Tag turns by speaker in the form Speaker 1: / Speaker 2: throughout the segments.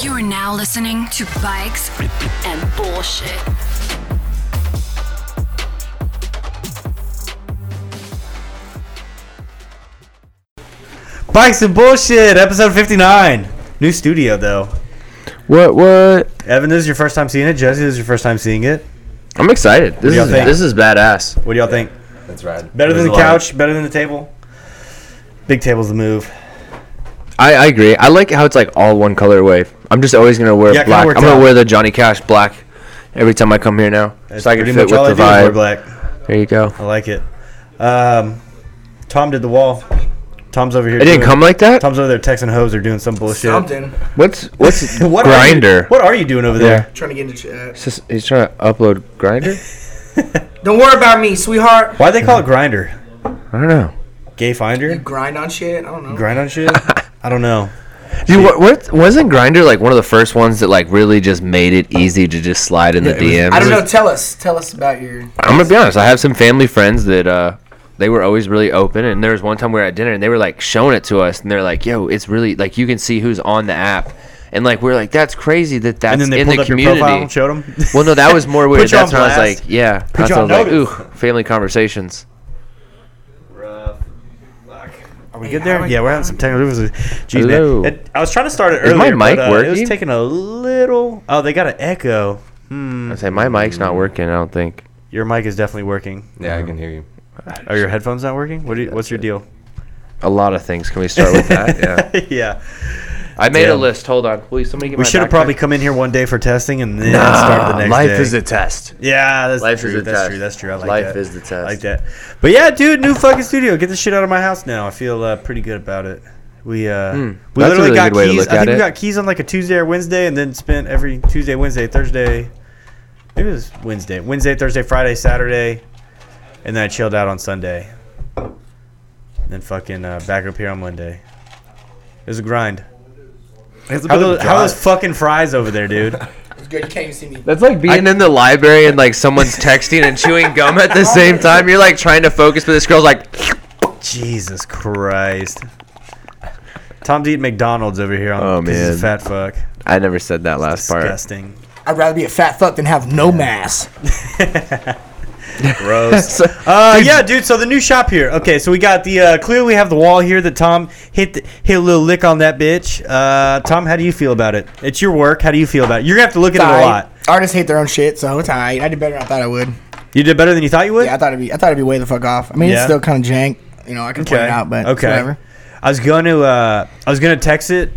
Speaker 1: You are now listening to Bikes and Bullshit.
Speaker 2: Bikes and Bullshit, episode 59. New studio, though.
Speaker 3: What? What?
Speaker 2: Evan, this is your first time seeing it. Jesse, this is your first time seeing it.
Speaker 3: I'm excited. This
Speaker 2: y'all
Speaker 3: is
Speaker 2: think?
Speaker 3: this is badass.
Speaker 2: What do y'all think?
Speaker 4: That's rad.
Speaker 2: Better
Speaker 4: There's
Speaker 2: than the
Speaker 4: a lot of-
Speaker 2: couch, better than the table. Big table's the move.
Speaker 3: I, I agree. I like how it's like all one colorway. I'm just always gonna wear
Speaker 2: Yeah, it kinda
Speaker 3: black. I'm
Speaker 2: worked
Speaker 3: gonna
Speaker 2: out.
Speaker 3: wear the Johnny Cash black every time I come here now,
Speaker 2: That's
Speaker 3: so I can
Speaker 2: pretty
Speaker 3: fit
Speaker 2: much
Speaker 3: with
Speaker 2: all I
Speaker 3: the
Speaker 2: do is wear
Speaker 3: vibe.
Speaker 2: black.
Speaker 3: There you go.
Speaker 2: I like it. Um, Tom did the wall. Tom's over here.
Speaker 3: It didn't
Speaker 2: doing-
Speaker 3: come like that.
Speaker 2: Tom's over there texting hoes or doing some bullshit.
Speaker 4: Something.
Speaker 3: What's what's
Speaker 2: What are you-
Speaker 3: grinder?
Speaker 2: what are you doing over there?
Speaker 4: Trying to get into uh, chat.
Speaker 3: It's just- He's trying to upload grinder.
Speaker 4: Don't worry about me, sweetheart.
Speaker 2: Why they call it grinder?
Speaker 3: I don't know.
Speaker 2: Gay finder?
Speaker 4: Grind on shit. I don't know.
Speaker 2: Grind on shit? I don't know.
Speaker 3: Dude, what, what wasn't grinder like one of the first ones that like really just made it easy to just slide in the
Speaker 2: it
Speaker 3: DMs?
Speaker 4: I don't know. Tell us. Tell us about your.
Speaker 3: I'm gonna be honest. I have some family friends that uh, they were always really open, and there was one time we were at dinner and they were like showing it to us, and they're like, "Yo, it's really like you can see who's on the app," and like we're like, "That's crazy that that's
Speaker 2: And then they
Speaker 3: in
Speaker 2: pulled
Speaker 3: the
Speaker 2: up
Speaker 3: community."
Speaker 2: your profile and showed them.
Speaker 3: well, no, that was more weird.
Speaker 2: Put you
Speaker 3: that's
Speaker 2: on
Speaker 3: when I was
Speaker 2: blast.
Speaker 3: like, "Yeah," that's
Speaker 2: you
Speaker 3: when
Speaker 2: on
Speaker 3: I was like, "Ooh,
Speaker 2: notice."
Speaker 3: family conversations."
Speaker 2: Are we good there? Yeah, we're having some technical difficulties. Jeez, man.
Speaker 3: Hello.
Speaker 2: It- I was trying to start it
Speaker 3: Is my
Speaker 2: earlier.
Speaker 3: mic
Speaker 2: but, uh, It was
Speaker 3: working?
Speaker 2: taking a little. Oh, they got an echo.
Speaker 3: I say my mic's
Speaker 2: Mm-hmm.
Speaker 3: not working. I don't think.
Speaker 2: Your mic is definitely working.
Speaker 4: Yeah, I can hear you.
Speaker 2: Are your headphones not working? What do you, what's your deal?
Speaker 3: A lot of things. Can we start with that? Yeah.
Speaker 2: yeah.
Speaker 3: I made a
Speaker 2: Damn.
Speaker 3: list. Hold on. Will you somebody give
Speaker 2: We
Speaker 3: my
Speaker 2: should have
Speaker 3: backpack?
Speaker 2: probably come in here one day for testing and then
Speaker 4: Ah,
Speaker 2: start the next
Speaker 3: Life
Speaker 2: day.
Speaker 3: is a test.
Speaker 2: Yeah, that's
Speaker 3: Life
Speaker 2: true.
Speaker 3: is a
Speaker 2: that's
Speaker 3: test.
Speaker 2: true. That's true. I like
Speaker 3: Life
Speaker 2: that.
Speaker 3: is the test.
Speaker 2: I like that. But yeah, dude, new fucking studio. Get the shit out of my house now. I feel uh, pretty good about it. We uh, we
Speaker 3: Hmm. That's a
Speaker 2: literally
Speaker 3: really
Speaker 2: got
Speaker 3: good way to
Speaker 2: keys.
Speaker 3: look
Speaker 2: I think
Speaker 3: at
Speaker 2: we
Speaker 3: it.
Speaker 2: got keys on like a Tuesday or Wednesday, and then spent every Tuesday, Wednesday, Thursday. Maybe it was Wednesday, Wednesday, Thursday, Friday, Saturday, and then I chilled out on Sunday. And then fucking uh, back up here on Monday. It was a grind. How
Speaker 4: bit of a
Speaker 2: those, how
Speaker 4: drive.
Speaker 2: those fucking fries over there, dude?
Speaker 4: It's good. You can't even see me.
Speaker 3: That's like being in the library and like someone's texting and chewing gum at the same time. You're like trying to focus, but this girl's like,
Speaker 2: Jesus Christ. Tom's eating McDonald's over here. On,
Speaker 3: Oh,
Speaker 2: 'cause He's a
Speaker 3: man.
Speaker 2: fat fuck.
Speaker 3: I never said that last part.
Speaker 2: Disgusting.
Speaker 4: I'd rather be a fat fuck than have no mass.
Speaker 2: Gross. uh, yeah, dude. So the new shop here. Okay, so we got the uh, clearly we have the wall here that Tom hit the, hit a little lick on that bitch. Uh, Tom, how do you feel about it? It's your work. How do you feel about it? You're gonna have to look at it a lot.
Speaker 4: Artists hate their own shit, so it's alright. I did better than I thought I would.
Speaker 2: You did better than you thought you would.
Speaker 4: Yeah, I thought it'd be. I thought it'd be way the fuck off. I mean,
Speaker 2: Yeah.
Speaker 4: it's still kind of jank. You know, I can point it out, but okay. whatever.
Speaker 2: I was gonna uh, I was gonna text it.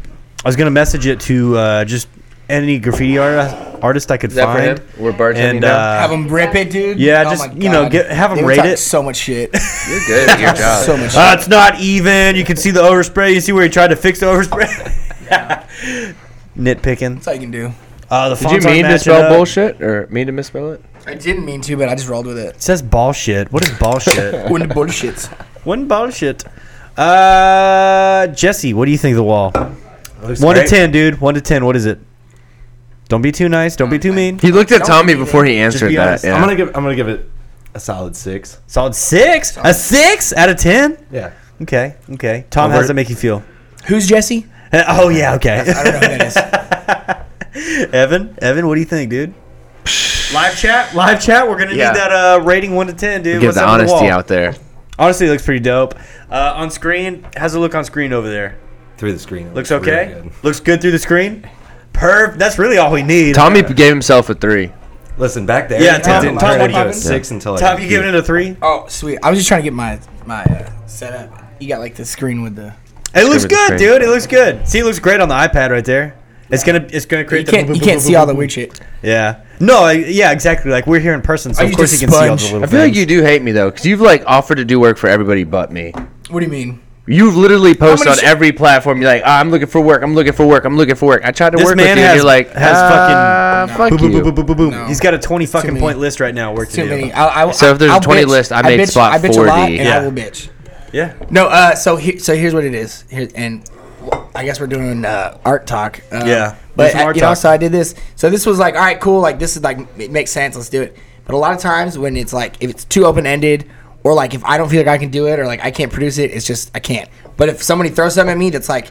Speaker 2: I was gonna message it to uh, just any graffiti art, artist I could
Speaker 3: that for
Speaker 2: find.
Speaker 3: him? We're bartending
Speaker 2: and,
Speaker 3: now?
Speaker 2: uh,
Speaker 4: Have them rip it, dude.
Speaker 2: yeah,
Speaker 4: Oh
Speaker 2: just,
Speaker 4: my
Speaker 2: you know,
Speaker 4: God.
Speaker 2: get- have 'em
Speaker 4: They were
Speaker 2: rate
Speaker 4: talking
Speaker 2: it.
Speaker 4: So much shit.
Speaker 3: You're good. at Your job.
Speaker 4: so much.
Speaker 2: Uh,
Speaker 4: shit.
Speaker 2: it's not even. You can see the overspray. You see where he tried to fix the overspray. Nitpicking.
Speaker 4: That's all you can do.
Speaker 2: Uh, the
Speaker 3: Did you mean to spell bullshit or mean to misspell it?
Speaker 4: I didn't mean to, but I just rolled with it.
Speaker 2: It says bullshit. What is bullshit?
Speaker 4: When the bullshits.
Speaker 2: One bullshit. Uh, Jesse, what do you think of the wall? One to ten, dude. One to ten. What is it? Don't be too nice. Don't be too mean.
Speaker 3: He looked at
Speaker 4: Don't
Speaker 3: Tommy
Speaker 4: mean it.
Speaker 3: before he answered
Speaker 2: be
Speaker 3: that.
Speaker 2: honest.
Speaker 3: Yeah.
Speaker 5: I'm gonna give I'm gonna give it a solid six.
Speaker 2: Solid six. A six out of ten.
Speaker 5: Yeah.
Speaker 2: Okay. Okay. Tom, how does that make you feel?
Speaker 4: Who's Jesse?
Speaker 2: Oh yeah. Okay.
Speaker 4: I don't know who that is.
Speaker 2: Evan, Evan, what do you think, dude? Live chat, live chat. We're gonna
Speaker 3: Yeah.
Speaker 2: need that uh, rating one to ten, dude.
Speaker 3: Give
Speaker 2: What's
Speaker 3: the
Speaker 2: up with
Speaker 3: honesty
Speaker 2: wall?
Speaker 3: out there.
Speaker 2: Honestly, it looks pretty dope. Uh, on screen, how's it look on screen over there?
Speaker 5: Through the screen. it
Speaker 2: Looks
Speaker 5: really
Speaker 2: okay.
Speaker 5: good.
Speaker 2: looks good through the screen. Perf. That's really all we need.
Speaker 3: Tommy gave himself a three.
Speaker 5: Listen, back there.
Speaker 2: Yeah,
Speaker 5: I
Speaker 2: Tom-
Speaker 5: didn't
Speaker 2: Tom,
Speaker 5: turn
Speaker 2: what
Speaker 5: it
Speaker 2: do you-
Speaker 5: into a six until I
Speaker 2: Tom,
Speaker 5: got
Speaker 2: you giving
Speaker 5: beat.
Speaker 2: it a three?
Speaker 4: Oh, sweet. I was just trying to get my my uh, setup. You got like the screen with the.
Speaker 2: It looks
Speaker 3: with the
Speaker 2: good,
Speaker 3: screen.
Speaker 2: dude. It looks good. See, it looks great on the iPad right there. It's gonna, it's gonna
Speaker 4: You
Speaker 2: create the.
Speaker 4: can't you can't see all the weird shit.
Speaker 2: Yeah. No. I, yeah. Exactly. Like we're here in person, so
Speaker 4: Are
Speaker 2: of
Speaker 4: you
Speaker 2: course you
Speaker 4: just
Speaker 2: can see all the
Speaker 4: sponge?
Speaker 2: little.
Speaker 3: I feel like
Speaker 2: things.
Speaker 3: you do hate me though, because you've like offered to do work for everybody but me.
Speaker 4: What do you mean?
Speaker 3: You literally post
Speaker 4: many
Speaker 3: on
Speaker 4: sh-
Speaker 3: every platform. You're like, "Ah, I'm looking for work. I'm looking for work. I'm looking for work. I tried to
Speaker 2: This
Speaker 3: work
Speaker 2: man
Speaker 3: with you.
Speaker 2: has- uh,
Speaker 3: and you're like,
Speaker 2: has
Speaker 3: ah,
Speaker 2: fucking-
Speaker 3: fuck
Speaker 2: Boom, boom,
Speaker 3: you."
Speaker 2: boom, boom, boom, boom, boom.
Speaker 4: No.
Speaker 2: He's got a twenty fucking
Speaker 4: many.
Speaker 2: point list right now. Work to
Speaker 4: Too
Speaker 2: do.
Speaker 4: many. I, I,
Speaker 3: So if there's
Speaker 4: I'll
Speaker 3: a 20
Speaker 4: bitch.
Speaker 3: list, I made
Speaker 4: bitch,
Speaker 3: spot
Speaker 4: I bitch a lot,
Speaker 3: 40.
Speaker 4: and
Speaker 2: Yeah.
Speaker 4: I will bitch.
Speaker 2: Yeah.
Speaker 4: No, uh, so here, so here's what it is, here, and I guess we're doing uh, art talk. Uh,
Speaker 2: Yeah, do
Speaker 4: but
Speaker 2: some art
Speaker 4: you know,
Speaker 2: talk.
Speaker 4: so I did this. So this was like, all right, cool. Like this is like it makes sense. Let's do it. But a lot of times when it's like if it's too open ended, or like if I don't feel like I can do it, or like I can't produce it, it's just I can't. But if somebody throws something at me that's like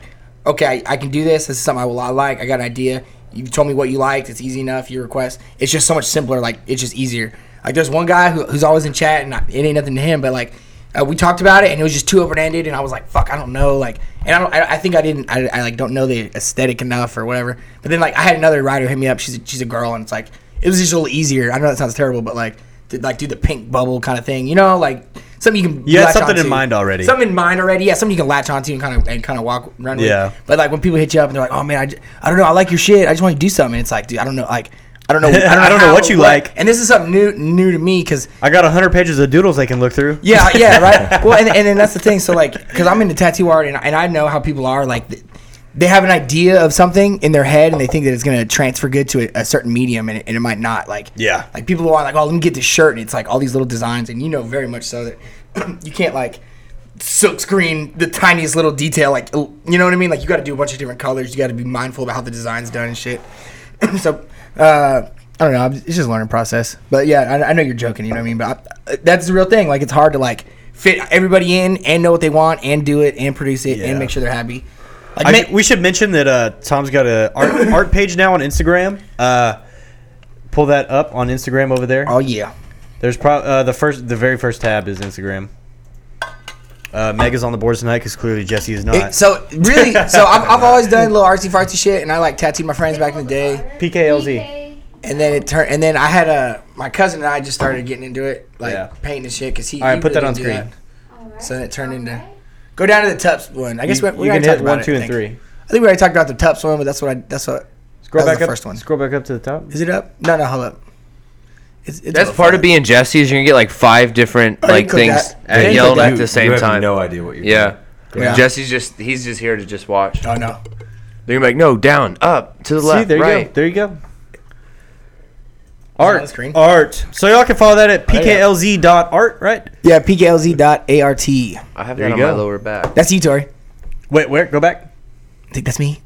Speaker 4: okay, I, I can do this. This is something I will I like. I got an idea. You told me what you liked. It's easy enough. Your request. It's just so much simpler. Like it's just easier. Like there's one guy who, who's always in chat, and I, it ain't nothing to him. But like uh, we talked about it, and it was just too open ended, and I was like, fuck, I don't know. Like, and I don't. I, I think I didn't. I, I like don't know the aesthetic enough or whatever. But then like I had another writer hit me up. She's a, she's a girl, and it's like it was just a little easier. I know that sounds terrible, but like to, like do the pink bubble kind of thing. You know, like something you can
Speaker 2: You had
Speaker 4: latch
Speaker 2: something in
Speaker 4: onto.
Speaker 2: mind already.
Speaker 4: Something in mind already. Yeah, something you can latch onto and kind of and kind of walk run with.
Speaker 2: Yeah.
Speaker 4: But like when people hit you up and they're like, "Oh man, I, j- I don't know, I like your shit. I just want to do something." It's like, dude, I don't know, like I don't know, I don't know,
Speaker 2: I don't know
Speaker 4: how,
Speaker 2: what you like.
Speaker 4: And this is something new new to me because
Speaker 2: I got 100 pages of doodles I can look through.
Speaker 4: yeah, yeah, right. Well, and, and then that's the thing. So like, because I'm into tattoo art and, and I know how people are. Like, th- they have an idea of something in their head and they think that it's gonna transfer good to a, a certain medium and it, and it might not. Like,
Speaker 2: Yeah.
Speaker 4: like people are like, oh, let me get this shirt and it's like all these little designs and you know very much so that you can't like silk screen the tiniest little detail. Like, you know what I mean? Like you got to do a bunch of different colors. You got to be mindful about how the design's done and shit. so. uh I don't know. I'm- It's just a learning process. But yeah, I, I know you're joking. You know what I mean? But I, uh, that's the real thing. Like it's hard to like fit everybody in and know what they want and do it and produce it
Speaker 2: Yeah.
Speaker 4: and make sure they're happy. Like
Speaker 2: I,
Speaker 4: ma-
Speaker 2: we should mention that uh, Tom's got a art, art page now on Instagram. Uh, pull that up on Instagram over there.
Speaker 4: oh yeah,
Speaker 2: There's pro- uh, the first, the very first tab is Instagram. Uh, Mega's on the boards tonight because clearly Jesse is not.
Speaker 4: It- so really, so I've, I've always done little artsy fartsy shit, and I like tattooed my friends back in the day.
Speaker 2: PKLZ.
Speaker 4: And then it turned, and then I had a my cousin and I just started getting into it, like
Speaker 2: Yeah.
Speaker 4: painting and shit. Cause he,
Speaker 2: All right,
Speaker 4: he
Speaker 2: put that
Speaker 4: really
Speaker 2: on
Speaker 4: do
Speaker 2: screen.
Speaker 4: So then it turned into go down to the Tups one. I guess
Speaker 2: You,
Speaker 4: we, we
Speaker 2: you can hit
Speaker 4: already talked about
Speaker 2: one,
Speaker 4: it,
Speaker 2: two,
Speaker 4: I
Speaker 2: and
Speaker 4: think.
Speaker 2: three.
Speaker 4: I think we already talked about the Tups one, but that's what I that's what
Speaker 2: Scroll
Speaker 4: That was
Speaker 2: back
Speaker 4: the
Speaker 2: up.
Speaker 4: first one.
Speaker 2: Scroll back up to the top.
Speaker 4: Is it up? No, no, hold up. It's, it's
Speaker 3: That's
Speaker 4: up.
Speaker 3: part of being Jesse is you're gonna get like five different
Speaker 4: didn't
Speaker 3: like
Speaker 4: click
Speaker 3: things
Speaker 4: that. I
Speaker 3: at
Speaker 4: didn't
Speaker 3: yelled
Speaker 4: click
Speaker 3: at
Speaker 4: that.
Speaker 3: the
Speaker 5: you
Speaker 3: same
Speaker 5: have
Speaker 3: time.
Speaker 5: No idea what you're.
Speaker 3: Yeah.
Speaker 4: Yeah.
Speaker 3: Jesse's just he's just here to just watch.
Speaker 4: Oh no.
Speaker 3: They're gonna be like, no, down, up, to the
Speaker 2: See,
Speaker 3: left,
Speaker 2: there
Speaker 3: right.
Speaker 2: you go. There you go.
Speaker 4: on the
Speaker 2: Art.
Speaker 4: screen. Oh,
Speaker 2: Art. So y'all can follow that at
Speaker 4: yeah.
Speaker 2: pklz.art, right?
Speaker 4: Yeah, pklz.art.
Speaker 3: I have
Speaker 2: There
Speaker 3: that on
Speaker 2: you
Speaker 3: my
Speaker 2: go.
Speaker 3: lower back.
Speaker 4: That's you, Tori.
Speaker 2: Wait, where? Go back.
Speaker 4: I think that's me.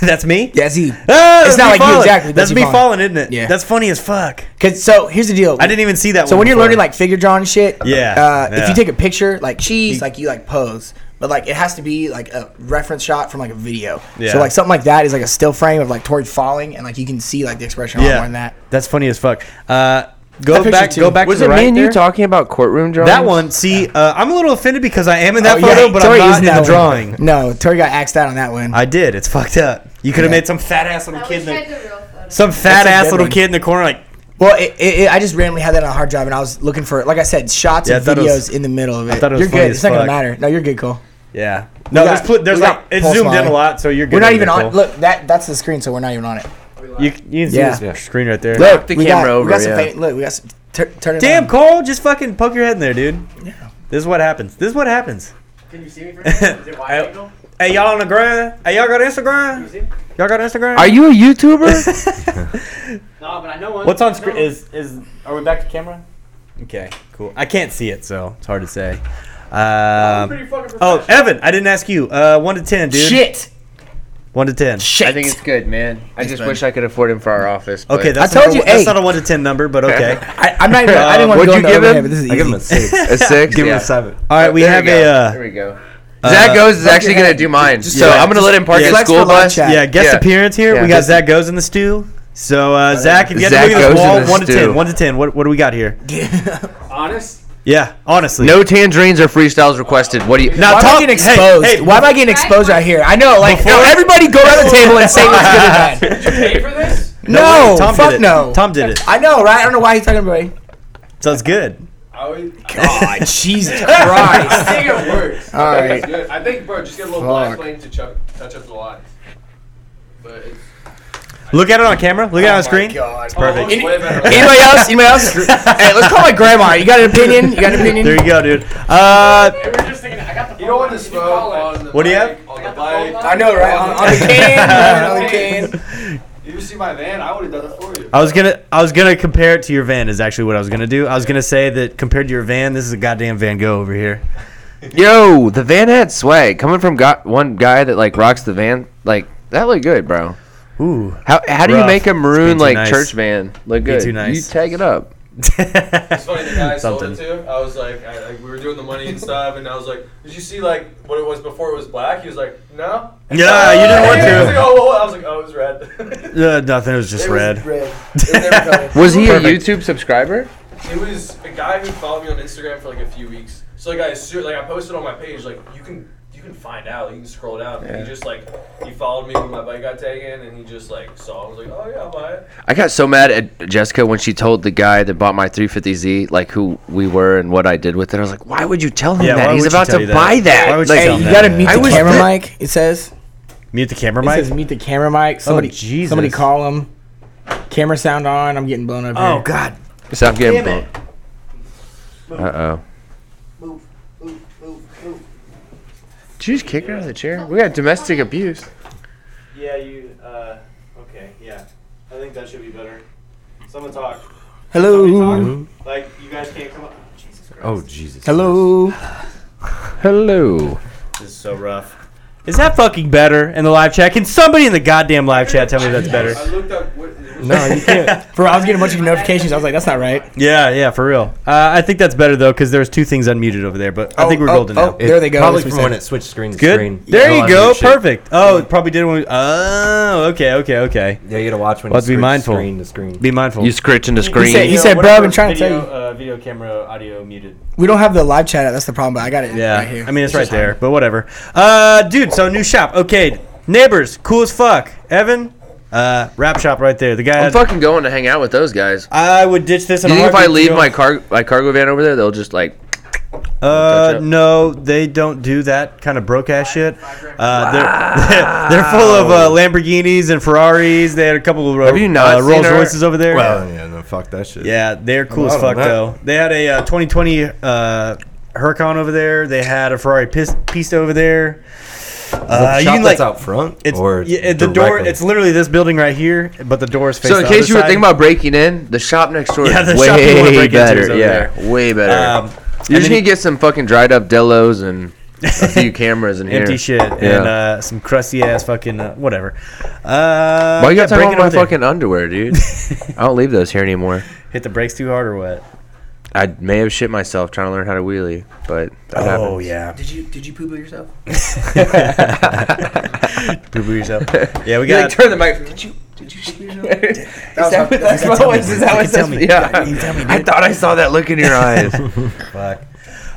Speaker 2: That's me?
Speaker 4: yeah, it's you.
Speaker 2: Ah,
Speaker 4: It's
Speaker 2: that's
Speaker 4: not
Speaker 2: me
Speaker 4: like you
Speaker 2: falling.
Speaker 4: exactly,
Speaker 2: That's
Speaker 4: but
Speaker 2: me
Speaker 4: you falling.
Speaker 2: falling, isn't it?
Speaker 4: Yeah.
Speaker 2: That's funny as fuck.
Speaker 4: Cause so here's the deal.
Speaker 2: I didn't even see that
Speaker 4: So
Speaker 2: one
Speaker 4: when you're
Speaker 2: before.
Speaker 4: learning like figure drawing shit,
Speaker 2: Yeah,
Speaker 4: uh,
Speaker 2: yeah.
Speaker 4: if you take a picture, like cheese, like you like pose, but like it has to be like a reference shot from like a video.
Speaker 2: Yeah.
Speaker 4: So like something like that is like a still frame of like Tori falling, and like you can see like the expression
Speaker 2: yeah.
Speaker 4: on that.
Speaker 2: That's funny as fuck. Uh, go
Speaker 4: picture
Speaker 2: back.
Speaker 4: too.
Speaker 2: Go back
Speaker 3: Was
Speaker 2: to
Speaker 3: it
Speaker 2: the right
Speaker 3: me and
Speaker 2: there.
Speaker 3: you talking about courtroom drawings?
Speaker 2: That one, see, uh, I'm a little offended because I am in that
Speaker 4: Oh, yeah,
Speaker 2: photo, but
Speaker 4: Tori is
Speaker 2: I'm
Speaker 4: in
Speaker 2: not
Speaker 4: that
Speaker 2: in the
Speaker 4: one.
Speaker 2: drawing.
Speaker 4: No, Tori got axed out on that one.
Speaker 2: I did. It's fucked up. You could have
Speaker 4: Yeah.
Speaker 2: made some fat ass little
Speaker 6: I
Speaker 2: kid.
Speaker 6: wish
Speaker 2: In
Speaker 6: I had
Speaker 2: the,
Speaker 6: the real photo.
Speaker 2: some fat
Speaker 4: That's a
Speaker 2: ass
Speaker 4: good
Speaker 2: little
Speaker 4: one.
Speaker 2: kid in the corner, like
Speaker 4: Well, it, it, it, I just randomly had that on a hard drive, and I was looking for like I said, shots
Speaker 2: Yeah, I
Speaker 4: and
Speaker 2: thought it
Speaker 4: videos
Speaker 2: was-
Speaker 4: in the middle of it.
Speaker 2: thought it was
Speaker 4: you're
Speaker 2: funny
Speaker 4: good.
Speaker 2: as
Speaker 4: It's not gonna
Speaker 2: fuck.
Speaker 4: matter. No, you're good, Cole.
Speaker 2: yeah. No,
Speaker 4: We
Speaker 2: there's
Speaker 4: got-
Speaker 2: pl- there's
Speaker 4: we
Speaker 2: like
Speaker 4: got
Speaker 2: it's
Speaker 4: Paul
Speaker 2: zoomed in a
Speaker 4: Smiley.
Speaker 2: lot, so you're good.
Speaker 4: We're not even
Speaker 2: there,
Speaker 4: on.
Speaker 2: Cole.
Speaker 4: Look, that that's the screen, so we're not even on it.
Speaker 2: You, c- you can see
Speaker 4: Yeah.
Speaker 2: this screen right there.
Speaker 3: Look, the camera
Speaker 4: got,
Speaker 3: over.
Speaker 4: We got some
Speaker 3: yeah.
Speaker 4: fam- look, we got some. Tur- turn it
Speaker 2: Damn,
Speaker 4: on.
Speaker 2: Cole, just fucking poke your head in there, dude. Yeah. This is what happens. This is what happens. Can you see me for Is it wide Hey, y'all on the grind? Hey, y'all got Instagram? Y'all got Instagram?
Speaker 3: Are you a YouTuber?
Speaker 2: What's on screen? Is is are we back to camera? Okay, cool. I can't see it, so it's hard to say. Uh, oh, Evan, I didn't ask you. Uh, one to ten, dude.
Speaker 4: Shit.
Speaker 2: One to ten.
Speaker 4: Shit.
Speaker 3: I think it's good, man. I just
Speaker 4: bud.
Speaker 3: wish I could afford him for our office. but-
Speaker 2: Okay, that's
Speaker 4: I
Speaker 2: not
Speaker 4: told
Speaker 2: a,
Speaker 4: you,
Speaker 2: that's
Speaker 4: hey.
Speaker 2: not a one to ten number, but okay.
Speaker 4: I, I'm not even. I didn't want to
Speaker 3: What'd
Speaker 4: go
Speaker 3: you
Speaker 4: into
Speaker 3: give
Speaker 4: overhead,
Speaker 3: him?
Speaker 4: but this is
Speaker 5: I give
Speaker 4: easy.
Speaker 5: him a six.
Speaker 3: a six.
Speaker 5: give
Speaker 3: yeah.
Speaker 5: him a seven.
Speaker 2: All right, we
Speaker 3: There
Speaker 2: have
Speaker 3: go. There
Speaker 2: a uh,
Speaker 3: we go. Zach goes is actually gonna do mine, so
Speaker 2: yeah.
Speaker 3: I'm gonna let him park
Speaker 2: Yeah.
Speaker 3: his
Speaker 2: Flex
Speaker 3: school
Speaker 4: for live
Speaker 3: bus.
Speaker 4: chat.
Speaker 2: yeah guest
Speaker 3: Yeah.
Speaker 2: appearance here.
Speaker 3: Yeah.
Speaker 2: We got Zach goes in the stew. So uh, Zach, if you had to
Speaker 3: Zach
Speaker 2: look at this
Speaker 3: Goes in
Speaker 2: wall,
Speaker 3: the
Speaker 2: one to
Speaker 3: stew.
Speaker 2: ten, one to ten. What what do we got here?
Speaker 7: Honest?
Speaker 2: Yeah, honestly.
Speaker 3: No tangerines or freestyles requested. What do you?
Speaker 2: Now,
Speaker 4: Why am
Speaker 2: Tom-
Speaker 4: I getting exposed?
Speaker 2: Hey, hey,
Speaker 4: Why am I getting exposed right here? I know, like,
Speaker 2: Before-
Speaker 4: no, everybody go around the table and say what's good and bad.
Speaker 7: Pay for this?
Speaker 4: No,
Speaker 2: wait, Tom
Speaker 4: fuck
Speaker 2: did it.
Speaker 4: no.
Speaker 2: Tom did it.
Speaker 4: I know, right? I don't know why he's talking about it.
Speaker 2: So it's good.
Speaker 7: I would.
Speaker 4: God, Jesus Christ.
Speaker 7: I think it works.
Speaker 4: All
Speaker 7: I think it's
Speaker 4: right.
Speaker 7: good. I think, bro, just get a little black
Speaker 4: Fuck.
Speaker 7: flame to chuck, touch up the lines. But it's,
Speaker 2: Look at it on camera. Look at
Speaker 7: Oh
Speaker 2: it on screen.
Speaker 4: Oh, God.
Speaker 7: perfect.
Speaker 2: Perfect.
Speaker 7: Oh, way better.
Speaker 4: Anybody else? Anybody else? hey, let's call my grandma. You got an opinion? You got an opinion?
Speaker 2: There you go, dude. Uh,
Speaker 7: you don't want to smoke on the
Speaker 2: What do you
Speaker 7: bike,
Speaker 2: have?
Speaker 7: On the bike.
Speaker 4: I know, right? On, on the can. on the can.
Speaker 7: You see my van? I would have done it for you.
Speaker 2: I was gonna I was gonna compare it to your van is actually what I was gonna do. I was gonna say that compared to your van, this is a goddamn Van Gogh over here.
Speaker 3: Yo, the van had swag coming from got one guy that like rocks the van. Like that looked good, bro.
Speaker 2: Ooh.
Speaker 3: How how do you
Speaker 2: Rough.
Speaker 3: make a
Speaker 2: It's been
Speaker 3: maroon
Speaker 2: too
Speaker 3: like
Speaker 2: nice.
Speaker 3: church van
Speaker 2: been
Speaker 3: look good?
Speaker 2: too nice.
Speaker 3: You tag it up.
Speaker 7: It's funny the guy I sold
Speaker 2: Something.
Speaker 7: it to. I was like, I, like, we were doing the money and stuff, and I was like, did you see like what it was before it was black? He was like, no.
Speaker 2: Yeah, you didn't want
Speaker 7: He was like,
Speaker 2: to.
Speaker 7: oh, well, I was like, oh, it was red.
Speaker 2: Uh, nothing. It was just
Speaker 4: It was
Speaker 2: red.
Speaker 4: red. It was never colored.
Speaker 3: Was he
Speaker 2: Perfect.
Speaker 3: a YouTube subscriber?
Speaker 7: It was a guy who followed me on Instagram for like a few weeks. So like I assume, like I posted on my page, like you can you can find out, you can scroll down. And
Speaker 3: Yeah.
Speaker 7: he just like he followed me when my bike got taken, and he just like saw. it. I was like, oh yeah, I'll buy it.
Speaker 3: I got so mad at Jessica when she told the guy that bought my 350Z like who we were and what I did with it. I was like, why would you tell him
Speaker 2: Yeah,
Speaker 3: that?
Speaker 2: why
Speaker 3: He's
Speaker 2: would you
Speaker 3: about
Speaker 2: tell
Speaker 3: to
Speaker 2: you that?
Speaker 3: buy that.
Speaker 2: Why would you
Speaker 3: Like,
Speaker 4: Hey,
Speaker 2: tell
Speaker 4: you
Speaker 2: him
Speaker 4: gotta
Speaker 2: that?
Speaker 4: meet
Speaker 3: I
Speaker 4: the
Speaker 3: was
Speaker 4: camera
Speaker 3: that-
Speaker 4: mic. It says.
Speaker 2: Mute the camera,
Speaker 4: It
Speaker 2: Mike.
Speaker 4: says meet the camera mic. Somebody,
Speaker 2: Oh, Jesus.
Speaker 4: somebody call him. Camera sound on. I'm getting blown up.
Speaker 2: Oh
Speaker 4: here.
Speaker 2: God.
Speaker 3: Stop getting
Speaker 2: Damn
Speaker 3: Uh oh. Did you just kick her out of the chair? We got domestic abuse.
Speaker 2: Yeah, you. Uh, okay, yeah. I think that should be better. Someone talk.
Speaker 4: Hello.
Speaker 2: Like you guys can't come up. Jesus Christ.
Speaker 5: Oh Jesus.
Speaker 4: Hello.
Speaker 3: Hello.
Speaker 2: This is so rough. Is that fucking better in the live chat? Can somebody in the goddamn live chat tell me that's better?
Speaker 7: I looked up what. It was
Speaker 4: No, you can't. Bro, I was getting a bunch of notifications. I was like, that's not right.
Speaker 2: Yeah, yeah, for real. Uh, I think that's better though, because there's two things unmuted over there. But I think
Speaker 4: Oh,
Speaker 2: we're
Speaker 4: oh,
Speaker 2: golden
Speaker 4: oh,
Speaker 2: now.
Speaker 4: There they go,
Speaker 5: Probably
Speaker 4: that's what
Speaker 5: from
Speaker 4: we
Speaker 5: when
Speaker 4: said.
Speaker 5: it switched screen to
Speaker 2: Good.
Speaker 5: screen.
Speaker 2: There
Speaker 5: gotta
Speaker 2: you
Speaker 5: watch
Speaker 2: go.
Speaker 5: that shit.
Speaker 2: Perfect. Oh, it probably did when. Oh, okay, okay, okay.
Speaker 5: Yeah, you gotta watch when
Speaker 2: Let's be
Speaker 5: you switch
Speaker 2: mindful.
Speaker 5: screen to screen.
Speaker 2: Be mindful.
Speaker 3: You scratching the
Speaker 4: He said,
Speaker 3: screen.
Speaker 4: he said bro, I've been trying to tell you.
Speaker 2: Uh, video camera audio muted.
Speaker 4: We don't have the live chat out. That's the problem, but I got it
Speaker 2: Yeah,
Speaker 4: right here.
Speaker 2: I mean it's,
Speaker 4: just
Speaker 2: right
Speaker 4: hard.
Speaker 2: there, but whatever. Uh, dude, so new shop. Okay, neighbors, cool as fuck. Evan, uh, rap shop right there. The guy.
Speaker 3: I'm
Speaker 2: Had,
Speaker 3: fucking going to hang out with those guys.
Speaker 2: I would ditch this. In
Speaker 3: You
Speaker 2: a
Speaker 3: think if I
Speaker 2: heartbeat to
Speaker 3: leave
Speaker 2: go-
Speaker 3: my car my cargo van over there, they'll just like touch
Speaker 2: Uh,
Speaker 3: up?
Speaker 2: no, they don't do that kind of broke ass shit. Uh, they're, they're full of uh, Lamborghinis and Ferraris. They had a couple of Ro-
Speaker 3: Have you not
Speaker 2: uh,
Speaker 3: seen
Speaker 2: Rolls
Speaker 3: our-
Speaker 2: Royces over there.
Speaker 5: Well, yeah, no, fuck that shit.
Speaker 2: Yeah, they're cool as
Speaker 5: out on
Speaker 2: fuck
Speaker 5: that.
Speaker 2: though. They had a uh, 2020 uh, Huracan over there. They had a Ferrari Pis- Pista over there. Uh,
Speaker 5: the
Speaker 2: you
Speaker 5: shop
Speaker 2: can, like-
Speaker 5: that's out front,
Speaker 2: It's
Speaker 5: or
Speaker 2: yeah, the door.
Speaker 5: directly?
Speaker 2: It's literally this building right here, but the door is facing.
Speaker 3: So in case you were thinking about breaking in, the shop next door
Speaker 2: Yeah, the
Speaker 3: is
Speaker 2: shop you wanna
Speaker 3: way
Speaker 2: break into is
Speaker 3: better.
Speaker 2: over
Speaker 3: Yeah, way better.
Speaker 2: um,
Speaker 3: You're
Speaker 2: and
Speaker 3: just
Speaker 2: then
Speaker 3: gonna get some fucking dried up Delos and a few cameras in here.
Speaker 2: empty shit and uh, some crusty ass fucking uh, whatever. Uh,
Speaker 3: Why you
Speaker 2: yeah, break
Speaker 3: got to talking
Speaker 2: it
Speaker 3: about my
Speaker 2: over there.
Speaker 3: fucking underwear, dude? I don't leave those here anymore.
Speaker 2: hit the brakes too hard or what?
Speaker 3: I may have shit myself trying to learn how to wheelie, but that
Speaker 2: Oh
Speaker 3: happened.
Speaker 2: yeah,
Speaker 4: Did you did you poo poo yourself?
Speaker 2: poo poo yourself. Yeah, we
Speaker 3: You like
Speaker 2: got.
Speaker 3: turn the mic. Did you? Did you? Is that what that
Speaker 2: can tell
Speaker 3: was?
Speaker 2: me,
Speaker 3: Is that
Speaker 2: you
Speaker 3: what
Speaker 2: can tell me.
Speaker 3: that's- Yeah.
Speaker 2: You can tell me,
Speaker 3: I
Speaker 2: dude.
Speaker 3: thought I saw that look in your eyes.
Speaker 2: Fuck.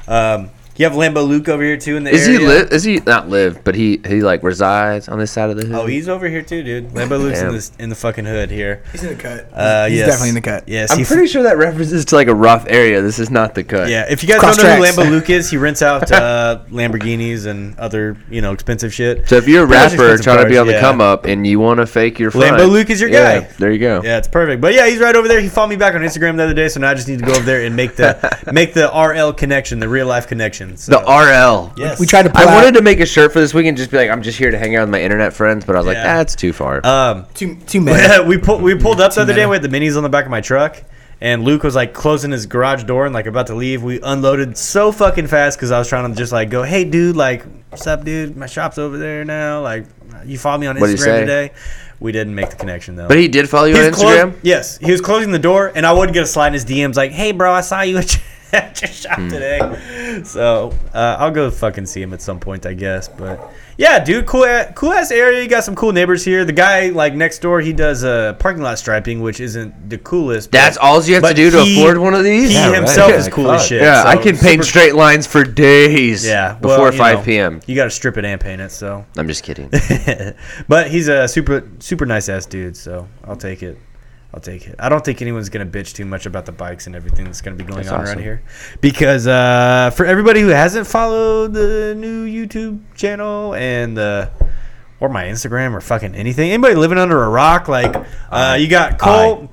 Speaker 2: Um, you have Lambo Luke over here too in the
Speaker 3: Is he
Speaker 2: area.
Speaker 3: live? Is he not live? But he he like resides on this side of the hood.
Speaker 2: Oh, he's over here too, dude. Lambo Luke's in
Speaker 3: Damn.
Speaker 2: this in the fucking hood here.
Speaker 4: He's in the cut.
Speaker 2: Uh,
Speaker 4: he's
Speaker 2: yes.
Speaker 4: definitely in the cut.
Speaker 2: Yes,
Speaker 3: I'm
Speaker 2: he-
Speaker 3: pretty sure that references to like a rough area. This is not the cut.
Speaker 2: Yeah, if you guys
Speaker 4: Cross
Speaker 2: don't know
Speaker 4: tracks.
Speaker 2: who Lambo Luke is, he rents out uh, Lamborghinis and other you know expensive shit.
Speaker 3: So if you're a
Speaker 2: Pretty much
Speaker 3: rapper
Speaker 2: expensive
Speaker 3: trying to be
Speaker 2: cars,
Speaker 3: on the
Speaker 2: yeah.
Speaker 3: come up and you want to fake your front,
Speaker 2: Lambo Luke is your
Speaker 3: yeah,
Speaker 2: guy.
Speaker 3: There you go.
Speaker 2: Yeah, it's perfect. But yeah, he's right over there. He followed me back on Instagram the other day, so now I just need to go over there and make the make the RL connection, the real life connection. So,
Speaker 3: The RL.
Speaker 2: yes,
Speaker 4: We tried to pull
Speaker 3: I
Speaker 4: out
Speaker 3: wanted to make a shirt for this week and just be like, I'm just here to hang out with my internet friends, but I was like,
Speaker 2: Yeah.
Speaker 3: that's too far.
Speaker 2: Um,
Speaker 4: two two minutes.
Speaker 2: we pulled we pulled up the other day. We had the minis on the back of my truck, and Luke was like closing his garage door and like about to leave. We unloaded so fucking fast because I was trying to just like go, hey dude, like what's up, dude? My shop's over there now. Like you follow me on
Speaker 3: What'd he
Speaker 2: Instagram
Speaker 3: say?
Speaker 2: today. We didn't make the connection though.
Speaker 3: but he did follow you on
Speaker 2: He's clo-
Speaker 3: Instagram.
Speaker 2: yes, he was closing the door, and I would get a slide in his DMs like, "Hey, bro, I saw you at your, at your shop
Speaker 3: Hmm.
Speaker 2: today." So uh, I'll go fucking see him at some point, I guess. But yeah, dude, cool, a- cool ass area. You got some cool neighbors here. The guy like next door, he does uh, parking lot striping, which isn't the coolest. but-
Speaker 3: That's all you have to
Speaker 2: but
Speaker 3: do to
Speaker 2: he-
Speaker 3: afford one of these.
Speaker 2: He
Speaker 3: Yeah,
Speaker 5: right.
Speaker 2: himself
Speaker 5: Yeah,
Speaker 2: is cool as
Speaker 5: fuck.
Speaker 2: shit. so
Speaker 3: I can
Speaker 2: super-
Speaker 3: paint straight lines for days.
Speaker 2: Yeah, well,
Speaker 3: before
Speaker 2: you
Speaker 3: 5
Speaker 2: know,
Speaker 3: p.m.
Speaker 2: You got to strip it and paint it. So,
Speaker 3: I'm just kidding.
Speaker 2: but he's a super super nice ass dude. So I'll take it. I'll take it. I don't think anyone's gonna bitch too much about the bikes and everything that's gonna be going
Speaker 3: That's
Speaker 2: on
Speaker 3: awesome.
Speaker 2: around here, because uh, for everybody who hasn't followed the new YouTube channel and the or my Instagram or fucking anything, anybody living under a rock, like uh, you got Cole.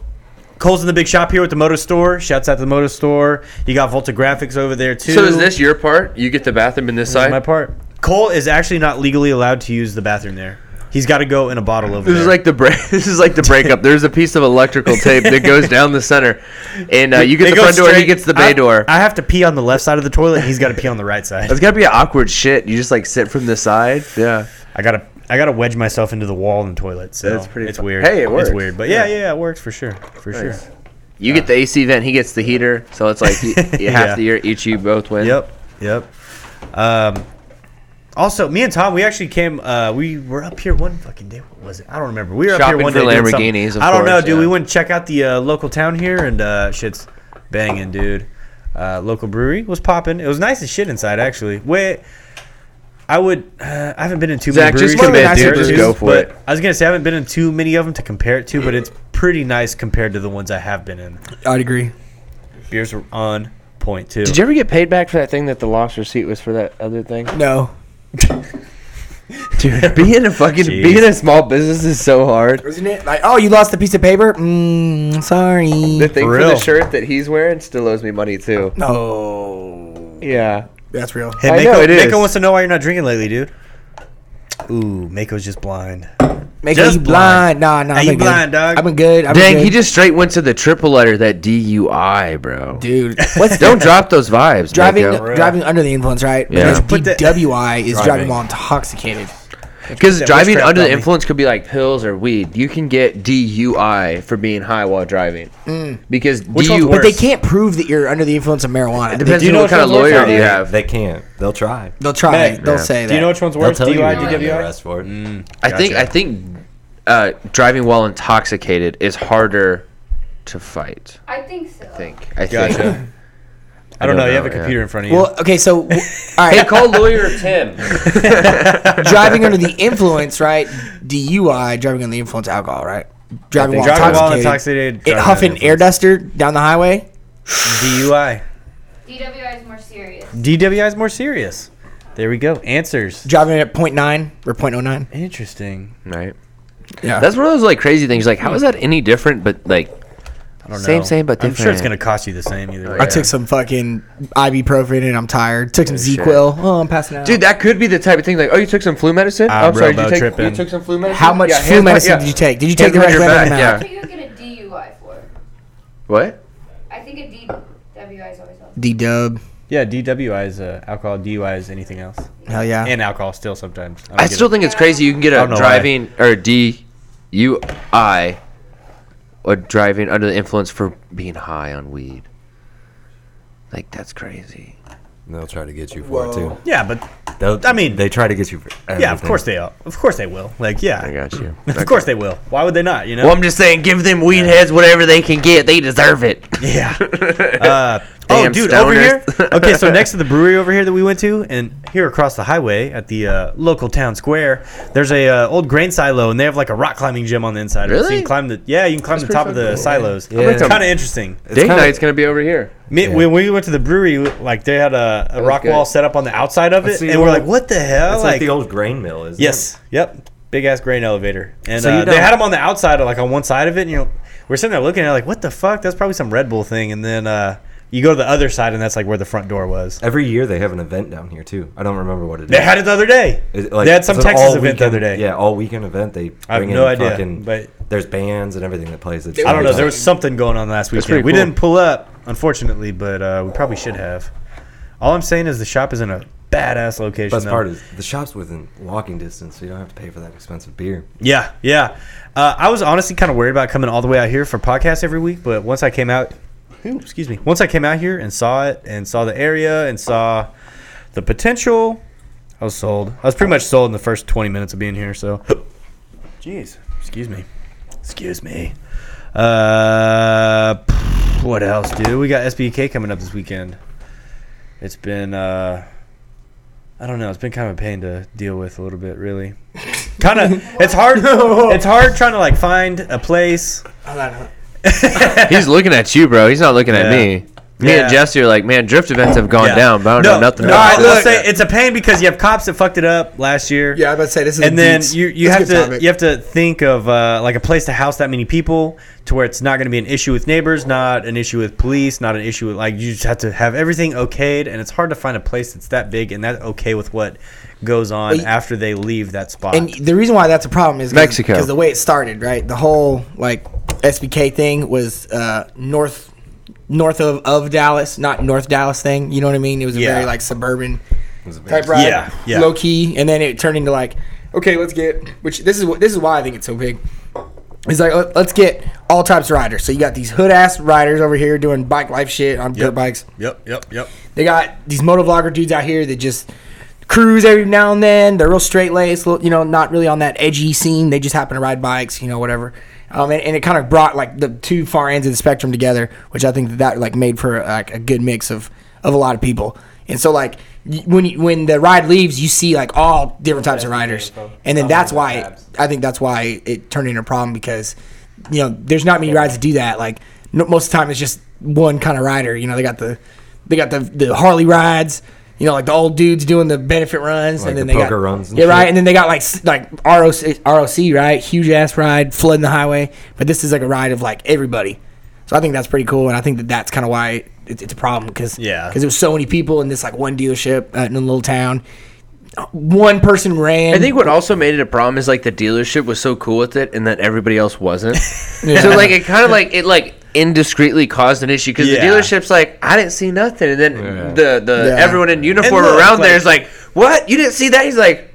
Speaker 2: Cole's in the big shop here with the Moto Store. Shouts out to the Moto Store. You got Volta Graphics over there too.
Speaker 3: so is this your part? You get the bathroom in this
Speaker 2: My
Speaker 3: side.
Speaker 2: part. Cole is actually not legally allowed to use the bathroom there. He's got to go in a bottle over
Speaker 3: This
Speaker 2: there.
Speaker 3: is like the break. This is like the breakup. There's a piece of electrical tape that goes down the center, and uh, you get
Speaker 2: It
Speaker 3: the
Speaker 2: goes
Speaker 3: front door. He
Speaker 2: straight-
Speaker 3: gets the bay
Speaker 2: I-
Speaker 3: door.
Speaker 2: I have to pee on the left side of the toilet. and He's got to pee on the right side.
Speaker 3: It's gotta be an awkward shit. You just like sit from the side. Yeah.
Speaker 2: I gotta I gotta wedge myself into the wall in the toilet. So
Speaker 3: That's pretty
Speaker 2: It's
Speaker 3: fu-
Speaker 2: weird.
Speaker 3: Hey, it works.
Speaker 2: It's weird, but yeah,
Speaker 3: Yeah.
Speaker 2: yeah, it works for sure, for
Speaker 3: Nice.
Speaker 2: sure.
Speaker 3: You get the AC vent, he gets the heater, so it's like you, you half
Speaker 2: Yeah.
Speaker 3: the year each you both win.
Speaker 2: Yep. Yep. Um, also, me and Tom, we actually came. Uh, we were up here one fucking day. What was it? I don't remember. We were up
Speaker 3: Shopping
Speaker 2: here one
Speaker 3: for
Speaker 2: day. doing something.
Speaker 3: Lamborghinis, of
Speaker 2: I don't know,
Speaker 3: course,
Speaker 2: dude. We
Speaker 3: yeah.
Speaker 2: went to check out the uh, local town here, and uh, shit's banging, dude. Uh, local brewery was popping. It was nice as shit inside, actually. Wait, I would. Uh, I haven't been in too
Speaker 3: Zach,
Speaker 2: many
Speaker 3: just
Speaker 2: breweries.
Speaker 4: commit, dude.
Speaker 2: breweries,
Speaker 4: Just
Speaker 3: go for
Speaker 2: but
Speaker 3: it.
Speaker 2: I was gonna say I haven't been in too many of them to compare it to, but it's pretty nice compared to the ones I have been in.
Speaker 4: I'd agree.
Speaker 2: Beers were on point too.
Speaker 3: Did you ever get paid back for that thing that the lost receipt was for that other thing?
Speaker 4: No.
Speaker 3: Dude, being a fucking
Speaker 2: Jeez.
Speaker 3: being a small business is so hard.
Speaker 4: Isn't it like, oh, you lost a piece of paper? Mm,
Speaker 3: The
Speaker 4: sorry.
Speaker 3: thing
Speaker 2: For
Speaker 3: for the
Speaker 2: real.
Speaker 3: shirt that he's wearing still owes me money too.
Speaker 4: No.
Speaker 3: Yeah.
Speaker 4: That's real.
Speaker 2: Hey,
Speaker 3: I
Speaker 2: Mako,
Speaker 3: know, it is.
Speaker 2: Mako wants to know why you're not drinking lately, dude. Ooh, Mako's just blind.
Speaker 4: Make
Speaker 2: Just
Speaker 4: you blind.
Speaker 2: blind.
Speaker 4: Nah, nah.
Speaker 2: Are
Speaker 4: I've
Speaker 2: you
Speaker 4: been good.
Speaker 2: blind, dog?
Speaker 4: I've been good. I've been
Speaker 3: Dang,
Speaker 4: good.
Speaker 3: he just straight went to the triple letter that DUI, bro.
Speaker 4: Dude,
Speaker 3: What's don't drop those vibes,
Speaker 4: driving
Speaker 3: Mako.
Speaker 4: driving under the influence, right?
Speaker 3: Yeah.
Speaker 4: Because
Speaker 2: Put that-
Speaker 4: DWI is driving
Speaker 5: Driving.
Speaker 4: while intoxicated.
Speaker 3: Because
Speaker 2: that
Speaker 3: driving
Speaker 2: witchcraft
Speaker 3: under the
Speaker 2: got me.
Speaker 3: influence could be like pills or weed. You can get DUI for being high while driving. Because
Speaker 2: Mm. one's
Speaker 3: DUI.
Speaker 4: But they
Speaker 2: Worse.
Speaker 4: can't prove that you're under the influence of
Speaker 3: It
Speaker 4: marijuana.
Speaker 3: depends
Speaker 2: Do you
Speaker 3: on
Speaker 2: know
Speaker 3: what kind of
Speaker 2: which one's worse
Speaker 3: lawyer
Speaker 2: out
Speaker 3: you
Speaker 2: there?
Speaker 3: have.
Speaker 5: They can't. They'll try.
Speaker 4: They'll try.
Speaker 2: Meg,
Speaker 4: They'll
Speaker 3: yeah.
Speaker 4: say that.
Speaker 2: Do you know which one's
Speaker 5: They'll
Speaker 2: worse,
Speaker 5: tell you.
Speaker 2: DUI,
Speaker 5: and You'll get
Speaker 2: DWI?
Speaker 5: arrested for it.
Speaker 3: I think I think uh, driving while intoxicated is harder to fight.
Speaker 6: I think so.
Speaker 3: I think. I think.
Speaker 2: Gotcha. I don't know. You have a
Speaker 3: yeah.
Speaker 2: computer in front of you.
Speaker 4: Well, okay, so w- all
Speaker 3: Hey,
Speaker 4: right,
Speaker 3: call lawyer Tim.
Speaker 4: driving under the influence, right? DUI, driving under the influence, of alcohol, right? Driving while
Speaker 2: driving while intoxicated.
Speaker 4: intoxicated. It
Speaker 2: driving
Speaker 4: huffing
Speaker 2: under
Speaker 4: air duster down the highway.
Speaker 2: DUI.
Speaker 6: DWI is more serious.
Speaker 2: DWI is more serious. There we go. Answers.
Speaker 4: Driving at .9 or .09.
Speaker 2: Interesting.
Speaker 3: right.
Speaker 4: Yeah.
Speaker 3: That's one of those like crazy things. Like, how is that any different? But like,
Speaker 2: I don't
Speaker 3: Same,
Speaker 2: know.
Speaker 3: same, but
Speaker 2: I'm sure it's gonna
Speaker 3: different.
Speaker 2: cost you the same either way.
Speaker 4: I took some fucking ibuprofen and I'm tired. Took some
Speaker 3: shit.
Speaker 4: ZQL. Oh, I'm passing out.
Speaker 3: dude, that could be the type of thing. Like, oh, you took some flu medicine.
Speaker 2: I'm
Speaker 3: I'm sorry. Did
Speaker 2: robo
Speaker 3: you take
Speaker 2: tripping.
Speaker 3: you took some flu medicine?
Speaker 4: how much
Speaker 3: Yeah,
Speaker 4: flu
Speaker 3: hands behind-
Speaker 4: medicine
Speaker 3: yeah.
Speaker 4: did you take? Did you
Speaker 3: Hands
Speaker 4: take the
Speaker 3: behind
Speaker 4: right
Speaker 3: your
Speaker 4: amount?
Speaker 3: back,
Speaker 6: What
Speaker 3: yeah.
Speaker 6: do you get a DUI for?
Speaker 3: What?
Speaker 6: I think a DWI is always helpful.
Speaker 4: D Dub.
Speaker 2: Yeah, DWI is uh, alcohol. DUI is anything else.
Speaker 4: Hell yeah.
Speaker 2: And alcohol still sometimes. don't
Speaker 3: I
Speaker 2: get
Speaker 3: still
Speaker 2: it.
Speaker 3: think it's crazy. You can get
Speaker 2: I
Speaker 3: a
Speaker 2: don't know
Speaker 3: driving or DUI or driving under the influence for being high on weed. Like, that's crazy.
Speaker 5: And They'll try to get you for it too.
Speaker 2: Yeah, but
Speaker 5: They'll,
Speaker 2: I mean-
Speaker 5: they try to get you. For
Speaker 2: yeah, of
Speaker 5: everything.
Speaker 2: course they are. Of course they will. Like
Speaker 3: I
Speaker 2: yeah,
Speaker 3: got you.
Speaker 2: of course they will. Why would they not? You know.
Speaker 3: Well, I'm just saying, give them weed heads whatever they can get. They deserve it.
Speaker 2: Yeah. Uh, oh,
Speaker 3: Damn
Speaker 2: dude, over here.
Speaker 3: stoners.
Speaker 2: Okay, so next to the brewery over here that we went to, and here across the highway at the uh, local town square, there's a uh, old grain silo, and they have like a rock climbing gym on the inside. of it. So you
Speaker 3: Really?
Speaker 2: can climb the yeah, you can climb the top of the silos.
Speaker 5: Yeah.
Speaker 2: It's kind of interesting.
Speaker 3: Date
Speaker 5: kinda-
Speaker 3: night's gonna be over here.
Speaker 2: Me, When we went to the brewery, like they had a, a
Speaker 3: was
Speaker 2: rock
Speaker 3: good.
Speaker 2: wall set up on the outside of it,
Speaker 5: see
Speaker 2: and we're
Speaker 5: what-
Speaker 2: like, what the hell?
Speaker 5: It's like, the old grain mill, isn't
Speaker 2: Yes. Yep. Big ass grain elevator, and
Speaker 5: So you
Speaker 2: uh, they
Speaker 5: don't-
Speaker 2: had them on the outside, like on one side of it. And you know, we're sitting there looking at it like, what the fuck? That's probably some Red Bull thing. And then uh, you go to the other side, and that's like where the front door was.
Speaker 5: it? Every year they have an event down here too. I don't remember what it is.
Speaker 2: They had it the other day.
Speaker 5: Is it like-
Speaker 2: they had some
Speaker 5: it's an
Speaker 2: Texas
Speaker 5: all
Speaker 2: event the other
Speaker 5: weekend-
Speaker 2: day.
Speaker 5: Yeah, all weekend event. They bring
Speaker 2: I have
Speaker 5: in
Speaker 2: no idea,
Speaker 5: fucking-
Speaker 2: but-
Speaker 5: there's bands and everything that plays.
Speaker 2: I don't know. There was something going on last
Speaker 3: pretty
Speaker 2: weekend. We
Speaker 3: cool.
Speaker 2: didn't pull up, unfortunately, but uh, we probably should have. All I'm saying is the shop is in a badass location.
Speaker 5: best
Speaker 2: though.
Speaker 5: part is the shop's within walking distance, so you don't have to pay for that expensive beer.
Speaker 2: Yeah, yeah. Uh, I was honestly kind of worried about coming all the way out here for podcasts every week, but once I came out, ooh, excuse me, once I came out here and saw it and saw the area and saw the potential, I was sold. I was pretty much sold in the first 20 minutes of being here. So, jeez, excuse me, excuse me. Uh, what else, dude? We got SBK coming up this weekend. It's been, uh, I don't know. It's been kind of a pain to deal with a little bit, really kind of it's hard it's hard trying to like find a place
Speaker 3: He's looking at you, bro. He's not looking at
Speaker 2: Yeah.
Speaker 3: me. Me
Speaker 2: Yeah.
Speaker 3: and Jesse are like, man, drift events have gone
Speaker 2: Yeah.
Speaker 3: down, but Oh, I don't
Speaker 2: no,
Speaker 3: know nothing
Speaker 2: no,
Speaker 3: about
Speaker 2: I will
Speaker 3: this.
Speaker 2: say it's a pain because you have cops that fucked it up last year
Speaker 4: Yeah, I was about to say this is.
Speaker 2: and then you, you have to you have to think of uh, like a place to house that many people to where it's not going to be an issue with neighbors not an issue with police not an issue with like you just have to have everything okayed and it's hard to find a place that's that big and that okay with what goes on
Speaker 4: Well, you-
Speaker 2: after they leave that spot
Speaker 4: And the reason why that's a problem is
Speaker 3: Mexico.
Speaker 4: because the way it started, right? The whole like SBK thing was uh, north north of, of Dallas, not North Dallas thing. You know what I mean? It was a
Speaker 2: Yeah.
Speaker 4: very like suburban
Speaker 5: It was a
Speaker 4: type
Speaker 5: band.
Speaker 4: ride,
Speaker 2: Yeah, yeah.
Speaker 4: low key, and then it turned into like okay, let's get which this is what this is why I think it's so big. It's like let- let's get all types of riders. So you got these hood ass riders over here doing bike life shit on dirt bikes.
Speaker 2: Yep, yep, yep.
Speaker 4: They got these motovlogger dudes out here that just cruise every now and then. They're real straight laced, you know, not really on that edgy scene. They just happen to ride bikes, you know, whatever. Um, and, and it kind of brought like the two far ends of the spectrum together, which I think that, that like made for like a good mix of of a lot of people. And so like y- when you, when the ride leaves, you see like all different types of riders, and then that's why I think that's why it turned into a problem because you know there's not many rides that do that. Like no, most of the time it's just one kind of rider. You know they got the they got the the Harley rides. You know, like the old dudes doing the benefit runs,
Speaker 5: Like
Speaker 4: and then
Speaker 5: the
Speaker 4: they got
Speaker 5: poker runs and
Speaker 4: yeah, right.
Speaker 5: shit.
Speaker 4: And then they got like s- like ROC, ROC right, huge ass ride, flooding the highway. But this is like a ride of like everybody. So I think that's pretty cool, and I think that that's kind of why it, it's a problem because
Speaker 2: Yeah.
Speaker 4: because it was so many people in this like one dealership uh, in a little town. One person ran.
Speaker 3: I think what also made it a problem is like the dealership was so cool with it, and that everybody else wasn't.
Speaker 4: Yeah.
Speaker 3: So like it kind of like it like indiscreetly caused an issue because
Speaker 2: Yeah.
Speaker 3: the dealership's like I didn't see nothing, and then the the
Speaker 4: Yeah.
Speaker 3: everyone in uniform
Speaker 2: look,
Speaker 3: around there
Speaker 2: like-
Speaker 3: is like, what you didn't see that? He's like,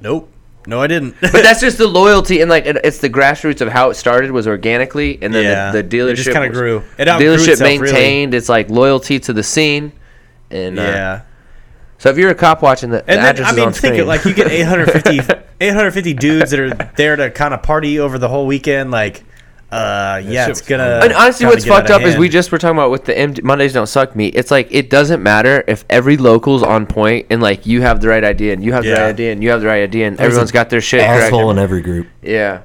Speaker 2: Nope. No, I didn't.
Speaker 3: but that's just the loyalty and like it, it's the grassroots of how it started was organically, and then
Speaker 2: Yeah.
Speaker 3: the,
Speaker 2: It
Speaker 3: the dealership
Speaker 2: just kinda
Speaker 3: was-
Speaker 2: grew. It
Speaker 3: the
Speaker 2: outgrew
Speaker 3: dealership
Speaker 2: itself, really.
Speaker 3: maintained uh, its like loyalty to the scene, and yeah.
Speaker 2: yeah.
Speaker 3: so if you're a cop watching the, the
Speaker 2: And then,
Speaker 3: address
Speaker 2: I
Speaker 3: is
Speaker 2: mean,
Speaker 3: on
Speaker 2: think
Speaker 3: screen.
Speaker 2: it like you get 850, 850 dudes that are there to kind of party over the whole weekend. Like, uh, yeah,
Speaker 5: shit
Speaker 2: it's
Speaker 5: was
Speaker 2: gonna.
Speaker 5: fun.
Speaker 3: And honestly,
Speaker 2: kinda
Speaker 3: what's
Speaker 2: get out
Speaker 3: fucked
Speaker 2: of
Speaker 3: up is we
Speaker 2: hand.
Speaker 3: just were talking about with the MD, Mondays don't suck me. It's like it doesn't matter if every local's on point and like you have the right idea and you have the
Speaker 2: Yeah.
Speaker 3: right idea and you have the right idea and
Speaker 5: There's
Speaker 3: everyone's
Speaker 5: an
Speaker 3: got their shit correct.
Speaker 5: Asshole in every group.
Speaker 3: Yeah,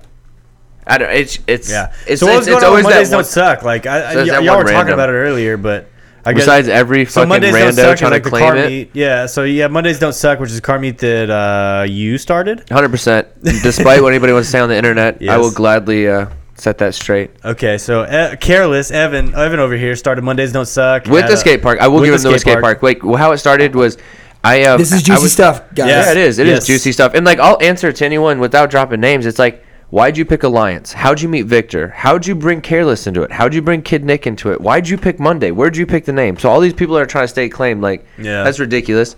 Speaker 3: I don't. It's it's
Speaker 2: Yeah.
Speaker 3: It's,
Speaker 2: so
Speaker 3: it's,
Speaker 2: what was
Speaker 3: it's
Speaker 2: going on with
Speaker 3: always
Speaker 2: Mondays
Speaker 3: that.
Speaker 2: don't
Speaker 3: One,
Speaker 2: suck. Like I,
Speaker 3: So
Speaker 2: I,
Speaker 3: it's that
Speaker 2: y'all were
Speaker 3: one
Speaker 2: talking
Speaker 3: random.
Speaker 2: about it earlier, but I guess
Speaker 3: besides every
Speaker 2: so
Speaker 3: fucking
Speaker 2: Mondays don't
Speaker 3: rando
Speaker 2: suck
Speaker 3: trying
Speaker 2: is
Speaker 3: to
Speaker 2: like the
Speaker 3: claim
Speaker 2: car
Speaker 3: it.
Speaker 2: meet. Yeah. So yeah, Mondays don't suck, which is a car meet that uh, you started.
Speaker 3: Hundred percent. Despite what anybody wants to say on the internet, I
Speaker 2: Yes.
Speaker 3: will gladly uh, set that straight
Speaker 2: Okay. So uh, careless Evan, Evan over here started Mondays don't suck
Speaker 3: with
Speaker 2: at
Speaker 3: the
Speaker 2: a-
Speaker 3: skate park. I will
Speaker 2: with
Speaker 3: give him the skate park. Wait, well, how it started was. I, uh,
Speaker 4: this is
Speaker 3: I
Speaker 4: juicy
Speaker 3: was-
Speaker 4: stuff, guys.
Speaker 2: Yeah.
Speaker 3: Yeah, it is. It is
Speaker 2: Yes.
Speaker 3: juicy stuff. And like, I'll answer to anyone without dropping names. It's like, why'd you pick Alliance? How'd you meet Victor? How'd you bring Careless into it? How'd you bring Kid Nick into it? Why'd you pick Monday? Where'd you pick the name? So all these people are trying to stay claim. Like,
Speaker 2: Yeah.
Speaker 3: that's ridiculous.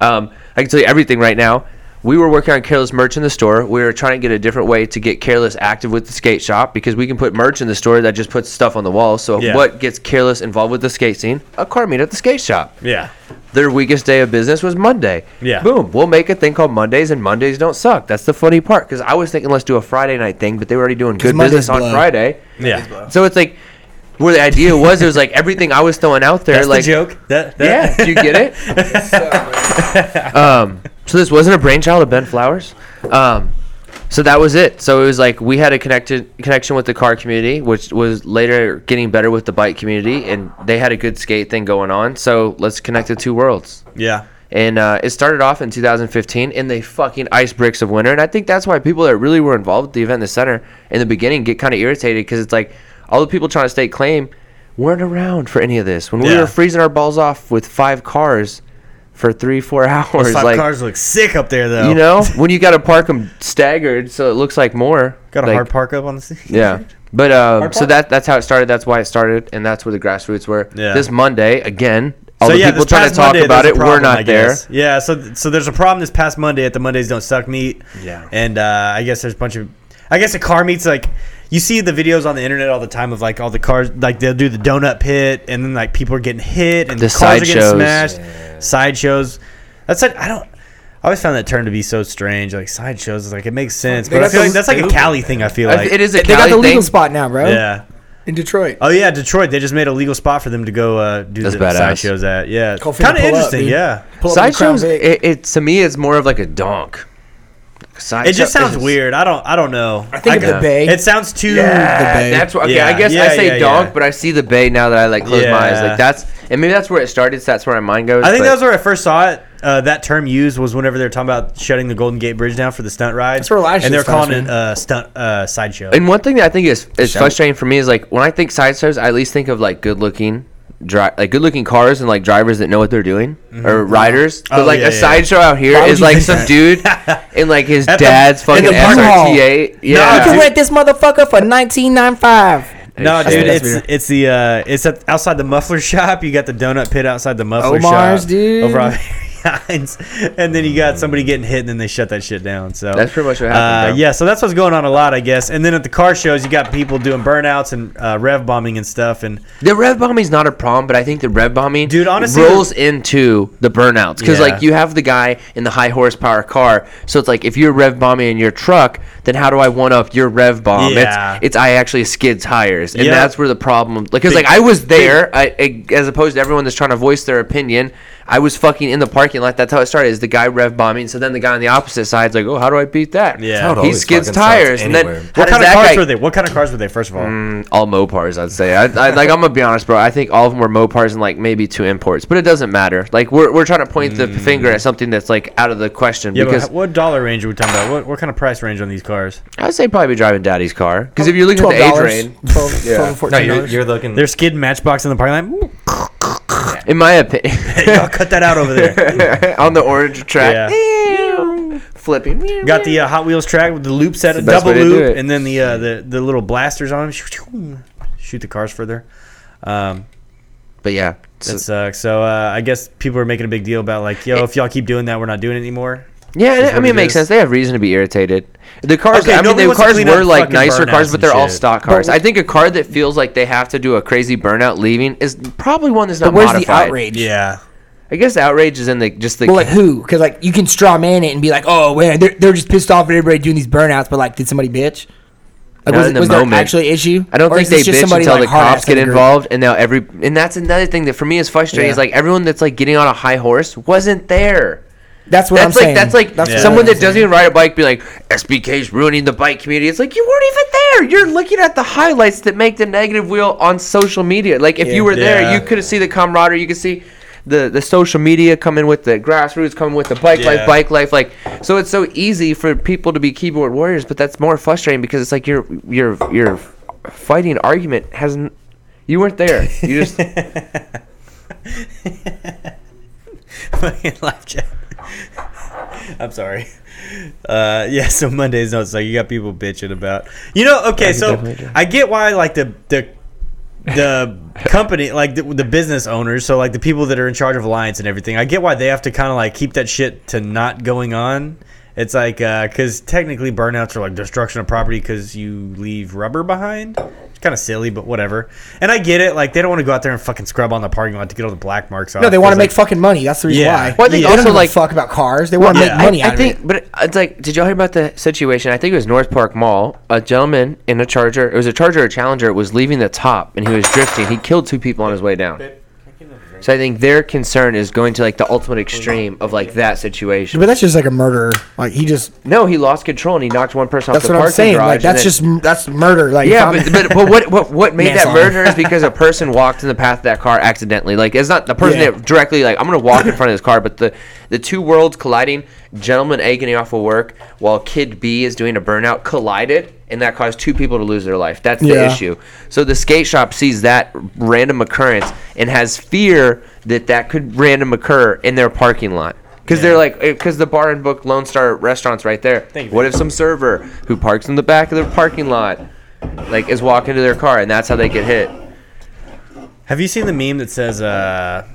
Speaker 3: Um, I can tell you everything right now. We were working on Careless merch in the store. We were trying to get a different way to get Careless active with the skate shop because we can put merch in the store that just puts stuff on the wall. So
Speaker 2: Yeah.
Speaker 3: what gets Careless involved with the skate scene? A car meet at the skate shop
Speaker 2: Yeah.
Speaker 3: their weakest day of business was Monday.
Speaker 2: Yeah.
Speaker 3: Boom. We'll make a thing called Mondays, and Mondays don't suck. That's the funny part because I was thinking let's do a Friday night thing, but they were already doing good
Speaker 4: Mondays
Speaker 3: business on
Speaker 4: blow.
Speaker 3: Friday.
Speaker 2: Yeah.
Speaker 3: So it's like where the idea was, it was like everything I was throwing out there,
Speaker 2: That's
Speaker 3: like
Speaker 2: the joke. That,
Speaker 3: yeah,
Speaker 2: that
Speaker 3: do you get it? um, so this wasn't a brainchild of Ben Flowers. Um, so that was it. So it was like we had a connected connection with the car community, which was later getting better with the bike community, and they had a good skate thing going on. So let's connect the two worlds.
Speaker 2: Yeah.
Speaker 3: And uh, it started off in 2015 in the fucking ice bricks of winter. And I think that's why people that really were involved with the event in the center in the beginning get kind of irritated because it's like all the people trying to stake claim weren't around for any of this. When we
Speaker 2: Yeah.
Speaker 3: were freezing our balls off with five cars for three, four hours,
Speaker 2: Five
Speaker 3: like,
Speaker 2: cars look sick up there though.
Speaker 3: you know, when you got to park them staggered so it looks like more.
Speaker 2: got a
Speaker 3: like,
Speaker 2: hard park up on the scene.
Speaker 3: yeah. But um, so that that's how it started. That's why it started, and that's where the grassroots were.
Speaker 2: Yeah.
Speaker 3: This Monday again, all
Speaker 2: so
Speaker 3: the
Speaker 2: yeah,
Speaker 3: people
Speaker 2: this
Speaker 3: trying to
Speaker 2: past
Speaker 3: talk
Speaker 2: Monday,
Speaker 3: about
Speaker 2: there's a
Speaker 3: it were
Speaker 2: problem, I
Speaker 3: not there.
Speaker 2: guess. Yeah, so so there's a problem this past Monday at the Mondays Don't Suck meet.
Speaker 3: Yeah.
Speaker 2: and uh, I guess there's a bunch of, I guess the car meets like, you see the videos on the internet all the time of like all the cars like they'll do the donut pit and then like people are getting hit and
Speaker 3: The
Speaker 2: cars are getting
Speaker 3: sideshows.
Speaker 2: smashed, sideshows. That's like I don't. I always found that term to be so strange. Like sideshows, is like it makes sense,
Speaker 4: They
Speaker 2: but I
Speaker 4: got
Speaker 2: feel like
Speaker 4: those-
Speaker 2: that's like a Cali thing. I feel like
Speaker 3: it is a
Speaker 4: They got
Speaker 3: Cali
Speaker 4: the legal
Speaker 3: thing.
Speaker 4: spot now, bro.
Speaker 2: Yeah.
Speaker 4: In Detroit.
Speaker 2: Oh yeah, Detroit. They just made a legal spot for them to go uh, do
Speaker 3: That's
Speaker 2: the
Speaker 3: badass.
Speaker 2: sideshows at. Yeah,
Speaker 4: Call for the
Speaker 2: kind of
Speaker 4: pull-up,
Speaker 2: interesting.
Speaker 4: dude.
Speaker 2: yeah,
Speaker 4: Pull up in the Crown
Speaker 3: Sideshow's
Speaker 4: Vic.
Speaker 3: it, it to me it's more of like a donk. Side
Speaker 2: It just sounds weird. I don't. I don't know. I
Speaker 4: think of the
Speaker 2: could-
Speaker 4: bay.
Speaker 2: It sounds too.
Speaker 3: Ah,
Speaker 4: Yeah. bay.
Speaker 3: That's what, okay. I
Speaker 2: Yeah,
Speaker 3: guess I
Speaker 2: yeah,
Speaker 3: say
Speaker 2: yeah,
Speaker 3: donk,
Speaker 2: yeah.
Speaker 3: but I see the bay now that I like close my eyes.
Speaker 2: Yeah.
Speaker 3: Like that's and maybe that's where it started. So that's where my mind goes.
Speaker 2: I think
Speaker 3: but-
Speaker 2: that was where I first saw it. Uh, that term used was whenever they were talking about shutting the Golden Gate Bridge down for the stunt ride.
Speaker 4: That's where a lot
Speaker 2: and
Speaker 4: of shit
Speaker 2: they're
Speaker 4: starts,
Speaker 2: calling it
Speaker 4: man.
Speaker 2: uh, stunt uh, sideshow.
Speaker 3: And one thing that I think is is frustrating for me is like when I think sideshows, I at least think of like good looking. Dri- like good looking cars and like drivers that know what they're doing or riders but
Speaker 2: Mm-hmm. Oh,
Speaker 3: like
Speaker 2: yeah,
Speaker 3: a
Speaker 2: yeah.
Speaker 3: sideshow out here
Speaker 4: Why would
Speaker 3: is
Speaker 4: you
Speaker 3: like
Speaker 4: think
Speaker 3: some
Speaker 4: that?
Speaker 3: dude in like his
Speaker 2: At the-
Speaker 3: dad's
Speaker 2: in
Speaker 3: fucking
Speaker 2: the
Speaker 4: parking lot.
Speaker 3: SRT8 yeah
Speaker 4: I can rent this motherfucker for nineteen nine five.
Speaker 2: no,
Speaker 3: Shit.
Speaker 2: dude,
Speaker 4: That's
Speaker 2: it's
Speaker 4: weird.
Speaker 2: it's the uh, it's at, outside the muffler shop. You got the donut pit outside the muffler
Speaker 4: Omar's,
Speaker 2: shop.
Speaker 4: dude.
Speaker 2: Over on- behinds, and then you got somebody getting hit, and then they shut that shit down. So
Speaker 3: That's pretty much what
Speaker 2: Uh,
Speaker 3: happened, bro.
Speaker 2: yeah, so that's what's going on a lot, I guess. And then at the car shows, you got people doing burnouts and uh, rev bombing and stuff, and
Speaker 3: The rev bombing is not a problem, but I think the rev bombing
Speaker 2: Dude, honestly-
Speaker 3: rolls into the burnouts because
Speaker 2: Yeah.
Speaker 3: like you have the guy in the high horsepower car, so it's like if you're rev bombing in your truck, then how do I one up your rev bomb?
Speaker 2: Yeah.
Speaker 3: It's it's I actually skid tires, and
Speaker 2: Yeah.
Speaker 3: that's where the problem. Like, cause like I was there, I, I as opposed to everyone that's trying to voice their opinion. I was fucking in the parking lot. That's how it started. Is the guy rev bombing? So then the guy on the opposite side's like, oh, how do I beat that?
Speaker 2: Yeah. That's how it
Speaker 3: he
Speaker 5: always
Speaker 3: skids
Speaker 5: fucking starts
Speaker 3: tires, and then
Speaker 5: anywhere.
Speaker 3: how
Speaker 2: what
Speaker 3: does
Speaker 2: kind of
Speaker 3: that
Speaker 2: cars
Speaker 3: guy- Mm,
Speaker 2: were they? What kind of cars were they? First of all,
Speaker 3: all Mopars, I'd say. I, I like. I'm gonna be honest, bro. I think all of them were Mopars and like maybe two imports, but it doesn't matter. Like we're, we're trying to point the finger at something that's like out of the question
Speaker 2: Mm. yeah,
Speaker 3: because
Speaker 2: but what dollar range are we talking about? What, what kind of price range on these cars?
Speaker 3: I'd say probably driving daddy's car because if you're looking at the age range,
Speaker 4: 12, 12 and 14
Speaker 5: No, you're,
Speaker 4: dollars.
Speaker 5: you're looking.
Speaker 2: They're skid matchbox in the parking lot.
Speaker 3: in my opinion,
Speaker 2: Y'all cut that out over there.
Speaker 3: on the orange track,
Speaker 2: Yeah.
Speaker 3: Meow. flipping. meow,
Speaker 2: Got the uh, Hot Wheels track with the loop set, a
Speaker 3: the best
Speaker 2: double
Speaker 3: way to do
Speaker 2: loop,
Speaker 3: it.
Speaker 2: and then the uh, the the little blasters on them. Shoot the cars further. Um,
Speaker 3: meow. But yeah, so-
Speaker 2: that sucks. So uh, I guess people are making a big deal about like, yo, if y'all keep doing that, we're not doing it anymore.
Speaker 3: yeah. and I
Speaker 2: what
Speaker 3: mean, it
Speaker 2: it
Speaker 3: makes
Speaker 2: is.
Speaker 3: sense. They have reason to be irritated. The cars.
Speaker 2: Okay,
Speaker 3: I mean,
Speaker 2: nobody
Speaker 3: the
Speaker 2: wants to
Speaker 3: cars
Speaker 2: clean up
Speaker 3: were like
Speaker 2: fucking
Speaker 3: nicer
Speaker 2: burnouts
Speaker 3: cars, but
Speaker 2: and
Speaker 3: they're all
Speaker 2: shit.
Speaker 3: stock cars. I think a car that feels like they have to do a crazy burnout leaving is probably one that's not
Speaker 4: But where's the
Speaker 3: modified.
Speaker 4: outrage?
Speaker 2: Yeah.
Speaker 3: I guess the outrage is in the just the
Speaker 4: Well, like who? Because like you can straw man it and be like, oh man, they're, they're just pissed off at everybody doing these burnouts. But like, did somebody bitch? Like,
Speaker 3: Not
Speaker 4: was,
Speaker 3: in the
Speaker 4: was there
Speaker 3: moment.
Speaker 4: actually an issue?
Speaker 3: I don't
Speaker 4: Or
Speaker 3: think
Speaker 4: is
Speaker 3: they
Speaker 4: this just
Speaker 3: bitch
Speaker 4: somebody,
Speaker 3: until
Speaker 4: like,
Speaker 3: the
Speaker 4: hard
Speaker 3: cops
Speaker 4: ass
Speaker 3: get
Speaker 4: in the group?
Speaker 3: involved, and now every and that's another thing that for me is frustrating. Is
Speaker 4: Yeah.
Speaker 3: like everyone that's like getting on a high horse wasn't there.
Speaker 4: That's what
Speaker 3: That's
Speaker 4: I'm
Speaker 3: like
Speaker 4: saying.
Speaker 3: that's like
Speaker 2: Yeah.
Speaker 4: what
Speaker 3: someone
Speaker 4: I'm
Speaker 3: that
Speaker 4: saying.
Speaker 3: doesn't even ride a bike be like SBK's ruining the bike community. It's like you weren't even there. You're looking at the highlights that make the negative wheel on social media. Like if you were there,
Speaker 2: Yeah.
Speaker 3: you could have see the camaraderie. You could see the the social media coming with the grassroots coming with the bike life,
Speaker 2: Yeah.
Speaker 3: bike life. Like so, it's so easy for people to be keyboard warriors, but that's more frustrating because it's like you're you're you're fighting an argument hasn't. You weren't there. You just
Speaker 2: Fucking life chat. I'm sorry. Uh, yeah, so Mondays notes like you got people bitching about. You know, okay, so
Speaker 3: definitely do.
Speaker 2: I get why like the the the company like the, the business owners, so like the people that are in charge of Alliance and everything. I get why they have to kind of like keep that shit to not going on. It's like because technically burnouts are like destruction of property because you leave rubber behind. It's kind of silly, but whatever. And I get it. Like they don't want to go out there and fucking scrub on the parking lot to get all the black marks off.
Speaker 4: No, they want to
Speaker 2: It's
Speaker 4: make
Speaker 2: like-
Speaker 4: fucking money. That's the reason
Speaker 2: Yeah.
Speaker 4: why.
Speaker 2: Well,
Speaker 3: I think
Speaker 4: they
Speaker 3: also,
Speaker 4: don't give
Speaker 3: like-
Speaker 4: a fuck about cars. They want to
Speaker 2: yeah.
Speaker 4: make money
Speaker 3: I,
Speaker 4: out
Speaker 3: I
Speaker 4: of
Speaker 3: think,
Speaker 4: it.
Speaker 3: but it's like, did y'all hear about the situation? I think it was North Park Mall. A gentleman in a Charger, it was a Charger or Challenger, was leaving the top and he was drifting. He killed two people on his way down. So I think their concern is going to like the ultimate extreme of like that
Speaker 4: But
Speaker 3: situation.
Speaker 4: that's just like a murderer. Like he just.
Speaker 3: No, he lost control and he knocked one person off
Speaker 4: That's
Speaker 3: the
Speaker 4: what I'm
Speaker 3: parking
Speaker 4: saying.
Speaker 3: garage.
Speaker 4: Like
Speaker 3: and
Speaker 4: that's
Speaker 3: then-
Speaker 4: just that's murder. Like
Speaker 3: yeah,
Speaker 4: if
Speaker 3: but,
Speaker 4: I'm-
Speaker 3: but, but what what what made that
Speaker 4: Manslaughter.
Speaker 3: murder is because a person walked in the path of that car accidentally. Like it's not the person
Speaker 4: Yeah.
Speaker 3: that directly like I'm gonna walk in front of this car, but the the two worlds colliding. Gentleman A getting off of work while kid B is doing a burnout collided, and that caused two people to lose their life. That's the
Speaker 4: Yeah.
Speaker 3: issue. So the skate shop sees that random occurrence and has fear that that could random occur in their parking lot. Because they're like, because the bar and book Lone Star restaurants right there.
Speaker 2: Thank you.
Speaker 3: What if some server who parks in the back of the parking lot like is walking to their car and that's how they get hit.
Speaker 2: Have you seen the meme that says, uh,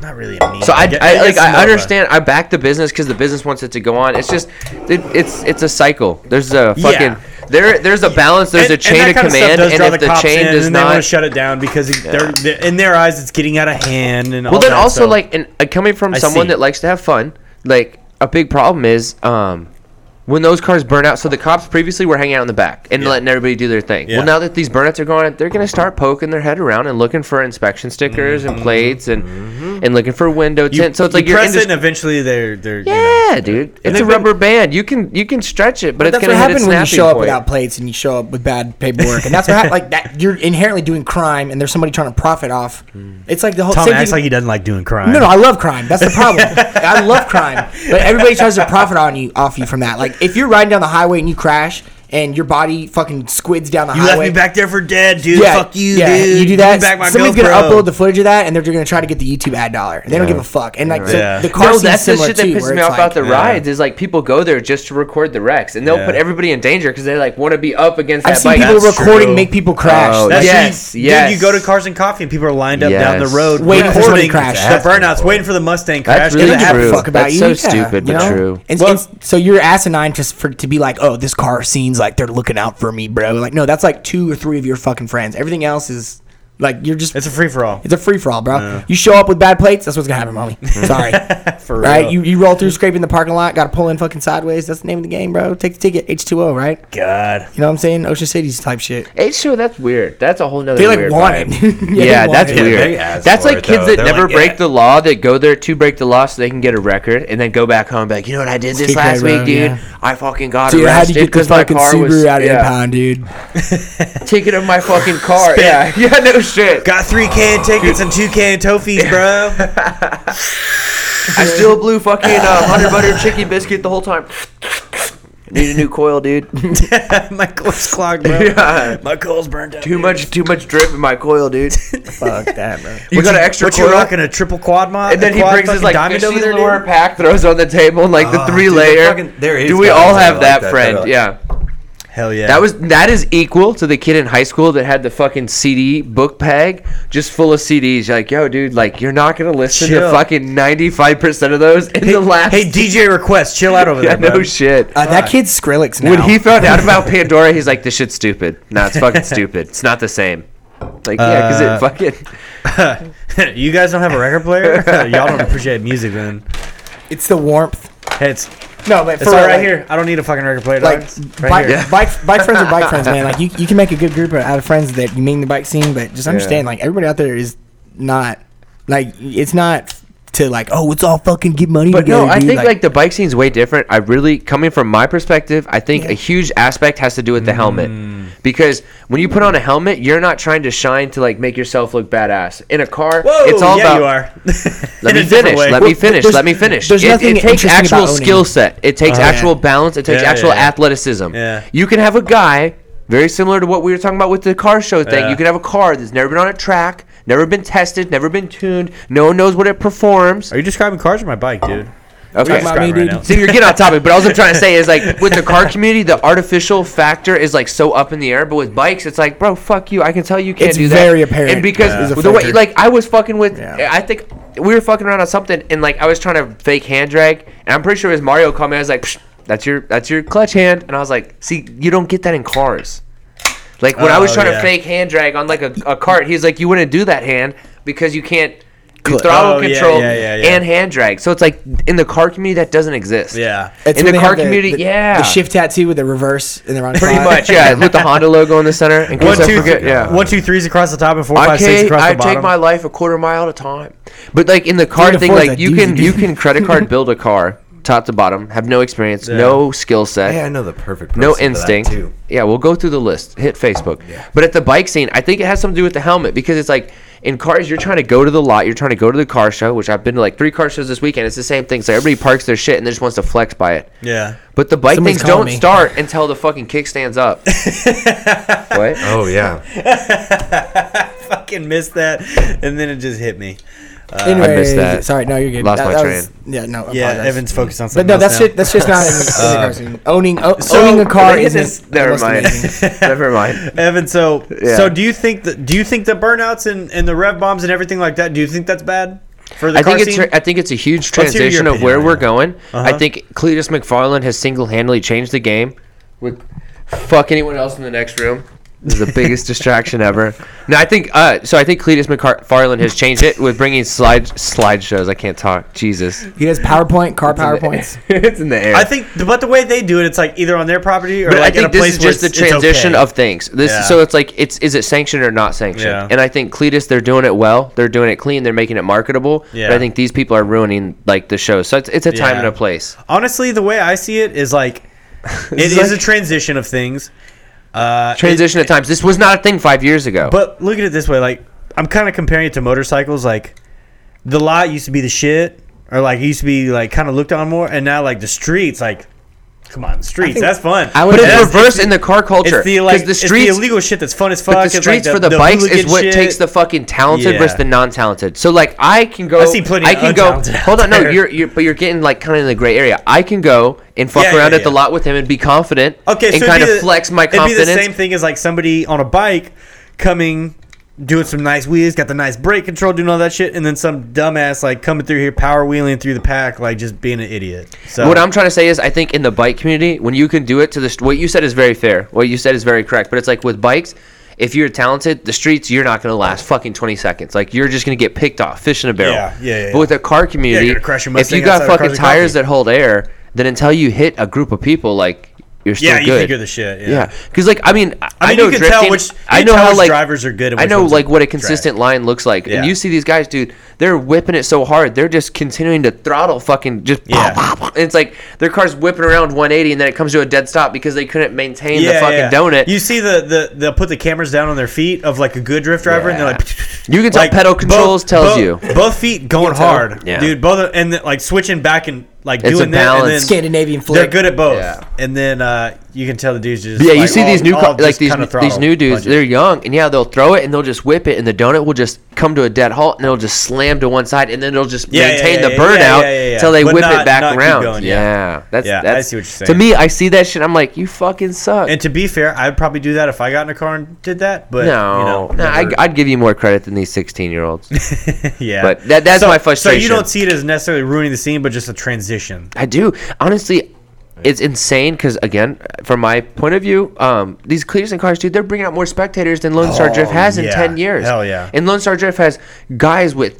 Speaker 2: not really a meme?
Speaker 3: So I,
Speaker 2: gue-
Speaker 3: I,
Speaker 2: guess
Speaker 3: like
Speaker 2: it's more of
Speaker 3: I
Speaker 2: a-
Speaker 3: understand I back the business because the business wants it to go on. It's just it, it's it's a cycle. There's a fucking
Speaker 2: Yeah.
Speaker 3: there there's a balance. There's
Speaker 2: And-
Speaker 3: a
Speaker 2: and
Speaker 3: chain
Speaker 2: that
Speaker 3: of
Speaker 2: kind stuff
Speaker 3: command,
Speaker 2: does
Speaker 3: and
Speaker 2: draw
Speaker 3: if the,
Speaker 2: cops
Speaker 3: chain
Speaker 2: in,
Speaker 3: does
Speaker 2: and they want
Speaker 3: not
Speaker 2: to shut it down because it- they're, they're, in their eyes it's getting out of hand. And all
Speaker 3: Well, then
Speaker 2: that,
Speaker 3: also
Speaker 2: so-
Speaker 3: like, and uh, coming from
Speaker 2: I
Speaker 3: someone
Speaker 2: see.
Speaker 3: that likes to have fun, like a big problem is um, when those cars burn out. So the cops previously were hanging out in the back and
Speaker 2: Yeah.
Speaker 3: letting everybody do their thing.
Speaker 2: Yeah.
Speaker 3: Well, now that these burnouts are going, they're gonna start poking their head around and looking for inspection stickers and plates and and looking for window
Speaker 2: Mm-hmm. you,
Speaker 3: tint. So it's like
Speaker 2: you
Speaker 3: you're
Speaker 2: press
Speaker 3: indis-
Speaker 2: it, and eventually they're they're you know.
Speaker 3: yeah, dude. It's a
Speaker 2: they've been-
Speaker 3: rubber band. You can you can stretch it, but, it's
Speaker 4: that's
Speaker 3: gonna
Speaker 4: what
Speaker 3: hit a
Speaker 4: happened when you
Speaker 3: snapping
Speaker 4: show up
Speaker 3: point.
Speaker 4: without plates and you show up with bad paperwork, and that's what happened. Like that, you're inherently doing crime, and there's somebody trying to profit off.
Speaker 3: Hmm.
Speaker 4: It's like the whole
Speaker 2: Tom
Speaker 4: same
Speaker 2: acts
Speaker 4: thing-
Speaker 2: like he doesn't like doing crime.
Speaker 4: No, no, I love crime. That's the problem. I love crime, but everybody tries to profit on you, off you from that. Like if you're riding down the highway and you crash and your body fucking squids down the
Speaker 2: You
Speaker 4: highway.
Speaker 2: left me back there for dead, dude. Fuck you, dude.
Speaker 4: You do
Speaker 2: Give me
Speaker 4: that.
Speaker 2: Back my
Speaker 4: somebody's
Speaker 2: GoPro.
Speaker 4: gonna upload the footage of that, and they're gonna try to get the YouTube ad dollar. And they don't
Speaker 5: Yeah.
Speaker 4: give a fuck. And like so
Speaker 2: Yeah.
Speaker 4: the car
Speaker 3: No,
Speaker 4: scene's
Speaker 3: that's the
Speaker 4: similar
Speaker 3: shit that
Speaker 4: too,
Speaker 3: pisses
Speaker 4: where
Speaker 3: me
Speaker 4: it's
Speaker 3: off about the
Speaker 4: like-
Speaker 3: rides. Is like people go there just to record the wrecks, and they'll
Speaker 2: Yeah.
Speaker 3: put everybody in danger because they're like want to be up against that
Speaker 4: I've seen
Speaker 3: bike.
Speaker 4: people
Speaker 2: That's
Speaker 4: recording
Speaker 2: true.
Speaker 4: make people crash.
Speaker 3: Oh,
Speaker 2: That's
Speaker 4: That's-
Speaker 2: yes,
Speaker 3: Yes,
Speaker 2: you, yes.
Speaker 3: yes.
Speaker 2: Dude, you go to Cars and Coffee and people are lined up down the
Speaker 3: Yes.
Speaker 2: road
Speaker 4: Waiting for somebody
Speaker 2: recording
Speaker 4: to crash.
Speaker 2: the burnouts, waiting for the Mustang crash.
Speaker 3: That's
Speaker 2: 'cause
Speaker 3: really
Speaker 2: it
Speaker 4: they don't
Speaker 2: happened.
Speaker 4: give
Speaker 3: true.
Speaker 4: a fuck about
Speaker 3: That's
Speaker 4: you.
Speaker 3: so
Speaker 4: yeah,
Speaker 3: stupid,
Speaker 4: you
Speaker 3: but
Speaker 4: know?
Speaker 3: true.
Speaker 4: And,
Speaker 2: Well-
Speaker 4: and so your asinine just for to be like, oh, this car scene's like they're looking out for me, bro. Like, no, that's like two or three of your fucking friends. Everything else is like you're just
Speaker 2: It's a free for all.
Speaker 4: It's a free for all, bro. You show up with bad plates, that's what's gonna happen, mommy. Sorry.
Speaker 2: For real.
Speaker 4: right? You, you roll through scraping the parking lot, gotta pull in fucking sideways. That's the name of the game, bro. Take the ticket, H two O, right?
Speaker 2: God.
Speaker 4: You know what I'm saying? Ocean City's type shit.
Speaker 3: H two, that's weird. That's a whole nother.
Speaker 4: They like
Speaker 3: weird
Speaker 4: want
Speaker 3: vibe.
Speaker 4: it.
Speaker 3: Yeah,
Speaker 4: they want
Speaker 3: that's
Speaker 4: it.
Speaker 5: Yeah,
Speaker 3: weird.
Speaker 5: they ask
Speaker 3: that's
Speaker 5: for
Speaker 3: like
Speaker 5: it,
Speaker 3: kids that
Speaker 5: though. They're
Speaker 3: never
Speaker 5: like,
Speaker 3: break
Speaker 5: yeah.
Speaker 3: the law that go there to break the law so they can get a record and then go back home and be like, you know what I did this
Speaker 4: TK
Speaker 3: last week,
Speaker 4: Road,
Speaker 3: dude?
Speaker 4: yeah.
Speaker 3: I fucking got
Speaker 4: Dude, how'd
Speaker 3: arrested
Speaker 4: you get the
Speaker 3: because my
Speaker 4: fucking
Speaker 3: car
Speaker 4: Subaru
Speaker 3: was
Speaker 4: out of
Speaker 3: yeah,
Speaker 4: impound, dude?
Speaker 3: ticket of my fucking car.
Speaker 2: Spit.
Speaker 3: yeah, yeah, no shit.
Speaker 2: Got 3K in tickets and 2K in tofis, bro.
Speaker 3: I still blew fucking uh, hundred butter chicken biscuit the whole time. Need a new coil, dude.
Speaker 2: my coil's clogged, bro.
Speaker 3: Yeah.
Speaker 2: My coil's burned out.
Speaker 3: Too much, too much drip in my coil, dude.
Speaker 4: Fuck that, bro.
Speaker 3: We got an extra
Speaker 2: What
Speaker 3: coil.
Speaker 2: you rocking a triple quad mod?
Speaker 3: and then
Speaker 2: A
Speaker 3: he
Speaker 2: quad
Speaker 3: brings his
Speaker 2: fucking
Speaker 3: like
Speaker 2: diamond over
Speaker 3: fifty
Speaker 2: there,
Speaker 3: lure
Speaker 2: dude?
Speaker 3: pack, throws on the table, and like the
Speaker 5: Oh,
Speaker 3: three
Speaker 5: dude,
Speaker 3: layer.
Speaker 5: fucking- there is
Speaker 3: Do we
Speaker 5: guys
Speaker 3: all
Speaker 5: that are
Speaker 3: have
Speaker 5: like
Speaker 3: that,
Speaker 5: that,
Speaker 3: friend?
Speaker 5: they're like-
Speaker 3: yeah.
Speaker 2: Hell yeah.
Speaker 3: That was that is equal to the kid in high school that had the fucking CD book bag just full of CDs. You're like, yo, dude, like you're not gonna listen to
Speaker 2: Chill.
Speaker 3: fucking ninety five percent of those in
Speaker 2: hey,
Speaker 3: the last.
Speaker 2: hey, DJ request, chill out over
Speaker 3: yeah,
Speaker 2: there. bro.
Speaker 3: no shit.
Speaker 4: Uh, that kid's Skrillex now.
Speaker 3: when he found out about Pandora, he's like, this shit's stupid. Nah, it's fucking stupid. It's not the same. Like, yeah, because
Speaker 2: Uh,
Speaker 3: it fucking.
Speaker 2: you guys don't have a record player? Y'all don't appreciate music, then.
Speaker 4: it's the warmth.
Speaker 2: Hey, it's,
Speaker 4: No, but for
Speaker 2: it's all
Speaker 4: real,
Speaker 2: right
Speaker 4: like-
Speaker 2: here. I don't need a fucking record player.
Speaker 4: like
Speaker 2: dog. It's
Speaker 4: bike,
Speaker 2: right here.
Speaker 4: bike, bike friends are bike friends, man. Like you, you can make a good group out of friends that you mean the bike scene, but just understand like everybody out there is not like it's not to like oh it's all fucking get money
Speaker 3: But
Speaker 4: together.
Speaker 3: no, I
Speaker 4: dude.
Speaker 3: think like, the bike scene's way different. I really, coming from my perspective, I think a
Speaker 4: Yeah.
Speaker 3: huge aspect has to do with the helmet, because when you put on a helmet, you're not trying to shine to like make yourself look badass. In a car,
Speaker 2: Whoa,
Speaker 3: it's all
Speaker 2: yeah,
Speaker 3: about.
Speaker 2: you are.
Speaker 3: Let
Speaker 2: In a
Speaker 3: me
Speaker 2: different
Speaker 3: finish.
Speaker 2: way.
Speaker 3: Let
Speaker 4: Well,
Speaker 3: me finish.
Speaker 4: there's-
Speaker 3: Let me finish.
Speaker 4: there's
Speaker 3: It,
Speaker 4: nothing
Speaker 3: it takes
Speaker 4: interesting
Speaker 3: actual
Speaker 4: about owning.
Speaker 3: skill set. It takes
Speaker 2: Uh-huh.
Speaker 3: actual
Speaker 4: Yeah.
Speaker 3: balance. It takes
Speaker 2: Yeah,
Speaker 3: actual
Speaker 2: yeah, yeah.
Speaker 3: athleticism.
Speaker 2: Yeah.
Speaker 3: You can have a guy very similar to what we were talking about with the car show thing.
Speaker 2: Yeah.
Speaker 3: You can have a car that's never been on a track, never been tested, never been tuned. No one knows what it performs.
Speaker 2: Are you describing cars or my bike, dude?
Speaker 3: Okay.
Speaker 4: about me,
Speaker 2: Describing right
Speaker 4: dude?
Speaker 2: now.
Speaker 3: So you're getting on topic, but all I'm trying to say is like with the car community, the artificial factor is like so up in the air. But with bikes, it's like, bro, fuck you. I can tell you can't
Speaker 4: It's
Speaker 3: do that.
Speaker 4: very apparent.
Speaker 3: And because
Speaker 4: Yeah. It's a
Speaker 3: the way,
Speaker 4: filter.
Speaker 3: like, I was fucking with,
Speaker 4: Yeah.
Speaker 3: I think we were fucking around on something, and like I was trying to fake hand drag, and I'm pretty sure it was Mario called me. I was like, Psh, that's your that's your clutch hand, and I was like, see, you don't get that in cars. Like when I was
Speaker 2: Oh,
Speaker 3: trying
Speaker 2: yeah.
Speaker 3: to fake hand drag on like a, a cart, he's like, you wouldn't do that hand because you can't. do
Speaker 4: Clutch.
Speaker 3: throttle
Speaker 2: Oh, yeah,
Speaker 3: control
Speaker 2: yeah, yeah, yeah.
Speaker 3: and hand drag. So it's like in the car community that doesn't exist.
Speaker 2: Yeah.
Speaker 4: It's
Speaker 3: in
Speaker 4: when
Speaker 3: the
Speaker 4: they
Speaker 3: car
Speaker 4: have
Speaker 3: community,
Speaker 4: the,
Speaker 3: yeah.
Speaker 4: the shift tattoo with the reverse in the wrong
Speaker 3: Pretty
Speaker 4: spot.
Speaker 3: much, yeah, with the Honda logo in the center.
Speaker 2: One,
Speaker 3: In case I
Speaker 2: two,
Speaker 3: forget,
Speaker 2: three-
Speaker 3: yeah.
Speaker 2: one, two, threes across the top and four,
Speaker 3: I
Speaker 2: five, six
Speaker 3: take,
Speaker 2: across
Speaker 3: I
Speaker 2: the bottom.
Speaker 3: take my life a quarter mile at a time. But like in the car
Speaker 4: to
Speaker 3: thing,
Speaker 4: four is
Speaker 3: like
Speaker 4: a
Speaker 3: you can
Speaker 4: doozy.
Speaker 3: you can credit card build a car top to bottom, have no experience, no skill set.
Speaker 5: Hey, I know the perfect.
Speaker 3: no
Speaker 5: person for that,
Speaker 3: instinct.
Speaker 5: too.
Speaker 3: Yeah, we'll go through the list. Hit Facebook. But at the bike scene, I think it has something to do with the helmet because it's like in cars, you're trying to go to the lot, you're trying to go to the car show, which I've been to like three car shows this weekend. It's the same thing. So everybody parks their shit and they just wants to flex by it.
Speaker 2: yeah.
Speaker 3: But the bike
Speaker 4: Somebody's
Speaker 3: things
Speaker 4: calling
Speaker 3: don't
Speaker 4: me.
Speaker 3: start until the fucking kickstand's up. what?
Speaker 5: Oh yeah.
Speaker 2: Fucking missed that. And then it just hit me.
Speaker 4: Anyway,
Speaker 3: I missed that.
Speaker 4: Sorry, no, you're good.
Speaker 3: Lost my
Speaker 4: was- yeah, no. I
Speaker 2: Yeah,
Speaker 4: apologize.
Speaker 2: Evan's focused on
Speaker 4: But
Speaker 2: something
Speaker 4: no,
Speaker 2: else
Speaker 4: that's
Speaker 2: now.
Speaker 4: just that's just not in, in the car scene.
Speaker 3: Uh,
Speaker 4: Owning o-
Speaker 2: so-
Speaker 4: owning a car
Speaker 3: Look at
Speaker 4: isn't.
Speaker 3: this. Never
Speaker 4: the most
Speaker 3: mind.
Speaker 4: amazing.
Speaker 3: Never mind.
Speaker 2: Evan, so
Speaker 3: Yeah.
Speaker 2: so do you think that do you think the burnouts and, and the rev bombs and everything like that? Do you think that's bad for the
Speaker 3: I
Speaker 2: car
Speaker 3: think it's
Speaker 2: scene?
Speaker 3: I think it's a huge
Speaker 2: Let's hear your
Speaker 3: transition of
Speaker 2: opinion Uh-huh.
Speaker 3: where
Speaker 2: right
Speaker 3: we're
Speaker 2: now.
Speaker 3: going. I think Cletus McFarland has single handedly changed the game. With fuck anyone else in the next room. This is the biggest distraction ever. No, I think uh, so. I think Cletus McFarland has changed it with bringing slide slideshows. I can't talk. Jesus,
Speaker 4: He does PowerPoint, car PowerPoints.
Speaker 3: it's in the air.
Speaker 2: I think, but the way they do it, it's like either on their property or
Speaker 3: But
Speaker 2: like
Speaker 3: I think
Speaker 2: in a
Speaker 3: this
Speaker 2: place
Speaker 3: is just
Speaker 2: where
Speaker 3: the
Speaker 2: it's- it's
Speaker 3: transition
Speaker 2: okay.
Speaker 3: of things. This
Speaker 2: Yeah.
Speaker 3: so it's like it's is it sanctioned or not sanctioned?
Speaker 2: Yeah.
Speaker 3: And I think Cletus, they're doing it well. They're doing it clean. They're making it marketable. But
Speaker 2: Yeah.
Speaker 3: I think these people are ruining like the show. So it's, it's a time
Speaker 2: Yeah.
Speaker 3: and a place.
Speaker 2: Honestly, the way I see it is like it is
Speaker 3: is like-
Speaker 2: a transition of things. Uh, it-
Speaker 3: Transition of times. This was not a thing five years ago.
Speaker 2: But look at it this way, like I'm kind of comparing it to motorcycles. Like the lot used to be the shit, or like it used to be like kind of looked on more, and now like the streets, like Come on, the streets. That's fun.
Speaker 3: I would, but it's
Speaker 2: That's-
Speaker 3: reverse in the car culture.
Speaker 2: It's the
Speaker 3: 'cause
Speaker 2: like
Speaker 3: the streets,
Speaker 2: it's the illegal shit that's fun as fuck.
Speaker 3: but the
Speaker 2: It's, like,
Speaker 3: streets for the, bikes is
Speaker 2: hooligan
Speaker 3: what
Speaker 2: shit.
Speaker 3: takes the fucking talented
Speaker 2: Yeah.
Speaker 3: versus the non-talented. So like I can go,
Speaker 2: I see plenty of
Speaker 3: can go.
Speaker 2: untalented out
Speaker 3: Hold on, no,
Speaker 2: there.
Speaker 3: you're, you're but you're getting like kind of in the gray area. I can go and fuck
Speaker 2: Yeah,
Speaker 3: around
Speaker 2: yeah,
Speaker 3: at the
Speaker 2: yeah.
Speaker 3: lot with him and be confident.
Speaker 2: Okay,
Speaker 3: and
Speaker 2: so
Speaker 3: kind of
Speaker 2: it'd be the-
Speaker 3: flex my
Speaker 2: It'd be the same
Speaker 3: confidence.
Speaker 2: thing as like somebody on a bike coming, doing some nice wheels, got the nice brake control, doing all that shit, and then some dumbass like coming through here, power wheeling through the pack, like just being an idiot. So
Speaker 3: What I'm trying to say is, I think in the bike community, when you can do it to the st- what you said is very fair. What you said is very correct. But it's like with bikes, if you're talented, the streets you're not gonna last fucking 20 seconds. Like you're just gonna get picked off, fish in a barrel.
Speaker 2: Yeah, yeah, yeah,
Speaker 3: But with
Speaker 2: yeah.
Speaker 3: a car community,
Speaker 2: gonna crash your
Speaker 3: if you
Speaker 2: Mustang
Speaker 3: got
Speaker 2: outside of
Speaker 3: fucking
Speaker 2: Cars and Coffee.
Speaker 3: tires that hold air, then until you hit a group of people, like you're still
Speaker 2: yeah, you
Speaker 3: good.
Speaker 2: think you're the shit. Yeah.
Speaker 3: Yeah, because like I mean, I,
Speaker 2: I mean,
Speaker 3: know
Speaker 2: you can
Speaker 3: drifting,
Speaker 2: tell which you
Speaker 3: I
Speaker 2: can
Speaker 3: know
Speaker 2: tell
Speaker 3: how
Speaker 2: which
Speaker 3: like
Speaker 2: drivers are good. And
Speaker 3: I
Speaker 2: which
Speaker 3: know
Speaker 2: ones
Speaker 3: like
Speaker 2: are
Speaker 3: what a
Speaker 2: trash.
Speaker 3: consistent line looks like,
Speaker 2: Yeah.
Speaker 3: and you see these guys, dude, they're whipping it so hard, they're just continuing to throttle, fucking just. pop,
Speaker 2: Yeah.
Speaker 3: pop, pop. And it's like their car's whipping around 180, and then it comes to a dead stop because they couldn't maintain the fucking donut.
Speaker 2: You see the the they'll put the cameras down on their feet of like a good drift driver, and they're
Speaker 3: Yeah.
Speaker 2: like,
Speaker 3: You can tell pedal controls tells
Speaker 2: both,
Speaker 3: you.
Speaker 2: both feet going
Speaker 4: tell.
Speaker 2: hard,
Speaker 3: Yeah.
Speaker 2: dude. Both of- and then, like switching back and like
Speaker 3: It's a
Speaker 2: doing that, and then
Speaker 3: balance.
Speaker 4: Scandinavian flick.
Speaker 2: they're good at both.
Speaker 3: Yeah.
Speaker 2: And then uh, you can tell the dudes just
Speaker 3: Yeah, you
Speaker 2: like,
Speaker 3: see
Speaker 2: all-
Speaker 3: these new
Speaker 2: all
Speaker 3: co-
Speaker 2: just
Speaker 3: like these
Speaker 2: kinda
Speaker 3: these
Speaker 2: throttle
Speaker 3: new dudes.
Speaker 2: punches.
Speaker 3: They're young, and yeah, they'll throw it and they'll just whip it, and the donut will just come to a dead halt, and it'll just slam to one side, and then it'll just
Speaker 2: Yeah, yeah,
Speaker 3: maintain
Speaker 2: yeah,
Speaker 3: the
Speaker 2: yeah, yeah, yeah,
Speaker 3: burnout
Speaker 2: yeah, yeah, yeah.
Speaker 3: until they
Speaker 2: But
Speaker 3: whip it
Speaker 2: not-
Speaker 3: back
Speaker 2: not keep
Speaker 3: around.
Speaker 2: going,
Speaker 3: yeah.
Speaker 2: yeah.
Speaker 3: that's
Speaker 2: Yeah, I
Speaker 3: that's
Speaker 2: see what you're
Speaker 3: to
Speaker 2: saying.
Speaker 3: me. I see that shit. I'm like, you fucking suck.
Speaker 2: And to be fair, I'd probably do that if I got in a car and did that. But
Speaker 3: no,
Speaker 2: you know,
Speaker 3: no, I,
Speaker 2: never-
Speaker 3: I'd give you more credit than these 16 year olds.
Speaker 2: yeah.
Speaker 3: but that- that's
Speaker 2: So-
Speaker 3: my
Speaker 2: So
Speaker 3: frustration.
Speaker 2: you don't see it as necessarily ruining the scene, but just a transition.
Speaker 3: I do. Honestly, it's insane because, again, from my point of view, um, these Cleveland cars, dude, they're bringing out more spectators than Lone Star Drift has in
Speaker 2: Oh, yeah.
Speaker 3: 10 years.
Speaker 2: Hell yeah.
Speaker 3: And Lone Star Drift has guys with.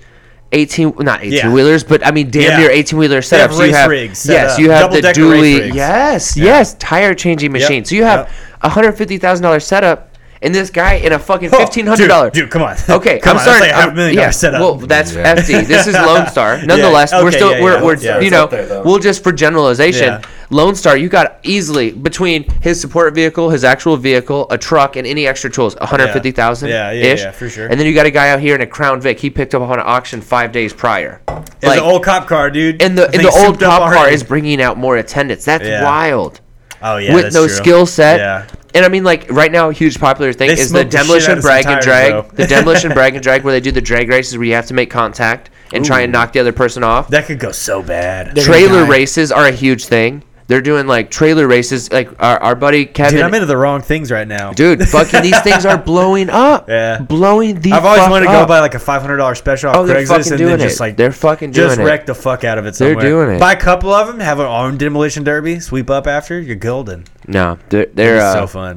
Speaker 3: 18 not 18
Speaker 2: Yeah.
Speaker 3: wheelers but i mean damn
Speaker 2: Yeah.
Speaker 3: near 18 wheeler
Speaker 2: They have
Speaker 3: setups you
Speaker 2: race
Speaker 3: have
Speaker 2: rigs set
Speaker 3: yes
Speaker 2: up.
Speaker 3: you have the
Speaker 2: Double-decker race
Speaker 3: dually
Speaker 2: rigs.
Speaker 3: yes
Speaker 2: Yeah.
Speaker 3: yes tire changing machine so you have
Speaker 2: Yep.
Speaker 3: a hundred fifty thousand dollar setup and this guy in a fucking fifteen hundred dollar
Speaker 2: Oh, Dude, dude, come on.
Speaker 3: Okay,
Speaker 2: come
Speaker 3: I'm
Speaker 2: on.
Speaker 3: sorry.
Speaker 2: That's like a half a million dollar setup.
Speaker 3: Well, that's
Speaker 5: Yeah.
Speaker 3: FD. This is Lone Star. Nonetheless, we're
Speaker 2: Okay,
Speaker 3: still
Speaker 2: yeah,
Speaker 3: we're,
Speaker 2: yeah.
Speaker 3: we're
Speaker 2: Yeah,
Speaker 3: you
Speaker 5: it's
Speaker 3: know
Speaker 5: up there, though.
Speaker 3: we'll just for generalization.
Speaker 2: Yeah.
Speaker 3: Lone Star, you got easily between his support vehicle, his actual vehicle, a truck, and any extra tools, one hundred fifty thousand.
Speaker 2: Yeah, yeah,
Speaker 3: ish.
Speaker 2: yeah, for sure.
Speaker 3: And then you got a guy out here in a Crown Vic. He picked up on an auction five days prior.
Speaker 2: It's an old cop car, dude.
Speaker 3: and the and
Speaker 2: Thing
Speaker 3: the old
Speaker 2: souped up
Speaker 3: cop car
Speaker 2: already.
Speaker 3: is bringing out more attendance. That's
Speaker 2: Yeah.
Speaker 3: wild.
Speaker 2: oh, yeah,
Speaker 3: with
Speaker 2: that's
Speaker 3: no
Speaker 2: true.
Speaker 3: skill set.
Speaker 2: Yeah.
Speaker 3: And I mean, like right now, a huge popular thing
Speaker 2: They
Speaker 3: is the
Speaker 2: smoked the shit out
Speaker 3: demolition
Speaker 2: of some
Speaker 3: brag and
Speaker 2: tires,
Speaker 3: drag.
Speaker 2: though.
Speaker 3: the demolition brag and drag, where they do the drag races where you have to make contact and try and knock the other person off.
Speaker 2: That could go so bad.
Speaker 4: They're gonna
Speaker 3: trailer
Speaker 4: die.
Speaker 3: races are a huge thing. They're doing like trailer races. Like our, our buddy Kevin.
Speaker 2: Dude, I'm into the wrong things right now.
Speaker 3: Dude, fucking these things are blowing up.
Speaker 2: Yeah.
Speaker 3: blowing the.
Speaker 2: I've always
Speaker 3: fuck
Speaker 2: wanted to
Speaker 3: up.
Speaker 2: go buy like a five hundred dollar special off
Speaker 3: Oh, they're fucking
Speaker 2: Craigslist and
Speaker 3: doing
Speaker 2: then just
Speaker 3: it.
Speaker 2: like
Speaker 3: They're fucking
Speaker 2: just
Speaker 3: doing it.
Speaker 2: wreck the fuck out of it.
Speaker 3: They're
Speaker 2: Somewhere.
Speaker 3: doing it.
Speaker 2: Buy a couple of them, have an armed demolition derby, sweep up after, you're golden.
Speaker 3: No, they're they're
Speaker 2: It's
Speaker 3: uh,
Speaker 2: so fun.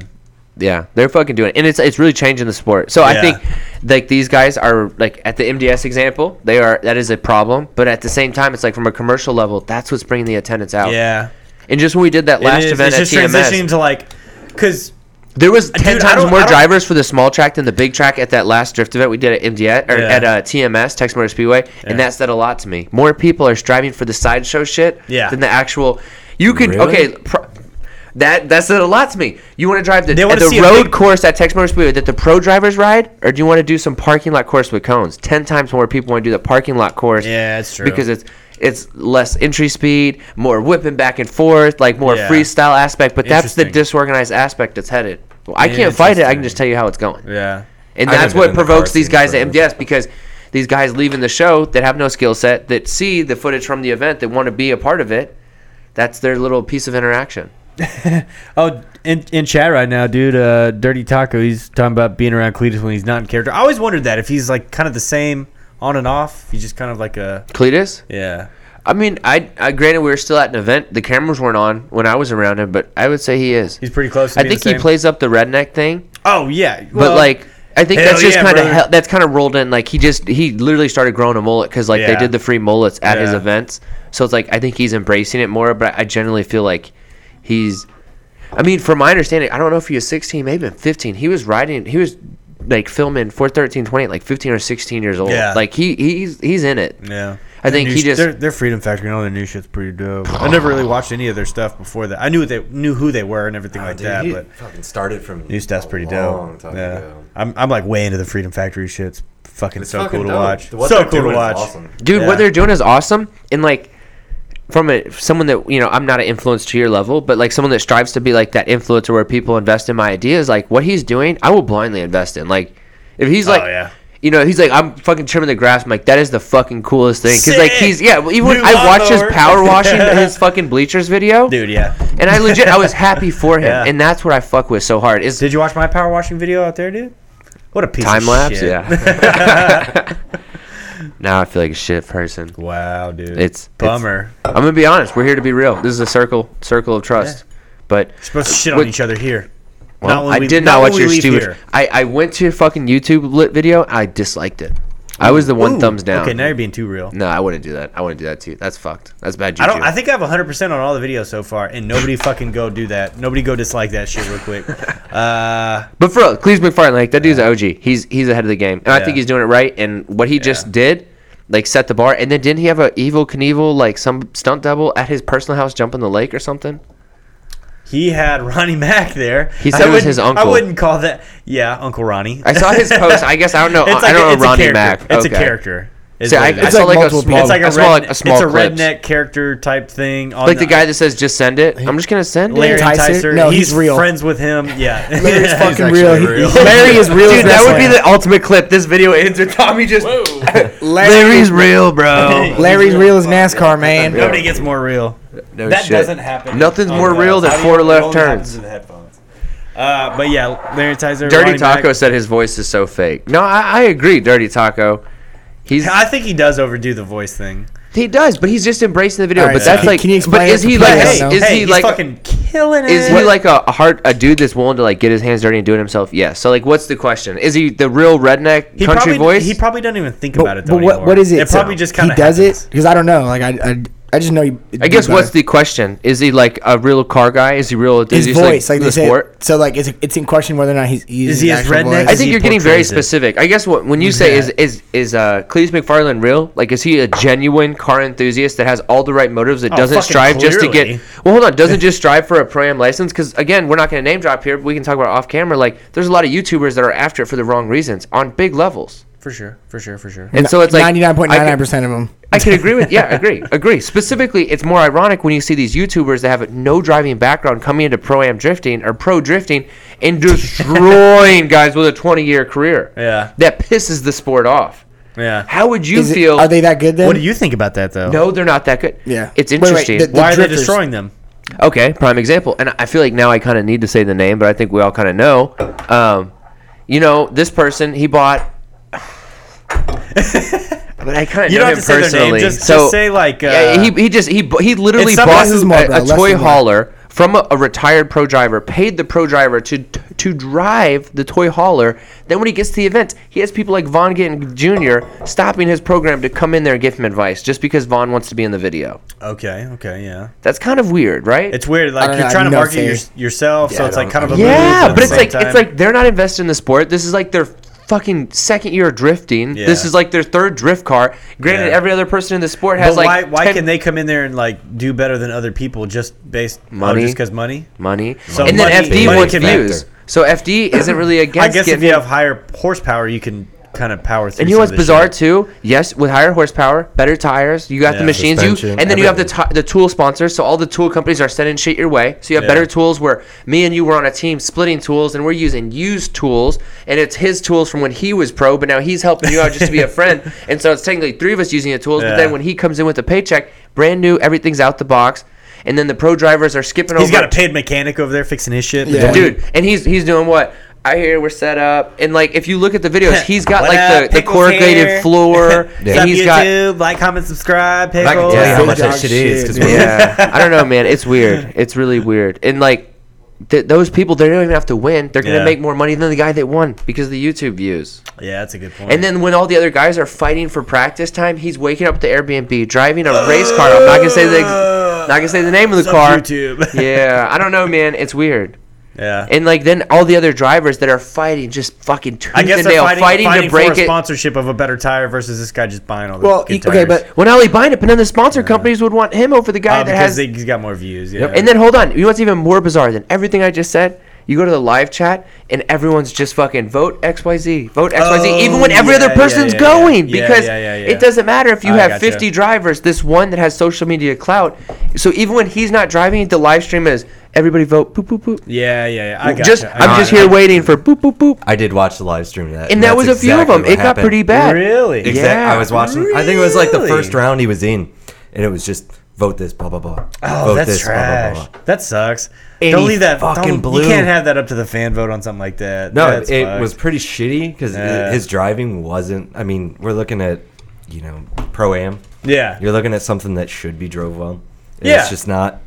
Speaker 3: Yeah, they're fucking doing it, and it's it's really changing the sport. So I
Speaker 2: Yeah.
Speaker 3: think like these guys are like at the MDS example, they are that is a problem. But at the same time, it's like from a commercial level, that's what's bringing the attendance out.
Speaker 2: Yeah,
Speaker 3: And just when we did that last
Speaker 2: it is,
Speaker 3: event
Speaker 2: it's
Speaker 3: at
Speaker 2: just transitioning
Speaker 3: TMS,
Speaker 2: to like, cause
Speaker 3: there was ten
Speaker 2: Uh, Dude, I
Speaker 3: times
Speaker 2: don't- I
Speaker 3: more
Speaker 2: don't-
Speaker 3: drivers for the small track than the big track at that last drift event we did at MDS or
Speaker 2: Yeah.
Speaker 3: at uh, TMS Texas Motor Speedway, and
Speaker 2: Yeah.
Speaker 3: that said a lot to me. More people are striving for the sideshow shit
Speaker 2: Yeah.
Speaker 3: than the actual. You could
Speaker 5: Really?
Speaker 3: okay. Pro, that that said a lot to me. You want to drive the,
Speaker 2: They wanna
Speaker 3: the
Speaker 2: see a
Speaker 3: road
Speaker 2: big-
Speaker 3: course at Tex Motor Speedway that the pro drivers ride, or do you want to do some parking lot course with cones? Ten times more people want to do the parking lot course.
Speaker 2: Yeah, that's true.
Speaker 3: Because it's it's less entry speed, more whipping back and forth, like more
Speaker 2: Yeah.
Speaker 3: freestyle aspect. But that's the
Speaker 2: Interesting.
Speaker 3: disorganized aspect that's headed. Well, I can't fight it. I can
Speaker 2: Interesting.
Speaker 3: just tell you how it's going.
Speaker 2: yeah,
Speaker 3: And
Speaker 5: I haven't
Speaker 3: that's
Speaker 5: been
Speaker 3: what
Speaker 5: in the
Speaker 3: provokes
Speaker 5: car
Speaker 3: these
Speaker 5: scene
Speaker 3: guys
Speaker 5: for-
Speaker 3: at MDS because these guys leaving the show that have no skill set, that see the footage from the event, that want to be a part of it. That's their little piece of interaction.
Speaker 2: Oh, in, in chat right now, dude, uh, Dirty Taco, he's talking about being around Cletus when he's not in character. I always wondered that if he's like kind of the same on and off. He's just kind of like a
Speaker 3: Cletus?
Speaker 2: yeah.
Speaker 3: I mean, I, I granted we were still at an event. The cameras weren't on when I was around him, but I would say he is.
Speaker 2: He's pretty close. To
Speaker 3: I
Speaker 2: being
Speaker 3: think
Speaker 2: the
Speaker 3: he
Speaker 2: same.
Speaker 3: plays up the redneck thing,
Speaker 2: Oh yeah,
Speaker 3: but like I think
Speaker 2: hell
Speaker 3: that's just
Speaker 2: yeah,
Speaker 3: kind
Speaker 2: brother.
Speaker 3: of that's kind of rolled in. Like he just he literally started growing a mullet because like they
Speaker 2: Yeah.
Speaker 3: did the free mullets at his
Speaker 2: Yeah.
Speaker 3: events, so it's like I think he's embracing it more. But I generally feel like he's. I mean, from my understanding, I don't know if he was 16, maybe 15. He was riding. He was like filming 413 20 like 15 or 16 years old.
Speaker 2: Yeah.
Speaker 3: Like he he's he's in it.
Speaker 2: Yeah.
Speaker 3: I think
Speaker 2: Their new
Speaker 3: he
Speaker 2: sh-
Speaker 3: just-
Speaker 2: their, their Freedom Factory and all their new shit's pretty dope. I never really watched any of their stuff before that. I knew they knew who they were and everything like
Speaker 5: Ah, Dude,
Speaker 2: that,
Speaker 5: he
Speaker 2: but
Speaker 5: fucking started from
Speaker 2: new stuff's pretty
Speaker 5: a
Speaker 2: dope.
Speaker 5: long time
Speaker 2: yeah,
Speaker 5: ago.
Speaker 2: I'm, I'm like way into the Freedom Factory shit. It's fucking
Speaker 5: It's
Speaker 2: so
Speaker 5: fucking
Speaker 2: cool to
Speaker 5: dope.
Speaker 2: watch.
Speaker 5: What
Speaker 2: so
Speaker 5: they're
Speaker 2: cool
Speaker 5: doing
Speaker 2: to
Speaker 5: is
Speaker 2: watch.
Speaker 5: awesome.
Speaker 3: dude
Speaker 2: Yeah.
Speaker 3: what they're doing is awesome and like from a someone that you know I'm not an influence to your level, but like someone that strives to be like that influencer where people invest in my ideas, like what he's doing, I will blindly invest in. Like if he's like,
Speaker 2: Oh, yeah.
Speaker 3: you know, he's like I'm fucking trimming the grass. I'm like that is the fucking coolest thing because like
Speaker 2: Sick!
Speaker 3: he's yeah. well, Even when
Speaker 2: New
Speaker 3: I watch his
Speaker 2: lawnmower.
Speaker 3: power washing his fucking bleachers video,
Speaker 2: dude. Yeah.
Speaker 3: and I legit I was happy for him,
Speaker 2: Yeah.
Speaker 3: and that's what I fuck with so hard. Is
Speaker 2: Did you watch my power washing video out there, dude? What a piece
Speaker 3: time
Speaker 2: of
Speaker 3: lapse?
Speaker 2: shit.
Speaker 3: Yeah. now I feel like a shit person.
Speaker 2: Wow, dude.
Speaker 3: It's-
Speaker 2: bummer.
Speaker 3: I'm gonna be honest. We're here to be real. This is a circle circle of trust, but.
Speaker 2: We're supposed to shit
Speaker 3: With-
Speaker 2: on each other here. Not
Speaker 3: Well,
Speaker 2: when
Speaker 3: I
Speaker 2: we-
Speaker 3: did not,
Speaker 2: not when
Speaker 3: watch
Speaker 2: we
Speaker 3: your
Speaker 2: leave
Speaker 3: stupid.
Speaker 2: here.
Speaker 3: I, I went to your fucking YouTube lit video. I disliked it. I was the one
Speaker 2: Ooh,
Speaker 3: thumbs down.
Speaker 2: Okay, now you're being too real.
Speaker 3: no, I wouldn't do that. I wouldn't do that to you. That's fucked. That's bad juju.
Speaker 2: I don't. I think I have 100 percent on all the videos so far, and nobody fucking go do that. Nobody go dislike that shit real quick. Uh,
Speaker 3: but for real, Cleves McFarland, like that dude's an OG. He's he's ahead of the game, and I
Speaker 2: Yeah.
Speaker 3: think he's doing it right. And what he just did, like set the bar. And then didn't he have a evil Knievel, like some stunt double at his personal house, jump in the lake or something?
Speaker 2: he had Ronnie Mack there.
Speaker 3: He said
Speaker 2: I
Speaker 3: it was
Speaker 2: wouldn't-
Speaker 3: his
Speaker 2: I
Speaker 3: uncle.
Speaker 2: wouldn't call that. Yeah, Uncle Ronnie.
Speaker 3: I saw his post. I guess I don't know.
Speaker 2: It's
Speaker 3: I
Speaker 2: like
Speaker 3: don't
Speaker 2: a-
Speaker 3: know
Speaker 2: it's a
Speaker 3: Ronnie
Speaker 2: character.
Speaker 3: Mac.
Speaker 2: It's
Speaker 3: Okay.
Speaker 2: a character. is
Speaker 3: See,
Speaker 2: what
Speaker 3: I,
Speaker 2: it
Speaker 3: I
Speaker 2: is.
Speaker 3: saw
Speaker 4: like
Speaker 3: like, a
Speaker 4: multiple
Speaker 3: small,
Speaker 4: blogs.
Speaker 2: It's like a,
Speaker 3: a, small, like,
Speaker 2: redneck,
Speaker 3: a small
Speaker 2: it's a
Speaker 3: clips.
Speaker 2: redneck character type thing. On
Speaker 3: Like the guy that says, "Just send it." I'm just gonna send it.
Speaker 2: Larry
Speaker 4: Tyser?
Speaker 2: Tyser.
Speaker 4: No,
Speaker 2: he's,
Speaker 4: he's real.
Speaker 2: Friends with him. Yeah.
Speaker 4: Larry's
Speaker 2: Yeah.
Speaker 4: fucking
Speaker 5: actually
Speaker 4: real.
Speaker 5: real.
Speaker 4: He- Larry is real. as
Speaker 3: Dude, that would be
Speaker 4: Westland.
Speaker 3: the ultimate clip. This video ends with Tommy just.
Speaker 7: Whoa.
Speaker 4: Larry.
Speaker 3: real, bro.
Speaker 4: Larry's real as NASCAR, man.
Speaker 2: Nobody gets more real.
Speaker 3: No
Speaker 2: that
Speaker 3: Oh, shit.
Speaker 2: doesn't happen. Oh,
Speaker 3: Nothing's
Speaker 2: on
Speaker 3: more
Speaker 2: the-
Speaker 3: real than
Speaker 2: I don't
Speaker 3: four
Speaker 2: even- it
Speaker 3: left
Speaker 2: only happens
Speaker 3: turns.
Speaker 2: in the headphones. Uh, but yeah, Larry Tyser.
Speaker 3: Dirty
Speaker 2: Ronnie Mack.
Speaker 3: Taco said his voice is so fake. No, I, I agree, Dirty Taco. He's
Speaker 2: I think he does overdo the voice thing.
Speaker 3: he does, but he's just embracing the video.
Speaker 4: All right,
Speaker 3: but that's
Speaker 4: can-
Speaker 3: like,
Speaker 4: can you
Speaker 3: but
Speaker 4: explain
Speaker 3: is
Speaker 4: it
Speaker 3: he
Speaker 4: for
Speaker 3: like,
Speaker 4: people
Speaker 3: hey,
Speaker 4: that don't
Speaker 3: is
Speaker 4: know?
Speaker 3: he
Speaker 2: he's
Speaker 3: like,
Speaker 2: fucking killing it?
Speaker 3: is he like a, a hard a dude that's willing to like get his hands dirty and do it himself? Yes. So like, what's the question? Is he the real redneck
Speaker 2: He
Speaker 3: country
Speaker 2: probably,
Speaker 3: voice?
Speaker 2: He probably doesn't even think about
Speaker 4: But,
Speaker 2: it. Though
Speaker 4: but what,
Speaker 2: anymore.
Speaker 4: what is it?
Speaker 2: It probably
Speaker 4: So,
Speaker 2: just kind
Speaker 4: he
Speaker 2: of
Speaker 4: does it because I don't know. Like I, I, I just know. You,
Speaker 3: I guess what's the question? Is he like a real car guy? Is he real?
Speaker 4: his
Speaker 3: is he just,
Speaker 4: voice? Like,
Speaker 3: the
Speaker 4: they say,
Speaker 3: sport?
Speaker 4: so like it's, it's in question whether or not he's
Speaker 2: Is he as redneck
Speaker 3: I
Speaker 2: as
Speaker 3: think
Speaker 2: he
Speaker 3: you're getting very
Speaker 2: portrays it.
Speaker 3: specific. I guess what when you say is is is uh Cleves McFarland real? Like is he a genuine car enthusiast that has all the right motives that
Speaker 2: Oh,
Speaker 3: doesn't
Speaker 2: fucking
Speaker 3: strive just to
Speaker 2: clearly.
Speaker 3: get Well, hold on, doesn't just strive for a pro-am license cuz again, we're not going to name drop here, but we can talk about it off camera like there's a lot of YouTubers that are after it for the wrong reasons on big levels.
Speaker 2: for sure, for sure, for sure.
Speaker 3: And so it's like
Speaker 4: ninety nine point
Speaker 3: I
Speaker 4: nine
Speaker 3: could-
Speaker 4: nine percent of them.
Speaker 3: I can agree with yeah, agree, agree. Specifically, it's more ironic when you see these YouTubers that have no driving background coming into pro am drifting or pro drifting and destroying guys with a twenty year career.
Speaker 2: Yeah.
Speaker 3: that pisses the sport off.
Speaker 2: Yeah.
Speaker 3: How would you
Speaker 4: Is it-
Speaker 3: feel?
Speaker 4: are they that good then?
Speaker 2: What do you think about that though?
Speaker 3: No, they're not that good.
Speaker 4: Yeah.
Speaker 3: it's
Speaker 4: Wait, wait,
Speaker 3: interesting.
Speaker 4: the- the-
Speaker 2: Why are they
Speaker 4: drifters.
Speaker 2: destroying them?
Speaker 3: okay, prime example, and I feel like now I kind of need to say the name, but I think we all kind of know. Um, you know, this person he bought. But I kind of
Speaker 2: You
Speaker 3: know
Speaker 2: don't have
Speaker 3: him
Speaker 2: to say their
Speaker 3: personally.
Speaker 2: name. Just,
Speaker 3: so
Speaker 2: just say like. Uh,
Speaker 3: yeah, he, he just he bu- he literally
Speaker 2: It's somebody
Speaker 3: bought
Speaker 2: else's
Speaker 3: a-
Speaker 4: mall, bro.
Speaker 3: a,
Speaker 4: Less
Speaker 3: toy
Speaker 4: than one.
Speaker 3: hauler from a, a retired pro driver. Paid the pro driver to to drive the toy hauler. Then when he gets to the event, he has people like Von Gittin Jr. stopping his program to come in there and give him advice just because Von wants to be in the video.
Speaker 2: Okay. Okay. Yeah.
Speaker 3: That's kind of weird, right?
Speaker 2: It's weird.
Speaker 4: don't
Speaker 2: Like
Speaker 4: know,
Speaker 2: you're
Speaker 4: I
Speaker 2: trying to
Speaker 4: have no
Speaker 2: market your,
Speaker 4: theory.
Speaker 2: yourself, so
Speaker 5: Yeah,
Speaker 2: it's
Speaker 5: I
Speaker 2: like
Speaker 5: don't-
Speaker 2: kind of a move
Speaker 3: yeah,
Speaker 2: at
Speaker 3: but
Speaker 2: the
Speaker 3: it's
Speaker 2: same
Speaker 3: like
Speaker 2: time.
Speaker 3: it's like they're not invested in the sport. This is like their fucking second year drifting. This
Speaker 2: Yeah.
Speaker 3: is like their third drift car. Granted,
Speaker 2: Yeah.
Speaker 3: every other person in the sport
Speaker 2: But
Speaker 3: has like
Speaker 2: why? Why
Speaker 3: 10
Speaker 2: can they come in there and like do better than other people just based money?
Speaker 3: Money.
Speaker 2: just because money?
Speaker 3: money.
Speaker 2: So
Speaker 3: and then
Speaker 2: money-
Speaker 3: FD
Speaker 2: money
Speaker 3: wants
Speaker 2: can
Speaker 3: views.
Speaker 5: factor.
Speaker 3: So FD isn't really
Speaker 2: I
Speaker 3: against.
Speaker 2: guess if
Speaker 3: getting-
Speaker 2: you have higher horsepower, you can kind of power through.
Speaker 3: and you know
Speaker 2: some
Speaker 3: what's
Speaker 2: of this
Speaker 3: bizarre
Speaker 2: shit.
Speaker 3: too? Yes, with higher horsepower, better tires. You got the
Speaker 2: Yeah.
Speaker 3: machines. You
Speaker 5: Suspension,
Speaker 3: and then you have the ti the tool sponsors. So all the tool companies are sending shit your way. So you have
Speaker 2: Yeah.
Speaker 3: better tools. Where me and you were on a team splitting tools, and we're using used tools, and it's his tools from when he was pro, but now he's helping you out just to be a friend. And so it's technically three of us using the tools. But
Speaker 2: Yeah.
Speaker 3: then when he comes in with a paycheck, brand new, everything's out the box. And then the pro drivers are skipping
Speaker 2: He's
Speaker 3: over.
Speaker 2: got a paid mechanic over there fixing his shit.
Speaker 4: Yeah.
Speaker 3: dude. And he's he's doing what? I hear we're set up, and like if you look at the videos, he's got
Speaker 2: What
Speaker 3: like
Speaker 2: up?
Speaker 3: the, the
Speaker 2: Pickles
Speaker 3: corrugated
Speaker 2: here.
Speaker 3: floor,
Speaker 5: Yeah.
Speaker 3: and
Speaker 2: What's
Speaker 3: he's
Speaker 2: up,
Speaker 3: got
Speaker 2: YouTube? like, comment, subscribe.
Speaker 5: I can
Speaker 2: Pickles.
Speaker 5: tell you how
Speaker 4: Big
Speaker 5: much that
Speaker 4: dog
Speaker 5: shit is
Speaker 4: shit,
Speaker 5: because
Speaker 4: dude.
Speaker 3: yeah. I don't know, man. It's weird. It's really weird, and like th- those people, they don't even have to win. They're gonna
Speaker 2: Yeah.
Speaker 3: make more money than the guy that won because of the YouTube views.
Speaker 2: Yeah, that's a good point.
Speaker 3: And then when all the other guys are fighting for practice time, he's waking up at the Airbnb, driving a race car. I'm not gonna say the ex- not gonna say the name of the
Speaker 2: What's up,
Speaker 3: car.
Speaker 2: YouTube.
Speaker 3: yeah, I don't know, man. It's weird.
Speaker 2: yeah.
Speaker 3: And like then all the other drivers that are fighting just fucking tooth
Speaker 2: I guess
Speaker 3: and
Speaker 2: they're
Speaker 3: nail,
Speaker 2: fighting,
Speaker 3: fighting,
Speaker 2: fighting,
Speaker 3: to break
Speaker 2: for a
Speaker 3: it.
Speaker 2: sponsorship of a better tire versus this guy just buying all the
Speaker 4: Well,
Speaker 2: good
Speaker 4: e- okay,
Speaker 2: tires.
Speaker 4: but
Speaker 3: Well, not only buying it, but then the sponsor companies would want him over the guy
Speaker 2: Uh,
Speaker 3: that
Speaker 2: because
Speaker 3: has.
Speaker 2: they, he's got more views. Yeah.
Speaker 3: and then hold on, you know what's even more bizarre than everything I just said You go to the live chat and everyone's just fucking vote XYZ, vote XYZ, even
Speaker 2: Oh,
Speaker 3: when every
Speaker 2: yeah,
Speaker 3: other
Speaker 2: yeah,
Speaker 3: person's
Speaker 2: yeah, yeah.
Speaker 3: going
Speaker 2: Yeah,
Speaker 3: because
Speaker 2: yeah, yeah, yeah.
Speaker 3: it doesn't matter if you
Speaker 2: I
Speaker 3: have
Speaker 2: gotcha.
Speaker 3: 50 drivers, this one that has social media clout. So even when he's not driving, the live stream is everybody vote boop boop boop.
Speaker 2: Yeah, yeah, yeah. I got
Speaker 3: just
Speaker 2: I
Speaker 3: I'm
Speaker 2: gotcha.
Speaker 3: just here waiting for boop boop boop.
Speaker 5: I did watch the live stream of that,
Speaker 3: And that
Speaker 5: that's
Speaker 3: was a few
Speaker 5: exactly
Speaker 3: of them.
Speaker 5: what
Speaker 3: It got
Speaker 5: happened.
Speaker 3: pretty bad.
Speaker 2: Really?
Speaker 5: Exactly.
Speaker 3: Yeah.
Speaker 5: I was watching. I think it was like the
Speaker 2: Really?
Speaker 5: first round he was in, and it was just vote this, blah blah blah.
Speaker 2: Oh,
Speaker 5: vote
Speaker 2: that's
Speaker 5: this, blah, blah, blah,
Speaker 2: trash.
Speaker 5: blah.
Speaker 2: That sucks.
Speaker 5: And
Speaker 2: don't
Speaker 5: he
Speaker 2: leave that
Speaker 5: fucking
Speaker 2: don't-
Speaker 5: blew.
Speaker 2: You can't have that up to the fan vote on something like that.
Speaker 5: No,
Speaker 2: That's
Speaker 5: it
Speaker 2: fucked.
Speaker 5: was pretty shitty because
Speaker 2: Yeah.
Speaker 5: his driving wasn't. I mean, we're looking at, you know, pro am.
Speaker 2: yeah,
Speaker 5: You're looking at something that should be drove well. And
Speaker 2: Yeah.
Speaker 5: It's just not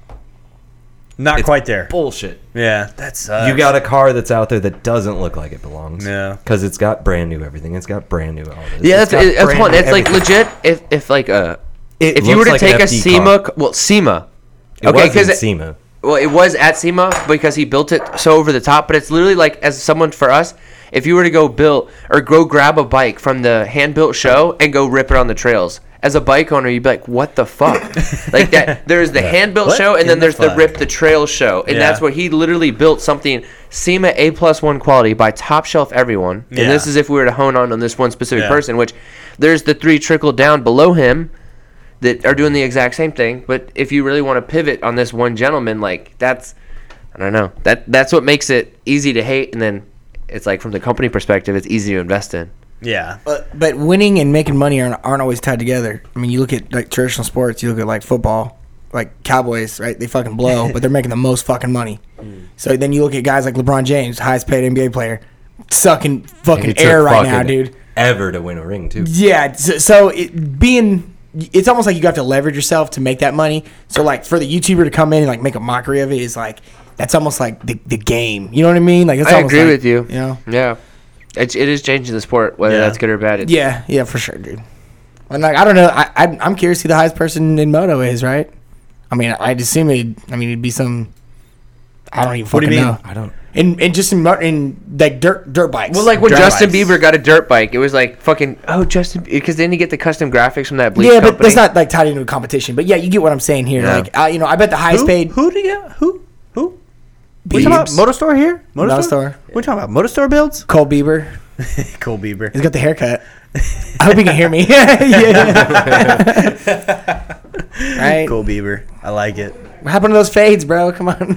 Speaker 2: not
Speaker 5: it's
Speaker 2: quite there.
Speaker 5: bullshit.
Speaker 2: yeah, that sucks.
Speaker 5: You got a car that's out there that doesn't look like it belongs.
Speaker 2: Yeah.
Speaker 5: Because it's got brand new everything. It's got brand new all this.
Speaker 3: Yeah, that's
Speaker 5: It's got
Speaker 3: it, that's
Speaker 5: brand
Speaker 3: one.
Speaker 5: new
Speaker 3: It's like
Speaker 5: everything.
Speaker 3: legit. If if like uh,
Speaker 5: It
Speaker 3: if you were
Speaker 5: looks
Speaker 3: to take
Speaker 5: like an
Speaker 3: a
Speaker 5: FD car.
Speaker 3: SEMA, well SEMA,
Speaker 5: It
Speaker 3: okay,
Speaker 5: was in
Speaker 3: 'cause it-
Speaker 5: SEMA.
Speaker 3: well it was at SEMA because he built it so over the top. But it's literally like as someone for us, if you were to go build or go grab a bike from the hand built show and go rip it on the trails. As a bike owner, you'd be like, "What the fuck?" like that. There's the hand built
Speaker 2: What
Speaker 3: show, and
Speaker 2: in
Speaker 3: then
Speaker 2: the
Speaker 3: there's the
Speaker 2: fuck?
Speaker 3: rip the trail show, and
Speaker 2: Yeah.
Speaker 3: that's where he literally built something SEMA A plus one quality by top shelf everyone.
Speaker 2: Yeah.
Speaker 3: And this is if we were to hone on on this one specific
Speaker 2: Yeah.
Speaker 3: person, which there's the three trickle down below him that are doing the exact same thing. But if you really want to pivot on this one gentleman, like that's I don't know. That that's what makes it easy to hate, and then it's like from the company perspective, it's easy to invest in.
Speaker 2: yeah,
Speaker 4: But, but winning and making money aren't, aren't always tied together. I mean, you look at like traditional sports. You look at like football, like Cowboys, right? They fucking blow, but they're making the most fucking money.
Speaker 3: Mm.
Speaker 4: So then you look at guys like LeBron James, highest paid NBA player, sucking
Speaker 5: It
Speaker 4: fucking
Speaker 5: took
Speaker 4: air right now,
Speaker 5: fucking
Speaker 4: dude.
Speaker 5: Ever to win a ring too.
Speaker 4: Yeah. So, so it, being, it's almost like you have to leverage yourself to make that money. So like for the YouTuber to come in and like make a mockery of it is like that's almost like the, the game. You know what I mean? Like it's
Speaker 3: I
Speaker 4: almost
Speaker 3: agree
Speaker 4: like,
Speaker 3: with you.
Speaker 4: You know?
Speaker 3: Yeah, it, it is changing the sport, whether
Speaker 2: Yeah.
Speaker 3: that's good or bad. It's,
Speaker 4: Yeah, yeah, for sure, dude. And like, I don't know. I, I I'm curious who the highest person in moto is, right? I mean, I'd assume it. I mean, it'd be some. I don't even
Speaker 2: What do
Speaker 4: fucking
Speaker 2: you mean?
Speaker 4: know.
Speaker 5: I don't.
Speaker 4: And and just in mo- in like dirt dirt bikes.
Speaker 3: Well, like when
Speaker 2: Dirt
Speaker 3: Justin
Speaker 2: bikes.
Speaker 3: Bieber got a dirt bike, it was like fucking oh Justin because then you get the custom graphics from that bleach
Speaker 4: yeah, but
Speaker 3: company.
Speaker 4: that's not like tied into a competition. But yeah, you get what I'm saying here.
Speaker 3: Yeah.
Speaker 4: Like, I, you know, I bet the highest
Speaker 2: who,
Speaker 4: paid.
Speaker 2: who do you who who? We
Speaker 4: Biebs,
Speaker 2: talking about Motor Store here? Motor
Speaker 4: Motor
Speaker 2: Store.
Speaker 4: Store.
Speaker 2: We talking about Motor Store builds?
Speaker 4: Cole Bieber.
Speaker 2: Cole Bieber.
Speaker 4: He's got the haircut. I hope you can hear me. Yeah. right.
Speaker 2: Cole Bieber. I like it.
Speaker 4: What happened to those fades, bro? Come on.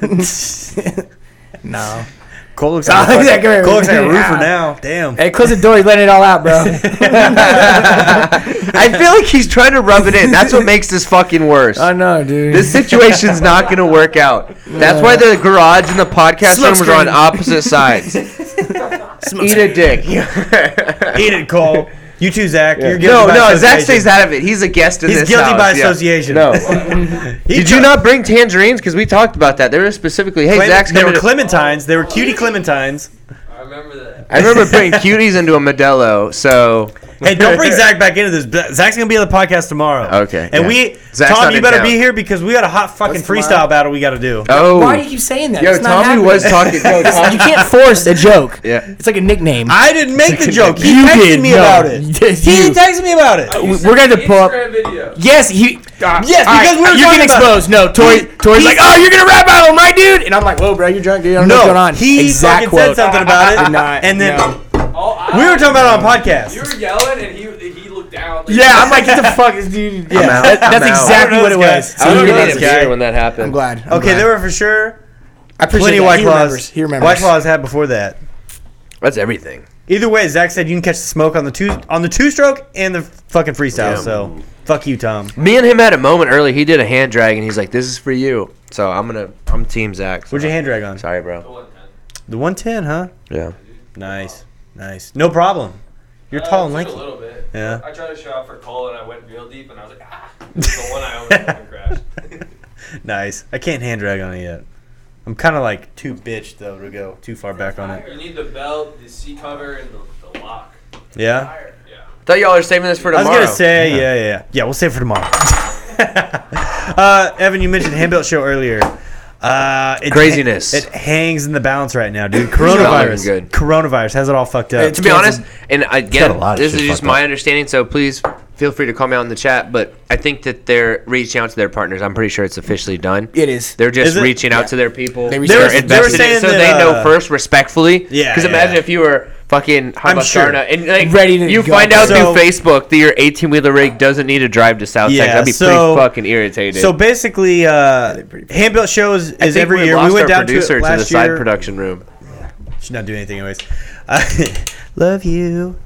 Speaker 4: no.
Speaker 2: Cole looks
Speaker 4: Oh,
Speaker 2: like, a,
Speaker 4: yeah, come
Speaker 2: fucking-
Speaker 4: here.
Speaker 2: Cole looks like a
Speaker 4: Ah.
Speaker 2: roofer now. Damn.
Speaker 4: Hey, close the door. He's letting it all out, bro.
Speaker 3: I feel like he's trying to rub it in. That's what makes this fucking worse.
Speaker 4: I know, dude.
Speaker 3: This situation's not going to work out. That's why the garage and the podcast room was on
Speaker 4: Smokescreen.
Speaker 3: opposite sides. Eat a dick.
Speaker 2: Eat it, Cole. You too, Zach. You're guilty
Speaker 3: no,
Speaker 2: by
Speaker 3: no, Zach
Speaker 2: association.
Speaker 3: stays out of it. He's a guest in
Speaker 2: He's
Speaker 3: this
Speaker 2: guilty
Speaker 3: house,
Speaker 2: by
Speaker 3: yeah.
Speaker 2: association.
Speaker 3: No.
Speaker 2: He
Speaker 3: Did you
Speaker 2: took-
Speaker 3: not bring tangerines? Because we talked about that. They were specifically, hey,
Speaker 2: Clem-
Speaker 3: Zach's
Speaker 2: they were
Speaker 3: coming. to-
Speaker 2: clementines. They were cutie clementines.
Speaker 7: I remember that.
Speaker 3: I remember bringing cuties into a Modelo, so.
Speaker 2: Hey, don't bring Zach back into this. Zach's gonna be on the podcast tomorrow.
Speaker 3: Okay,
Speaker 2: And
Speaker 3: yeah.
Speaker 2: we,
Speaker 3: Zach's
Speaker 2: Tom,
Speaker 3: not
Speaker 2: you
Speaker 3: in
Speaker 2: better
Speaker 3: town.
Speaker 2: be here because we got a hot fucking
Speaker 4: What's
Speaker 2: freestyle
Speaker 4: tomorrow?
Speaker 2: battle we got to do.
Speaker 3: Oh.
Speaker 4: Why do you keep saying that?
Speaker 3: Yo,
Speaker 4: It's not
Speaker 3: Tommy was talking. Yo,
Speaker 4: you
Speaker 3: Tommy,
Speaker 4: can't force a joke.
Speaker 3: Yeah.
Speaker 4: It's like a nickname.
Speaker 2: I didn't make the joke. He
Speaker 4: You
Speaker 2: texted
Speaker 4: did,
Speaker 2: me
Speaker 4: no.
Speaker 2: about it.
Speaker 4: Yes,
Speaker 2: He
Speaker 4: you.
Speaker 2: texted me about it.
Speaker 4: we- we're gonna pull up-
Speaker 7: Instagram video.
Speaker 4: yes, he.
Speaker 2: Yes,
Speaker 4: all
Speaker 2: because we were
Speaker 4: you're
Speaker 2: talking
Speaker 4: getting
Speaker 2: about
Speaker 4: exposed. No, Tori. Tori's
Speaker 2: he
Speaker 4: like, oh, you're gonna rap battle, him, right, dude? And I'm like, whoa, bro, you're drunk, dude. I don't know
Speaker 2: No,
Speaker 4: what's going on.
Speaker 2: he fucking said something about it,
Speaker 4: Did not,
Speaker 2: and then
Speaker 4: no.
Speaker 7: All I-
Speaker 2: we were talking about it on
Speaker 7: You
Speaker 2: podcast.
Speaker 7: were yelling, and he he looked down. like-
Speaker 4: Yeah, I'm like, what the fuck is dude? Yeah,
Speaker 3: out.
Speaker 4: that-
Speaker 3: I'm
Speaker 4: that's
Speaker 3: out.
Speaker 4: exactly
Speaker 2: I
Speaker 4: what
Speaker 2: don't
Speaker 4: it
Speaker 2: know
Speaker 4: was.
Speaker 2: this guy. I
Speaker 4: So
Speaker 2: don't
Speaker 4: you
Speaker 2: know
Speaker 4: did
Speaker 2: this
Speaker 4: it.
Speaker 2: guy.
Speaker 3: when that happened.
Speaker 4: I'm glad. I'm
Speaker 2: Okay,
Speaker 4: glad.
Speaker 2: there were for sure
Speaker 4: I appreciate
Speaker 2: plenty
Speaker 4: that.
Speaker 2: of white
Speaker 4: he
Speaker 2: claws.
Speaker 4: Remembers. He remembers.
Speaker 2: White claws had before that.
Speaker 3: That's everything.
Speaker 2: Either way, Zach said you can catch the smoke on the two on the two stroke and the fucking freestyle. So fuck you, Tom.
Speaker 3: Me and him had a moment early. He did a hand drag, and he's like, "This is for you." So I'm gonna, I'm Team Zach. So
Speaker 2: Where'd your hand drag on?
Speaker 3: Sorry, bro.
Speaker 2: The 110, huh?
Speaker 3: Yeah.
Speaker 2: Nice, nice. No problem. You're
Speaker 7: Uh,
Speaker 2: tall and
Speaker 7: it took A
Speaker 2: lanky.
Speaker 7: little bit.
Speaker 2: Yeah.
Speaker 7: I tried to show out for Cole, and I went real deep, and I was like, ah. This is the one I almost fucking crashed.
Speaker 2: Nice. I can't hand drag on it yet. I'm kind of like too bitched though to go too far back on it.
Speaker 7: You need the belt, the seat cover, and the, the lock.
Speaker 2: Yeah.
Speaker 7: Yeah.
Speaker 3: Thought y'all are saving this for
Speaker 2: I was
Speaker 3: tomorrow.
Speaker 2: gonna say, yeah, yeah, yeah. Yeah, we'll save it for tomorrow. uh, Evan, you mentioned handbuilt show earlier. Uh, it,
Speaker 3: Craziness.
Speaker 2: It hangs in the balance right now, dude.
Speaker 3: not
Speaker 2: Coronavirus.
Speaker 3: looking good.
Speaker 2: Coronavirus has it all fucked up.
Speaker 3: to be honest, and
Speaker 5: got a lot
Speaker 3: again,
Speaker 5: of
Speaker 3: this
Speaker 5: shit
Speaker 3: is just
Speaker 5: fucked
Speaker 3: my
Speaker 5: up.
Speaker 3: understanding. So please feel free to call me out in the chat. But I think that they're reaching out to their partners. I'm pretty sure it's officially done.
Speaker 4: It is.
Speaker 3: They're just
Speaker 2: Is it?
Speaker 3: reaching out
Speaker 4: Yeah.
Speaker 3: to their people.
Speaker 4: They
Speaker 3: They
Speaker 4: were-
Speaker 3: are
Speaker 4: they were
Speaker 3: invested in
Speaker 2: saying
Speaker 3: it so
Speaker 2: that,
Speaker 3: they
Speaker 2: uh,
Speaker 3: know first respectfully.
Speaker 2: Yeah,
Speaker 3: Because imagine
Speaker 2: yeah.
Speaker 3: if you were fucking
Speaker 2: I'm
Speaker 3: Hama
Speaker 2: sure.
Speaker 3: Sharna and like
Speaker 4: Ready to
Speaker 3: you
Speaker 4: go.
Speaker 3: find out
Speaker 2: So-
Speaker 3: through Facebook that your 18 wheeler rig doesn't need to drive to South
Speaker 2: Yeah,
Speaker 3: Texas. I'd be
Speaker 2: so-
Speaker 3: pretty fucking irritated.
Speaker 2: So basically, uh, handbuilt shows
Speaker 3: I
Speaker 2: is
Speaker 3: think
Speaker 2: every
Speaker 3: we
Speaker 2: year.
Speaker 3: lost
Speaker 2: We went
Speaker 3: our
Speaker 2: down to it
Speaker 3: producer
Speaker 2: last
Speaker 3: the side
Speaker 2: year.
Speaker 3: production room.
Speaker 2: Should not do anything, anyways. Uh, love you.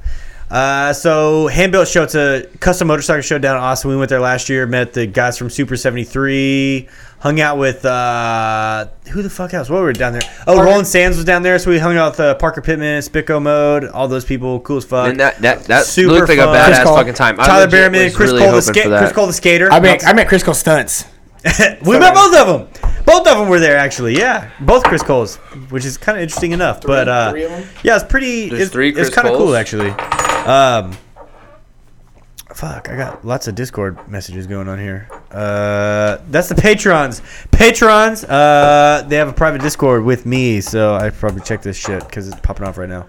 Speaker 2: Uh, so handbuilt show. It's a custom motorcycle show down in Austin. We went there last year. Met the guys from Super Seventy Three. Hung out with uh, who the fuck else? What were we down there? Oh, Roland Sands was down there. So we hung out with uh, Parker Pittman, Spicko Mode, all those people. Cool as fuck.
Speaker 3: And that that that
Speaker 2: Super
Speaker 3: looked like a
Speaker 2: fun. Chris
Speaker 3: badass
Speaker 4: Cole.
Speaker 3: fucking time. I
Speaker 2: Tyler
Speaker 3: legit
Speaker 2: Behrman,
Speaker 3: was
Speaker 2: Chris
Speaker 3: really
Speaker 2: Cole the
Speaker 3: hoping for
Speaker 2: ska-
Speaker 3: that.
Speaker 2: Chris Cole the skater.
Speaker 4: I met I met Crisco stunts.
Speaker 2: we met both of them. Both of them were there actually. Yeah, both Chris Coles, which is kind of interesting enough. but uh,
Speaker 4: three of 'em?
Speaker 2: yeah, it's pretty.
Speaker 3: There's
Speaker 2: it's
Speaker 3: three
Speaker 2: it's
Speaker 3: Chris
Speaker 2: kind of cool
Speaker 3: Coles?
Speaker 2: actually. Um, fuck, I got lots of Discord messages going on here. Uh, that's the patrons. Patrons, uh, they have a private Discord with me, so I probably check this shit because it's popping off right now.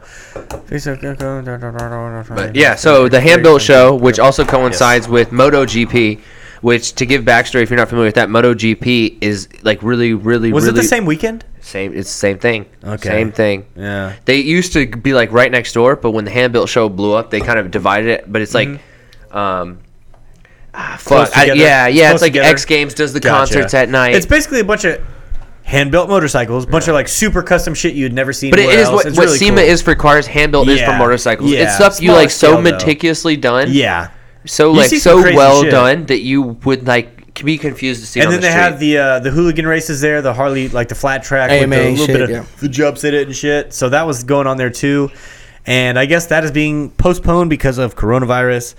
Speaker 3: But yeah, so the handbuilt show, which also coincides with MotoGP, which to give backstory, if you're not familiar with that, MotoGP is like really, really,
Speaker 2: was
Speaker 3: really
Speaker 2: it the same weekend?
Speaker 3: Same, it's the same thing.
Speaker 2: Okay.
Speaker 3: Same thing.
Speaker 2: Yeah.
Speaker 3: They used to be like right next door, but when the handbuilt show blew up, they kind of divided it. But it's like, um, ah,
Speaker 2: Mm-hmm. Close
Speaker 3: fuck, I-
Speaker 2: together.
Speaker 3: yeah, yeah.
Speaker 2: Close
Speaker 3: it's like
Speaker 2: together.
Speaker 3: X Games does the
Speaker 2: Gotcha.
Speaker 3: concerts at night.
Speaker 2: It's basically a bunch of hand-built motorcycles, a bunch of like super custom shit you'd never seen.
Speaker 3: But it
Speaker 2: anywhere
Speaker 3: is
Speaker 2: else.
Speaker 3: what,
Speaker 2: It's
Speaker 3: what
Speaker 2: really
Speaker 3: SEMA
Speaker 2: cool.
Speaker 3: is for cars, handbuilt is for
Speaker 2: Yeah.
Speaker 3: motorcycles.
Speaker 2: Yeah.
Speaker 3: It's stuff you
Speaker 2: Smaller
Speaker 3: like so
Speaker 2: scale, though.
Speaker 3: meticulously done.
Speaker 2: Yeah,
Speaker 3: so
Speaker 2: You
Speaker 3: like
Speaker 2: see some
Speaker 3: so
Speaker 2: crazy
Speaker 3: well
Speaker 2: shit.
Speaker 3: done that you would like be confused to see. it
Speaker 2: and
Speaker 3: on
Speaker 2: then
Speaker 3: the
Speaker 2: they
Speaker 3: street.
Speaker 2: have the uh, the hooligan races there, the Harley like the flat track with
Speaker 4: AMA
Speaker 2: the little
Speaker 4: shit,
Speaker 2: bit of
Speaker 4: yeah.
Speaker 2: the jumps in it and shit. So that was going on there too, and I guess that is being postponed because of coronavirus.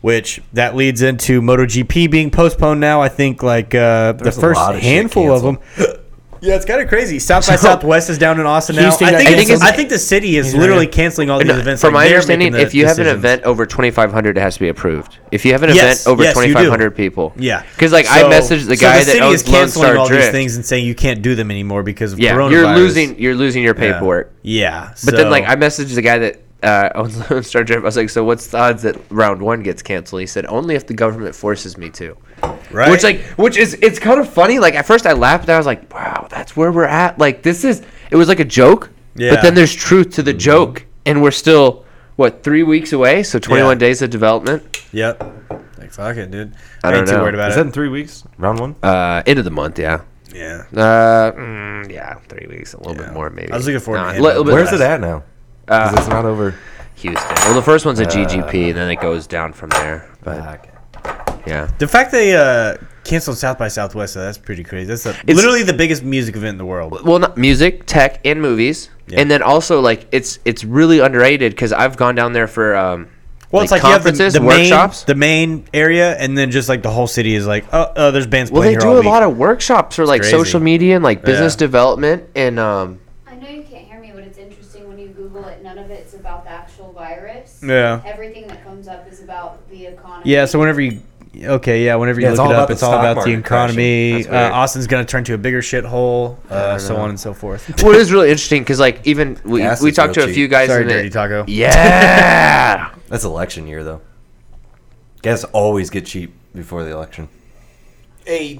Speaker 2: Which that leads into MotoGP being postponed now. I think like uh, the
Speaker 5: There's a
Speaker 2: first
Speaker 5: lot of shit
Speaker 2: handful of them. Yeah, it's kind of crazy. South by Southwest is down in Austin now. I
Speaker 4: Houston
Speaker 2: think,
Speaker 4: got
Speaker 2: it's- I, think
Speaker 4: canceled.
Speaker 2: the city is literally canceling all these
Speaker 3: No,
Speaker 2: events.
Speaker 3: uh, From
Speaker 2: Like,
Speaker 3: my
Speaker 2: they're
Speaker 3: understanding,
Speaker 2: making the
Speaker 3: if you have an
Speaker 2: decisions.
Speaker 3: event over 2,500, it has to be approved. If you have an
Speaker 2: Yes,
Speaker 3: event over
Speaker 2: yes, you do.
Speaker 3: 2,500 people,
Speaker 2: Yeah,
Speaker 3: because like I
Speaker 2: So-
Speaker 3: messaged the
Speaker 2: so
Speaker 3: guy
Speaker 2: city
Speaker 3: that owns
Speaker 2: is
Speaker 3: Lone
Speaker 2: canceling
Speaker 3: Star
Speaker 2: all
Speaker 3: Drift.
Speaker 2: these things and saying you can't do them anymore because of
Speaker 3: yeah,
Speaker 2: coronavirus.
Speaker 3: you're losing, you're losing your
Speaker 2: Yeah.
Speaker 3: paperwork.
Speaker 2: Yeah,
Speaker 3: But then like
Speaker 2: so-
Speaker 3: I messaged the guy that uh, owns Lone Star Drift. I was like, so what's the odds that round one gets canceled? He said only if the government forces me to.
Speaker 2: right?
Speaker 3: Which like, which is it's kind of funny. Like at first I laughed, but I was like, wow, that's where we're at. Like this is it was like a joke,
Speaker 2: Yeah.
Speaker 3: but then there's truth to the joke, and we're still what three weeks away, so 21
Speaker 2: Yeah.
Speaker 3: days of development.
Speaker 2: yep. Like fuck it, dude.
Speaker 3: I
Speaker 2: ain't
Speaker 3: don't
Speaker 2: too
Speaker 3: know.
Speaker 2: worried about
Speaker 5: Is
Speaker 2: it.
Speaker 5: that in three weeks? Round one?
Speaker 3: Uh, end of the month, yeah.
Speaker 2: yeah.
Speaker 3: Uh, mm, yeah, three weeks, a little
Speaker 2: Yeah.
Speaker 3: bit more maybe.
Speaker 2: I was looking forward to
Speaker 3: Nah,
Speaker 2: the
Speaker 3: a
Speaker 2: end
Speaker 3: little
Speaker 2: of the
Speaker 3: bit
Speaker 2: month.
Speaker 5: Where's
Speaker 3: less.
Speaker 5: it at now? 'Cause it's not over.
Speaker 3: Houston. Well, the first one's a
Speaker 2: Uh,
Speaker 3: GGP, and then it goes down from there. But
Speaker 5: Ah, okay.
Speaker 3: yeah,
Speaker 2: The fact they uh, canceled South by Southwest, though, that's pretty crazy. That's the, literally the biggest music event in the world.
Speaker 3: well not music tech and movies
Speaker 2: Yeah.
Speaker 3: and then also like it's it's really underrated because i've gone down there for um
Speaker 2: Well, it's like you have the, the main,
Speaker 3: workshops
Speaker 2: the main area, and then just like the whole city is like, oh, oh there's bands
Speaker 3: well
Speaker 2: playing here
Speaker 3: they do
Speaker 2: all
Speaker 3: a
Speaker 2: week.
Speaker 3: lot of workshops for like
Speaker 2: crazy.
Speaker 3: social media and like business
Speaker 2: Yeah.
Speaker 3: development and um
Speaker 6: I know you can't hear me, but it's interesting when you Google it. None of it's about the actual virus.
Speaker 2: Yeah.
Speaker 6: Everything that comes up is about the economy.
Speaker 2: Yeah, so whenever you okay, yeah, whenever you
Speaker 5: Yeah, it's
Speaker 2: look it
Speaker 5: all about
Speaker 2: up,
Speaker 5: the
Speaker 2: it's all
Speaker 5: stock
Speaker 2: about the
Speaker 5: market crashing.
Speaker 2: economy.
Speaker 3: That's
Speaker 2: Uh,
Speaker 3: weird.
Speaker 2: Austin's gonna turn to a bigger shithole, uh, so on and so forth.
Speaker 3: what is really interesting because like even we,
Speaker 5: Gas
Speaker 3: we
Speaker 5: is
Speaker 3: talked
Speaker 5: real
Speaker 3: to a
Speaker 5: cheap.
Speaker 3: few guys
Speaker 2: Sorry,
Speaker 3: in it-
Speaker 2: Dirty Taco.
Speaker 3: yeah
Speaker 5: That's election year, though. Gas always get cheap before the election.
Speaker 4: Hey,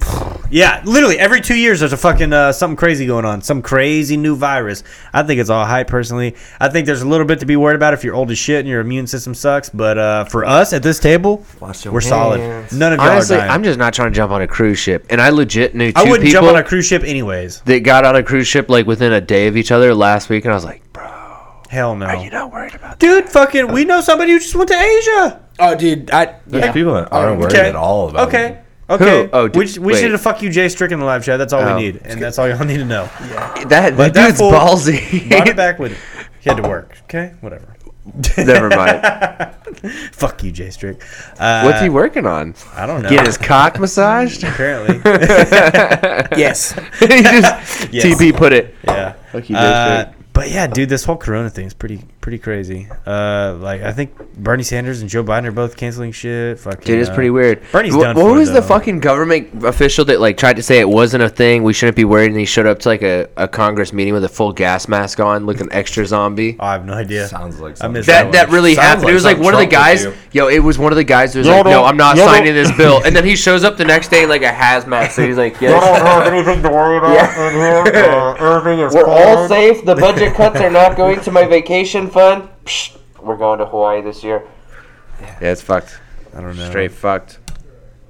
Speaker 2: Yeah, literally every two years there's a fucking uh, something crazy going on, some crazy new virus. I think it's all hype personally. I think there's a little bit to be worried about if you're old as shit and your immune system sucks. But uh, for us at this table,
Speaker 5: Wash your
Speaker 2: we're solid.
Speaker 5: hands.
Speaker 2: None of y'all
Speaker 3: honestly
Speaker 2: are dying.
Speaker 3: i'm just not trying to jump on a cruise ship and i legit knew two
Speaker 2: I wouldn't
Speaker 3: people
Speaker 2: jump on a cruise ship anyways.
Speaker 3: that got on a cruise ship like within a day of each other last week and i was like bro
Speaker 2: Hell no.
Speaker 3: you're not worried about
Speaker 2: Dude, fucking, we know somebody who just went to Asia.
Speaker 4: oh dude, I
Speaker 5: There's
Speaker 4: yeah.
Speaker 5: people that aren't worried at all about
Speaker 2: okay.
Speaker 5: it.
Speaker 2: Okay.
Speaker 3: Who? Oh,
Speaker 2: we
Speaker 3: dude,
Speaker 2: just, we just
Speaker 3: wait.
Speaker 2: need to fuck you, Jay Strick, in the live chat. That's all
Speaker 3: Oh.
Speaker 2: we need, and that's all y'all need to know.
Speaker 3: That,
Speaker 2: But
Speaker 3: that
Speaker 2: that
Speaker 3: dude's
Speaker 2: fool
Speaker 3: ballsy.
Speaker 2: Brought it back with. He had to work. Okay, whatever.
Speaker 3: Never mind.
Speaker 2: Fuck you, Jay Strick. Uh,
Speaker 3: What's he working on?
Speaker 2: I don't know.
Speaker 3: Getting his cock massaged?
Speaker 2: Apparently,
Speaker 4: yes.
Speaker 3: he just
Speaker 2: Yes.
Speaker 3: TP put it.
Speaker 2: yeah.
Speaker 3: Fuck you, Jay
Speaker 2: Uh,
Speaker 3: Strick.
Speaker 2: But yeah, dude, this whole Corona thing is pretty pretty crazy. Uh, like I think Bernie Sanders and Joe Biden are both canceling shit. Fucking,
Speaker 3: Dude, it's
Speaker 2: uh,
Speaker 3: pretty weird.
Speaker 2: Bernie's
Speaker 3: Wh-
Speaker 2: done.
Speaker 3: what
Speaker 2: for,
Speaker 3: was the
Speaker 2: though.
Speaker 3: fucking government official that like tried to say it wasn't a thing? We shouldn't be worried, and he showed up to like a, a Congress meeting with a full gas mask on, looking extra zombie.
Speaker 2: I have no idea.
Speaker 5: Sounds like
Speaker 2: I missed
Speaker 5: something.
Speaker 3: That that
Speaker 2: one.
Speaker 3: really
Speaker 5: Sounds
Speaker 3: happened.
Speaker 5: like
Speaker 3: it was like
Speaker 5: something
Speaker 3: one of the
Speaker 5: Trump
Speaker 3: guys.
Speaker 5: would
Speaker 3: Yo, it was one of the guys that was
Speaker 2: Y'all
Speaker 3: like, "No,
Speaker 2: don't-
Speaker 3: I'm not
Speaker 2: y'all don't-
Speaker 3: signing this bill," and then he shows up the next day in like a hazmat suit. He's like, yes,
Speaker 2: have anything to worry about in here. Uh, Irving is
Speaker 3: "We're all safe. The budget cuts are not going to my vacation fund. Psh, we're going to Hawaii this year." Yeah, it's fucked.
Speaker 2: I don't know.
Speaker 3: Straight fucked.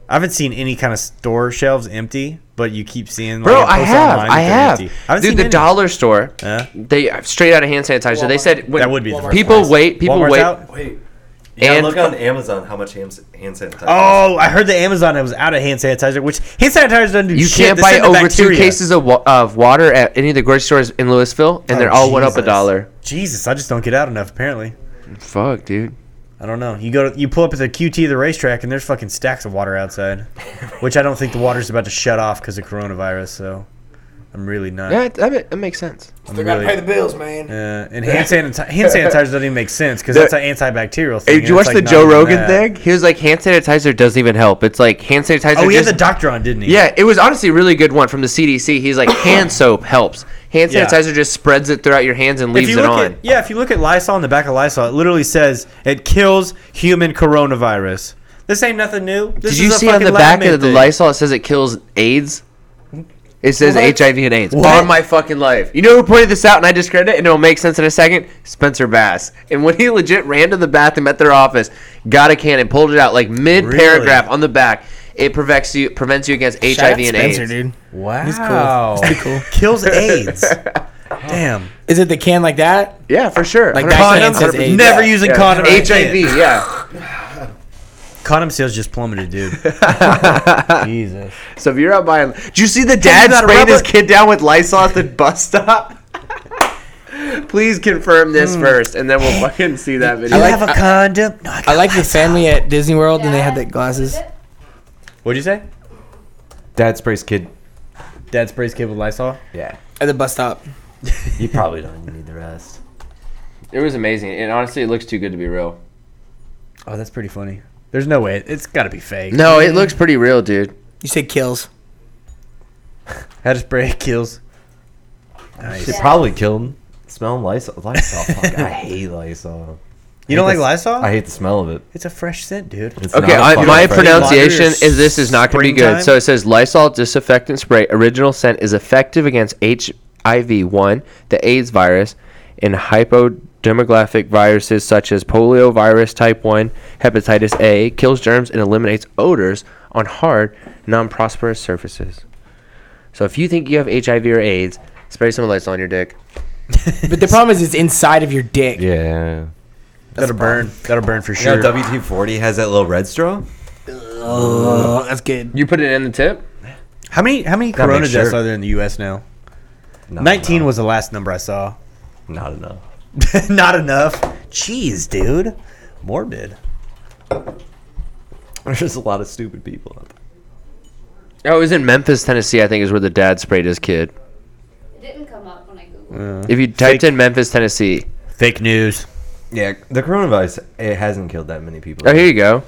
Speaker 2: I haven't seen any kind of store shelves empty, but you keep seeing. Like,
Speaker 3: Bro,
Speaker 2: it
Speaker 3: I
Speaker 2: posts
Speaker 3: have,
Speaker 2: online that
Speaker 3: I
Speaker 2: they're
Speaker 3: have.
Speaker 2: empty. I haven't
Speaker 3: Dude,
Speaker 2: seen
Speaker 3: the
Speaker 2: any.
Speaker 3: dollar store.
Speaker 2: Huh?
Speaker 3: They uh, straight out of hand sanitizer. They said when
Speaker 2: That would be the first
Speaker 3: people
Speaker 2: place.
Speaker 3: wait. People
Speaker 2: Walmart's
Speaker 3: wait.
Speaker 2: out?
Speaker 5: Wait. Yeah,
Speaker 3: And-
Speaker 5: look on Amazon how much hand, hand sanitizer.
Speaker 2: Oh, I heard the Amazon was out of hand sanitizer, which hand sanitizer doesn't do
Speaker 3: You
Speaker 2: shit.
Speaker 3: can't
Speaker 2: They
Speaker 3: buy
Speaker 2: send the
Speaker 3: over two
Speaker 2: bacteria.
Speaker 3: cases of, wa- of water at any of the grocery stores in Louisville, and
Speaker 2: Oh,
Speaker 3: they're all went up a
Speaker 2: Jesus.
Speaker 3: dollar.
Speaker 2: Jesus, I just don't get out enough. Apparently,
Speaker 3: Fuck, dude.
Speaker 2: I don't know. You go, to, you pull up at the QT, the racetrack, and there's fucking stacks of water outside, which I don't think the water's about to shut off because of coronavirus. So, I'm really not.
Speaker 3: Yeah, that, that, ma- that makes sense.
Speaker 2: I'm
Speaker 4: They gotta
Speaker 2: really,
Speaker 4: pay the bills, man.
Speaker 2: uh, and hand, sanitizer, hand sanitizer doesn't even make sense because that's an antibacterial thing.
Speaker 3: Hey,
Speaker 2: and
Speaker 3: did you watch
Speaker 2: it's, like, not
Speaker 3: the Joe
Speaker 2: even
Speaker 3: Rogan
Speaker 2: that.
Speaker 3: thing? He was like, hand sanitizer doesn't even help. It's like hand sanitizer.
Speaker 2: Oh, he
Speaker 3: just,
Speaker 2: had the doctor on, didn't he?
Speaker 3: yeah, it was honestly a really good one from the CDC. He's like, hand soap helps. Hand
Speaker 2: Yeah.
Speaker 3: sanitizer just spreads it throughout your hands and
Speaker 2: If
Speaker 3: leaves
Speaker 2: you
Speaker 3: it
Speaker 2: look
Speaker 3: on.
Speaker 2: At, yeah, if you look at Lysol on the back of Lysol, it literally says it kills human coronavirus. This ain't nothing new. This
Speaker 3: Did you
Speaker 2: is a
Speaker 3: see on
Speaker 2: fucking
Speaker 3: the
Speaker 2: lab
Speaker 3: back of
Speaker 2: made
Speaker 3: the
Speaker 2: thing.
Speaker 3: Lysol it says it kills AIDS? It says
Speaker 4: What?
Speaker 3: HIV and AIDS.
Speaker 2: What?
Speaker 3: On my fucking life. You know who pointed this out and I discredit it and it'll make sense in a second? Spencer Bass. And when he legit ran to the bathroom at their office, got a can and pulled it out like mid paragraph on the back. It prevents you prevents you against
Speaker 4: Shout out
Speaker 3: HIV and
Speaker 4: Spencer,
Speaker 3: AIDS.
Speaker 4: dude.
Speaker 2: Wow.
Speaker 4: He's cool. Oh. He's pretty cool.
Speaker 2: kills AIDS. Damn.
Speaker 4: Is it the can like that?
Speaker 3: Yeah, for sure.
Speaker 4: Like
Speaker 3: 100%.
Speaker 4: that can
Speaker 2: Condoms.
Speaker 4: says AIDS.
Speaker 2: Never
Speaker 3: Yeah.
Speaker 2: using
Speaker 3: Yeah.
Speaker 2: condom.
Speaker 3: HIV, yeah.
Speaker 2: Condom sales just plummeted, dude. Jesus.
Speaker 3: So if you're out buying, did you see the dad
Speaker 2: about
Speaker 3: sprayed his
Speaker 2: rubber-
Speaker 3: kid down with Lysol at the bus stop? Please confirm this first, and then we'll fucking see that video.
Speaker 2: I
Speaker 4: like-
Speaker 2: Hmm. have a condom. No, I
Speaker 4: I
Speaker 2: got
Speaker 4: like the family at Disney World, and they had
Speaker 6: Dad,
Speaker 4: that glasses.
Speaker 6: is it?
Speaker 2: What'd you say?
Speaker 5: Dad sprays kid.
Speaker 2: Dad sprays kid with Lysol.
Speaker 5: Yeah.
Speaker 4: At the bus stop.
Speaker 5: You probably don't need the rest.
Speaker 3: It was amazing, and honestly, it looks too good to be real.
Speaker 2: Oh, that's pretty funny. There's no way. It's got to be fake.
Speaker 3: No, it looks pretty real, dude.
Speaker 4: You said kills.
Speaker 2: How to spray kills. Nice.
Speaker 5: She probably killed him. Smelling Lysol. Lysol. Fuck, I hate Lysol.
Speaker 2: You don't
Speaker 5: I
Speaker 2: like
Speaker 5: hate the-
Speaker 2: Lysol?
Speaker 5: I hate the smell of it.
Speaker 2: It's a fresh scent, dude.
Speaker 5: It's
Speaker 3: Okay,
Speaker 5: not a
Speaker 3: I,
Speaker 5: fucking
Speaker 3: my
Speaker 5: fresh-
Speaker 3: pronunciation
Speaker 2: Water
Speaker 3: is this is not going to be good.
Speaker 2: springtime?
Speaker 3: So it says Lysol disinfectant spray original scent is effective against HIV one, the AIDS virus, and hypodermographic viruses such as poliovirus type one, hepatitis A, kills germs and eliminates odors on hard, non-prosperous surfaces. So if you think you have HIV or AIDS, spray some Lysol on your dick.
Speaker 4: But the problem is, it's inside of your dick.
Speaker 5: Yeah.
Speaker 2: That'll burn. That'll burn for
Speaker 5: You know
Speaker 2: sure.
Speaker 5: WT forty has that little red straw?
Speaker 4: Oh, that's good.
Speaker 3: You put it in the tip.
Speaker 2: How many how many
Speaker 5: Gotta
Speaker 2: corona
Speaker 5: make sure.
Speaker 2: deaths are there in the US now?
Speaker 5: Not
Speaker 2: 19
Speaker 5: enough.
Speaker 2: was the last number I saw.
Speaker 5: not enough.
Speaker 2: Not enough. Jeez, dude. Morbid.
Speaker 5: There's just a lot of stupid people up.
Speaker 3: Oh, it was in Memphis, Tennessee. I think is where the dad sprayed his kid.
Speaker 6: It didn't come up when I Googled.
Speaker 3: If you typed in Memphis, Tennessee,
Speaker 2: Fake news.
Speaker 5: Yeah, the coronavirus it hasn't killed that many people.
Speaker 3: oh, here you go.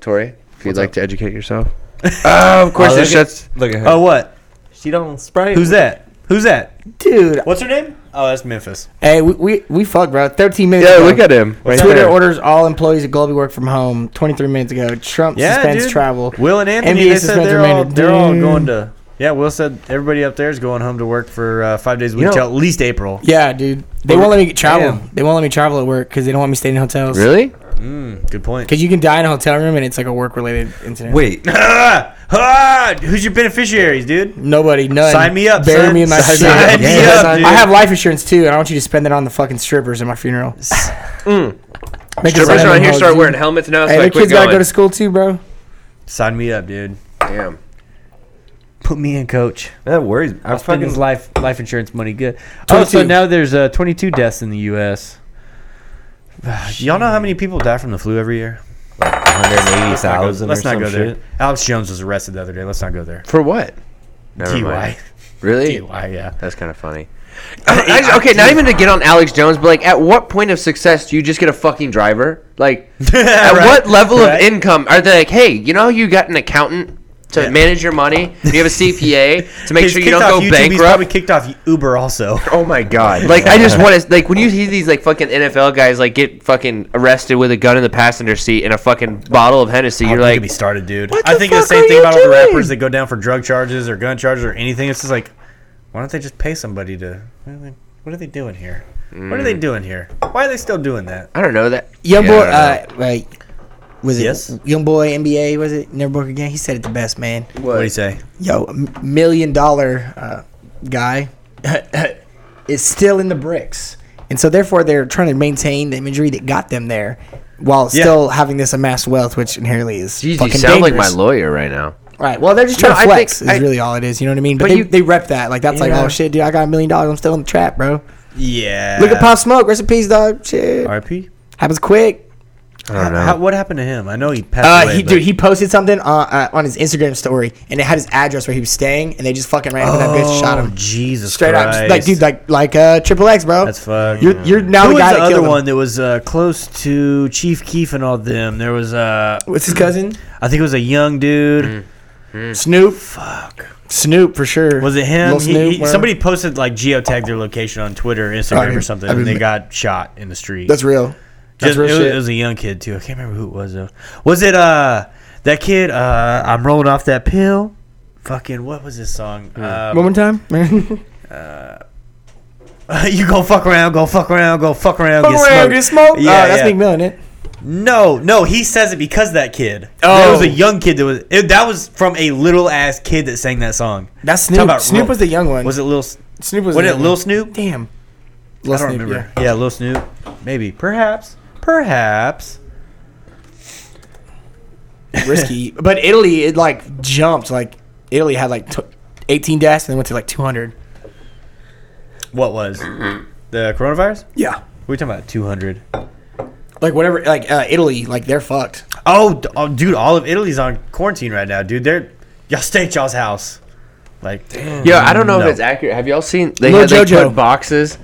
Speaker 3: Tori, if you'd like to educate yourself. of
Speaker 5: Oh,
Speaker 3: course,
Speaker 5: look,
Speaker 3: it shuts.
Speaker 5: at, look at her.
Speaker 2: Oh, what?
Speaker 5: she don't spray.
Speaker 2: Who's that? Who's that?
Speaker 4: Dude,
Speaker 2: What's her name? Oh, that's Memphis.
Speaker 4: hey, we we, we fucked, bro. Thirteen minutes.
Speaker 3: Yeah,
Speaker 4: ago.
Speaker 3: look at him. Right
Speaker 4: Twitter
Speaker 3: there.
Speaker 4: orders all employees at Global work from home. Twenty-three minutes ago, Trump suspends travel.
Speaker 2: Will and Anthony,
Speaker 4: NBA
Speaker 2: they said
Speaker 4: suspends
Speaker 2: they're all,
Speaker 4: remainder.
Speaker 2: they're all going
Speaker 4: Dude.
Speaker 2: to. Yeah, Will said everybody up there is going home to work for uh, five days a week
Speaker 3: know-
Speaker 2: till at least April.
Speaker 4: Yeah, dude. They won't let me travel.
Speaker 2: Damn.
Speaker 4: They won't let me travel at work because they don't want me staying in hotels.
Speaker 3: Really?
Speaker 2: Mm, good point.
Speaker 4: Because you can die in a hotel room and it's like a work-related incident.
Speaker 5: Wait,
Speaker 2: Ah, ah, who's your beneficiaries, dude?
Speaker 4: Nobody, none.
Speaker 2: Sign me up,
Speaker 4: Bury
Speaker 2: son.
Speaker 4: me in my
Speaker 2: Sign
Speaker 4: shit.
Speaker 2: me
Speaker 4: Yeah.
Speaker 2: up, dude.
Speaker 4: I have life insurance too, and I want you to spend it on the fucking strippers at my funeral. Make it
Speaker 3: Strippers
Speaker 4: sign
Speaker 3: around
Speaker 4: them
Speaker 3: here
Speaker 4: hoes,
Speaker 3: start
Speaker 4: dude.
Speaker 3: wearing helmets now, so
Speaker 4: Hey,
Speaker 3: I
Speaker 4: their
Speaker 3: quit
Speaker 4: kids gotta go
Speaker 3: going.
Speaker 4: to school too, bro.
Speaker 2: Sign me up, dude.
Speaker 3: Damn.
Speaker 2: Put me in, coach.
Speaker 5: that worries. me. I
Speaker 2: I'll spend his
Speaker 5: fucking
Speaker 2: life life insurance money good. Oh, so
Speaker 4: 22.
Speaker 2: now there's uh, 22 deaths in the U.S. Do y'all know how many people die from the flu every year?
Speaker 5: 180,000 or
Speaker 2: Let's not
Speaker 5: some
Speaker 2: go there.
Speaker 5: shit.
Speaker 2: Alex Jones was arrested the other day. Let's not go there.
Speaker 3: For what? Never
Speaker 2: DUI.
Speaker 3: mind. Really?
Speaker 2: DUI, yeah.
Speaker 3: That's kind of funny. Actually, okay, not even to get on Alex Jones, but like, at what point of success do you just get a fucking driver? Like, at
Speaker 2: Right.
Speaker 3: what level
Speaker 2: Right.
Speaker 3: of income are they like, hey, you know, how you got an accountant to manage your money, you have a CPA to make
Speaker 2: He's
Speaker 3: sure you
Speaker 2: kicked
Speaker 3: don't
Speaker 2: off
Speaker 3: go
Speaker 2: YouTube, He's
Speaker 3: bankrupt.
Speaker 2: probably kicked off Uber also.
Speaker 3: Oh my god! Like I just want to like when you see these like fucking NFL guys like get fucking arrested with a gun in the passenger seat and a fucking bottle of Hennessy, you're
Speaker 2: Don't
Speaker 3: like,
Speaker 2: get me started, dude.
Speaker 3: what
Speaker 2: I
Speaker 3: the
Speaker 2: think the
Speaker 3: fuck
Speaker 2: same
Speaker 3: are
Speaker 2: thing
Speaker 3: you
Speaker 2: about all the
Speaker 3: doing?
Speaker 2: rappers that go down for drug charges or gun charges or anything. It's just like, why don't they just pay somebody to? What are they, what are they doing here? What are
Speaker 3: Mm.
Speaker 2: they doing here? Why are they still doing that?
Speaker 3: I don't know that.
Speaker 4: Young
Speaker 3: Yeah,
Speaker 4: boy,
Speaker 3: I
Speaker 4: uh, right? Was it
Speaker 2: Yes.
Speaker 4: Young boy NBA? Was it Never Broke Again? He said it the best, man.
Speaker 2: What do you say?
Speaker 4: Yo, a m- million dollar uh, guy is still in the bricks, and so therefore they're trying to maintain the imagery that got them there, while
Speaker 2: Yeah.
Speaker 4: still having this amassed wealth, which inherently is
Speaker 3: Jeez, you
Speaker 4: fucking
Speaker 3: sound like my
Speaker 4: dangerous.
Speaker 3: lawyer right now.
Speaker 4: Right. Well, they're just trying
Speaker 3: No,
Speaker 4: to
Speaker 3: I
Speaker 4: flex.
Speaker 3: think-
Speaker 4: is
Speaker 3: I-
Speaker 4: really all it is. You know what I mean? But,
Speaker 3: But
Speaker 4: they,
Speaker 3: you-
Speaker 4: they rep that. Like that's like,
Speaker 3: Yeah.
Speaker 4: oh shit, dude, I got a million dollars. I'm still in the trap, bro.
Speaker 2: Yeah.
Speaker 4: Look at Pop Smoke. Rest in peace, dog. Shit.
Speaker 2: RP.
Speaker 4: Happens quick.
Speaker 3: I don't know.
Speaker 2: How, what happened to him? I know he passed
Speaker 4: Uh,
Speaker 2: away.
Speaker 4: he,
Speaker 2: but-
Speaker 4: dude, he posted something on, uh, on his Instagram story, and it had his address where he was staying, and they just fucking ran up to that bitch, and shot
Speaker 2: Oh,
Speaker 4: him
Speaker 2: Jesus
Speaker 4: straight up,
Speaker 2: Christ.
Speaker 4: Just like dude, like like uh, Triple X, bro.
Speaker 2: That's fucked.
Speaker 4: You're you're now
Speaker 2: Who
Speaker 4: the
Speaker 2: was
Speaker 4: guy
Speaker 2: the
Speaker 4: that
Speaker 2: other
Speaker 4: killed him.
Speaker 2: one that was uh, close to Chief Keef and all them? There was, uh,
Speaker 4: What's his cousin?
Speaker 2: I think it was a young dude.
Speaker 4: Mm. Snoop. Fuck. Snoop for sure.
Speaker 2: Mm. Was it him?
Speaker 4: Lil
Speaker 2: He-
Speaker 4: Snoop,
Speaker 2: he-
Speaker 4: bro.
Speaker 2: somebody posted like geotagged their location on Twitter, or Instagram,
Speaker 4: I mean-
Speaker 2: or something,
Speaker 4: I mean-
Speaker 2: and they got shot in the street.
Speaker 4: That's real. That's
Speaker 2: Just-
Speaker 4: real
Speaker 2: it, was,
Speaker 4: shit.
Speaker 2: it was a young kid too. I can't remember who it was though. Was it uh that kid? Uh, I'm rolling off that pill. Fucking what was this song? Uh,
Speaker 4: One more time. Man.
Speaker 2: you go fuck around, go fuck around, go fuck around,
Speaker 4: Fuck around, get smoked.
Speaker 2: Yeah,
Speaker 4: oh, that's
Speaker 2: yeah.
Speaker 4: Meek Mill, innit?
Speaker 2: No, no, he says it because of that kid. Oh,
Speaker 4: Oh.
Speaker 2: it was a young kid that was. It, that was from a little ass kid that sang that song.
Speaker 4: That's
Speaker 2: Talk
Speaker 4: Snoop.
Speaker 2: about
Speaker 4: Snoop
Speaker 2: real-
Speaker 4: was the young one.
Speaker 2: Was it Lil? Was
Speaker 4: Snoop was
Speaker 2: it
Speaker 4: the young
Speaker 2: Lil
Speaker 4: one.
Speaker 2: Snoop?
Speaker 4: Damn. Lil
Speaker 2: I don't
Speaker 4: Snoop,
Speaker 2: remember. Yeah. Lil Snoop. Maybe. Perhaps. Perhaps.
Speaker 4: yeah. Risky. but Italy, it like jumped. Like Italy had like t- 18 deaths and then went to like 200.
Speaker 2: What was? The coronavirus?
Speaker 4: Yeah.
Speaker 2: We're talking about 200.
Speaker 4: Like whatever. Like uh, Italy, like they're fucked.
Speaker 2: Oh, d- oh, dude, all of Italy's on quarantine right now, dude. They're. Y'all stay at y'all's house. Like,
Speaker 3: Mm-hmm. Yeah, I don't know
Speaker 2: No.
Speaker 3: if it's accurate. Have y'all seen they
Speaker 4: Lil
Speaker 3: had they
Speaker 4: Jojo.
Speaker 3: put boxes?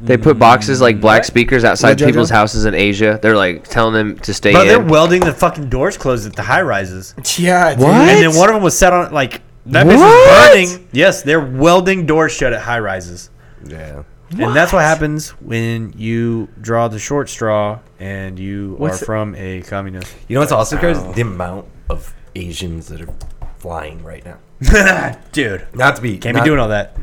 Speaker 3: They put boxes like black speakers outside
Speaker 4: Lil Jojo?
Speaker 3: people's houses in Asia. They're like telling them to stay
Speaker 2: bro, they're
Speaker 3: in.
Speaker 2: welding the fucking doors closed at the high rises.
Speaker 4: Yeah. dude.
Speaker 3: What?
Speaker 2: And then one of them was set on like that bitch
Speaker 3: What?
Speaker 2: was burning. Yes, they're welding doors shut at high rises,
Speaker 5: Yeah.
Speaker 2: and that's what happens when you draw the short straw and you
Speaker 5: What's
Speaker 2: are
Speaker 5: it-
Speaker 2: from a communist.
Speaker 5: You know what's also crazy? The amount of Asians that are flying right now.
Speaker 2: Dude,
Speaker 5: Not to be.
Speaker 2: can't
Speaker 5: Ah, not,
Speaker 2: be doing all that.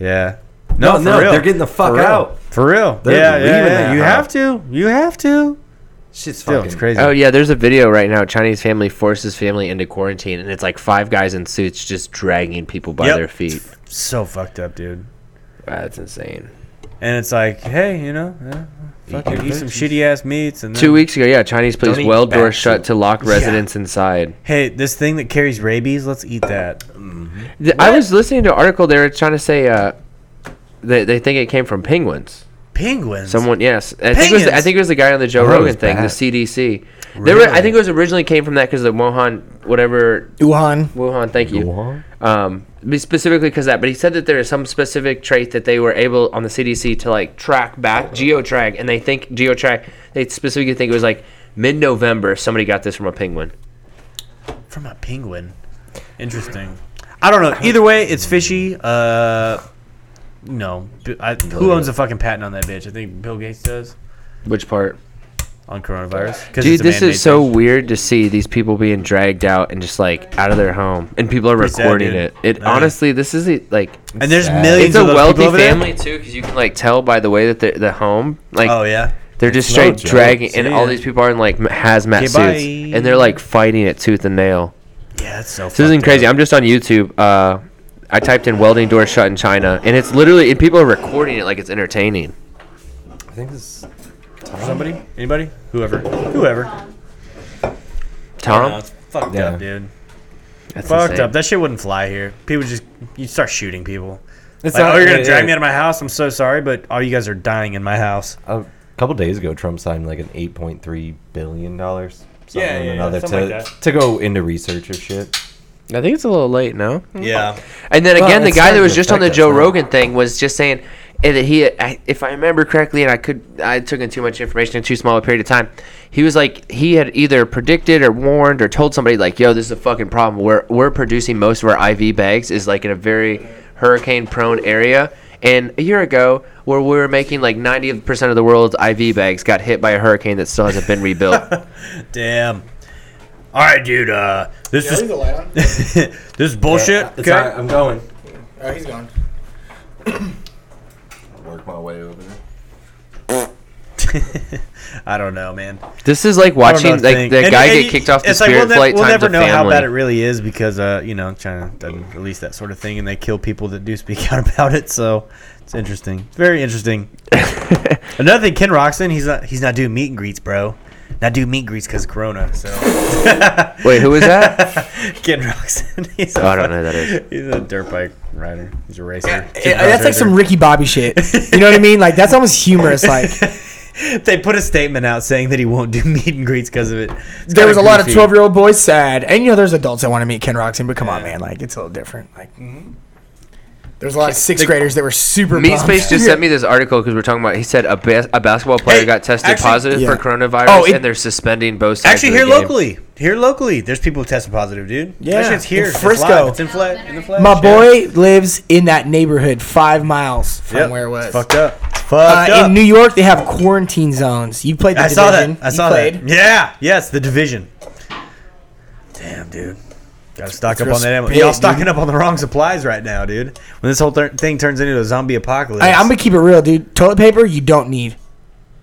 Speaker 2: Yeah.
Speaker 5: No,
Speaker 2: No,
Speaker 5: no,
Speaker 2: for real.
Speaker 5: they're getting the fuck
Speaker 2: For real.
Speaker 5: out.
Speaker 2: For real.
Speaker 5: They're
Speaker 2: yeah, yeah,
Speaker 5: leaving
Speaker 2: yeah.
Speaker 5: that
Speaker 2: you
Speaker 5: house.
Speaker 2: have to. You have to.
Speaker 5: Shit's
Speaker 2: Dude,
Speaker 5: fucking
Speaker 2: it's crazy.
Speaker 3: Oh yeah, there's a video right now. Chinese family forces family into quarantine, and it's like five guys in suits just dragging people by
Speaker 2: Yep.
Speaker 3: their feet.
Speaker 2: So fucked up, dude.
Speaker 3: That's insane.
Speaker 2: And it's like, hey, you know, yeah, fuck it, eat some shitty ass meats and then,
Speaker 3: Two weeks ago, yeah, Chinese police
Speaker 5: Don't eat
Speaker 3: weld
Speaker 5: bat
Speaker 3: doors shut
Speaker 5: soup.
Speaker 3: to lock residents inside.
Speaker 2: Hey, this thing that carries rabies, let's eat that.
Speaker 3: Th- I was listening to an article. They were trying to say uh, they they think it came from penguins.
Speaker 2: Penguins.
Speaker 3: Someone, yes, I think, it was, I
Speaker 2: Penguins.
Speaker 3: think it was the guy on the Joe
Speaker 5: Oh, it was
Speaker 3: Rogan thing,
Speaker 5: bad.
Speaker 3: the CDC. They were, I think it was originally came from that because the Wuhan, whatever
Speaker 4: Wuhan.
Speaker 3: Wuhan, thank you.
Speaker 2: Oh,
Speaker 3: Um, be- specifically because that, but he said that there is some specific trait that they were able on the CDC to like track back, geo-track, and they think geo-track. They specifically think it was like mid-November. Somebody got this from a penguin.
Speaker 2: from a penguin. Interesting. I don't know. Either way, it's fishy. Uh, no, B- I, who owns a fucking patent on that bitch? I think Bill Gates does
Speaker 3: Which part?
Speaker 2: on coronavirus. 'Cause
Speaker 3: Dude,
Speaker 2: it's a
Speaker 3: this
Speaker 2: man-made
Speaker 3: is so
Speaker 2: thing.
Speaker 3: weird to see these people being dragged out and just like out of their home, and people are
Speaker 2: Pretty sad,
Speaker 3: recording
Speaker 2: dude.
Speaker 3: it. It
Speaker 2: Yeah.
Speaker 3: honestly, this is the- like
Speaker 2: And there's
Speaker 5: Sad.
Speaker 2: millions
Speaker 3: it's a
Speaker 2: of those people
Speaker 3: wealthy
Speaker 2: over there.
Speaker 3: family too, because you can like tell by the way that they're the home, like
Speaker 2: Oh yeah.
Speaker 3: they're just
Speaker 5: no
Speaker 3: straight
Speaker 5: joke.
Speaker 3: dragging, and
Speaker 2: See
Speaker 3: all
Speaker 2: ya.
Speaker 3: these people are in like m- hazmat
Speaker 2: Okay,
Speaker 3: suits,
Speaker 2: bye.
Speaker 3: and they're like fighting it tooth and nail.
Speaker 2: Yeah, that's so.
Speaker 3: This isn't
Speaker 2: fucked
Speaker 3: crazy.
Speaker 2: up.
Speaker 3: I'm just on YouTube. Uh, I typed in welding doors shut in China, and it's literally and people are recording it like it's entertaining.
Speaker 5: I think this.
Speaker 2: Somebody, anybody, whoever, whoever. No,
Speaker 3: Tom,
Speaker 2: it's fucked
Speaker 5: Yeah.
Speaker 2: up, dude.
Speaker 3: that's
Speaker 2: Uh, Fucked
Speaker 3: insane.
Speaker 2: up. That shit wouldn't fly here. People just you start shooting people.
Speaker 5: It's
Speaker 2: Like,
Speaker 5: not-
Speaker 2: oh, you're gonna
Speaker 5: yeah,
Speaker 2: drag
Speaker 5: yeah.
Speaker 2: me out of my house. I'm so sorry, but all you guys are dying in my house.
Speaker 5: A couple days ago, Trump signed like an eight point three billion dollars. something
Speaker 2: Yeah,
Speaker 5: or
Speaker 2: yeah, yeah,
Speaker 5: another to,
Speaker 2: something like that.
Speaker 5: to go into research of shit.
Speaker 3: I think it's a little late now.
Speaker 2: Yeah.
Speaker 3: And then
Speaker 5: Well,
Speaker 3: again, the
Speaker 5: it's
Speaker 3: guy that
Speaker 5: starting
Speaker 3: was
Speaker 5: to
Speaker 3: just on the
Speaker 5: affect
Speaker 3: Joe
Speaker 5: us now.
Speaker 3: Rogan thing was just saying and that he, I, if I remember correctly, and I could, I took in too much information in too small a period of time. He was like, he had either predicted or warned or told somebody like, "Yo, this is a fucking problem. We're we're producing most of our IV bags is like in a very hurricane-prone area." And a year ago, where we were making like 90% of the world's IV bags, got hit by a hurricane that still hasn't been rebuilt.
Speaker 2: Damn. All right, dude. Uh, this
Speaker 4: leave the
Speaker 2: is
Speaker 4: light on.
Speaker 2: this is bullshit.
Speaker 5: It's all right, I'm going.
Speaker 4: Oh, he's gone.
Speaker 5: Work my way over there.
Speaker 2: okay. I don't know, man.
Speaker 3: This is like
Speaker 2: I don't know
Speaker 3: watching
Speaker 2: what
Speaker 3: like
Speaker 2: to think.
Speaker 3: the
Speaker 2: And-
Speaker 3: guy
Speaker 2: and
Speaker 3: get
Speaker 2: you-
Speaker 3: kicked off the
Speaker 2: it's like,
Speaker 3: Spirit
Speaker 2: we'll ne-
Speaker 3: Flight
Speaker 2: We'll
Speaker 3: times
Speaker 2: never
Speaker 3: a
Speaker 2: know how
Speaker 3: family.
Speaker 2: bad it really is because uh, you know China doesn't release that sort of thing, and they kill people that do speak out about it. So it's interesting. It's very interesting. Another thing, Ken Roxon, he's not he's not doing meet and greets, bro. Not doing meet and greets because Corona. So
Speaker 3: Wait, who is that?
Speaker 2: Ken Roxon. He's a
Speaker 3: Oh, I don't
Speaker 2: fuck-
Speaker 3: know who that is.
Speaker 2: He's a dirt bike rider. He's a racer.
Speaker 5: Eh,
Speaker 2: Kid
Speaker 4: Yeah, that's like some
Speaker 2: Roxon.
Speaker 4: Ricky Bobby shit. You know what I mean? Like that's almost humorous. Like
Speaker 2: they put a statement out saying that he won't do meet and greets because of it. It's
Speaker 4: there was a
Speaker 2: kinda
Speaker 4: lot of
Speaker 2: goofy.
Speaker 4: twelve year old boys sad, and you know there's adults that want to meet Ken Roxon, but come on, man, like it's a little different. Like there's a lot of sixth graders that were super.
Speaker 3: Meat
Speaker 4: bummed.
Speaker 3: Space just sent me this article because we're talking about. He said a, bas- a basketball player
Speaker 2: Hey,
Speaker 3: got tested
Speaker 2: actually-
Speaker 3: positive
Speaker 4: Yeah.
Speaker 3: for coronavirus,
Speaker 4: Oh, it-
Speaker 3: and they're suspending both sides.
Speaker 2: Actually,
Speaker 3: of the
Speaker 2: here
Speaker 3: game.
Speaker 2: locally, here locally, there's people testing positive, dude.
Speaker 4: Yeah,
Speaker 2: that shit's
Speaker 4: in
Speaker 2: here. It's
Speaker 4: Frisco.
Speaker 2: live. It's in, fla- in the flesh.
Speaker 4: My
Speaker 2: yeah.
Speaker 4: boy lives in that neighborhood, five miles from
Speaker 2: Yep.
Speaker 4: where it was.
Speaker 2: It's fucked up. It's Fucked
Speaker 4: Uh,
Speaker 2: up.
Speaker 4: in New York, they have quarantine zones. You played the
Speaker 2: I
Speaker 4: division.
Speaker 2: saw that. I
Speaker 4: You
Speaker 2: saw
Speaker 4: played.
Speaker 2: that. Yeah. Yes, the division. Damn, dude. Gotta stock up
Speaker 4: real
Speaker 2: on that ammo.
Speaker 4: spit,
Speaker 2: Y'all
Speaker 4: dude.
Speaker 2: stocking up on the wrong supplies right now, dude. When this whole thir- thing turns into a zombie apocalypse.
Speaker 4: Hey, I'm gonna keep it real, dude. Toilet paper, you don't need.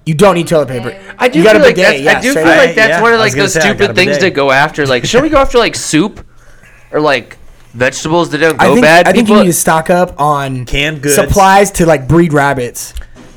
Speaker 4: You don't need toilet paper.
Speaker 3: I do
Speaker 4: You got
Speaker 3: feel
Speaker 4: a
Speaker 3: like that's,
Speaker 4: bidet, yeah,
Speaker 3: I do
Speaker 4: straight
Speaker 3: feel
Speaker 4: up.
Speaker 3: like that's
Speaker 2: Yeah,
Speaker 3: one
Speaker 2: I
Speaker 3: of like
Speaker 2: was gonna
Speaker 3: those
Speaker 2: say, I got a
Speaker 3: stupid things to
Speaker 2: bidet.
Speaker 3: go after. Like, should we go after like soup or like vegetables that don't go
Speaker 4: I think,
Speaker 3: bad?
Speaker 4: I think you
Speaker 3: People-
Speaker 4: need to stock up on
Speaker 2: Canned goods.
Speaker 4: supplies to like breed rabbits.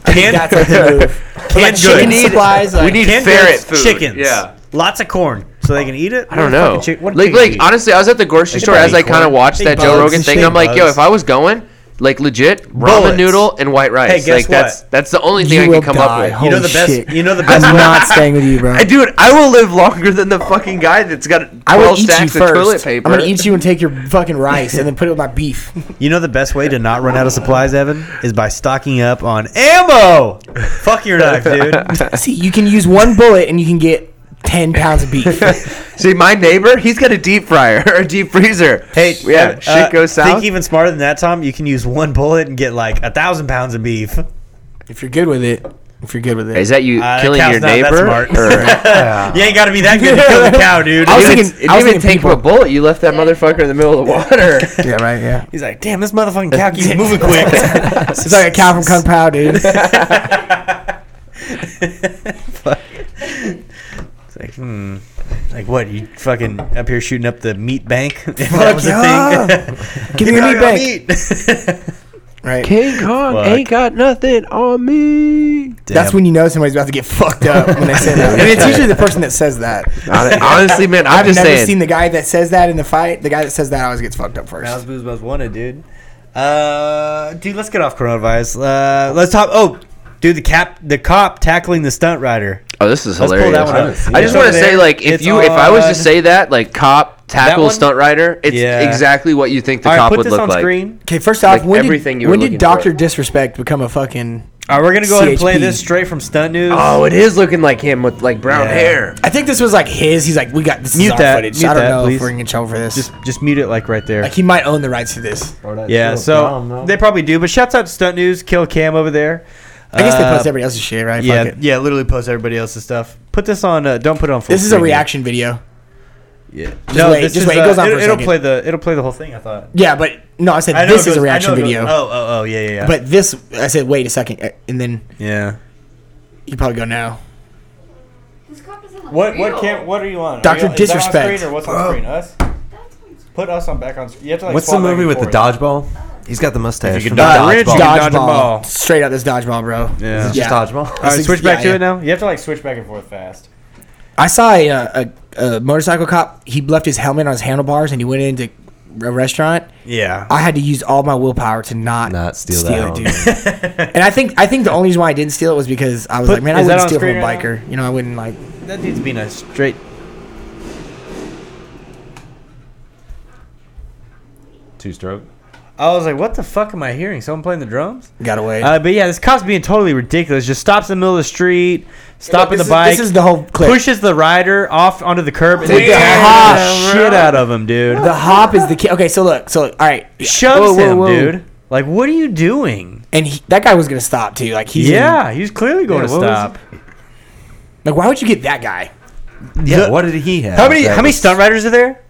Speaker 2: Canned-
Speaker 4: That's like the move. But, like,
Speaker 2: Canned
Speaker 4: chicken
Speaker 2: goods.
Speaker 4: supplies. Like,
Speaker 3: we need
Speaker 2: Canned
Speaker 3: ferret
Speaker 2: goods,
Speaker 3: food.
Speaker 2: Chickens.
Speaker 3: Yeah.
Speaker 2: Lots of corn, so they can eat it.
Speaker 3: I don't know.
Speaker 2: what do
Speaker 3: like,
Speaker 2: chickens
Speaker 3: like
Speaker 2: eat?
Speaker 3: honestly, I was at the grocery
Speaker 2: They
Speaker 3: store as
Speaker 2: probably
Speaker 3: I kind
Speaker 2: corn.
Speaker 3: of watched
Speaker 2: They
Speaker 3: that Joe
Speaker 2: bugs.
Speaker 3: Rogan thing.
Speaker 2: They
Speaker 3: I'm like, yo,
Speaker 2: bugs.
Speaker 3: if I was going, like legit ramen
Speaker 2: Bullets.
Speaker 3: noodle and white rice.
Speaker 2: guess
Speaker 3: like that's
Speaker 2: what?
Speaker 3: that's the only
Speaker 4: You
Speaker 3: thing I
Speaker 4: will
Speaker 3: can come
Speaker 4: die.
Speaker 3: up with.
Speaker 2: you know
Speaker 4: Holy
Speaker 2: the best.
Speaker 4: shit.
Speaker 2: You know the best.
Speaker 4: I'm not staying with you, bro.
Speaker 3: I, dude, I will live longer than the fucking guy that's got
Speaker 4: I will
Speaker 3: twelve
Speaker 4: eat you
Speaker 3: stacks of toilet
Speaker 4: first. I'm
Speaker 3: paper.
Speaker 4: gonna eat you and take your fucking rice and then put it with my beef.
Speaker 2: You know the best way to not run out of supplies, Evan, is by stocking up on ammo. Fuck your knife, dude.
Speaker 4: See, you can use one bullet and you can get ten pounds of beef.
Speaker 3: See, my neighbor, he's got a deep fryer or a deep freezer.
Speaker 2: Hey,
Speaker 3: yeah,
Speaker 2: uh,
Speaker 3: shit goes south.
Speaker 2: Think even smarter than that, Tom. You can use one bullet and get like a thousand pounds of beef.
Speaker 4: if you're good with it, if you're good with it.
Speaker 3: Is that you
Speaker 2: Uh, that
Speaker 3: killing
Speaker 2: cow's
Speaker 3: your
Speaker 2: not that
Speaker 3: neighbor?
Speaker 2: smart.
Speaker 3: Or,
Speaker 2: You ain't got to be that good to kill the cow, dude.
Speaker 4: I was
Speaker 3: It didn't-
Speaker 4: thinking-
Speaker 3: it
Speaker 4: I was
Speaker 3: didn't even
Speaker 4: thinking
Speaker 3: take him a
Speaker 4: people.
Speaker 3: bullet. You left that motherfucker in the middle of the water.
Speaker 4: yeah, right. Yeah.
Speaker 2: He's like, damn, this motherfucking cow keeps moving quick.
Speaker 4: It's like a cow from Kung Pao, dude.
Speaker 2: Fuck. It's like, hmm. Like what? You fucking up here shooting up the meat bank? if that
Speaker 4: Fuck
Speaker 2: was
Speaker 4: yeah.
Speaker 2: a thing.
Speaker 4: Give me a meat bank.
Speaker 2: bank.
Speaker 4: Right.
Speaker 3: King Kong
Speaker 2: Fuck.
Speaker 3: ain't got nothing on me.
Speaker 4: That's when you know somebody's about to get fucked up when they say that. and it's usually the person that says that.
Speaker 3: Hon- Honestly, man, I'm
Speaker 4: I've
Speaker 3: just
Speaker 4: never
Speaker 3: saying.
Speaker 4: seen the guy that says that in the fight. The guy that says that always gets fucked up first.
Speaker 2: That was Booze Most Wanted, dude. Uh, dude, let's get off coronavirus. Uh, let's talk. Oh, dude, the cap, the cop tackling the stunt rider.
Speaker 3: oh, this is
Speaker 2: Let's
Speaker 3: hilarious.
Speaker 2: pull that one up.
Speaker 3: I just
Speaker 2: It's
Speaker 3: want to
Speaker 2: over
Speaker 3: say,
Speaker 2: there.
Speaker 3: like, if
Speaker 2: It's
Speaker 3: you, if I was
Speaker 2: on-
Speaker 3: to say that, like, cop tackle
Speaker 2: one?
Speaker 3: stunt rider, it's
Speaker 2: Yeah.
Speaker 3: exactly what you think the
Speaker 2: All right,
Speaker 3: cop
Speaker 2: put
Speaker 3: would
Speaker 2: this
Speaker 3: look
Speaker 2: on
Speaker 3: like.
Speaker 2: screen.
Speaker 4: Okay, first off,
Speaker 3: Like
Speaker 4: when
Speaker 3: everything
Speaker 4: did,
Speaker 3: you were
Speaker 4: when did
Speaker 3: looking
Speaker 4: Doctor
Speaker 3: for.
Speaker 4: Disrespect become a fucking?
Speaker 2: All right, we're gonna go ahead and play
Speaker 4: CHP.
Speaker 2: this straight from Stunt News.
Speaker 3: Oh, it is looking like him with like brown
Speaker 2: Yeah.
Speaker 3: hair.
Speaker 4: I think this was like his. He's like, we got this.
Speaker 2: Mute
Speaker 4: is our
Speaker 2: that,
Speaker 4: Footage.
Speaker 2: mute
Speaker 4: I don't
Speaker 2: that,
Speaker 4: know
Speaker 2: please.
Speaker 4: if we're gonna get in trouble for this.
Speaker 2: just just mute it like right there.
Speaker 4: like he might own the rights to this.
Speaker 2: yeah, so they probably do. But shouts out to Stunt News, Kill Cam over there.
Speaker 4: I guess they
Speaker 2: Uh,
Speaker 4: post everybody else's shit, right?
Speaker 2: Yeah,
Speaker 4: Fuck it.
Speaker 2: yeah, literally post everybody else's stuff. Put this on. Uh, don't put it on. Full
Speaker 4: This is a
Speaker 2: screen, dude.
Speaker 4: reaction video.
Speaker 2: Yeah.
Speaker 4: Just
Speaker 2: no,
Speaker 4: wait,
Speaker 2: this
Speaker 4: just
Speaker 2: is.
Speaker 4: wait, it
Speaker 2: uh,
Speaker 4: goes on
Speaker 2: it,
Speaker 4: for a
Speaker 2: it'll
Speaker 4: second.
Speaker 2: play the. It'll play the whole thing. I thought.
Speaker 4: Yeah, but no, I said
Speaker 2: I know
Speaker 4: this
Speaker 2: it
Speaker 4: is a
Speaker 2: goes- I
Speaker 4: reaction
Speaker 2: know it goes-
Speaker 4: video.
Speaker 2: Oh, oh, oh, yeah, yeah, yeah.
Speaker 4: But this, I said, wait a second, uh, and then
Speaker 2: yeah.
Speaker 4: you probably go now.
Speaker 6: This cop doesn't look
Speaker 2: What
Speaker 6: real.
Speaker 2: what can what are you on? Are
Speaker 4: Dr.
Speaker 2: you on- is that on
Speaker 4: Disrespect.
Speaker 2: screen or what's on screen? Us?
Speaker 6: That's what I'm-
Speaker 2: Put us on back on screen. You have to like
Speaker 5: What's the
Speaker 2: swap back
Speaker 5: movie
Speaker 2: and
Speaker 5: with the
Speaker 2: forth.
Speaker 5: dodgeball? He's got the mustache.
Speaker 2: you
Speaker 5: from
Speaker 2: can dodge- Ridge,
Speaker 5: dodgeball.
Speaker 2: you can dodge
Speaker 4: Dodgeball.
Speaker 2: the ball.
Speaker 4: Straight out this dodgeball, bro.
Speaker 2: Yeah.
Speaker 5: Just dodgeball.
Speaker 2: All right,
Speaker 4: This is-
Speaker 2: switch back
Speaker 4: yeah,
Speaker 2: to
Speaker 4: yeah.
Speaker 2: it now. You have to like switch back and forth fast.
Speaker 4: I saw a, uh, a, a motorcycle cop. He left his helmet on his handlebars and he went into a restaurant.
Speaker 2: Yeah.
Speaker 4: I had to use all my willpower to not,
Speaker 5: Not steal that
Speaker 4: it, dude. and I think I think the only reason why I didn't steal it was because I was
Speaker 2: Put-
Speaker 4: like, man, I
Speaker 2: is that
Speaker 4: wouldn't
Speaker 2: on
Speaker 4: steal from a
Speaker 2: screen right
Speaker 4: biker. You know, I wouldn't like.
Speaker 2: That dude's being a straight.
Speaker 5: Two stroke.
Speaker 2: I was like, what the fuck am I hearing? Someone playing the drums?
Speaker 4: Got away.
Speaker 2: Uh, but yeah, this cop's being totally ridiculous. Just stops in the middle of the street, stopping
Speaker 4: this
Speaker 2: the
Speaker 4: is-
Speaker 2: bike,
Speaker 4: This is the whole clip.
Speaker 2: pushes the rider off onto the curb, and beats the
Speaker 4: Damn,
Speaker 2: hot shit out of him, dude.
Speaker 4: The hop is the key. Okay, so look, so look, all right,
Speaker 2: Shoves
Speaker 4: Whoa, whoa,
Speaker 2: him,
Speaker 4: whoa.
Speaker 2: dude. Like, what are you doing?
Speaker 4: and he, that guy was gonna stop too. Like he's in-
Speaker 2: yeah, he's clearly going
Speaker 5: Yeah,
Speaker 2: to
Speaker 5: what was
Speaker 2: stop.
Speaker 4: like, why would you get that guy?
Speaker 5: Yeah, what did he have?
Speaker 2: How many
Speaker 5: that
Speaker 2: how many
Speaker 5: was-
Speaker 2: stunt riders are there?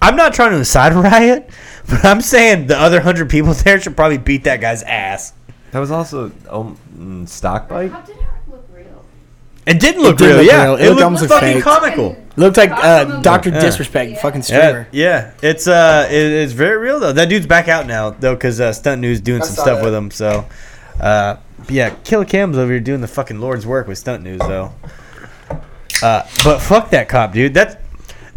Speaker 2: I'm not trying to incite a riot, but I'm saying the other hundred people there should probably beat that guy's ass.
Speaker 5: That was also um, mm, stock bike.
Speaker 6: How did Eric look real?
Speaker 2: It didn't look
Speaker 4: did
Speaker 2: real,
Speaker 4: look
Speaker 2: yeah.
Speaker 4: real. It
Speaker 2: It,
Speaker 4: looked
Speaker 2: looked,
Speaker 4: almost
Speaker 2: fucking
Speaker 4: fake.
Speaker 2: comical.
Speaker 4: Looked like uh,
Speaker 6: Awesome.
Speaker 4: Doctor
Speaker 2: Yeah.
Speaker 4: Disrespect,
Speaker 2: Yeah,
Speaker 4: fucking streamer.
Speaker 2: yeah. It's uh, it, it's very real though. That dude's back out now though, because uh, Stunt News doing
Speaker 4: I
Speaker 2: some
Speaker 4: saw
Speaker 2: stuff
Speaker 4: that.
Speaker 2: with him. So, uh, yeah, Killer Cam's over here doing the fucking Lord's work with Stunt News though. Uh, but fuck that cop, dude. That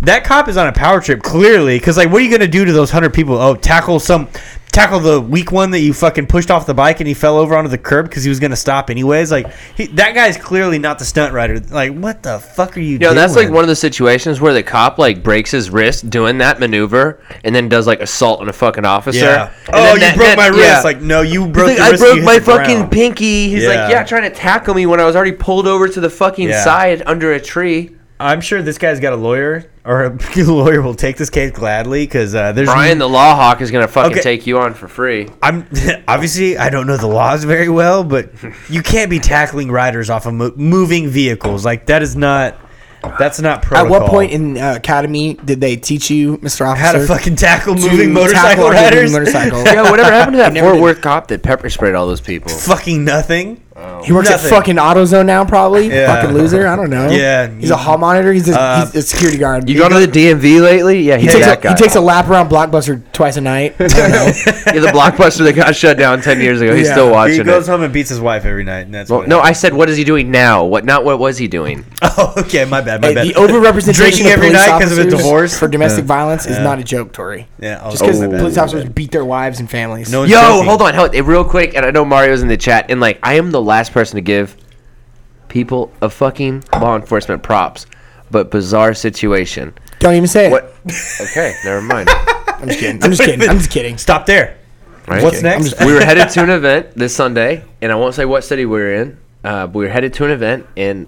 Speaker 2: that cop is on a power trip clearly, because like, what are you gonna do to those hundred people? Oh, tackle some. Tackle the weak one that you fucking pushed off the bike and he fell over onto the curb because he was gonna stop anyways. Like he, that guy's clearly not the stunt rider. Like what the fuck are you?
Speaker 3: You know,
Speaker 2: doing?
Speaker 3: that's like one of the situations where the cop like breaks his wrist doing that maneuver and then does like assault on a fucking officer.
Speaker 2: Yeah.
Speaker 3: And
Speaker 2: Oh,
Speaker 3: then
Speaker 2: you
Speaker 3: that-
Speaker 2: broke
Speaker 3: that-
Speaker 2: my wrist.
Speaker 3: yeah.
Speaker 2: Like, no, you
Speaker 3: He's
Speaker 2: broke.
Speaker 3: like,
Speaker 2: your
Speaker 3: I
Speaker 2: wrist,
Speaker 3: broke
Speaker 2: you hit
Speaker 3: my
Speaker 2: the
Speaker 3: fucking
Speaker 2: ground."
Speaker 3: pinky. He's
Speaker 2: Yeah.
Speaker 3: like, yeah, trying to tackle me when I was already pulled over to the fucking
Speaker 2: Yeah.
Speaker 3: side under a tree.
Speaker 2: I'm sure this guy's got a lawyer, or a lawyer will take this case gladly because uh, there's.
Speaker 3: Brian the Law Hawk is gonna fucking
Speaker 2: Okay.
Speaker 3: take you on for free.
Speaker 2: I'm obviously I don't know the laws very well, but you can't be tackling riders off of mo- moving vehicles. Like that is not. That's not
Speaker 4: At
Speaker 2: protocol.
Speaker 4: what point in uh, academy did they teach you, Mister Officer,
Speaker 2: how to fucking tackle
Speaker 4: to
Speaker 2: moving
Speaker 4: tackle
Speaker 2: motorcycle
Speaker 4: a moving
Speaker 2: riders?
Speaker 4: Motorcycle.
Speaker 3: yeah, whatever happened to that
Speaker 4: He never
Speaker 3: Fort
Speaker 4: did.
Speaker 3: Worth cop that pepper sprayed all those people?
Speaker 2: Fucking nothing.
Speaker 4: He works
Speaker 2: Nothing.
Speaker 4: at fucking AutoZone now, probably.
Speaker 2: Yeah.
Speaker 4: Fucking loser. I don't know.
Speaker 2: Yeah.
Speaker 4: He's a hall monitor. He's a,
Speaker 2: Uh,
Speaker 4: he's a security guard.
Speaker 3: You gone to the DMV lately? Yeah,
Speaker 4: he,
Speaker 3: he's
Speaker 4: takes
Speaker 3: that
Speaker 4: a,
Speaker 3: guy.
Speaker 4: he takes a lap around Blockbuster twice a night. I don't know.
Speaker 3: yeah, the blockbuster that got shut down ten years ago. He's
Speaker 4: Yeah.
Speaker 3: still watching
Speaker 2: He goes
Speaker 3: it.
Speaker 2: home and beats his wife every night, and that's
Speaker 3: Well,
Speaker 2: what-
Speaker 3: no, I said, what is he doing now? What? Not what was he doing?
Speaker 2: Oh, okay, my bad, my
Speaker 4: Hey,
Speaker 2: bad.
Speaker 4: the overrepresentation
Speaker 2: Drinking
Speaker 4: of
Speaker 2: every
Speaker 4: police
Speaker 2: night 'cause of a
Speaker 4: officers
Speaker 2: divorce?
Speaker 4: for domestic
Speaker 2: Yeah.
Speaker 4: violence is
Speaker 2: Yeah.
Speaker 4: not a joke, Tori.
Speaker 2: yeah, I'll-
Speaker 4: Just
Speaker 3: Oh.
Speaker 4: because
Speaker 2: my bad,
Speaker 4: police
Speaker 2: my
Speaker 4: officers
Speaker 2: bad.
Speaker 4: beat their wives and families.
Speaker 2: No one's
Speaker 3: Yo,
Speaker 2: joking.
Speaker 3: hold on, hold real quick. And I know Mario's in the chat, and like I am the last person to give people a fucking law enforcement props, but bizarre situation.
Speaker 4: don't even say it.
Speaker 3: What? Okay, never mind.
Speaker 4: I'm just kidding. I'm just kidding. I'm just kidding.
Speaker 2: Stop there.
Speaker 3: Right?
Speaker 2: What's next?
Speaker 3: we were headed to an event this Sunday, and I won't say what city we were in. Uh, but we were headed to an event, and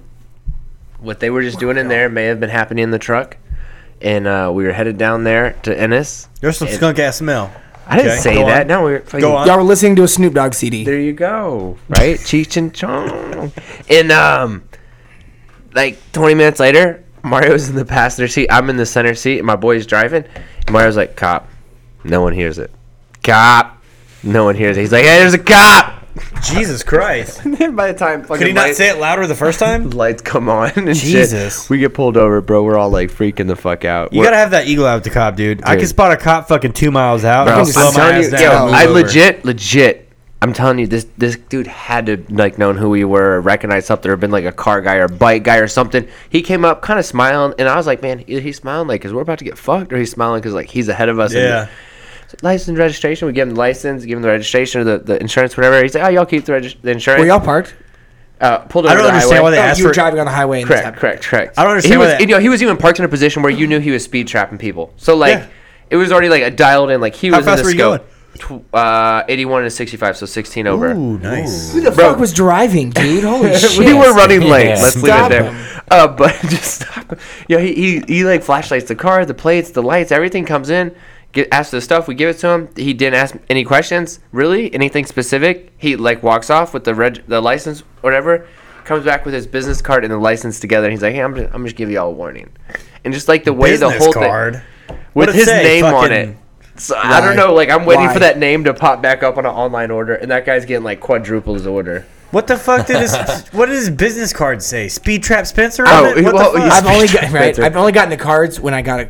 Speaker 3: what they were
Speaker 2: Oh
Speaker 3: just doing in there may have been happening in the truck. And uh, we were headed down there to Ennis.
Speaker 2: There's some
Speaker 3: It-
Speaker 2: skunk ass smell.
Speaker 3: I didn't
Speaker 2: Okay,
Speaker 3: say
Speaker 2: go
Speaker 3: that.
Speaker 2: on.
Speaker 3: No, we were fucking-
Speaker 2: Go on.
Speaker 4: Y'all were listening to a Snoop Dogg CD.
Speaker 3: There you go. Right? Cheech and Chong. And um like 20 minutes later, Mario's in the passenger seat. I'm in the center seat. And my boy's driving. And Mario's like, cop. No one hears it. Cop. No one hears it. He's like, hey, there's a cop.
Speaker 2: Jesus Christ.
Speaker 3: And then by the time fucking
Speaker 2: Could he not
Speaker 3: lights-
Speaker 2: say it louder the first time?
Speaker 3: lights come on and
Speaker 2: Jesus.
Speaker 3: shit, we get pulled over, bro. We're all like freaking the fuck out.
Speaker 2: You
Speaker 3: We're-
Speaker 2: gotta have that eagle eye with the cop, dude. I can
Speaker 3: Dude.
Speaker 2: spot a cop fucking two miles out.
Speaker 3: Bro,
Speaker 2: I
Speaker 3: I'm
Speaker 2: can slow my
Speaker 3: telling
Speaker 2: ass
Speaker 3: you,
Speaker 2: down
Speaker 3: yo,
Speaker 2: and move
Speaker 3: I
Speaker 2: over.
Speaker 3: legit, legit. I'm telling you, this this dude had to like known who we were, or recognized something, or been like a car guy or bike guy or something. He came up, kind of smiling, and I was like, man, either he's smiling like because we're about to get fucked, or he's smiling because like he's ahead of us. and-
Speaker 2: Yeah.
Speaker 3: license registration. We give him the license, give him the registration or the, the insurance, whatever. He's like, oh, y'all keep the, regis- the insurance.
Speaker 4: were y'all parked?
Speaker 3: uh, pulled
Speaker 2: I
Speaker 3: over
Speaker 2: don't
Speaker 3: the
Speaker 2: understand
Speaker 3: highway.
Speaker 2: why they
Speaker 4: Oh,
Speaker 2: asked
Speaker 4: you were
Speaker 2: for.
Speaker 4: driving on the highway. And this
Speaker 3: Correct,
Speaker 4: happened.
Speaker 3: correct, correct.
Speaker 2: I don't understand
Speaker 3: He
Speaker 2: why
Speaker 3: was,
Speaker 2: that-
Speaker 3: You know, he was even parked in a position where you knew he was speed trapping people. So like,
Speaker 2: Yeah.
Speaker 3: it was already like a dialed in. Like he
Speaker 2: How
Speaker 3: was in
Speaker 2: fast
Speaker 3: the
Speaker 2: were you
Speaker 3: scope. Tw- uh, 81 to 65, so 16 over.
Speaker 2: Ooh, nice.
Speaker 4: Who the fuck was driving, dude? Holy shit.
Speaker 3: We were running late. Let's
Speaker 4: Stop
Speaker 3: leave it
Speaker 4: him.
Speaker 3: there. Uh, but just stop. Yeah, he, he he like flashlights the car, the plates, the lights, everything comes in. Get asked the stuff. We give it to him. He didn't ask any questions, really, anything specific. He like walks off with the reg, the license, whatever. Comes back with his business card and the license together. he's like, "Hey, I'm just, I'm just give y'all a warning," and just like the way the
Speaker 2: Business
Speaker 3: whole
Speaker 2: card.
Speaker 3: thing with
Speaker 2: What'd it
Speaker 3: his
Speaker 2: say?
Speaker 3: name on
Speaker 2: Fucking-
Speaker 3: it. So I
Speaker 4: Why?
Speaker 3: don't know. Like I'm waiting
Speaker 4: Why?
Speaker 3: for that name to pop back up on an online order, and that guy's getting like quadruple his order.
Speaker 2: What the fuck did his what did his business card say? Speed trap Spencer?
Speaker 3: Oh,
Speaker 2: on it? What
Speaker 3: well,
Speaker 2: the fuck?
Speaker 3: he's-
Speaker 4: I've only got, right,
Speaker 3: Spencer.
Speaker 4: I've only gotten the cards when I got a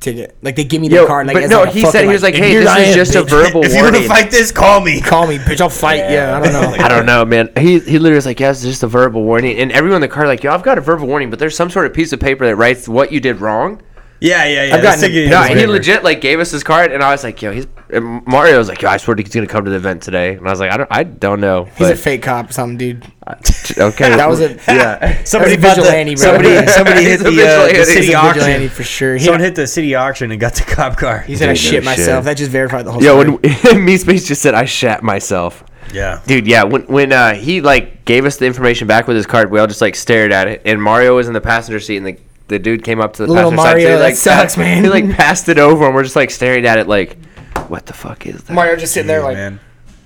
Speaker 4: ticket. Like they give me the
Speaker 3: Yo,
Speaker 4: card. Like,
Speaker 3: but
Speaker 4: it's
Speaker 3: no,
Speaker 4: like a
Speaker 3: he
Speaker 4: fucking,
Speaker 3: said he was like, "Hey,
Speaker 4: "Here
Speaker 3: this
Speaker 4: I
Speaker 3: is
Speaker 4: am,
Speaker 3: just a
Speaker 4: bitch."
Speaker 3: verbal
Speaker 2: if you want to
Speaker 3: warning."
Speaker 2: fight this, call me.
Speaker 4: Call me, bitch. I'll fight. Yeah, I don't know.
Speaker 3: I don't know, man. He he literally was like, "Yeah, it's just a verbal warning," and everyone in the car like, "Yo, I've got a verbal warning, but there's some sort of piece of paper that writes what you did wrong."
Speaker 2: Yeah, yeah, yeah.
Speaker 3: I've
Speaker 2: This
Speaker 3: gotten
Speaker 2: thing is
Speaker 3: no, he
Speaker 2: whatever.
Speaker 3: legit like gave us his card, and I was like, "Yo, he's." And Mario was like, "Yo, I swear to he's gonna come to the event today," and I was like, "I don't, I don't know."
Speaker 4: He's a
Speaker 3: but-
Speaker 4: fake cop, or something, dude.
Speaker 3: okay,
Speaker 4: That was a
Speaker 5: Yeah.
Speaker 2: Somebody
Speaker 4: That's a
Speaker 2: bought
Speaker 4: vigilante,
Speaker 2: the,
Speaker 4: bro.
Speaker 2: somebody somebody
Speaker 3: He's
Speaker 2: hit
Speaker 3: a
Speaker 2: the, uh, the
Speaker 3: vigilante.
Speaker 2: city
Speaker 4: he's a vigilante
Speaker 2: auction.
Speaker 4: for sure. He,
Speaker 2: Someone hit the city auction and got the cop car.
Speaker 4: he said I
Speaker 3: Dude, no
Speaker 4: shit myself.
Speaker 3: shit.
Speaker 4: That just verified the whole.
Speaker 3: yeah.
Speaker 4: story.
Speaker 3: When me space just said, "I shat myself."
Speaker 2: yeah.
Speaker 3: Dude, yeah, when when uh, he like gave us the information back with his card, we all just like stared at it, and Mario was in the passenger seat, and the the dude came up to the
Speaker 4: Little
Speaker 3: passenger side, so
Speaker 4: Mario, that
Speaker 3: he, like,
Speaker 4: sucks,
Speaker 3: pa-
Speaker 4: man.
Speaker 3: He like passed it over, and we're just like staring at it, like, what the fuck is that? Mario,
Speaker 4: Mario just sitting there
Speaker 2: Dude,
Speaker 4: like,
Speaker 2: man.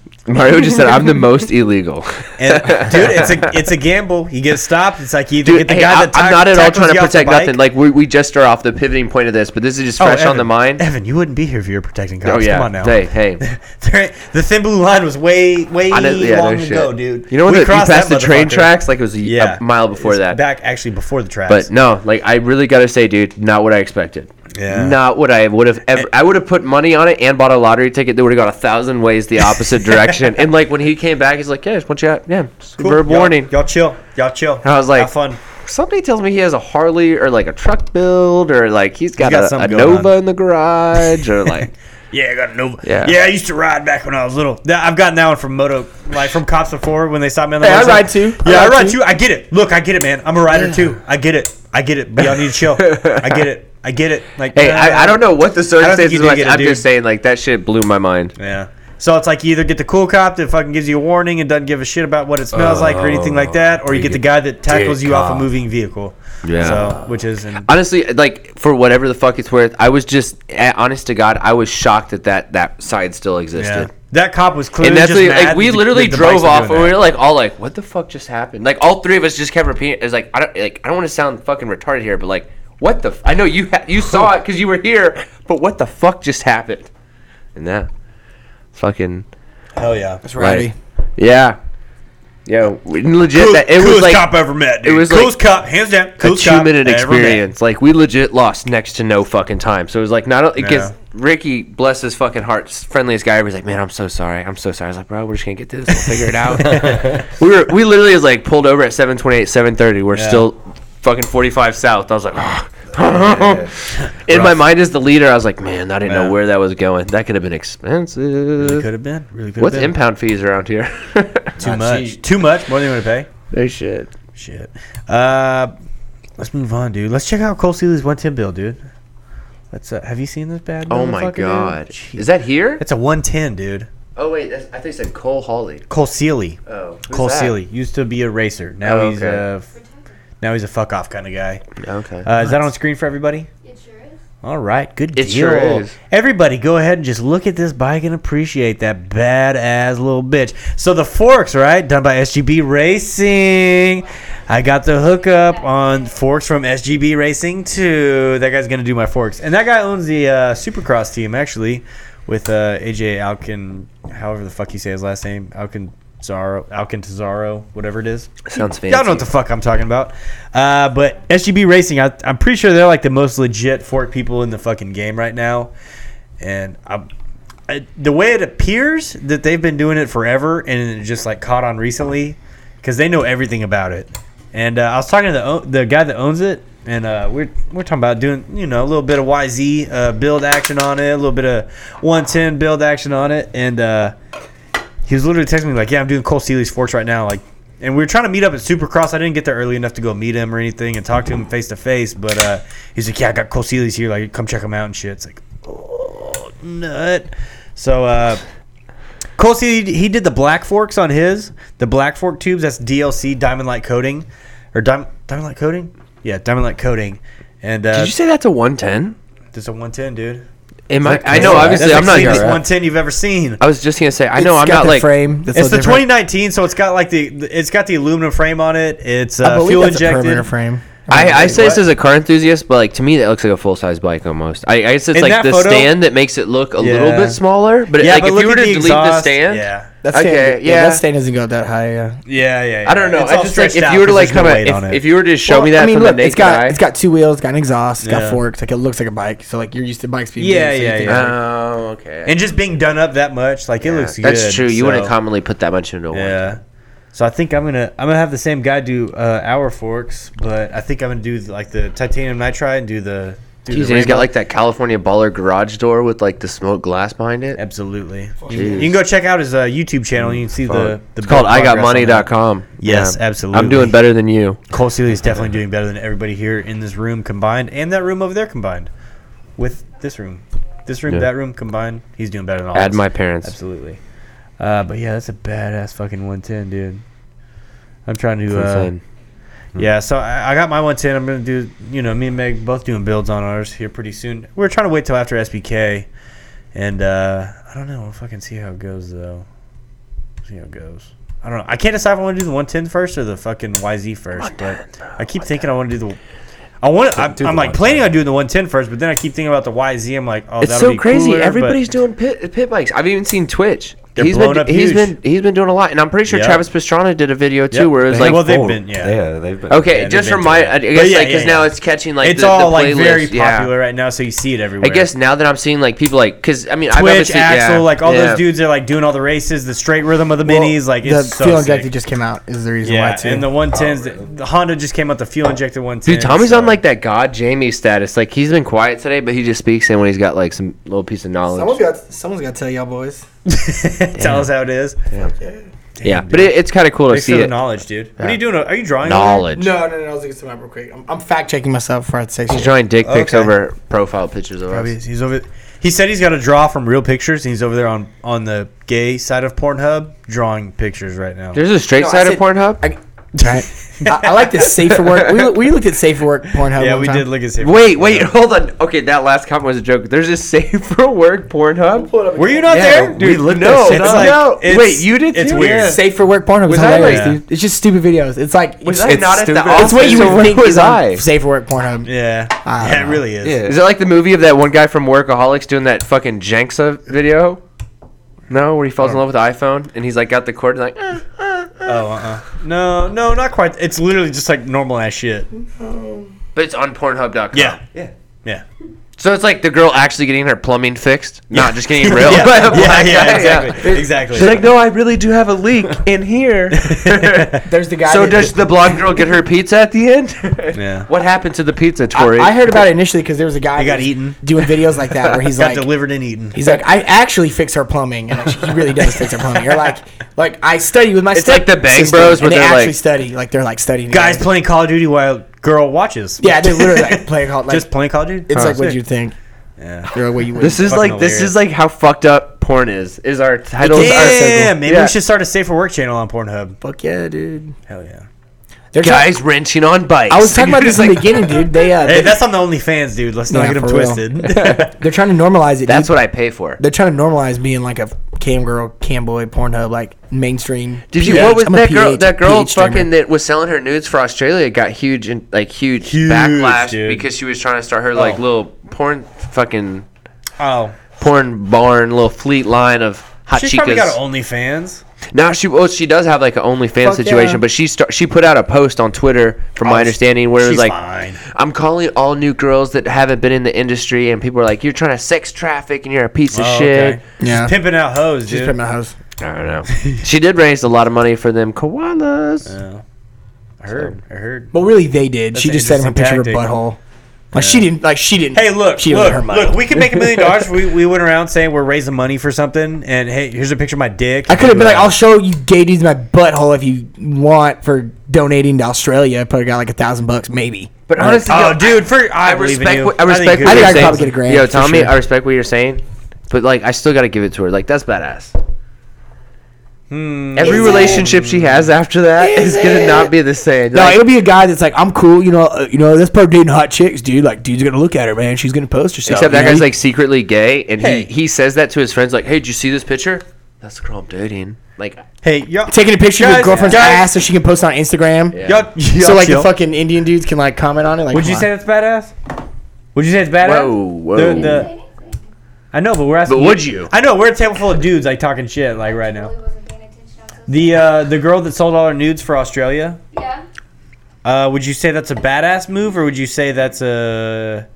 Speaker 3: just said, "I'm the most illegal."
Speaker 2: And, dude, it's a it's a gamble. You get stopped. It's like you either
Speaker 3: Dude,
Speaker 2: get the
Speaker 3: hey,
Speaker 2: guy that
Speaker 3: I, am
Speaker 2: tack-
Speaker 3: not at all
Speaker 2: tackles
Speaker 3: trying
Speaker 2: you
Speaker 3: to
Speaker 2: off the
Speaker 3: protect
Speaker 2: bike.
Speaker 3: nothing. Like we, we just are off the pivoting point of this, but this is just
Speaker 2: Oh,
Speaker 3: fresh on
Speaker 2: Evan.
Speaker 3: the mind.
Speaker 2: Evan, you wouldn't be here if you were protecting cops.
Speaker 3: Oh yeah,
Speaker 2: Come on now.
Speaker 3: hey hey,
Speaker 2: There- the thin blue line was way way
Speaker 3: I didn't, yeah, no
Speaker 2: long
Speaker 3: shit.
Speaker 2: ago, dude.
Speaker 3: You know when the, you
Speaker 2: crossed
Speaker 3: passed the
Speaker 2: that
Speaker 3: train
Speaker 2: motherfucker.
Speaker 3: tracks like it was a, a
Speaker 2: Yeah,
Speaker 3: mile before
Speaker 2: It's
Speaker 3: that.
Speaker 2: Back actually before the tracks.
Speaker 3: But no, like I really gotta say, dude, not what I expected.
Speaker 2: Yeah.
Speaker 3: Not what I would have ever. I would have put money on it and bought a lottery ticket that would have gone a thousand ways the opposite direction. And like when he came back, he's like, "Yeah, just want you out. Yeah, just
Speaker 2: Cool.
Speaker 3: verb
Speaker 2: Y'all-
Speaker 3: warning."
Speaker 2: Y'all chill. Y'all chill.
Speaker 3: I was like-
Speaker 2: have fun.
Speaker 3: Somebody tells me he has a Harley or like a truck build or like he's got,
Speaker 2: got
Speaker 3: a, a
Speaker 2: something going
Speaker 3: Nova
Speaker 2: on.
Speaker 3: in the garage or like
Speaker 2: Yeah, I got a Nova.
Speaker 3: Yeah.
Speaker 2: Yeah. I used to ride back when I was little. Yeah, I've gotten that one from Moto, like from cops before when they stopped me on the
Speaker 3: Hey, I
Speaker 2: motorcycle.
Speaker 3: ride too. I
Speaker 2: Yeah, I
Speaker 3: ride
Speaker 2: ride,
Speaker 3: too.
Speaker 2: too. I get it. Look, I get it, man. I'm a rider too. I get it. I get it. But y'all need to chill. I get it. I get it. Like,
Speaker 3: Hey, I, I don't know what the
Speaker 2: don't think
Speaker 3: circumstances
Speaker 2: you
Speaker 3: were
Speaker 2: did
Speaker 3: like.
Speaker 2: get a
Speaker 3: I'm
Speaker 2: dude.
Speaker 3: just saying, like that shit blew my mind.
Speaker 2: Yeah. So it's like you either get the cool cop that fucking gives you a warning and doesn't give a shit about what it smells like or anything like that, or you get the guy that tackles
Speaker 5: dick
Speaker 2: you off
Speaker 5: cop.
Speaker 2: a moving vehicle.
Speaker 3: Yeah.
Speaker 2: So, which is and
Speaker 3: Honestly, like for whatever the fuck it's worth, I was just eh, honest to God, I was shocked that that that side still
Speaker 2: yeah.
Speaker 3: existed.
Speaker 2: that cop was clearly
Speaker 3: And that's
Speaker 2: just
Speaker 3: the,
Speaker 2: mad
Speaker 3: like we
Speaker 2: that the-
Speaker 3: literally
Speaker 2: that the bikes
Speaker 3: drove
Speaker 2: were
Speaker 3: off,
Speaker 2: doing
Speaker 3: and
Speaker 2: that.
Speaker 3: we were like all like, "What the fuck just happened?" Like all three of us just kept repeating. It's like I don't like I don't want to sound fucking retarded here, but like what the f- I know you ha- you saw it because you were here, but what the fuck just happened? And that fucking
Speaker 2: Hell yeah.
Speaker 4: "That's rowdy."
Speaker 3: yeah, yeah, we- legit.
Speaker 2: Cool-
Speaker 3: that, it
Speaker 2: coolest
Speaker 3: was like
Speaker 2: cop I ever met. Dude.
Speaker 3: it was
Speaker 2: coolest
Speaker 3: like
Speaker 2: cop, hands down.
Speaker 3: a
Speaker 2: Coolest
Speaker 3: two
Speaker 2: cop
Speaker 3: minute
Speaker 2: I ever met.
Speaker 3: experience. Like we legit lost next to no fucking time. So it was like not only because
Speaker 2: Yeah.
Speaker 3: Ricky, bless his fucking heart, s- friendliest guy ever. He's like, man, I'm so sorry. I'm so sorry. I was like, bro, we're just gonna get through this. We'll figure it out. we were we literally was like pulled over at 7:28, 7:30. We're
Speaker 2: Yeah.
Speaker 3: still fucking 45 south. I was like. "Ah." In my mind as the leader, I was like, "Man, I didn't know
Speaker 2: Yeah.
Speaker 3: where that was going. That could have been
Speaker 2: Really
Speaker 3: expensive.
Speaker 2: could have been. Really could
Speaker 3: What's
Speaker 2: have been.
Speaker 3: impound fees around here?
Speaker 2: Too much. Too much. More than you want to pay.
Speaker 3: they should.
Speaker 2: Shit. Uh, let's move on, dude. Let's check out Cole Seely's one ten bill, dude. Let's. Uh, have you seen this bad?
Speaker 3: Oh my
Speaker 2: motherfucker, dude?
Speaker 3: god,
Speaker 2: Jeez.
Speaker 3: is that here?
Speaker 2: It's a one ten, dude.
Speaker 3: oh wait, that's, I think it said Cole Hawley.
Speaker 2: Cole Seely.
Speaker 3: Oh, who's
Speaker 2: Cole
Speaker 3: that?
Speaker 2: Seely used to be a racer. Now
Speaker 3: Oh,
Speaker 2: he's
Speaker 3: okay.
Speaker 2: a. f- Now he's a fuck off kind of guy.
Speaker 3: Okay.
Speaker 2: Uh, is that on screen for everybody?
Speaker 6: It sure is.
Speaker 2: All right, good
Speaker 3: It
Speaker 2: deal.
Speaker 3: sure is.
Speaker 2: Everybody, go ahead and just look at this bike and appreciate that badass little bitch. So the forks, right, done by SGB Racing. I got the hookup on forks from SGB Racing too. That guy's gonna do my forks, and that guy owns the uh, Supercross team actually, with uh, AJ Alkin, however the fuck you say his last name, Alkin Zaro, Alkin Tazaro, whatever it is.
Speaker 3: Sounds fancy.
Speaker 2: Y'all know what the fuck I'm talking about. Uh, but SGB Racing, I, I'm pretty sure they're like the most legit fork people in the fucking game right now. And I'm, I, the way it appears that they've been doing it forever and it just like caught on recently because they know everything about it. And uh, I was talking to the o- the guy that owns it, and uh, we're we're talking about doing you know a little bit of YZ uh, build action on it, a little bit of 110 build action on it, and. Uh, he was literally texting me like, "Yeah, I'm doing Cole Seely's forks right now." Like, and we were trying to meet up at Supercross. I didn't get there early enough to go meet him or anything and talk to him face to face. But uh, he's like, "Yeah, I got Cole Seely's here. Like, come check him out and shit." It's like, oh nut. So uh, Cole Seely, he did the black forks on his the black fork tubes. That's DLC diamond light coating, or dim- diamond light coating. Yeah, diamond light coating. And uh,
Speaker 3: Did you say that's a 110?
Speaker 2: this is a 110, dude.
Speaker 3: Am I?
Speaker 5: that
Speaker 3: I know.
Speaker 5: crazy?
Speaker 3: Obviously,
Speaker 2: That's
Speaker 3: I'm
Speaker 2: the
Speaker 3: not.
Speaker 2: cleanest
Speaker 5: right.
Speaker 2: 110 you've ever seen.
Speaker 3: I was just gonna say. I know.
Speaker 4: It's
Speaker 3: I'm
Speaker 4: got
Speaker 3: not
Speaker 4: the
Speaker 3: like.
Speaker 4: frame. That's
Speaker 2: It's
Speaker 4: a
Speaker 2: the
Speaker 4: different-
Speaker 2: 2019, so it's got like the the- it's got the aluminum frame on it. It's
Speaker 4: I
Speaker 2: uh,
Speaker 4: believe
Speaker 2: fuel
Speaker 4: that's a
Speaker 2: injected.
Speaker 4: perimeter frame.
Speaker 3: I, I say this
Speaker 2: what?
Speaker 3: as a car enthusiast, but like to me, that looks like a full size bike almost. I, I guess it's
Speaker 2: In
Speaker 3: like
Speaker 2: that
Speaker 3: the
Speaker 2: photo-
Speaker 3: stand that makes it look a little
Speaker 2: Yeah.
Speaker 3: bit smaller. But like if
Speaker 2: look
Speaker 3: you were
Speaker 2: at
Speaker 3: to
Speaker 2: the
Speaker 3: delete the
Speaker 2: exhaust.
Speaker 3: stand,
Speaker 2: yeah,
Speaker 4: That's
Speaker 3: Okay, yeah.
Speaker 4: that stain doesn't go that high. Yeah.
Speaker 2: yeah, yeah. yeah.
Speaker 3: I don't know.
Speaker 2: It's
Speaker 3: I
Speaker 2: all
Speaker 3: just like
Speaker 2: stretched
Speaker 3: if
Speaker 2: out
Speaker 3: you were to
Speaker 2: 'cause
Speaker 3: like
Speaker 2: there's no
Speaker 3: come at,
Speaker 2: weight on
Speaker 3: if,
Speaker 2: it.
Speaker 3: if you were to just show
Speaker 4: Well,
Speaker 3: me that from the naked
Speaker 4: it's got
Speaker 3: eye,
Speaker 4: it's got two wheels, it's got an exhaust, it's got
Speaker 2: Yeah.
Speaker 4: forks. Like it looks like a bike, so like you're used to bikes being.
Speaker 2: Yeah,
Speaker 4: big, so you
Speaker 2: yeah,
Speaker 4: think-
Speaker 2: yeah.
Speaker 3: oh, okay.
Speaker 2: and just being done up that much, like it looks.
Speaker 3: That's
Speaker 2: good,
Speaker 3: true. You wouldn't
Speaker 2: so-
Speaker 3: commonly put that much into a one.
Speaker 2: Yeah. So I think I'm gonna I'm gonna have the same guy do uh, our forks, but I think I'm gonna do like the titanium nitride and do the Dude,
Speaker 3: Jeez,
Speaker 2: the
Speaker 3: and he's got
Speaker 2: rainbow-
Speaker 3: like that California baller garage door with like the smoked glass behind it.
Speaker 2: Absolutely. You
Speaker 3: Jeez.
Speaker 2: can go check out his uh, YouTube channel. You can see the, the
Speaker 3: It's called
Speaker 2: progress on that.
Speaker 3: IGotMoney.com.
Speaker 2: Yes, absolutely.
Speaker 3: I'm doing better than you.
Speaker 2: Cole Seeley is definitely doing better than everybody here in this room combined, and that room over there combined, with this room, this room,
Speaker 3: Yeah.
Speaker 2: that room combined. He's doing better than all. of
Speaker 3: Add
Speaker 2: us.
Speaker 3: my parents.
Speaker 2: absolutely. Uh, but yeah, that's a badass fucking 110, dude. I'm trying to.
Speaker 3: It's
Speaker 2: Uh,
Speaker 3: insane.
Speaker 5: Mm-hmm.
Speaker 2: yeah, so I, I got my 110. I'm gonna do. You know, me and Meg both doing builds on ours here pretty soon. We're trying to wait till after SBK, and uh, I don't know. We'll fucking see how it goes though. See how it goes. I don't know. I can't decide if I want to do the 110 first or the fucking YZ first. But I keep thinking I want to do the. I want. I'm,
Speaker 5: do the
Speaker 2: I'm like
Speaker 5: 110.
Speaker 2: planning on doing the 110 first, but then I keep thinking about the YZ. I'm like, oh,
Speaker 3: It's
Speaker 2: that'll
Speaker 3: so
Speaker 2: be
Speaker 3: crazy.
Speaker 2: cooler, but-
Speaker 3: Everybody's doing pit, pit bikes. I've even seen Twitch.
Speaker 2: They're
Speaker 3: He's
Speaker 2: blowing
Speaker 3: been
Speaker 2: up
Speaker 3: he's
Speaker 2: huge.
Speaker 3: been he's been doing a lot, and I'm pretty sure
Speaker 2: Yep.
Speaker 3: Travis Pastrana did a video too,
Speaker 2: Yep.
Speaker 3: where it was
Speaker 2: They
Speaker 3: like
Speaker 2: have- well, they've
Speaker 5: Oh,
Speaker 2: been- yeah.
Speaker 5: they've been.
Speaker 3: okay,
Speaker 2: yeah,
Speaker 3: just
Speaker 2: they've been
Speaker 3: remind.
Speaker 2: doing
Speaker 3: I
Speaker 2: it. But
Speaker 3: guess like
Speaker 2: yeah,
Speaker 3: 'cause
Speaker 2: yeah,
Speaker 3: now
Speaker 2: yeah.
Speaker 3: it's catching like
Speaker 2: it's
Speaker 3: the,
Speaker 2: all
Speaker 3: the
Speaker 2: like very
Speaker 3: playlist, yeah.
Speaker 2: popular right now, so you see it everywhere.
Speaker 3: I guess now that I'm seeing like people like because I mean I've
Speaker 2: Twitch,
Speaker 3: obviously- yeah,
Speaker 2: Axel, like all
Speaker 3: yeah.
Speaker 2: those dudes are like doing all the races, the straight rhythm of the minis, like
Speaker 4: the
Speaker 2: it's so
Speaker 4: fuel
Speaker 2: sick.
Speaker 4: injector just came out. Is the reason why
Speaker 2: yeah,
Speaker 4: too.
Speaker 2: and the one tens, the Honda just came out the fuel injected one ten.
Speaker 3: Dude, Tommy's on like that God Jamie status. Like he's been quiet today, but he just speaks in when he's got like some little piece of knowledge.
Speaker 4: someone's got someone's got to tell y'all boys.
Speaker 2: tell us how it is.
Speaker 3: yeah, but it, it's kind of cool to
Speaker 2: Thanks for
Speaker 3: see
Speaker 2: the
Speaker 3: it.
Speaker 2: knowledge, dude. What are you doing? Are you drawing? over there?
Speaker 3: knowledge.
Speaker 4: No, no, no. I was looking at something real quick. I'm, I'm fact checking myself before I say
Speaker 3: He's
Speaker 4: shit.
Speaker 3: drawing dick pics
Speaker 2: Okay.
Speaker 3: over profile pictures of
Speaker 2: Probably
Speaker 3: us.
Speaker 2: is. He's over. He said he's got to draw from real pictures, and he's over there on on the gay side of Pornhub drawing pictures right now.
Speaker 3: There's a straight
Speaker 4: No, I
Speaker 3: side of
Speaker 4: said-
Speaker 3: Pornhub.
Speaker 4: I, Right. I, I like the safer work. We, we looked at safer work Pornhub.
Speaker 2: yeah,
Speaker 4: one
Speaker 2: we
Speaker 4: time.
Speaker 2: did look at.
Speaker 3: wait, wait, hold on. Okay, that last comment was a joke. There's a safe for work Pornhub.
Speaker 2: Were you not there?
Speaker 3: dude, no,
Speaker 2: that shit
Speaker 3: no,
Speaker 2: up.
Speaker 3: no.
Speaker 2: It's-
Speaker 3: Wait, you did
Speaker 2: It's
Speaker 3: too?
Speaker 2: weird.
Speaker 3: Yeah.
Speaker 4: Safe for work Pornhub was
Speaker 3: Was I
Speaker 4: hilarious,
Speaker 2: like-
Speaker 4: dude. It's just stupid videos. It's like
Speaker 3: Was
Speaker 4: it's,
Speaker 3: I not at the
Speaker 5: stupid.
Speaker 3: office?
Speaker 4: it's what you
Speaker 3: or
Speaker 4: would think
Speaker 3: was
Speaker 4: is
Speaker 3: I?
Speaker 4: on safe for work Pornhub.
Speaker 2: Yeah,
Speaker 4: I don't
Speaker 2: yeah, it
Speaker 4: know.
Speaker 2: really is.
Speaker 5: Yeah.
Speaker 3: Is it like the movie of that one guy from Workaholics doing that fucking Jenksa video? No, where he falls in love with the iPhone and he's like got the cord and like. eh.
Speaker 2: Oh, uh-uh. no, no, not quite. It's literally just like normal ass shit.
Speaker 3: But it's on Pornhub.com.
Speaker 2: Yeah,
Speaker 5: Yeah.
Speaker 2: yeah.
Speaker 3: So it's like the girl actually getting her plumbing fixed, not just getting real.
Speaker 2: yeah,
Speaker 3: by a
Speaker 2: yeah,
Speaker 3: black guy.
Speaker 2: yeah, exactly,
Speaker 3: Yeah.
Speaker 2: exactly.
Speaker 3: She's like, no, I really do have a leak in here.
Speaker 4: There's the guy.
Speaker 3: so
Speaker 4: that-
Speaker 3: does the blonde girl get her pizza at the end?
Speaker 2: Yeah.
Speaker 3: What happened to the pizza, Tori?
Speaker 4: I, I heard about it initially because there was a guy
Speaker 2: He got
Speaker 4: that was
Speaker 2: eaten.
Speaker 4: doing videos like that where he's
Speaker 2: got
Speaker 4: like
Speaker 2: delivered and eaten.
Speaker 4: he's like I actually fix her plumbing and actually, he really does fix her plumbing. You're like like I study with my
Speaker 3: It's
Speaker 4: step
Speaker 3: like the Bang
Speaker 4: sister,
Speaker 3: Bros,
Speaker 4: and
Speaker 3: but
Speaker 4: they
Speaker 3: they're
Speaker 4: actually
Speaker 3: like-
Speaker 4: study like they're like studying
Speaker 2: Guys
Speaker 4: together.
Speaker 2: playing Call of Duty while girl watches.
Speaker 4: yeah they're literally like playing called like
Speaker 2: just playing Call of Duty.
Speaker 4: it's
Speaker 2: Huh.
Speaker 4: like what
Speaker 2: Sick.
Speaker 4: you think
Speaker 2: Yeah.
Speaker 4: or what you would.
Speaker 3: this is like
Speaker 2: Fucking
Speaker 3: this
Speaker 2: hilarious.
Speaker 3: is like how fucked up porn is. Is our title?
Speaker 2: Damn, maybe
Speaker 3: Yeah.
Speaker 2: we should start a safer work channel on Pornhub.
Speaker 4: fuck yeah, dude.
Speaker 2: Hell yeah.
Speaker 4: They're try-
Speaker 3: guys wrenching on bikes.
Speaker 4: I was talking about this in the beginning, dude. They uh,
Speaker 2: Hey,
Speaker 4: they,
Speaker 2: that's on the OnlyFans, dude. Let's not
Speaker 4: Yeah,
Speaker 2: get them
Speaker 4: for real.
Speaker 2: twisted.
Speaker 4: they're trying to normalize it.
Speaker 3: That's
Speaker 4: dude.
Speaker 3: what I pay for.
Speaker 4: they're trying to normalize being like a cam girl, cam boy, Pornhub, like mainstream.
Speaker 3: Did you?
Speaker 4: PH.
Speaker 3: What was
Speaker 4: I'm a
Speaker 3: that girl?
Speaker 4: PH
Speaker 3: That girl
Speaker 4: streamer.
Speaker 3: fucking that was selling her nudes for Australia got huge and like huge,
Speaker 2: Huge,
Speaker 3: backlash
Speaker 2: dude.
Speaker 3: because she was trying to start her like
Speaker 2: Oh.
Speaker 3: little porn fucking
Speaker 2: oh,
Speaker 3: porn barn little fleet line of hot
Speaker 2: she's probably
Speaker 3: chicas.
Speaker 2: got an OnlyFans.
Speaker 3: now she well she does have like an OnlyFans
Speaker 4: Fuck
Speaker 3: situation,
Speaker 4: yeah.
Speaker 3: but she start, she put out a post on Twitter from
Speaker 2: Oh,
Speaker 3: my understanding where it was
Speaker 2: she's
Speaker 3: like.
Speaker 2: fine.
Speaker 3: I'm calling all new girls that haven't been in the industry, and people are like, "You're trying to sex traffic, and you're a piece of
Speaker 2: Oh,
Speaker 3: shit."
Speaker 2: okay.
Speaker 4: Yeah.
Speaker 2: She's pimping out hoes,
Speaker 4: She's
Speaker 2: dude.
Speaker 4: from my house.
Speaker 3: I don't know. she did raise a lot of money for them koalas.
Speaker 2: Yeah. I heard. I heard.
Speaker 4: Well, really, they did.
Speaker 2: That's
Speaker 4: she
Speaker 2: an
Speaker 4: just sent him a picture
Speaker 2: interesting
Speaker 4: of her
Speaker 2: tactic.
Speaker 4: butthole. Like she didn't. Like she didn't.
Speaker 2: Hey, look,
Speaker 4: She
Speaker 2: look,
Speaker 4: owed her money.
Speaker 2: look. We could make a million dollars. if We we went around saying we're raising money for something, and hey, here's a picture of my dick.
Speaker 4: I could have been like, "Oh, I'll show you gay dudes my butthole if you want for donating to Australia. I probably got like a thousand bucks, maybe.
Speaker 3: But honestly,
Speaker 2: Oh,
Speaker 3: yo,
Speaker 2: dude, for I,
Speaker 3: I
Speaker 2: believe in
Speaker 3: respect.
Speaker 2: you.
Speaker 3: What, I
Speaker 2: think
Speaker 3: respect.
Speaker 2: you
Speaker 3: what
Speaker 2: could.
Speaker 4: I think
Speaker 3: you're
Speaker 4: I'd
Speaker 3: saying.
Speaker 4: probably get a grand,
Speaker 3: Yo,
Speaker 4: for
Speaker 3: Tommy,
Speaker 4: sure.
Speaker 3: I respect what you're saying, but like, I still gotta give it to her. Like, that's badass.
Speaker 2: Hmm.
Speaker 3: Every
Speaker 4: Is it?
Speaker 3: relationship she has after that is gonna not be the same.
Speaker 4: No,
Speaker 3: Like,
Speaker 4: it'll be a guy that's like, I'm cool, you know, uh, you know, that's probably dating hot chicks, dude. Like, dude's gonna look at her, man. She's gonna post herself.
Speaker 3: except that
Speaker 4: you know?
Speaker 3: guy's like secretly gay, and
Speaker 2: Hey.
Speaker 3: he he says that to his friends. Like, hey, did you see this picture? That's the girl I'm dating. Like,
Speaker 2: Hey, y'all,
Speaker 4: taking a picture of
Speaker 2: Guys,
Speaker 4: your girlfriend's
Speaker 2: guys.
Speaker 4: ass so she can post on Instagram.
Speaker 3: Yeah.
Speaker 2: y'all, y'all
Speaker 4: So like
Speaker 2: chill.
Speaker 4: the fucking Indian dudes can like comment on it. Like,
Speaker 2: Would
Speaker 4: come
Speaker 2: you
Speaker 4: on.
Speaker 2: say that's badass? Would you say it's badass?
Speaker 3: Whoa, whoa.
Speaker 2: The- the- I know, but we're asking.
Speaker 3: But would you?
Speaker 2: I know we're a table full of dudes like talking shit like right now.
Speaker 6: Really wasn't paying attention. I was so
Speaker 2: The uh, the girl that sold all her nudes for Australia.
Speaker 6: yeah.
Speaker 2: Uh, would you say that's a badass move, or would you say that's a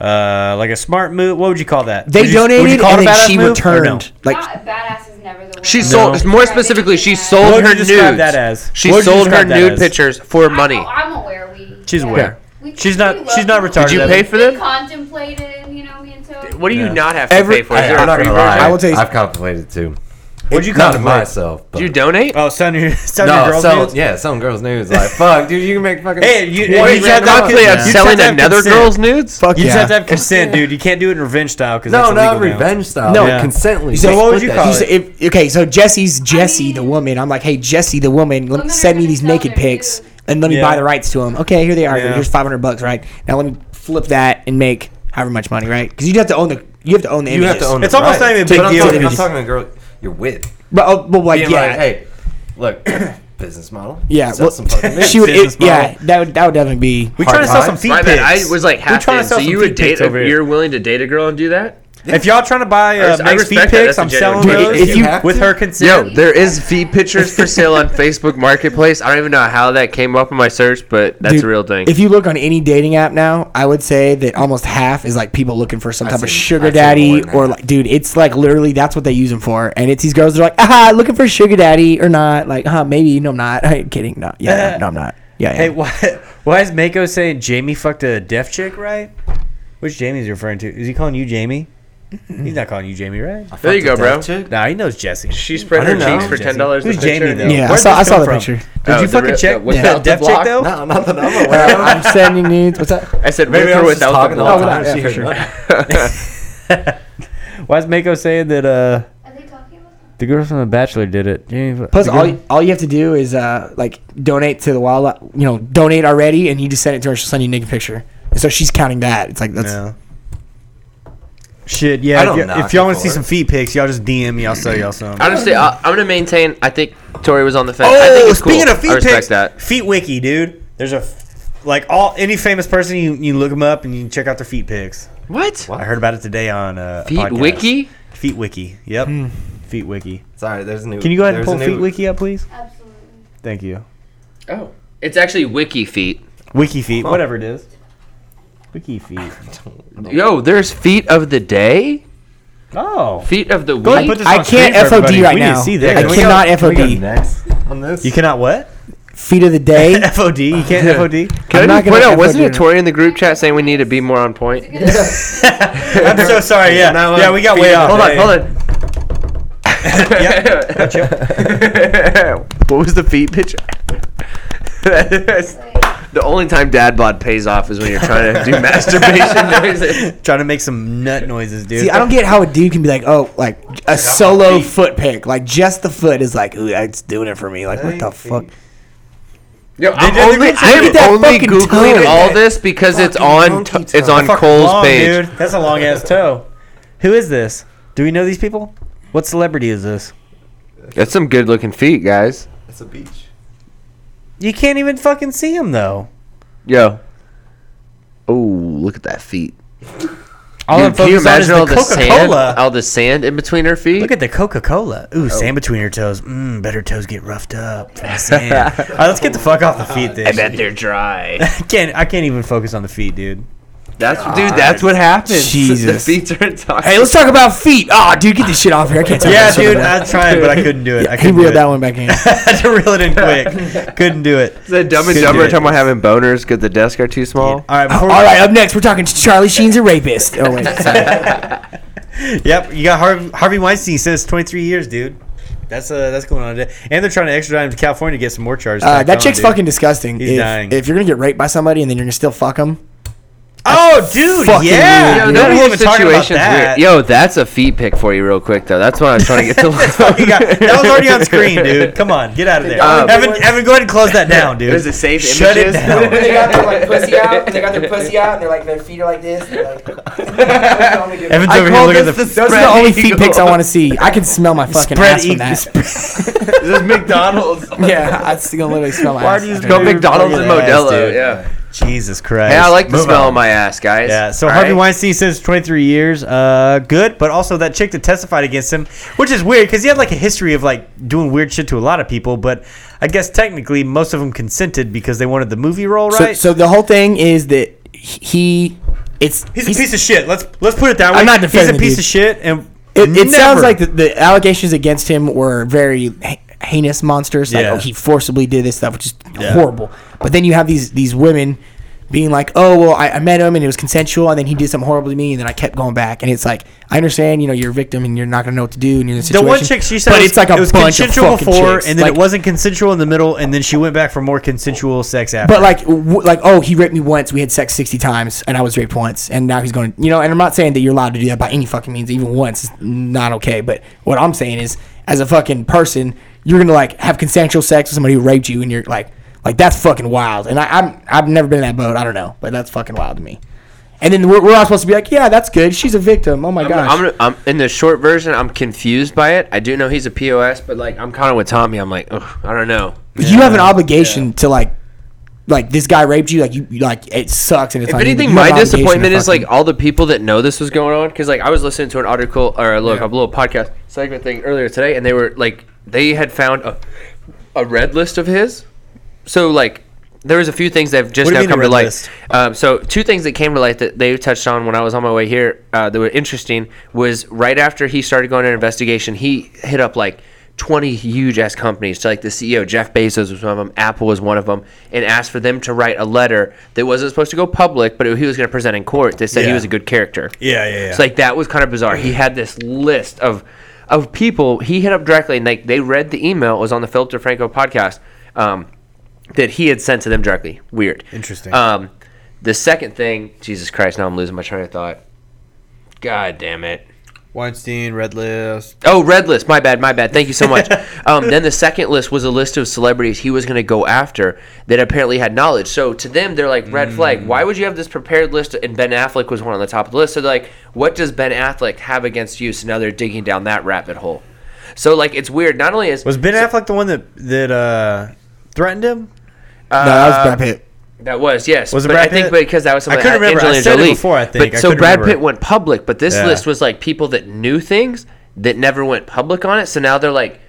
Speaker 2: uh, like a smart move? What would you call that?
Speaker 4: They
Speaker 2: Would you- would you
Speaker 4: donated
Speaker 2: call it a
Speaker 4: and then
Speaker 2: badass
Speaker 4: she
Speaker 2: move, or
Speaker 4: returned.
Speaker 2: no?
Speaker 4: Like,
Speaker 6: Not, badass is never the word.
Speaker 3: she
Speaker 6: No.
Speaker 3: sold. More specifically, she sold
Speaker 2: What would you
Speaker 3: her
Speaker 2: describe
Speaker 3: nudes.
Speaker 2: that as?
Speaker 3: She
Speaker 2: What would you
Speaker 3: sold her
Speaker 2: describe that
Speaker 3: nude
Speaker 2: as?
Speaker 3: pictures for
Speaker 6: I
Speaker 3: money.
Speaker 6: know, Oh, I'm aware. We.
Speaker 2: She's
Speaker 6: yeah.
Speaker 2: aware.
Speaker 6: We we-
Speaker 2: She's
Speaker 6: we
Speaker 2: not-
Speaker 6: love
Speaker 2: she's not
Speaker 6: you.
Speaker 2: retarded.
Speaker 3: Did you
Speaker 2: Evan.
Speaker 3: pay for
Speaker 6: We
Speaker 3: them?
Speaker 6: contemplated, you know, me and Toby.
Speaker 3: What do you
Speaker 5: Yeah.
Speaker 3: not have to
Speaker 4: Every-
Speaker 3: pay for? Is
Speaker 5: I,
Speaker 3: there a
Speaker 5: am not
Speaker 3: free
Speaker 5: gonna lie.
Speaker 3: version?
Speaker 4: I will tell you-
Speaker 5: I've contemplated too.
Speaker 2: What'd you
Speaker 5: Not
Speaker 2: contemplate?
Speaker 5: myself. But
Speaker 3: Did you donate?
Speaker 2: Oh, son, your son,
Speaker 5: no,
Speaker 2: your girl's
Speaker 5: some,
Speaker 2: nudes?
Speaker 5: yeah, some girls' nudes. Like, fuck, dude, you can make fucking.
Speaker 2: Hey, you,
Speaker 3: Wait,
Speaker 2: you,
Speaker 3: you
Speaker 2: just have to have
Speaker 3: contemplate
Speaker 2: consent.
Speaker 3: of
Speaker 2: You just
Speaker 3: selling
Speaker 2: have to have
Speaker 3: another
Speaker 2: consent.
Speaker 3: girl's nudes?
Speaker 4: Fuck
Speaker 2: You just
Speaker 4: yeah.
Speaker 2: have to have consent, dude. You can't do it in revenge style because
Speaker 5: no,
Speaker 2: that's
Speaker 5: not
Speaker 2: illegal now.
Speaker 5: revenge style.
Speaker 2: No.
Speaker 5: No,
Speaker 2: Yeah.
Speaker 5: consentantly.
Speaker 2: So what would
Speaker 5: split
Speaker 2: you
Speaker 5: that
Speaker 2: call
Speaker 5: shit.
Speaker 4: He's- if- okay, so Jesse's Jesse, the woman. I'm like, hey, Jesse, the woman, let
Speaker 6: Women
Speaker 4: me
Speaker 6: are
Speaker 4: send me
Speaker 6: gonna
Speaker 4: these
Speaker 6: sell
Speaker 4: naked
Speaker 6: their
Speaker 4: pics
Speaker 6: nudes.
Speaker 4: and let me
Speaker 2: Yeah.
Speaker 4: buy the rights to them. Okay, here they are.
Speaker 2: Yeah.
Speaker 4: Here's 500 bucks, right? Now let me flip that and make however much money, right? Because you have to own the you have to own the
Speaker 5: You
Speaker 4: images.
Speaker 5: have to own
Speaker 2: It's
Speaker 5: the
Speaker 2: almost not
Speaker 5: rights.
Speaker 2: even a
Speaker 5: But
Speaker 2: big
Speaker 5: I'm
Speaker 2: deal.
Speaker 5: Talking, I'm
Speaker 2: Just-
Speaker 5: talking to the girl you're with.
Speaker 4: but, oh, but like
Speaker 5: Being
Speaker 4: yeah,
Speaker 5: like, hey, look, business model.
Speaker 4: yeah.
Speaker 5: Sell
Speaker 4: well,
Speaker 5: some fucking
Speaker 4: she would,
Speaker 2: business
Speaker 4: it, yeah,
Speaker 2: model.
Speaker 4: that would that would definitely be.
Speaker 2: We trying to sell some
Speaker 5: times?
Speaker 2: feet
Speaker 3: My
Speaker 2: pics.
Speaker 3: bad. I was like
Speaker 2: We
Speaker 3: half
Speaker 2: trying
Speaker 3: in.
Speaker 2: to sell
Speaker 3: So
Speaker 2: some
Speaker 3: you would
Speaker 2: feet pics
Speaker 3: date.
Speaker 2: over
Speaker 3: A,
Speaker 2: here.
Speaker 3: you're willing to date a girl and do that?
Speaker 2: If y'all trying to buy
Speaker 3: I
Speaker 2: uh,
Speaker 3: res- I
Speaker 2: Meg's feet
Speaker 3: respect that.
Speaker 2: pics,
Speaker 3: That's a
Speaker 2: I'm selling
Speaker 3: genuine
Speaker 4: business.
Speaker 2: those
Speaker 4: If you-
Speaker 5: have
Speaker 2: with
Speaker 5: to.
Speaker 2: her
Speaker 3: Yo,
Speaker 2: consent.
Speaker 3: there is feet pictures for sale on Facebook Marketplace. I don't even know how that came up in my search, but that's
Speaker 4: Dude,
Speaker 3: a real thing.
Speaker 4: If you look on any dating app now, I would say that almost half is like people looking for some type of
Speaker 5: seen-
Speaker 4: sugar
Speaker 5: I've seen more
Speaker 4: daddy
Speaker 5: than
Speaker 4: or
Speaker 5: half.
Speaker 4: like, dude, it's like literally that's what they use them for. And it's these girls that are like, ah, looking for sugar daddy or not. Like, huh, maybe, no, I'm not. I'm kidding. No, yeah, no, I'm not. Yeah,
Speaker 2: Hey,
Speaker 4: yeah.
Speaker 2: why, why is Mako saying Jamie fucked a deaf chick, right? Which Jamie's referring to? Is he calling you Jamie? He's not calling you Jamie, right?
Speaker 3: there you go, bro.
Speaker 2: Nah, he knows Jesse.
Speaker 3: She spread her
Speaker 5: I don't know.
Speaker 3: cheeks for ten dollars.
Speaker 2: Who's Jamie, though?
Speaker 4: Yeah, I
Speaker 2: Where'd this
Speaker 4: saw- I saw
Speaker 2: come
Speaker 4: the
Speaker 2: from?
Speaker 4: picture.
Speaker 2: Did
Speaker 3: Oh,
Speaker 2: you
Speaker 3: the
Speaker 2: fucking
Speaker 3: re-
Speaker 2: check
Speaker 3: the-
Speaker 2: that
Speaker 3: the
Speaker 2: deaf chick,
Speaker 3: block?
Speaker 2: though?
Speaker 5: No, not that I'm aware of.
Speaker 4: I'm sending nudes. What's up?
Speaker 3: I said
Speaker 5: Maybe
Speaker 3: with
Speaker 5: I
Speaker 3: or
Speaker 5: was just
Speaker 3: without the
Speaker 5: talking the whole
Speaker 3: block.
Speaker 5: time.
Speaker 4: yeah,
Speaker 5: She
Speaker 4: for
Speaker 5: heard
Speaker 4: sure.
Speaker 5: nothing.
Speaker 2: Why is Mako saying that uh,
Speaker 6: Are they talking about that?
Speaker 2: the girl from The Bachelor did it? Jamie,
Speaker 4: Plus,
Speaker 2: the
Speaker 4: all
Speaker 2: girl-
Speaker 4: you, all you have to do is uh, like donate to the wild, you know, donate already, and you just send it to her. She'll send you a naked picture. And so she's counting that. It's like that's
Speaker 2: Yeah. Shit, yeah.
Speaker 5: I
Speaker 2: if
Speaker 5: don't
Speaker 2: y'all-
Speaker 5: knock
Speaker 2: If y'all
Speaker 5: it
Speaker 2: want to see
Speaker 5: for
Speaker 2: some
Speaker 5: it.
Speaker 2: feet pics, y'all just DM me. I'll sell y'all some.
Speaker 3: Honestly, I, I'm gonna maintain. I think Tori was on the fence. I think
Speaker 2: Oh,
Speaker 3: it's cool.
Speaker 2: speaking of
Speaker 3: I
Speaker 2: feet
Speaker 3: respect
Speaker 2: pics,
Speaker 3: that.
Speaker 2: feet wiki, dude. There's a f- like all any famous person you you look them up and you can check out their feet pics.
Speaker 3: What?
Speaker 2: I heard about it today on uh, a
Speaker 3: Feet
Speaker 2: podcast.
Speaker 3: wiki?
Speaker 2: Feet wiki. Yep. Feet wiki.
Speaker 5: Sorry, there's a new.
Speaker 2: Can you go ahead and
Speaker 5: there's
Speaker 2: pull
Speaker 5: a
Speaker 2: feet
Speaker 5: new-
Speaker 2: wiki up, please?
Speaker 6: Absolutely.
Speaker 2: Thank you.
Speaker 3: Oh, it's actually wiki feet.
Speaker 2: Wiki feet, whatever it is. Wiki feet.
Speaker 3: Yo, there's feet of the day,
Speaker 2: Oh.
Speaker 3: feet of the
Speaker 2: Go ahead and put
Speaker 3: week.
Speaker 2: this
Speaker 4: I
Speaker 2: on screen
Speaker 4: can't
Speaker 2: for
Speaker 4: FOD
Speaker 2: everybody.
Speaker 4: right
Speaker 2: we
Speaker 4: now.
Speaker 2: Didn't see
Speaker 4: I
Speaker 2: this.
Speaker 5: Can we
Speaker 4: cannot
Speaker 5: go- can we go
Speaker 4: FOD.
Speaker 5: next on this?
Speaker 2: You cannot what?
Speaker 4: feet of the day.
Speaker 2: FOD. You can't FOD.
Speaker 3: Can I
Speaker 4: I'm not
Speaker 3: just
Speaker 4: gonna
Speaker 3: point out?
Speaker 4: ever
Speaker 3: Wasn't
Speaker 4: do
Speaker 3: it
Speaker 4: that.
Speaker 3: Tori in the group chat saying we need to be more on point?
Speaker 2: I'm so sorry. Yeah.
Speaker 5: Now, uh,
Speaker 2: yeah, we got
Speaker 5: feet
Speaker 2: way
Speaker 5: up.
Speaker 2: off.
Speaker 3: Hold on,
Speaker 2: Hey.
Speaker 3: hold on. what was the feet picture? the
Speaker 6: Like,
Speaker 3: only time dad bod pays off is when you're trying to do masturbation noises.
Speaker 2: Trying to make some nut noises, dude.
Speaker 4: See, I don't get how a dude can be like, oh, like a solo foot pick, like just the foot is like, ooh, it's doing it for me. Like, what the fuck?
Speaker 3: Yo, I'm
Speaker 2: did the
Speaker 3: only,
Speaker 2: good
Speaker 3: I'm
Speaker 4: shit. That
Speaker 3: only
Speaker 4: fucking
Speaker 3: googling
Speaker 4: toe.
Speaker 3: all this because it's on
Speaker 5: monkey
Speaker 3: t- it's
Speaker 5: toe.
Speaker 3: on
Speaker 2: Fucking
Speaker 3: Cole's
Speaker 2: long,
Speaker 3: page.
Speaker 2: dude. That's a long ass toe. Who is this? Do we know these people? What celebrity is this?
Speaker 3: That's some good looking feet, guys.
Speaker 5: It's a beach.
Speaker 2: You can't even fucking see him though.
Speaker 3: Yo. Oh, look at that feet.
Speaker 2: All I'm
Speaker 3: Dude, can you
Speaker 2: focused on is
Speaker 3: imagine
Speaker 2: the
Speaker 3: all the sand,
Speaker 2: Coca-Cola.
Speaker 3: all the sand in between her feet?
Speaker 2: Look at the Coca Cola. Ooh, sand between her toes. Mmm, better toes get roughed up from the sand. All right, let's get the fuck off the feet thing. Oh, I
Speaker 3: they're dry.
Speaker 2: can't. I can't even focus on the feet, dude.
Speaker 3: That's dude. That's what happens.
Speaker 4: Jesus.
Speaker 3: The feet are toxic.
Speaker 4: Hey, let's talk about feet. Oh, dude, get this shit off here. I can't talk
Speaker 2: Yeah,
Speaker 4: about
Speaker 2: dude.
Speaker 4: shit
Speaker 2: I tried, but I couldn't do it. I
Speaker 4: He
Speaker 2: couldn't do it.
Speaker 4: reeled that one back in.
Speaker 2: I had to reel it in quick. couldn't do it.
Speaker 3: The Dumb and
Speaker 2: Couldn't
Speaker 3: Dumber
Speaker 2: do it.
Speaker 3: talking about having boners because the desks are too small.
Speaker 2: All right,
Speaker 4: All
Speaker 2: before we-
Speaker 4: right, up next, we're talking Charlie Sheen's a rapist. Oh, wait. sorry.
Speaker 2: Yep, you got Harvey, Harvey Weinstein sentenced to 23 years, dude. That's uh, that's going on today, and they're trying to extradite him to California to get some more charges.
Speaker 4: Uh,
Speaker 2: tacked
Speaker 4: that
Speaker 2: on,
Speaker 4: chick's
Speaker 2: dude.
Speaker 4: fucking disgusting.
Speaker 2: He's
Speaker 4: if,
Speaker 2: dying.
Speaker 4: if you're going to get raped by somebody and then you're going to still fuck them,
Speaker 2: Oh, dude,
Speaker 4: fucking
Speaker 2: yeah.
Speaker 4: weird,
Speaker 3: Yo, that
Speaker 4: dude.
Speaker 2: Nobody's
Speaker 3: whole
Speaker 2: even talking about
Speaker 3: situation's
Speaker 2: that.
Speaker 3: weird. Yo, that's a feet pick for you, real quick though. That's what I was trying to get to.
Speaker 2: You got- that was already on screen, dude. Come on, get out of there.
Speaker 3: Um,
Speaker 2: Evan, Evan, go ahead and close that down, dude.
Speaker 3: There's a safe
Speaker 2: Shut
Speaker 3: images.
Speaker 2: it down.
Speaker 4: they got their like pussy out, and they got their pussy out, and they're like their feet are like this. and They're like,
Speaker 2: Evan's
Speaker 3: I
Speaker 2: over here
Speaker 3: call
Speaker 2: looking at
Speaker 3: this
Speaker 2: the.
Speaker 4: those are the
Speaker 3: spread
Speaker 4: only feet
Speaker 3: eagle.
Speaker 4: pics I want to see. I can smell my fucking
Speaker 2: Spread
Speaker 4: ass from
Speaker 2: eag-
Speaker 4: that.
Speaker 3: This is McDonald's.
Speaker 4: yeah, I see gonna literally smell my
Speaker 2: Why
Speaker 4: ass.
Speaker 2: do you
Speaker 4: after
Speaker 3: Go
Speaker 2: Dude,
Speaker 4: that.
Speaker 3: McDonald's
Speaker 2: look
Speaker 3: and
Speaker 2: at that,
Speaker 3: Modelo.
Speaker 2: dude.
Speaker 3: Yeah.
Speaker 2: Jesus Christ.
Speaker 3: Hey, I like the
Speaker 2: Move
Speaker 3: smell
Speaker 2: on.
Speaker 3: of my ass, guys.
Speaker 2: Yeah, so
Speaker 3: All
Speaker 2: Harvey
Speaker 3: right?
Speaker 2: Weinstein sentenced to 23 years. Uh, good, but also that chick that testified against him, which is weird because he had like a history of like doing weird shit to a lot of people. But I guess technically most of them consented because they wanted the movie role,
Speaker 4: So,
Speaker 2: right?
Speaker 4: so the whole thing is that he, it's
Speaker 2: he's, a piece of shit. Let's let's put it that way.
Speaker 4: I'm not defending
Speaker 2: He's a
Speaker 4: the
Speaker 2: piece
Speaker 4: dude.
Speaker 2: of shit, and
Speaker 4: It, it
Speaker 2: never-
Speaker 4: sounds like the, the allegations against him were very he- heinous monsters. Like,
Speaker 2: Yeah.
Speaker 4: oh, he forcibly did this stuff, which is
Speaker 2: Yeah.
Speaker 4: horrible. But then you have these these women being like, oh well, I, I met him and it was consensual, and then he did something horrible to me, and then I kept going back, and it's like I understand, you know, you're a victim and you're not gonna know what to do, and you're in this
Speaker 2: The
Speaker 4: situation.
Speaker 2: one chick she said
Speaker 4: but
Speaker 2: was-
Speaker 4: it's like a
Speaker 2: it was
Speaker 4: bunch of
Speaker 2: consensual
Speaker 4: fucking
Speaker 2: before,
Speaker 4: chicks.
Speaker 2: and then
Speaker 4: Like,
Speaker 2: it wasn't consensual in the middle, and then she went back for more consensual sex after.
Speaker 4: But like, w- like, oh, he raped me once. We had sex sixty times, and I was raped once, and now he's going. to You know, and I'm not saying that you're allowed to do that by any fucking means. Even once, is not okay. But what I'm saying is, as a fucking person, you're gonna like have consensual sex with somebody who raped you, and you're like, like that's fucking wild. And I, I'm, I've never been in that boat. I don't know, but that's fucking wild to me. And then we're, we're all supposed to be like, yeah, that's good. She's a victim. Oh my
Speaker 3: I'm,
Speaker 4: gosh.
Speaker 3: I'm, gonna- I'm in the short version. I'm confused by it. I do know he's a pos, but like I'm kind of with Tommy. I'm like, Ugh, I don't know.
Speaker 4: you have an obligation to like, like this guy raped you. Like you, you, like it sucks. And it's
Speaker 3: If
Speaker 4: like, you-
Speaker 3: anything,
Speaker 4: you have
Speaker 3: my
Speaker 4: an obligation to
Speaker 3: disappointment is
Speaker 4: fucking-
Speaker 3: like all the people that know this was going on. Because like I was listening to an article or a look, a little podcast segment thing earlier today, and they were like they had found a a red list of his. So like there was a few things that have just
Speaker 2: What do you
Speaker 3: now
Speaker 2: mean a
Speaker 3: come to
Speaker 2: red
Speaker 3: light.
Speaker 2: list?
Speaker 3: Um, so two things that came to light that they touched on when I was on my way here uh, that were interesting was right after he started going on an investigation, he hit up like. 20 huge ass companies to like the CEO Jeff Bezos was one of them Apple was one of them and asked for them to write a letter that wasn't supposed to go public but he was going to present in court that said he
Speaker 2: Yeah.
Speaker 3: was a good character
Speaker 2: yeah, yeah, yeah.
Speaker 3: so like that was kind of bizarre. He had this list of of people he hit up directly, and like they read the email. It was on the Philip DeFranco podcast um, that he had sent to them directly. Weird.
Speaker 2: Interesting.
Speaker 3: Um, the second thing, Jesus Christ, now I'm losing my train of thought. God damn it.
Speaker 2: Weinstein, Red List.
Speaker 3: Oh, red list. My bad. My bad. Thank you so much. um, then the second list was a list of celebrities he was going to go after that apparently had knowledge. So to them, they're like red flag.
Speaker 2: Mm.
Speaker 3: Why would you have this prepared list? And Ben Affleck was one on the top of the list. So they're like, what does Ben Affleck have against you? So now they're digging down that rabbit hole. So like, it's weird. Not only is
Speaker 2: Was Ben Affleck the one that that uh, threatened him?
Speaker 4: no, that was
Speaker 3: uh,
Speaker 4: Brad Pitt.
Speaker 3: That was yes.
Speaker 2: Was it
Speaker 3: but
Speaker 2: Brad
Speaker 3: I think
Speaker 2: Pitt?
Speaker 3: because that was
Speaker 2: I
Speaker 3: something
Speaker 2: couldn't remember. I
Speaker 3: Angelina
Speaker 2: said it
Speaker 3: Jolie.
Speaker 2: before, I think.
Speaker 3: But,
Speaker 2: I
Speaker 3: so
Speaker 2: couldn't
Speaker 3: Brad
Speaker 2: remember.
Speaker 3: Pitt went public, but this
Speaker 2: Yeah.
Speaker 3: list was like people that knew things that never went public on it. So now they're like,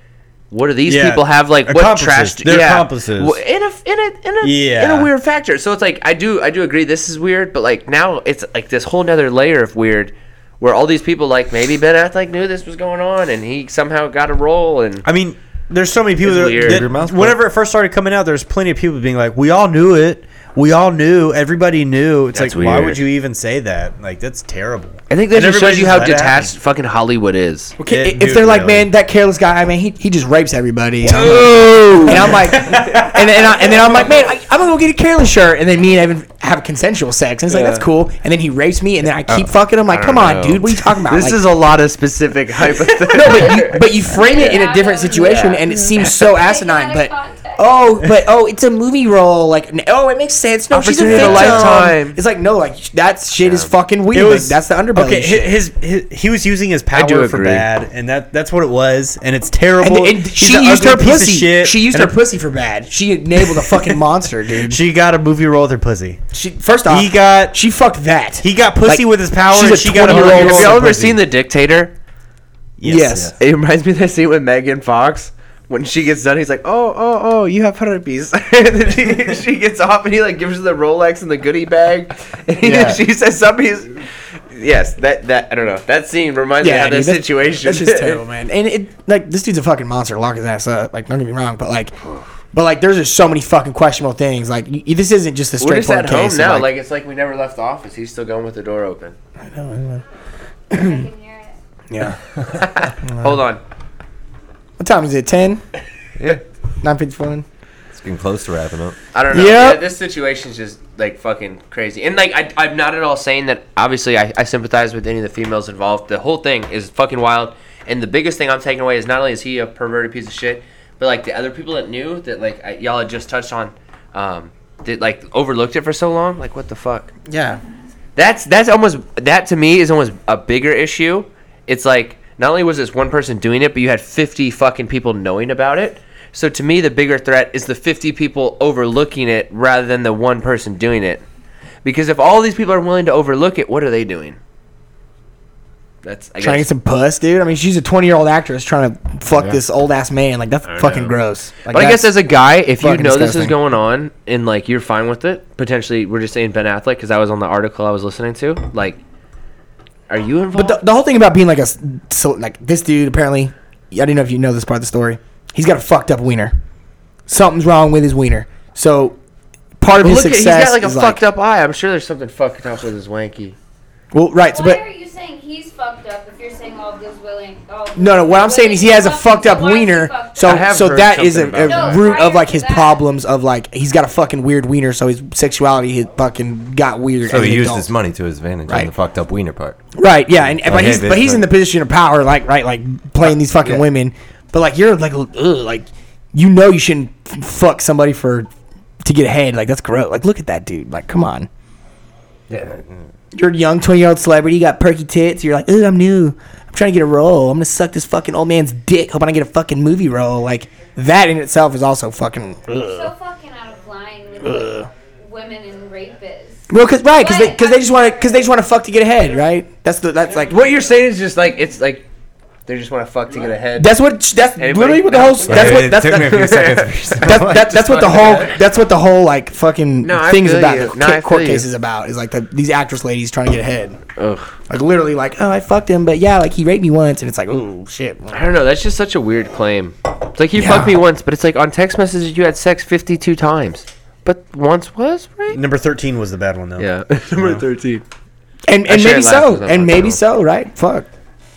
Speaker 3: what do these
Speaker 2: Yeah.
Speaker 3: people have? Like what trash?
Speaker 2: Accomplices. They're accomplices.
Speaker 3: W- In a in a in a in
Speaker 2: Yeah.
Speaker 3: a weird factor. So it's like I do I do agree this is weird, but like now it's like this whole nother layer of weird. Where all these people like maybe Ben Affleck knew this was going on and he somehow got a role and
Speaker 2: I mean, there's so many people
Speaker 3: It's
Speaker 2: that,
Speaker 3: weird.
Speaker 2: that-
Speaker 5: Your mouth's
Speaker 2: whenever it first started coming out, there's plenty of people being like, "We all knew it. We all knew. Everybody knew." It's
Speaker 3: That's
Speaker 2: like, why
Speaker 3: weird.
Speaker 2: would you even say that? Like, that's terrible.
Speaker 3: I think that
Speaker 2: And
Speaker 3: just shows
Speaker 2: everybody
Speaker 3: you
Speaker 2: just
Speaker 3: how
Speaker 2: let it happen.
Speaker 3: detached fucking Hollywood is.
Speaker 4: Okay,
Speaker 2: Didn't do
Speaker 4: if they're
Speaker 2: it,
Speaker 4: like,
Speaker 2: really.
Speaker 4: man, that careless guy, I mean, he, he just rapes everybody. And I'm like, and, I'm like and, then- and, I, and then I'm like, man, I, I'm gonna go get a careless shirt. And then me and Evan have consensual sex. And it's like, that's cool. And then he rapes me, and then I keep fucking him. Like, come on, dude, what are you talking about?
Speaker 5: This
Speaker 4: Like,
Speaker 5: is a lot of specific hypotheticals.
Speaker 4: no, but you, but you frame it in a different
Speaker 6: Yeah.
Speaker 4: situation, and it seems so asinine.
Speaker 6: Take it
Speaker 4: But
Speaker 6: out of context.
Speaker 4: oh, but oh, it's a movie role. Like, n- oh, it makes sense. No, she's a
Speaker 3: Opportunity
Speaker 4: victim.
Speaker 3: of a lifetime.
Speaker 4: It's like, no, like that shit is fucking weird.
Speaker 2: It
Speaker 4: Like,
Speaker 2: was
Speaker 4: that's the underbelly.
Speaker 2: Okay,
Speaker 4: shit.
Speaker 2: hi- his, his he was using his
Speaker 3: do
Speaker 2: power for
Speaker 3: agree.
Speaker 2: bad, and that that's what it was, and it's terrible.
Speaker 4: And, and
Speaker 2: He's
Speaker 4: she
Speaker 2: an
Speaker 4: used
Speaker 2: ugly
Speaker 4: her
Speaker 2: piece of
Speaker 4: pussy.
Speaker 2: shit,
Speaker 4: she used
Speaker 2: and
Speaker 4: her pussy for bad. She enabled a fucking monster, dude. She,
Speaker 2: She got a movie role with her pussy.
Speaker 4: first off,
Speaker 2: He got
Speaker 4: she fucked that.
Speaker 2: he got pussy
Speaker 4: Uh, Like,
Speaker 2: with his power,
Speaker 4: she's
Speaker 2: and
Speaker 4: a
Speaker 2: she got a
Speaker 4: 20-year-old
Speaker 2: movie role.
Speaker 4: Have
Speaker 3: Have
Speaker 2: with
Speaker 3: y'all
Speaker 2: her
Speaker 3: ever
Speaker 2: pussy.
Speaker 3: seen The Dictator?
Speaker 4: yes.
Speaker 3: It reminds me of that scene with Megan Fox when she gets done. He's like, "Oh, oh, oh, you have herpes." and then she, she gets off, and he like gives her the Rolex and the goodie bag. And he-
Speaker 5: Yeah.
Speaker 3: she says, "Somebody's." Yes, that that I don't know. That scene reminds me
Speaker 4: Yeah,
Speaker 3: of
Speaker 4: dude,
Speaker 3: that
Speaker 4: that's-
Speaker 3: situation.
Speaker 4: That's just terrible, man. And it like this dude's a fucking monster. Lock his ass up. Like don't get me wrong, but like, but like there's just so many fucking questionable things. Like y- this isn't just a
Speaker 3: We're just
Speaker 4: straightforward
Speaker 3: at home
Speaker 4: case. of,
Speaker 3: now. Like,
Speaker 4: like,
Speaker 3: it's like we never left the office. He's still going with the door open.
Speaker 6: I can hear it.
Speaker 4: yeah. Uh-huh.
Speaker 3: Hold on.
Speaker 4: What time is it? Ten.
Speaker 3: Yeah.
Speaker 4: Nine fifty one.
Speaker 5: It's getting close to wrapping up.
Speaker 3: I don't know.
Speaker 4: Yep.
Speaker 3: Th- This situation's just like fucking crazy. And like, I, I'm not at all saying that. Obviously, I, I sympathize with any of the females involved. The whole thing is fucking wild. And the biggest thing I'm taking away is not only is he a perverted piece of shit, but like the other people that knew that like I, y'all had just touched on, um, that like overlooked it for so long. Like, what the fuck?
Speaker 4: Yeah.
Speaker 3: That's that's almost that to me is almost a bigger issue. It's like not only was this one person doing it, but you had fifty fucking people knowing about it. So to me, the bigger threat is the fifty people overlooking it rather than the one person doing it. Because if all these people are willing to overlook it, what are they doing? That's I
Speaker 4: Trying to get
Speaker 3: guess.
Speaker 4: some puss, dude. I mean, she's a 20 year old actress trying to fuck this old ass man. Like, that's fucking gross. Like,
Speaker 3: but I guess as
Speaker 4: that's-
Speaker 3: a guy, if you
Speaker 4: fucking
Speaker 3: know this is
Speaker 4: disgusting.
Speaker 3: going on and like you're fine with it, potentially we're just saying Ben Affleck because I was on the article I was listening to. Like, are you
Speaker 4: But
Speaker 3: involved?
Speaker 4: the, the whole thing about being like a s- so like this dude apparently, I don't know if you know this part of the story. He's got a fucked up wiener. Something's wrong with his wiener. So part of
Speaker 3: But
Speaker 4: his
Speaker 3: look at, he's
Speaker 4: success.
Speaker 3: got like a
Speaker 4: is,
Speaker 3: fucked up eye. I'm sure there's something fucked up with his wanky.
Speaker 4: Well, right, so,
Speaker 6: Why
Speaker 4: but
Speaker 6: are you saying he's fucked up if you're saying all of those willing? All of
Speaker 4: no, no.
Speaker 6: those
Speaker 4: What I'm saying
Speaker 6: willing
Speaker 4: is he has a
Speaker 6: fuckers,
Speaker 4: fucked up
Speaker 6: so why is he
Speaker 4: wiener.
Speaker 6: fucked
Speaker 4: So
Speaker 3: I
Speaker 6: up?
Speaker 3: have
Speaker 4: so
Speaker 3: heard
Speaker 4: that is a,
Speaker 3: something
Speaker 4: a
Speaker 3: about
Speaker 6: that.
Speaker 4: root of like
Speaker 6: No,
Speaker 4: his
Speaker 6: prior to that-
Speaker 4: problems of like he's got a fucking weird wiener. So his sexuality his fucking got weird.
Speaker 5: So
Speaker 4: as
Speaker 5: he
Speaker 4: an
Speaker 5: used
Speaker 4: adult.
Speaker 5: his money to his advantage on
Speaker 4: Right.
Speaker 5: the fucked up wiener part.
Speaker 4: Right, yeah, and but
Speaker 5: hey,
Speaker 4: he's
Speaker 5: bitch,
Speaker 4: but he's
Speaker 5: like-
Speaker 4: in the position of power, like right, like playing these fucking
Speaker 5: Yeah.
Speaker 4: women. But like you're like ugh, like you know you shouldn't f- fuck somebody for to get ahead. Like that's gross. Like look at that dude. Like come on,
Speaker 5: Yeah.
Speaker 4: you're a young twenty year old celebrity. You got perky tits. You're like, ugh, I'm new. I'm trying to get a role. I'm gonna suck this fucking old man's dick, hoping I get a fucking movie role. Like that in itself is also fucking ugh.
Speaker 6: So fucking out of line with like, women and rapists.
Speaker 4: well, cause right, cause they
Speaker 6: But-
Speaker 4: cause they just want to cause they just want to fuck to get ahead, right? That's the that's like
Speaker 3: What you're saying is just like it's like they just want to fuck to get ahead.
Speaker 4: that's what that's
Speaker 3: Anybody-
Speaker 4: literally what the whole that's what
Speaker 5: it
Speaker 4: that's
Speaker 5: took
Speaker 4: that-
Speaker 5: me a few seconds.
Speaker 4: That's that, that's what the whole that's what the whole like fucking
Speaker 3: No, I
Speaker 4: things
Speaker 3: feel
Speaker 4: about
Speaker 3: you.
Speaker 4: the
Speaker 3: No,
Speaker 4: ca-
Speaker 3: I
Speaker 4: court
Speaker 3: feel you.
Speaker 4: case is about is like the, these actress ladies trying to get ahead.
Speaker 3: Ugh.
Speaker 4: Like literally, like oh I fucked him, but yeah, like he raped me once, and it's like oh shit.
Speaker 3: I don't know. That's just such a weird claim. It's like you
Speaker 4: Yeah.
Speaker 3: fucked me once, but it's like on text messages you had sex 52 times, but once was right.
Speaker 2: Number thirteen was the bad one though.
Speaker 3: Yeah, number 13.
Speaker 4: And and
Speaker 3: Actually, I laughed
Speaker 4: maybe so,
Speaker 3: at that
Speaker 4: and
Speaker 3: one.
Speaker 4: maybe so, right? Fuck.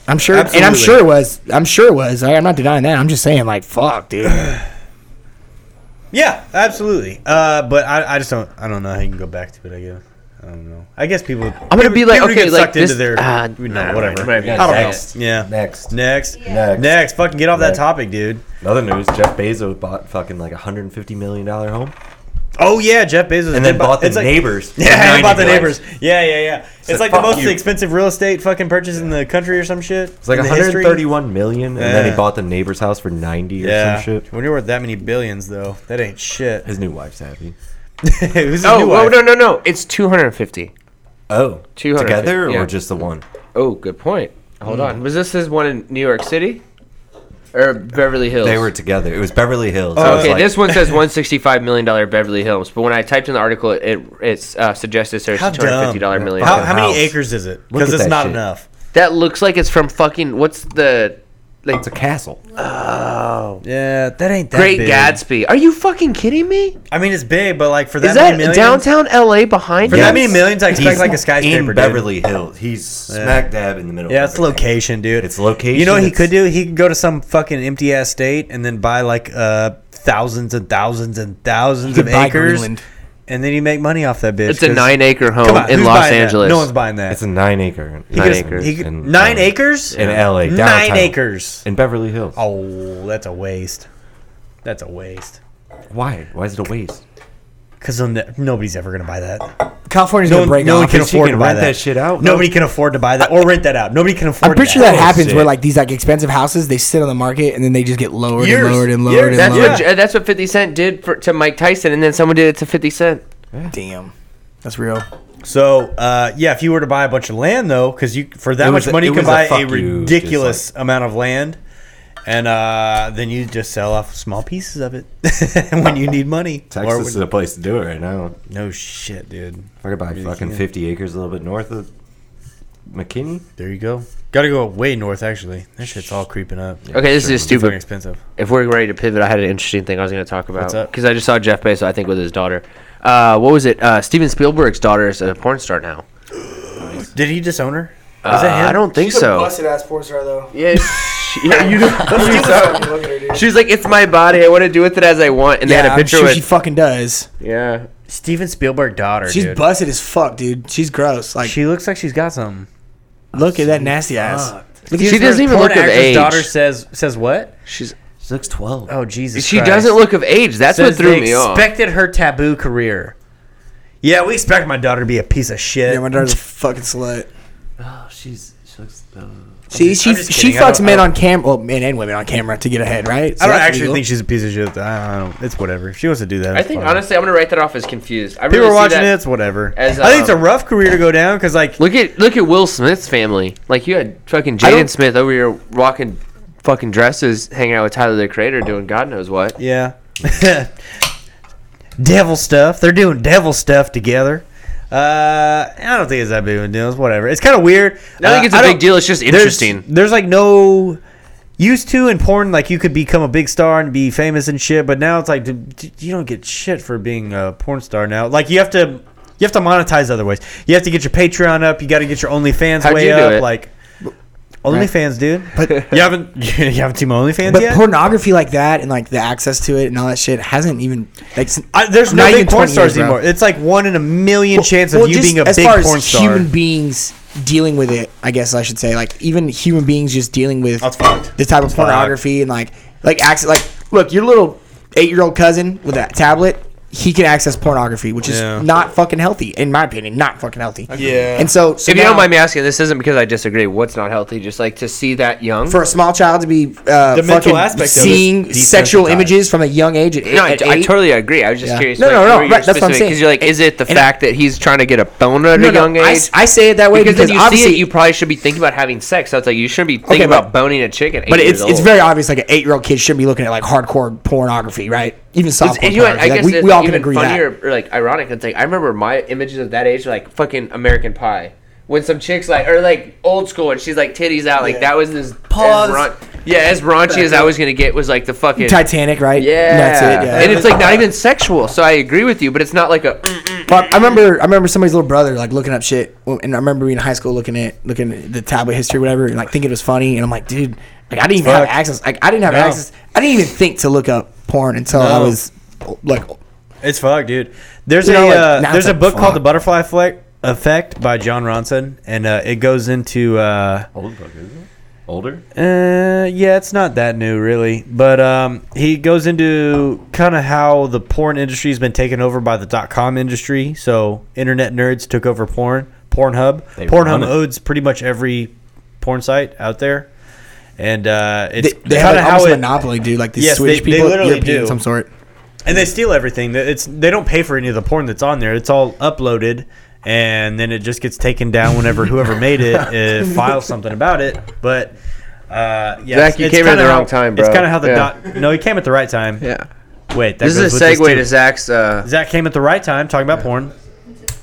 Speaker 4: I'm sure, and I'm
Speaker 2: Absolutely.
Speaker 4: sure it was. I'm sure it was. I, I'm not denying that. I'm just saying, like, fuck, dude.
Speaker 2: Yeah, absolutely. Uh, but I, I just don't I don't know how you can go back to it. I guess I don't know. I guess people.
Speaker 3: I'm gonna be like,
Speaker 2: people
Speaker 3: okay,
Speaker 2: get
Speaker 3: like
Speaker 2: sucked
Speaker 3: this.
Speaker 2: into their
Speaker 3: ah,
Speaker 2: you know,
Speaker 5: uh,
Speaker 3: nah,
Speaker 2: whatever.
Speaker 3: it might be
Speaker 2: I don't
Speaker 3: next.
Speaker 2: know. Yeah.
Speaker 5: Next.
Speaker 2: Next.
Speaker 6: Yeah.
Speaker 5: Next.
Speaker 2: Next. Fucking get off that
Speaker 5: Next.
Speaker 2: topic, dude.
Speaker 5: Other news: Jeff Bezos bought fucking like a hundred and fifty million dollar home,
Speaker 2: Oh yeah, Jeff Bezos.
Speaker 5: and then
Speaker 2: did buy-
Speaker 5: bought the
Speaker 2: it's like-
Speaker 5: neighbors. for
Speaker 2: Yeah, he bought the
Speaker 5: 90 grand.
Speaker 2: neighbors. Yeah, yeah, yeah.
Speaker 5: Said,
Speaker 2: it's like the
Speaker 5: "Fuck
Speaker 2: most
Speaker 5: you."
Speaker 2: expensive real estate fucking purchase in the country or some shit.
Speaker 5: It's like
Speaker 2: in the
Speaker 5: 131 million, and then
Speaker 2: Yeah.
Speaker 5: he bought the neighbor's house for 90 or
Speaker 2: Yeah.
Speaker 5: some shit.
Speaker 2: When you're worth that many billions, though, that ain't shit.
Speaker 5: His new wife's happy.
Speaker 2: Who's his
Speaker 3: Oh,
Speaker 2: new
Speaker 3: whoa,
Speaker 2: wife?
Speaker 3: no, no, no. It's 250.
Speaker 5: Oh,
Speaker 3: 200,
Speaker 5: together
Speaker 3: yeah.
Speaker 5: or just the one?
Speaker 3: Oh, good point. Hold
Speaker 4: Hmm.
Speaker 3: on. Was this his one in New York City or Beverly Hills? Oh,
Speaker 5: They were together. It was Beverly Hills. I was
Speaker 3: Okay,
Speaker 5: like,
Speaker 3: this one says 165 million dollar Beverly Hills, but when I typed in the article, it it uh, suggested there's
Speaker 2: How
Speaker 3: 250 dollar
Speaker 2: dumb.
Speaker 3: million.
Speaker 2: How,
Speaker 5: fucking
Speaker 2: how many
Speaker 5: house.
Speaker 2: acres is it?
Speaker 5: Look
Speaker 2: Because
Speaker 5: at
Speaker 2: it's
Speaker 5: that
Speaker 2: not
Speaker 5: shit.
Speaker 2: enough.
Speaker 3: That looks like it's from fucking what's the like
Speaker 5: It's a castle.
Speaker 2: Yeah, that ain't that
Speaker 3: Great
Speaker 2: big.
Speaker 3: Gatsby? Are you fucking kidding me?
Speaker 2: I mean, it's big, but like for that,
Speaker 3: Is
Speaker 2: many
Speaker 3: that
Speaker 2: millions,
Speaker 3: downtown LA behind
Speaker 2: For
Speaker 3: you?
Speaker 2: that many millions, I expect
Speaker 5: He's
Speaker 2: like a skyscraper.
Speaker 5: in
Speaker 2: dude.
Speaker 5: Beverly Hills. He's smack dab in the middle.
Speaker 2: Yeah,
Speaker 5: of
Speaker 2: it's
Speaker 5: everything.
Speaker 2: location, dude.
Speaker 5: It's location,
Speaker 2: You know what he
Speaker 5: it's-
Speaker 2: could do? He could go to some fucking empty ass state and then buy like uh thousands and thousands and thousands
Speaker 4: could
Speaker 2: of
Speaker 4: buy
Speaker 2: acres,
Speaker 4: Greenland.
Speaker 2: and then he make money off that bitch.
Speaker 3: It's a
Speaker 2: 'cause-
Speaker 3: nine acre home
Speaker 2: Come on,
Speaker 3: in
Speaker 2: who's
Speaker 3: Los
Speaker 2: buying that?
Speaker 3: Angeles.
Speaker 2: No one's buying that.
Speaker 5: It's a nine acre.
Speaker 2: He
Speaker 3: nine
Speaker 2: could-
Speaker 3: acres.
Speaker 2: he could-
Speaker 5: In,
Speaker 2: nine
Speaker 5: um,
Speaker 2: acres
Speaker 5: in LA.
Speaker 2: Nine
Speaker 5: downtown.
Speaker 2: acres.
Speaker 5: in Beverly Hills.
Speaker 2: Oh, that's a waste. That's a waste.
Speaker 5: Why? Why is it a waste?
Speaker 2: Because nobody's ever gonna buy that.
Speaker 4: California's
Speaker 2: No,
Speaker 4: gonna break
Speaker 2: no one
Speaker 4: off.
Speaker 2: can
Speaker 5: Because you
Speaker 2: afford
Speaker 5: can
Speaker 2: to buy
Speaker 5: rent
Speaker 2: that.
Speaker 5: that shit out, no? Oh,
Speaker 2: Nobody can afford to buy that or rent that out. Nobody can afford.
Speaker 4: I'm pretty sure that happens
Speaker 5: shit.
Speaker 4: where like these like expensive houses they sit on the market and then they just get lowered
Speaker 2: Years.
Speaker 4: and lowered and
Speaker 2: Years.
Speaker 4: lowered and
Speaker 3: That's
Speaker 4: lowered.
Speaker 3: what J- uh, that's what 50 Cent did for, to Mike Tyson, and then someone did it to 50 Cent.
Speaker 4: Damn, that's real.
Speaker 2: So uh, yeah, if you were to buy a bunch of land though, because you for that
Speaker 5: It was
Speaker 2: much
Speaker 5: a-
Speaker 2: money
Speaker 5: it
Speaker 2: you can
Speaker 5: was a
Speaker 2: buy a,
Speaker 5: fuck you, just
Speaker 2: ridiculous amount of land, and uh, then you just sell off small pieces of it when you need money. Or
Speaker 5: Texas is
Speaker 2: when-
Speaker 5: a place to do it right now.
Speaker 2: no shit, dude.
Speaker 5: If I could buy fucking
Speaker 2: can.
Speaker 5: 50 acres a little bit north of McKinney.
Speaker 2: There you go. Got to go way north actually. That shit's all creeping up.
Speaker 3: Okay, Oh, this is
Speaker 2: It's fucking
Speaker 3: stupid.
Speaker 2: expensive.
Speaker 3: If we're ready to pivot, I had an interesting thing I was going to talk about
Speaker 2: What's up?
Speaker 3: because I just saw Jeff Bezos, I think, with his daughter. Uh, what was it? Uh, Steven Spielberg's daughter is a porn star now.
Speaker 2: Did he disown her?
Speaker 3: Uh,
Speaker 2: Is that him?
Speaker 3: I don't think so.
Speaker 4: ass porn star though.
Speaker 3: Yeah, she, yeah, you know.
Speaker 4: Look at her, dude.
Speaker 3: She was like, "It's my body. I want to do with it as I want." And they
Speaker 4: Yeah,
Speaker 3: had a
Speaker 4: I'm
Speaker 3: picture
Speaker 4: sure
Speaker 3: with.
Speaker 4: she fucking does.
Speaker 3: yeah.
Speaker 2: Steven Spielberg daughter.
Speaker 4: She's
Speaker 2: dude.
Speaker 4: busted as fuck, dude. She's gross. Like,
Speaker 2: She looks like she's got something.
Speaker 4: look at that nasty ass.
Speaker 3: She doesn't even look of age.
Speaker 2: Daughter says says what?
Speaker 3: She's.
Speaker 5: She looks 12.
Speaker 2: Oh Jesus!
Speaker 3: She
Speaker 2: Christ.
Speaker 3: doesn't look of age. That's
Speaker 2: Says
Speaker 3: what threw
Speaker 2: they
Speaker 3: me off.
Speaker 2: Expected her taboo career. Yeah, we expect my daughter to be a piece of shit.
Speaker 4: Yeah, my daughter's a fucking slut.
Speaker 5: Oh, she's. She looks.
Speaker 4: She
Speaker 2: just-
Speaker 4: she
Speaker 2: I'm just
Speaker 4: she
Speaker 2: kidding. I
Speaker 4: fucks
Speaker 2: don't-
Speaker 4: men
Speaker 2: I
Speaker 4: on camera, well, men and women on camera to get ahead, right? So
Speaker 2: I don't
Speaker 4: that's
Speaker 2: actually
Speaker 4: legal.
Speaker 2: think she's a piece of shit. I don't know. It's whatever. If she wants to do that.
Speaker 3: I
Speaker 2: it's
Speaker 3: think
Speaker 2: fine.
Speaker 3: honestly, I'm gonna write that off as confused. I
Speaker 2: people
Speaker 3: really
Speaker 2: are
Speaker 3: see
Speaker 2: watching
Speaker 3: that-
Speaker 2: it. It's whatever.
Speaker 3: as,
Speaker 2: I think it's a
Speaker 3: um,
Speaker 2: rough career to go down because like
Speaker 3: Look at look at Will Smith's family. Like you had fucking
Speaker 4: I don't-
Speaker 3: Jaden Smith over here rocking fucking dresses, hanging out with Tyler the Creator, doing God knows what.
Speaker 2: yeah, devil stuff. They're doing devil stuff together. Uh, I don't think it's that big of a deal. It's whatever. It's kind of weird.
Speaker 3: I don't
Speaker 2: Uh,
Speaker 3: think it's a big
Speaker 2: don't-
Speaker 3: deal. It's just
Speaker 2: there's-
Speaker 3: interesting.
Speaker 2: There's, like no used to in porn, like you could become a big star and be famous and shit, but now it's like dude, d- you don't get shit for being a porn star now. Like you have to, you have to monetize other ways. You have to get your Patreon up. You got to get your OnlyFans
Speaker 3: How'd
Speaker 2: way
Speaker 3: you do
Speaker 2: up.
Speaker 3: it?
Speaker 2: Like OnlyFans, dude. But you haven't, you haven't seen my OnlyFans
Speaker 4: But
Speaker 2: yet.
Speaker 4: pornography like that and like the access to it and all that shit hasn't even like s-
Speaker 2: I, there's
Speaker 4: not
Speaker 2: no
Speaker 4: even
Speaker 2: big porn
Speaker 4: 20 years,
Speaker 2: stars
Speaker 4: bro.
Speaker 2: anymore. It's like one in a million chance of
Speaker 4: Well,
Speaker 2: you
Speaker 4: just
Speaker 2: being a
Speaker 4: as
Speaker 2: big
Speaker 4: far as
Speaker 2: porn star.
Speaker 4: Human beings dealing with it, I guess I should say. Like even human beings just dealing with
Speaker 2: That's fucked.
Speaker 4: the type of pornography and like like access. Like look, your little eight year old cousin with a tablet, he can access pornography, which is
Speaker 2: Yeah.
Speaker 4: not fucking healthy, in my opinion. Not fucking healthy.
Speaker 2: Yeah.
Speaker 4: And so, so
Speaker 3: if you don't
Speaker 4: now,
Speaker 3: mind me asking, this isn't because I disagree. What's not healthy? Just like to see that young.
Speaker 4: for a small child to be uh,
Speaker 2: The mental
Speaker 4: fucking
Speaker 2: aspect of it is
Speaker 4: seeing sexual
Speaker 2: desensitized.
Speaker 4: images from a young age. At,
Speaker 3: no, I,
Speaker 4: at
Speaker 3: I
Speaker 4: eight,
Speaker 3: totally agree. I was just
Speaker 4: Yeah.
Speaker 3: curious.
Speaker 4: No,
Speaker 3: like,
Speaker 4: no, no,
Speaker 3: where you're
Speaker 4: right, that's what I'm
Speaker 3: specific,
Speaker 4: saying.
Speaker 3: Because you're like, is it the
Speaker 4: and I-
Speaker 3: fact that he's trying to get a boner at
Speaker 4: No,
Speaker 3: a
Speaker 4: no,
Speaker 3: young
Speaker 4: I,
Speaker 3: age?
Speaker 4: I say it that way
Speaker 3: because
Speaker 4: because,
Speaker 3: if you
Speaker 4: obviously
Speaker 3: see it, you probably should be thinking about having sex. So it's like you shouldn't be thinking
Speaker 4: Okay, but-
Speaker 3: about boning a chick at eight
Speaker 4: But it's
Speaker 3: years
Speaker 4: it's
Speaker 3: old.
Speaker 4: very obvious. Like an eight year old kid shouldn't be looking at like hardcore pornography, right? Even softcore
Speaker 3: It's, and you know, what,
Speaker 4: pornography.
Speaker 3: I
Speaker 4: Like,
Speaker 3: guess
Speaker 4: we,
Speaker 3: it's
Speaker 4: we all can
Speaker 3: even
Speaker 4: agree
Speaker 3: funnier
Speaker 4: that.
Speaker 3: or like ironic. It's like I remember my images of that age were like fucking American Pie. When some chicks like or like old school and she's like titties out, like that was this
Speaker 4: Pause.
Speaker 3: As raun- yeah, as raunchy as I was gonna get was like the fucking
Speaker 4: Titanic, right?
Speaker 3: Yeah,
Speaker 4: that's it. Yeah.
Speaker 3: and it's like not even sexual. So I agree with you, but it's not like a.
Speaker 4: But I remember, I remember somebody's little brother like looking up shit, Well, and I remember being in high school looking at looking at the tablet history, or whatever, and like thinking it was funny, and I'm like, dude, like I didn't even have
Speaker 2: Fuck.
Speaker 4: access. Like I didn't have
Speaker 2: No.
Speaker 4: access. I didn't even think to look up porn until I
Speaker 2: No.
Speaker 4: was like,
Speaker 2: It's fucked, dude. There's
Speaker 4: You
Speaker 2: a
Speaker 4: know, like,
Speaker 2: uh,
Speaker 4: now
Speaker 2: there's
Speaker 4: it's
Speaker 2: a
Speaker 4: like,
Speaker 2: book
Speaker 4: fuck.
Speaker 2: called The Butterfly Fleck Effect by John Ronson, and uh, it goes into uh,
Speaker 5: Old book, is it? Older?
Speaker 2: uh, yeah, it's not that new really, but um, he goes into kind of how the porn industry has been taken over by the dot com industry. So internet nerds took over porn, Pornhub,
Speaker 5: They run
Speaker 2: Pornhub
Speaker 5: it.
Speaker 2: owns pretty much every porn site out there, and uh,
Speaker 4: they,
Speaker 2: it's
Speaker 4: they have
Speaker 2: kind of
Speaker 4: like, almost
Speaker 2: how
Speaker 4: a
Speaker 2: it
Speaker 4: monopoly, dude. Like these
Speaker 2: Yes, they-
Speaker 4: Swedish
Speaker 2: they
Speaker 4: people,
Speaker 2: literally
Speaker 4: European,
Speaker 2: do.
Speaker 4: some sort.
Speaker 2: and they steal everything. It's they don't pay for any of the porn that's on there. It's all uploaded, and then it just gets taken down whenever whoever made it uh, files something about it. But uh, yeah,
Speaker 3: Zach, you came in at
Speaker 2: kinda
Speaker 3: the
Speaker 2: how-
Speaker 3: wrong time,
Speaker 2: It's
Speaker 3: bro.
Speaker 2: kind of how the
Speaker 3: Yeah.
Speaker 2: dot. No, he came at the right time.
Speaker 3: Yeah,
Speaker 2: Wait, that
Speaker 3: this
Speaker 2: goes
Speaker 3: is a
Speaker 2: with
Speaker 3: segue
Speaker 2: too.
Speaker 3: to Zach's. Uh,
Speaker 2: Zach came at the right time talking about porn.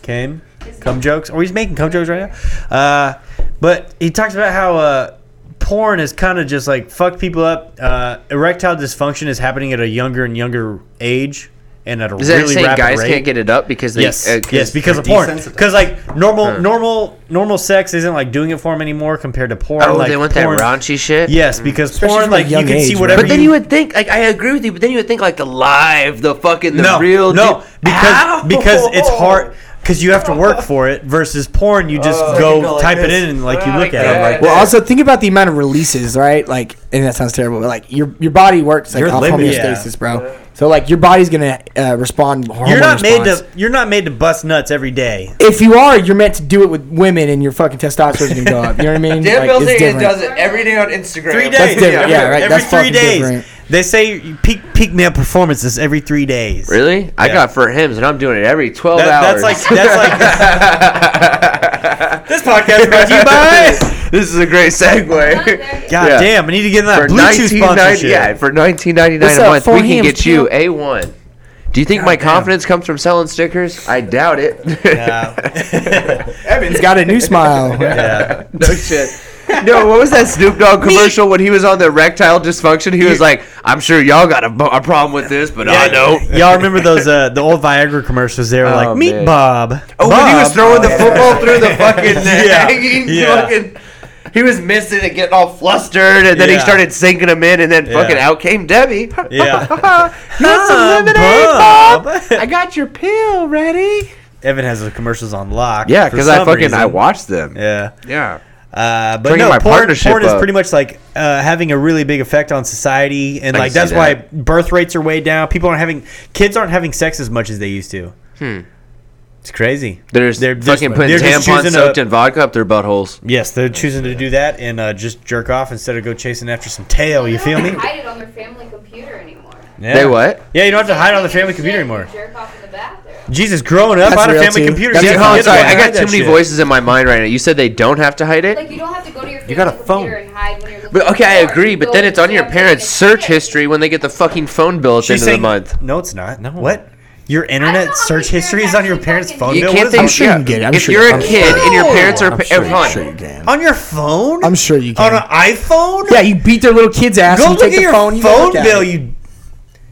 Speaker 2: Came cum jokes, or he's making cum jokes right now. Uh, but he talks about how uh, porn is kind of just like fuck people up. Uh, erectile dysfunction is happening at a younger and younger age, and at a
Speaker 3: is that
Speaker 2: really
Speaker 3: saying
Speaker 2: rapid
Speaker 3: guys
Speaker 2: rate.
Speaker 3: can't get it up because they?
Speaker 2: Yes,
Speaker 3: uh,
Speaker 2: yes, because of
Speaker 5: they're
Speaker 2: porn.
Speaker 5: desensitized.
Speaker 2: Because like normal, normal, normal sex isn't like doing it for them anymore compared to porn.
Speaker 3: oh,
Speaker 2: like,
Speaker 3: they want
Speaker 2: porn-
Speaker 3: that raunchy shit. Mm.
Speaker 2: Yes, because porn,
Speaker 4: from a
Speaker 2: like you
Speaker 4: young
Speaker 2: can see
Speaker 4: age, right?
Speaker 2: whatever.
Speaker 3: But then you would think, like, I agree with you. But then you would think, like, the live, the fucking, the
Speaker 2: no,
Speaker 3: real,
Speaker 2: no,
Speaker 3: di-
Speaker 2: because
Speaker 3: Ow!
Speaker 2: because it's hard because you have to work for it. Versus porn, you just go type it in and like you
Speaker 3: Oh,
Speaker 2: look
Speaker 3: like
Speaker 2: at it.
Speaker 3: that.
Speaker 2: Like,
Speaker 4: Well, also think about the amount of releases, right? Like, and that sounds terrible, but like your your body works like
Speaker 2: You're
Speaker 4: off
Speaker 2: limited.
Speaker 4: homeostasis, bro. So like your body's gonna uh, respond.
Speaker 2: you're not made to you're not made to bust nuts every day.
Speaker 4: If you are, you're meant to do it with women, and your fucking testosterone's gonna go up. You know what I mean?
Speaker 3: Dan
Speaker 4: Like,
Speaker 3: Bilzerian
Speaker 4: it's different.
Speaker 3: does it every day on Instagram.
Speaker 2: Three
Speaker 4: That's
Speaker 2: days,
Speaker 4: different, yeah, right,
Speaker 2: Every
Speaker 4: that's
Speaker 2: three
Speaker 4: fucking
Speaker 2: days,
Speaker 4: different.
Speaker 2: they say peak peak male performance is every three days.
Speaker 3: Really? I
Speaker 2: Yeah.
Speaker 3: got for him, and I'm doing it every 12
Speaker 2: That-
Speaker 3: hours.
Speaker 2: that's like that's like this podcast brought to you by.
Speaker 3: this is a great segue.
Speaker 2: God
Speaker 3: Yeah.
Speaker 2: damn! I need to get in that
Speaker 3: for
Speaker 2: Bluetooth
Speaker 3: 1990,
Speaker 2: sponsorship.
Speaker 3: yeah, for 19.99
Speaker 4: What's
Speaker 3: a
Speaker 4: up,
Speaker 3: month,
Speaker 4: four
Speaker 3: we can
Speaker 4: hams,
Speaker 3: get you A1. Do you think my confidence comes from selling stickers? I doubt it.
Speaker 2: Yeah.
Speaker 4: Evan's got a new smile.
Speaker 2: yeah.
Speaker 3: no shit. No, what was that Snoop Dogg commercial when he was on the erectile dysfunction? He was like, "I'm sure y'all got a, bo- a problem with this, but I don't."
Speaker 2: Y'all remember those uh, the old Viagra commercials? They were
Speaker 3: Oh,
Speaker 2: like, "Meet
Speaker 3: man.
Speaker 2: Bob."
Speaker 3: Oh, when he was throwing the football through the fucking
Speaker 2: Yeah,
Speaker 3: hanging
Speaker 2: yeah.
Speaker 3: fucking. He was missing it, getting all flustered, and then he
Speaker 2: Yeah.
Speaker 3: started sinking him in, and then fucking
Speaker 2: Yeah.
Speaker 3: out came Debbie.
Speaker 2: Yeah.
Speaker 3: you want some
Speaker 2: Huh,
Speaker 3: lemonade,
Speaker 2: Bob?
Speaker 3: Bob? I got your pill ready.
Speaker 2: Evan has those commercials on lock.
Speaker 3: Yeah,
Speaker 2: for
Speaker 3: because I
Speaker 2: some
Speaker 3: fucking
Speaker 2: reason.
Speaker 3: I watched them.
Speaker 2: Yeah.
Speaker 3: Yeah.
Speaker 2: Uh, but
Speaker 3: Bringing
Speaker 2: no,
Speaker 3: my
Speaker 2: porn,
Speaker 3: partnership
Speaker 2: porn is
Speaker 3: up.
Speaker 2: pretty much like uh, having a really big effect on society, and
Speaker 3: I
Speaker 2: like
Speaker 3: can
Speaker 2: that's
Speaker 3: see
Speaker 2: why
Speaker 3: that.
Speaker 2: birth rates are way down. People aren't having kids aren't having sex as much as they used to. Hmm. It's crazy.
Speaker 3: They're, just fucking putting
Speaker 2: they're just
Speaker 3: tampons
Speaker 2: choosing
Speaker 3: soaked
Speaker 2: a-
Speaker 3: in vodka up their buttholes.
Speaker 2: Yes, they're choosing to do that and uh, just jerk off instead of go chasing after some tail. You feel me?
Speaker 6: Hide it on their family computer anymore.
Speaker 2: Yeah.
Speaker 3: They what?
Speaker 2: Yeah, you don't have to hide on the family computer anymore.
Speaker 6: Jerk off in the bathroom.
Speaker 2: Jesus, growing up
Speaker 4: That's
Speaker 2: on a
Speaker 4: real,
Speaker 2: family
Speaker 4: too.
Speaker 2: computer.
Speaker 4: That's
Speaker 2: you
Speaker 3: Dude,
Speaker 4: a
Speaker 2: have
Speaker 3: hold
Speaker 2: to
Speaker 3: on,
Speaker 2: get
Speaker 3: oh, sorry,
Speaker 2: to
Speaker 3: I got
Speaker 2: hide
Speaker 3: too
Speaker 2: that
Speaker 3: many
Speaker 2: shit.
Speaker 3: voices in my mind right now. You said they don't have to hide
Speaker 6: Like
Speaker 3: it.
Speaker 6: you don't have to go to your family
Speaker 2: got a
Speaker 6: computer and hide when you're looking
Speaker 3: But okay, I
Speaker 6: at porn.
Speaker 3: agree.
Speaker 6: You
Speaker 3: But
Speaker 6: go
Speaker 3: then it's on
Speaker 6: into
Speaker 3: your
Speaker 6: a
Speaker 3: parents'
Speaker 6: fucking
Speaker 3: search history when they get the fucking phone bill at the
Speaker 2: She's
Speaker 3: end of the
Speaker 2: saying-
Speaker 3: month.
Speaker 2: No, it's not. No. What? Your
Speaker 6: I don't
Speaker 2: internet
Speaker 6: know how
Speaker 2: search
Speaker 6: many
Speaker 2: history
Speaker 6: parents
Speaker 2: is on your
Speaker 6: actually
Speaker 2: parents'
Speaker 6: fucking
Speaker 2: phone
Speaker 6: do
Speaker 2: bill.
Speaker 3: can't
Speaker 2: What is
Speaker 3: think-
Speaker 2: that
Speaker 4: I'm sure you can get it. I'm
Speaker 3: if
Speaker 4: sure
Speaker 3: you're
Speaker 4: I'm
Speaker 3: a kid and your parents are
Speaker 4: I'm
Speaker 3: paying
Speaker 4: sure,
Speaker 3: hold
Speaker 4: I'm
Speaker 3: on.
Speaker 4: sure you can.
Speaker 2: on your phone?
Speaker 4: I'm sure you
Speaker 2: on
Speaker 4: can.
Speaker 2: an iPhone?
Speaker 4: yeah, you beat their little kid's ass.
Speaker 2: Go
Speaker 4: and you
Speaker 2: look
Speaker 4: take
Speaker 2: at
Speaker 4: the
Speaker 2: your
Speaker 4: phone,
Speaker 2: phone,
Speaker 4: you go look at
Speaker 2: bill.
Speaker 4: it.
Speaker 2: You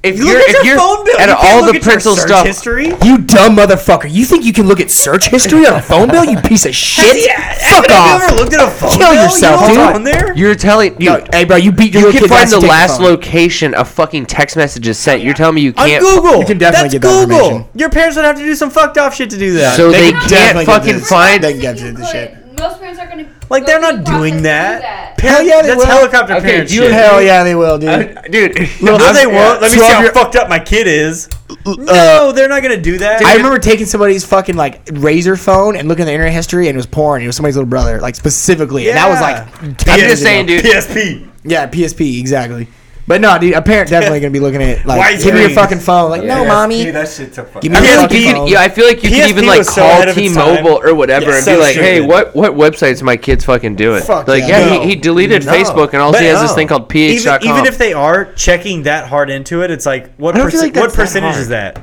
Speaker 3: If
Speaker 2: look
Speaker 3: you're
Speaker 2: at
Speaker 3: if
Speaker 2: your
Speaker 3: you're
Speaker 2: phone bill.
Speaker 3: and
Speaker 2: you can't
Speaker 3: all
Speaker 2: look
Speaker 3: the
Speaker 2: at your
Speaker 3: pencil
Speaker 2: search
Speaker 3: stuff,
Speaker 2: history.
Speaker 4: You dumb motherfucker. You think you can look at search history on a phone bill? You piece of shit. Fuck
Speaker 2: Have
Speaker 4: off.
Speaker 2: you ever looked at a phone
Speaker 4: Kill
Speaker 2: bill?
Speaker 4: yourself,
Speaker 2: you know
Speaker 4: dude.
Speaker 2: what's on there?
Speaker 3: you're telling you.
Speaker 4: No, hey, bro, you beat your
Speaker 3: you
Speaker 4: little
Speaker 3: can
Speaker 4: kid's
Speaker 3: find
Speaker 4: ass
Speaker 3: the
Speaker 4: and take
Speaker 3: last
Speaker 4: phone.
Speaker 3: location of fucking text messages sent. You're telling me you
Speaker 2: On
Speaker 3: can't.
Speaker 2: Google.
Speaker 4: You can definitely
Speaker 2: That's
Speaker 4: get that
Speaker 2: Google.
Speaker 4: information.
Speaker 2: Your parents would have to do some fucked off shit to do that.
Speaker 3: So they,
Speaker 4: They can
Speaker 3: can't
Speaker 4: definitely get
Speaker 3: fucking
Speaker 4: this.
Speaker 3: find.
Speaker 4: They can get
Speaker 6: You
Speaker 4: to the
Speaker 6: could.
Speaker 4: shit.
Speaker 6: Most parents are gonna
Speaker 2: like
Speaker 6: go
Speaker 2: they're
Speaker 6: through
Speaker 2: not
Speaker 6: the process
Speaker 2: doing
Speaker 6: to do
Speaker 2: that.
Speaker 6: that.
Speaker 2: Par-
Speaker 4: Hell yeah, they
Speaker 2: that's
Speaker 4: will.
Speaker 2: helicopter
Speaker 3: Okay,
Speaker 2: parent
Speaker 3: you
Speaker 2: shit.
Speaker 4: Hell yeah, they will, dude.
Speaker 3: Dude,
Speaker 4: Little-
Speaker 2: No,
Speaker 4: I'm-
Speaker 2: they won't. Let me see
Speaker 4: Twelve
Speaker 2: how
Speaker 4: year-
Speaker 2: fucked up my kid is.
Speaker 3: Uh,
Speaker 2: No, they're not gonna do that.
Speaker 4: I remember taking somebody's fucking like razor phone and looking at the internet history, and it was porn. It was somebody's little brother, like specifically, and that was
Speaker 2: Yeah.
Speaker 4: like. 10
Speaker 3: I'm
Speaker 4: years
Speaker 3: just saying,
Speaker 4: ago.
Speaker 3: dude.
Speaker 2: PSP.
Speaker 4: Yeah, PSP exactly. But no, dude, a parent definitely gonna be looking at like,
Speaker 2: Wide
Speaker 4: give me your
Speaker 2: screen.
Speaker 4: fucking phone. Like, no, mommy,
Speaker 5: Dude, that shit's so fucking.
Speaker 4: give me
Speaker 3: I
Speaker 4: your
Speaker 3: feel, like
Speaker 4: fucking
Speaker 3: you
Speaker 4: phone.
Speaker 3: could, yeah, I feel like you could
Speaker 2: PSP
Speaker 3: even like
Speaker 2: was so
Speaker 3: call
Speaker 2: ahead of its
Speaker 3: T-Mobile
Speaker 2: time.
Speaker 3: or whatever
Speaker 2: Yeah,
Speaker 3: and
Speaker 2: so
Speaker 3: be like,
Speaker 2: should
Speaker 3: "Hey,
Speaker 2: have been.
Speaker 3: what what website's my kids fucking doing?"
Speaker 4: Fuck
Speaker 3: like,
Speaker 4: yeah.
Speaker 3: yeah,
Speaker 2: No.
Speaker 3: he, he deleted
Speaker 5: No.
Speaker 3: Facebook and all he has
Speaker 2: But-
Speaker 3: this thing called ph.com.
Speaker 2: Even, even if they are checking that hard into it, it's like what
Speaker 3: I don't
Speaker 2: perc-
Speaker 3: feel like
Speaker 2: what
Speaker 3: that's that
Speaker 2: percentage
Speaker 3: hard.
Speaker 2: is that?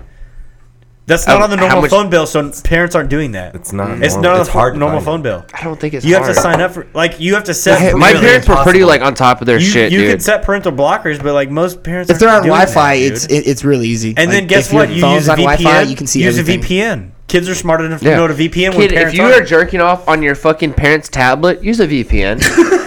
Speaker 2: That's not
Speaker 3: Oh,
Speaker 2: on the
Speaker 3: how
Speaker 2: normal
Speaker 3: much-
Speaker 2: phone bill, so parents aren't doing that.
Speaker 5: It's not
Speaker 2: It's
Speaker 5: normal.
Speaker 2: not on
Speaker 5: It's
Speaker 2: the
Speaker 5: hard
Speaker 2: hard
Speaker 5: to
Speaker 2: normal
Speaker 5: find.
Speaker 2: phone bill.
Speaker 3: I don't think it's
Speaker 2: You
Speaker 3: hard.
Speaker 2: have to sign up for like you have to set.
Speaker 3: Hey, my
Speaker 2: parental-
Speaker 3: parents were pretty
Speaker 5: Impossible.
Speaker 3: like on top of their
Speaker 2: You,
Speaker 3: shit,
Speaker 2: you
Speaker 3: dude.
Speaker 2: can set parental blockers, but like most parents,
Speaker 4: If they're on
Speaker 2: aren't doing that,
Speaker 4: Wi-Fi,
Speaker 2: dude.
Speaker 4: it's it, it's real easy.
Speaker 2: and then
Speaker 4: Like,
Speaker 2: guess
Speaker 4: if your
Speaker 2: what? You
Speaker 4: phone's
Speaker 2: use a
Speaker 4: on
Speaker 2: VPN.
Speaker 4: Wi-Fi, you can see
Speaker 2: use
Speaker 4: everything.
Speaker 2: a VPN. Kids are smart enough
Speaker 3: Yeah.
Speaker 2: to know to VPN when
Speaker 3: Kid, if
Speaker 2: parents
Speaker 3: you are
Speaker 2: aren't.
Speaker 3: jerking off on your fucking parents' tablet, use a VPN.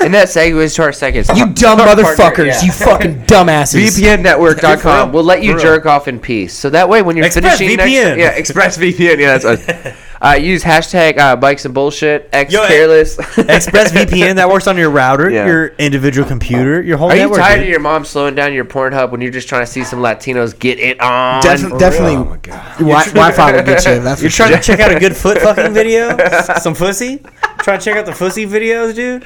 Speaker 3: and that segues to our second.
Speaker 4: You dumb motherfuckers! You fucking dumbasses!
Speaker 3: VPNnetwork.com will let you
Speaker 2: real.
Speaker 3: jerk off in peace. So that way, when you're
Speaker 2: Express
Speaker 3: finishing
Speaker 2: VPN.
Speaker 3: next, yeah, Express VPN, yeah, that's us. Uh, use hashtag uh, bikes and bullshit. X
Speaker 2: Yo, eh,
Speaker 3: careless.
Speaker 2: Express VPN that works on your router,
Speaker 3: Yeah.
Speaker 2: your individual computer, your whole
Speaker 3: Are you
Speaker 2: network.
Speaker 3: tired
Speaker 2: dude.
Speaker 3: of your mom slowing down your Pornhub when you're just trying to see some Latinos get it on?
Speaker 4: Defi- definitely,
Speaker 5: Oh my god.
Speaker 4: wi- Wi-Fi will get you. That's for
Speaker 2: You're
Speaker 4: sure.
Speaker 2: trying to check out a good foot fucking video? Some pussy? Trying to check out the pussy videos, dude?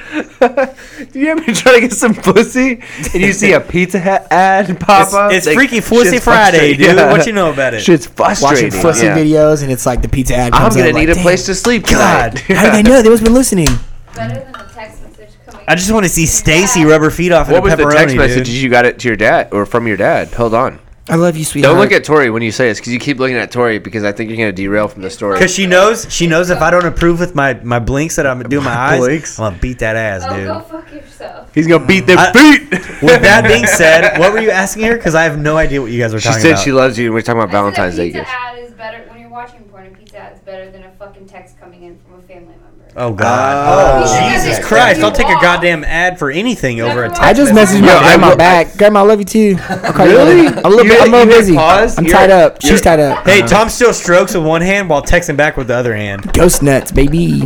Speaker 3: you ever try to get some pussy and you see a Pizza Hut ad pop
Speaker 2: It's,
Speaker 3: up?
Speaker 2: it's
Speaker 3: Like,
Speaker 2: Freaky Pussy
Speaker 3: shit's
Speaker 2: Friday,
Speaker 3: frustrating.
Speaker 2: dude.
Speaker 3: Yeah.
Speaker 2: What you know about it?
Speaker 3: Shit's
Speaker 4: watching
Speaker 3: frustrating.
Speaker 4: fussy
Speaker 3: yeah.
Speaker 4: videos, and it's like the pizza ad.
Speaker 3: I'm
Speaker 4: comes
Speaker 3: gonna
Speaker 4: up,
Speaker 3: need
Speaker 4: like,
Speaker 3: a
Speaker 4: "Damn,
Speaker 3: place to sleep
Speaker 4: God,
Speaker 3: tonight.
Speaker 4: how did they know? They must have been listening.
Speaker 6: Better than a text message coming.
Speaker 2: I just want to see Stacy rub her feet off in
Speaker 3: What
Speaker 2: a
Speaker 3: was
Speaker 2: pepperoni,
Speaker 3: the text
Speaker 2: dude.
Speaker 3: messages you got it to your dad or from your dad? Hold on.
Speaker 4: I love you, sweetheart.
Speaker 3: Don't look at Tori when you say this because you keep looking at Tori because I think you're gonna derail from the story.
Speaker 2: Cause she knows, she knows if I don't approve with my my blinks that I'm doing my, eyes,
Speaker 5: blinks?
Speaker 2: I'm gonna beat that ass,
Speaker 6: Oh,
Speaker 2: dude.
Speaker 6: go fuck yourself.
Speaker 3: He's gonna beat their
Speaker 2: I-
Speaker 3: feet.
Speaker 2: With that being said, what were you asking her? Because I have no idea what you guys were
Speaker 3: she
Speaker 2: talking
Speaker 3: said
Speaker 2: about.
Speaker 3: she loves you, and we're talking about
Speaker 6: I said a
Speaker 3: Valentine's Day
Speaker 6: pizza
Speaker 3: gifts.
Speaker 6: ad is better when you're watching porn. A pizza ad is better than a fucking text coming in from a family member.
Speaker 2: oh God!
Speaker 6: Oh.
Speaker 2: oh Jesus
Speaker 6: Jesus
Speaker 2: Christ! I'll
Speaker 6: Christ.
Speaker 2: take a goddamn ad for anything over a
Speaker 6: Never
Speaker 2: text.
Speaker 4: I just
Speaker 6: message.
Speaker 4: messaged my
Speaker 3: Yo, I
Speaker 4: grandma
Speaker 3: will-
Speaker 4: back. Grandma, I love you too. I'll call you
Speaker 3: Really?
Speaker 4: later. I'm a little,
Speaker 3: You
Speaker 4: bit, I'm
Speaker 3: hit-
Speaker 4: a little
Speaker 3: you hit
Speaker 4: busy.
Speaker 3: pause?
Speaker 4: I'm
Speaker 3: You're-
Speaker 4: tied up.
Speaker 3: you're-
Speaker 4: She's tied up. Uh-huh.
Speaker 2: Hey, Tom still strokes with one hand while texting back with the other hand.
Speaker 4: Ghost nuts, baby.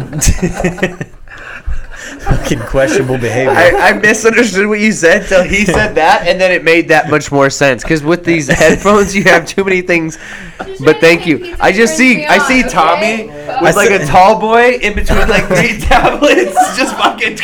Speaker 2: Fucking questionable behavior.
Speaker 3: I, I misunderstood what you said till he said that, and then it made that much more sense. Because with these headphones, you have too many things. But thank you. I just see, I see Tommy with like a tall boy in between like three tablets, just fucking.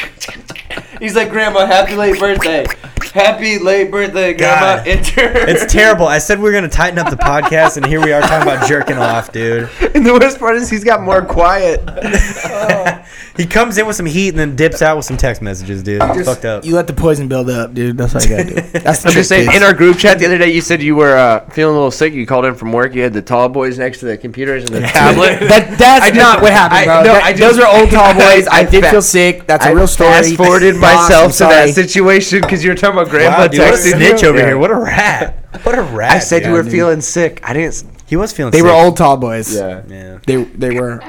Speaker 3: He's like, Grandma, happy late birthday, happy late birthday, Grandma.
Speaker 2: God.
Speaker 3: Enter.
Speaker 2: it's terrible. I said we were gonna tighten up the podcast, and here we are talking about jerking off, dude.
Speaker 3: and the worst part is he's got more quiet.
Speaker 2: He comes in with some heat and then dips out with some text messages, dude. Fucked up.
Speaker 4: You let the poison build up, dude. That's what you gotta do. That's the
Speaker 3: I'm
Speaker 4: trick.
Speaker 3: just saying,
Speaker 4: kids.
Speaker 3: in our group chat the other day, you said you were uh, feeling a little sick. You called in from work. You had the tall boys next to the computers and the tablet.
Speaker 4: That, that's
Speaker 3: I just-
Speaker 4: not what happened,
Speaker 3: I-
Speaker 4: bro.
Speaker 3: no,
Speaker 4: That-
Speaker 3: I just-
Speaker 4: those are old tall boys. I,
Speaker 3: I
Speaker 4: did
Speaker 3: fa-
Speaker 4: feel sick. That's a real story.
Speaker 3: Fast forwarded
Speaker 4: Boss,
Speaker 3: myself to
Speaker 4: I'm
Speaker 3: that
Speaker 4: sorry.
Speaker 3: situation because you were talking about grandma
Speaker 2: Wow, dude, what a
Speaker 3: texting
Speaker 2: snitch
Speaker 3: you.
Speaker 2: over
Speaker 3: Yeah.
Speaker 2: here. What a rat. What a rat.
Speaker 3: I said you
Speaker 2: dude.
Speaker 3: were feeling sick. I didn't. s-
Speaker 2: He was feeling.
Speaker 4: They were
Speaker 2: sick.
Speaker 4: old tall boys.
Speaker 2: Yeah.
Speaker 4: They they were.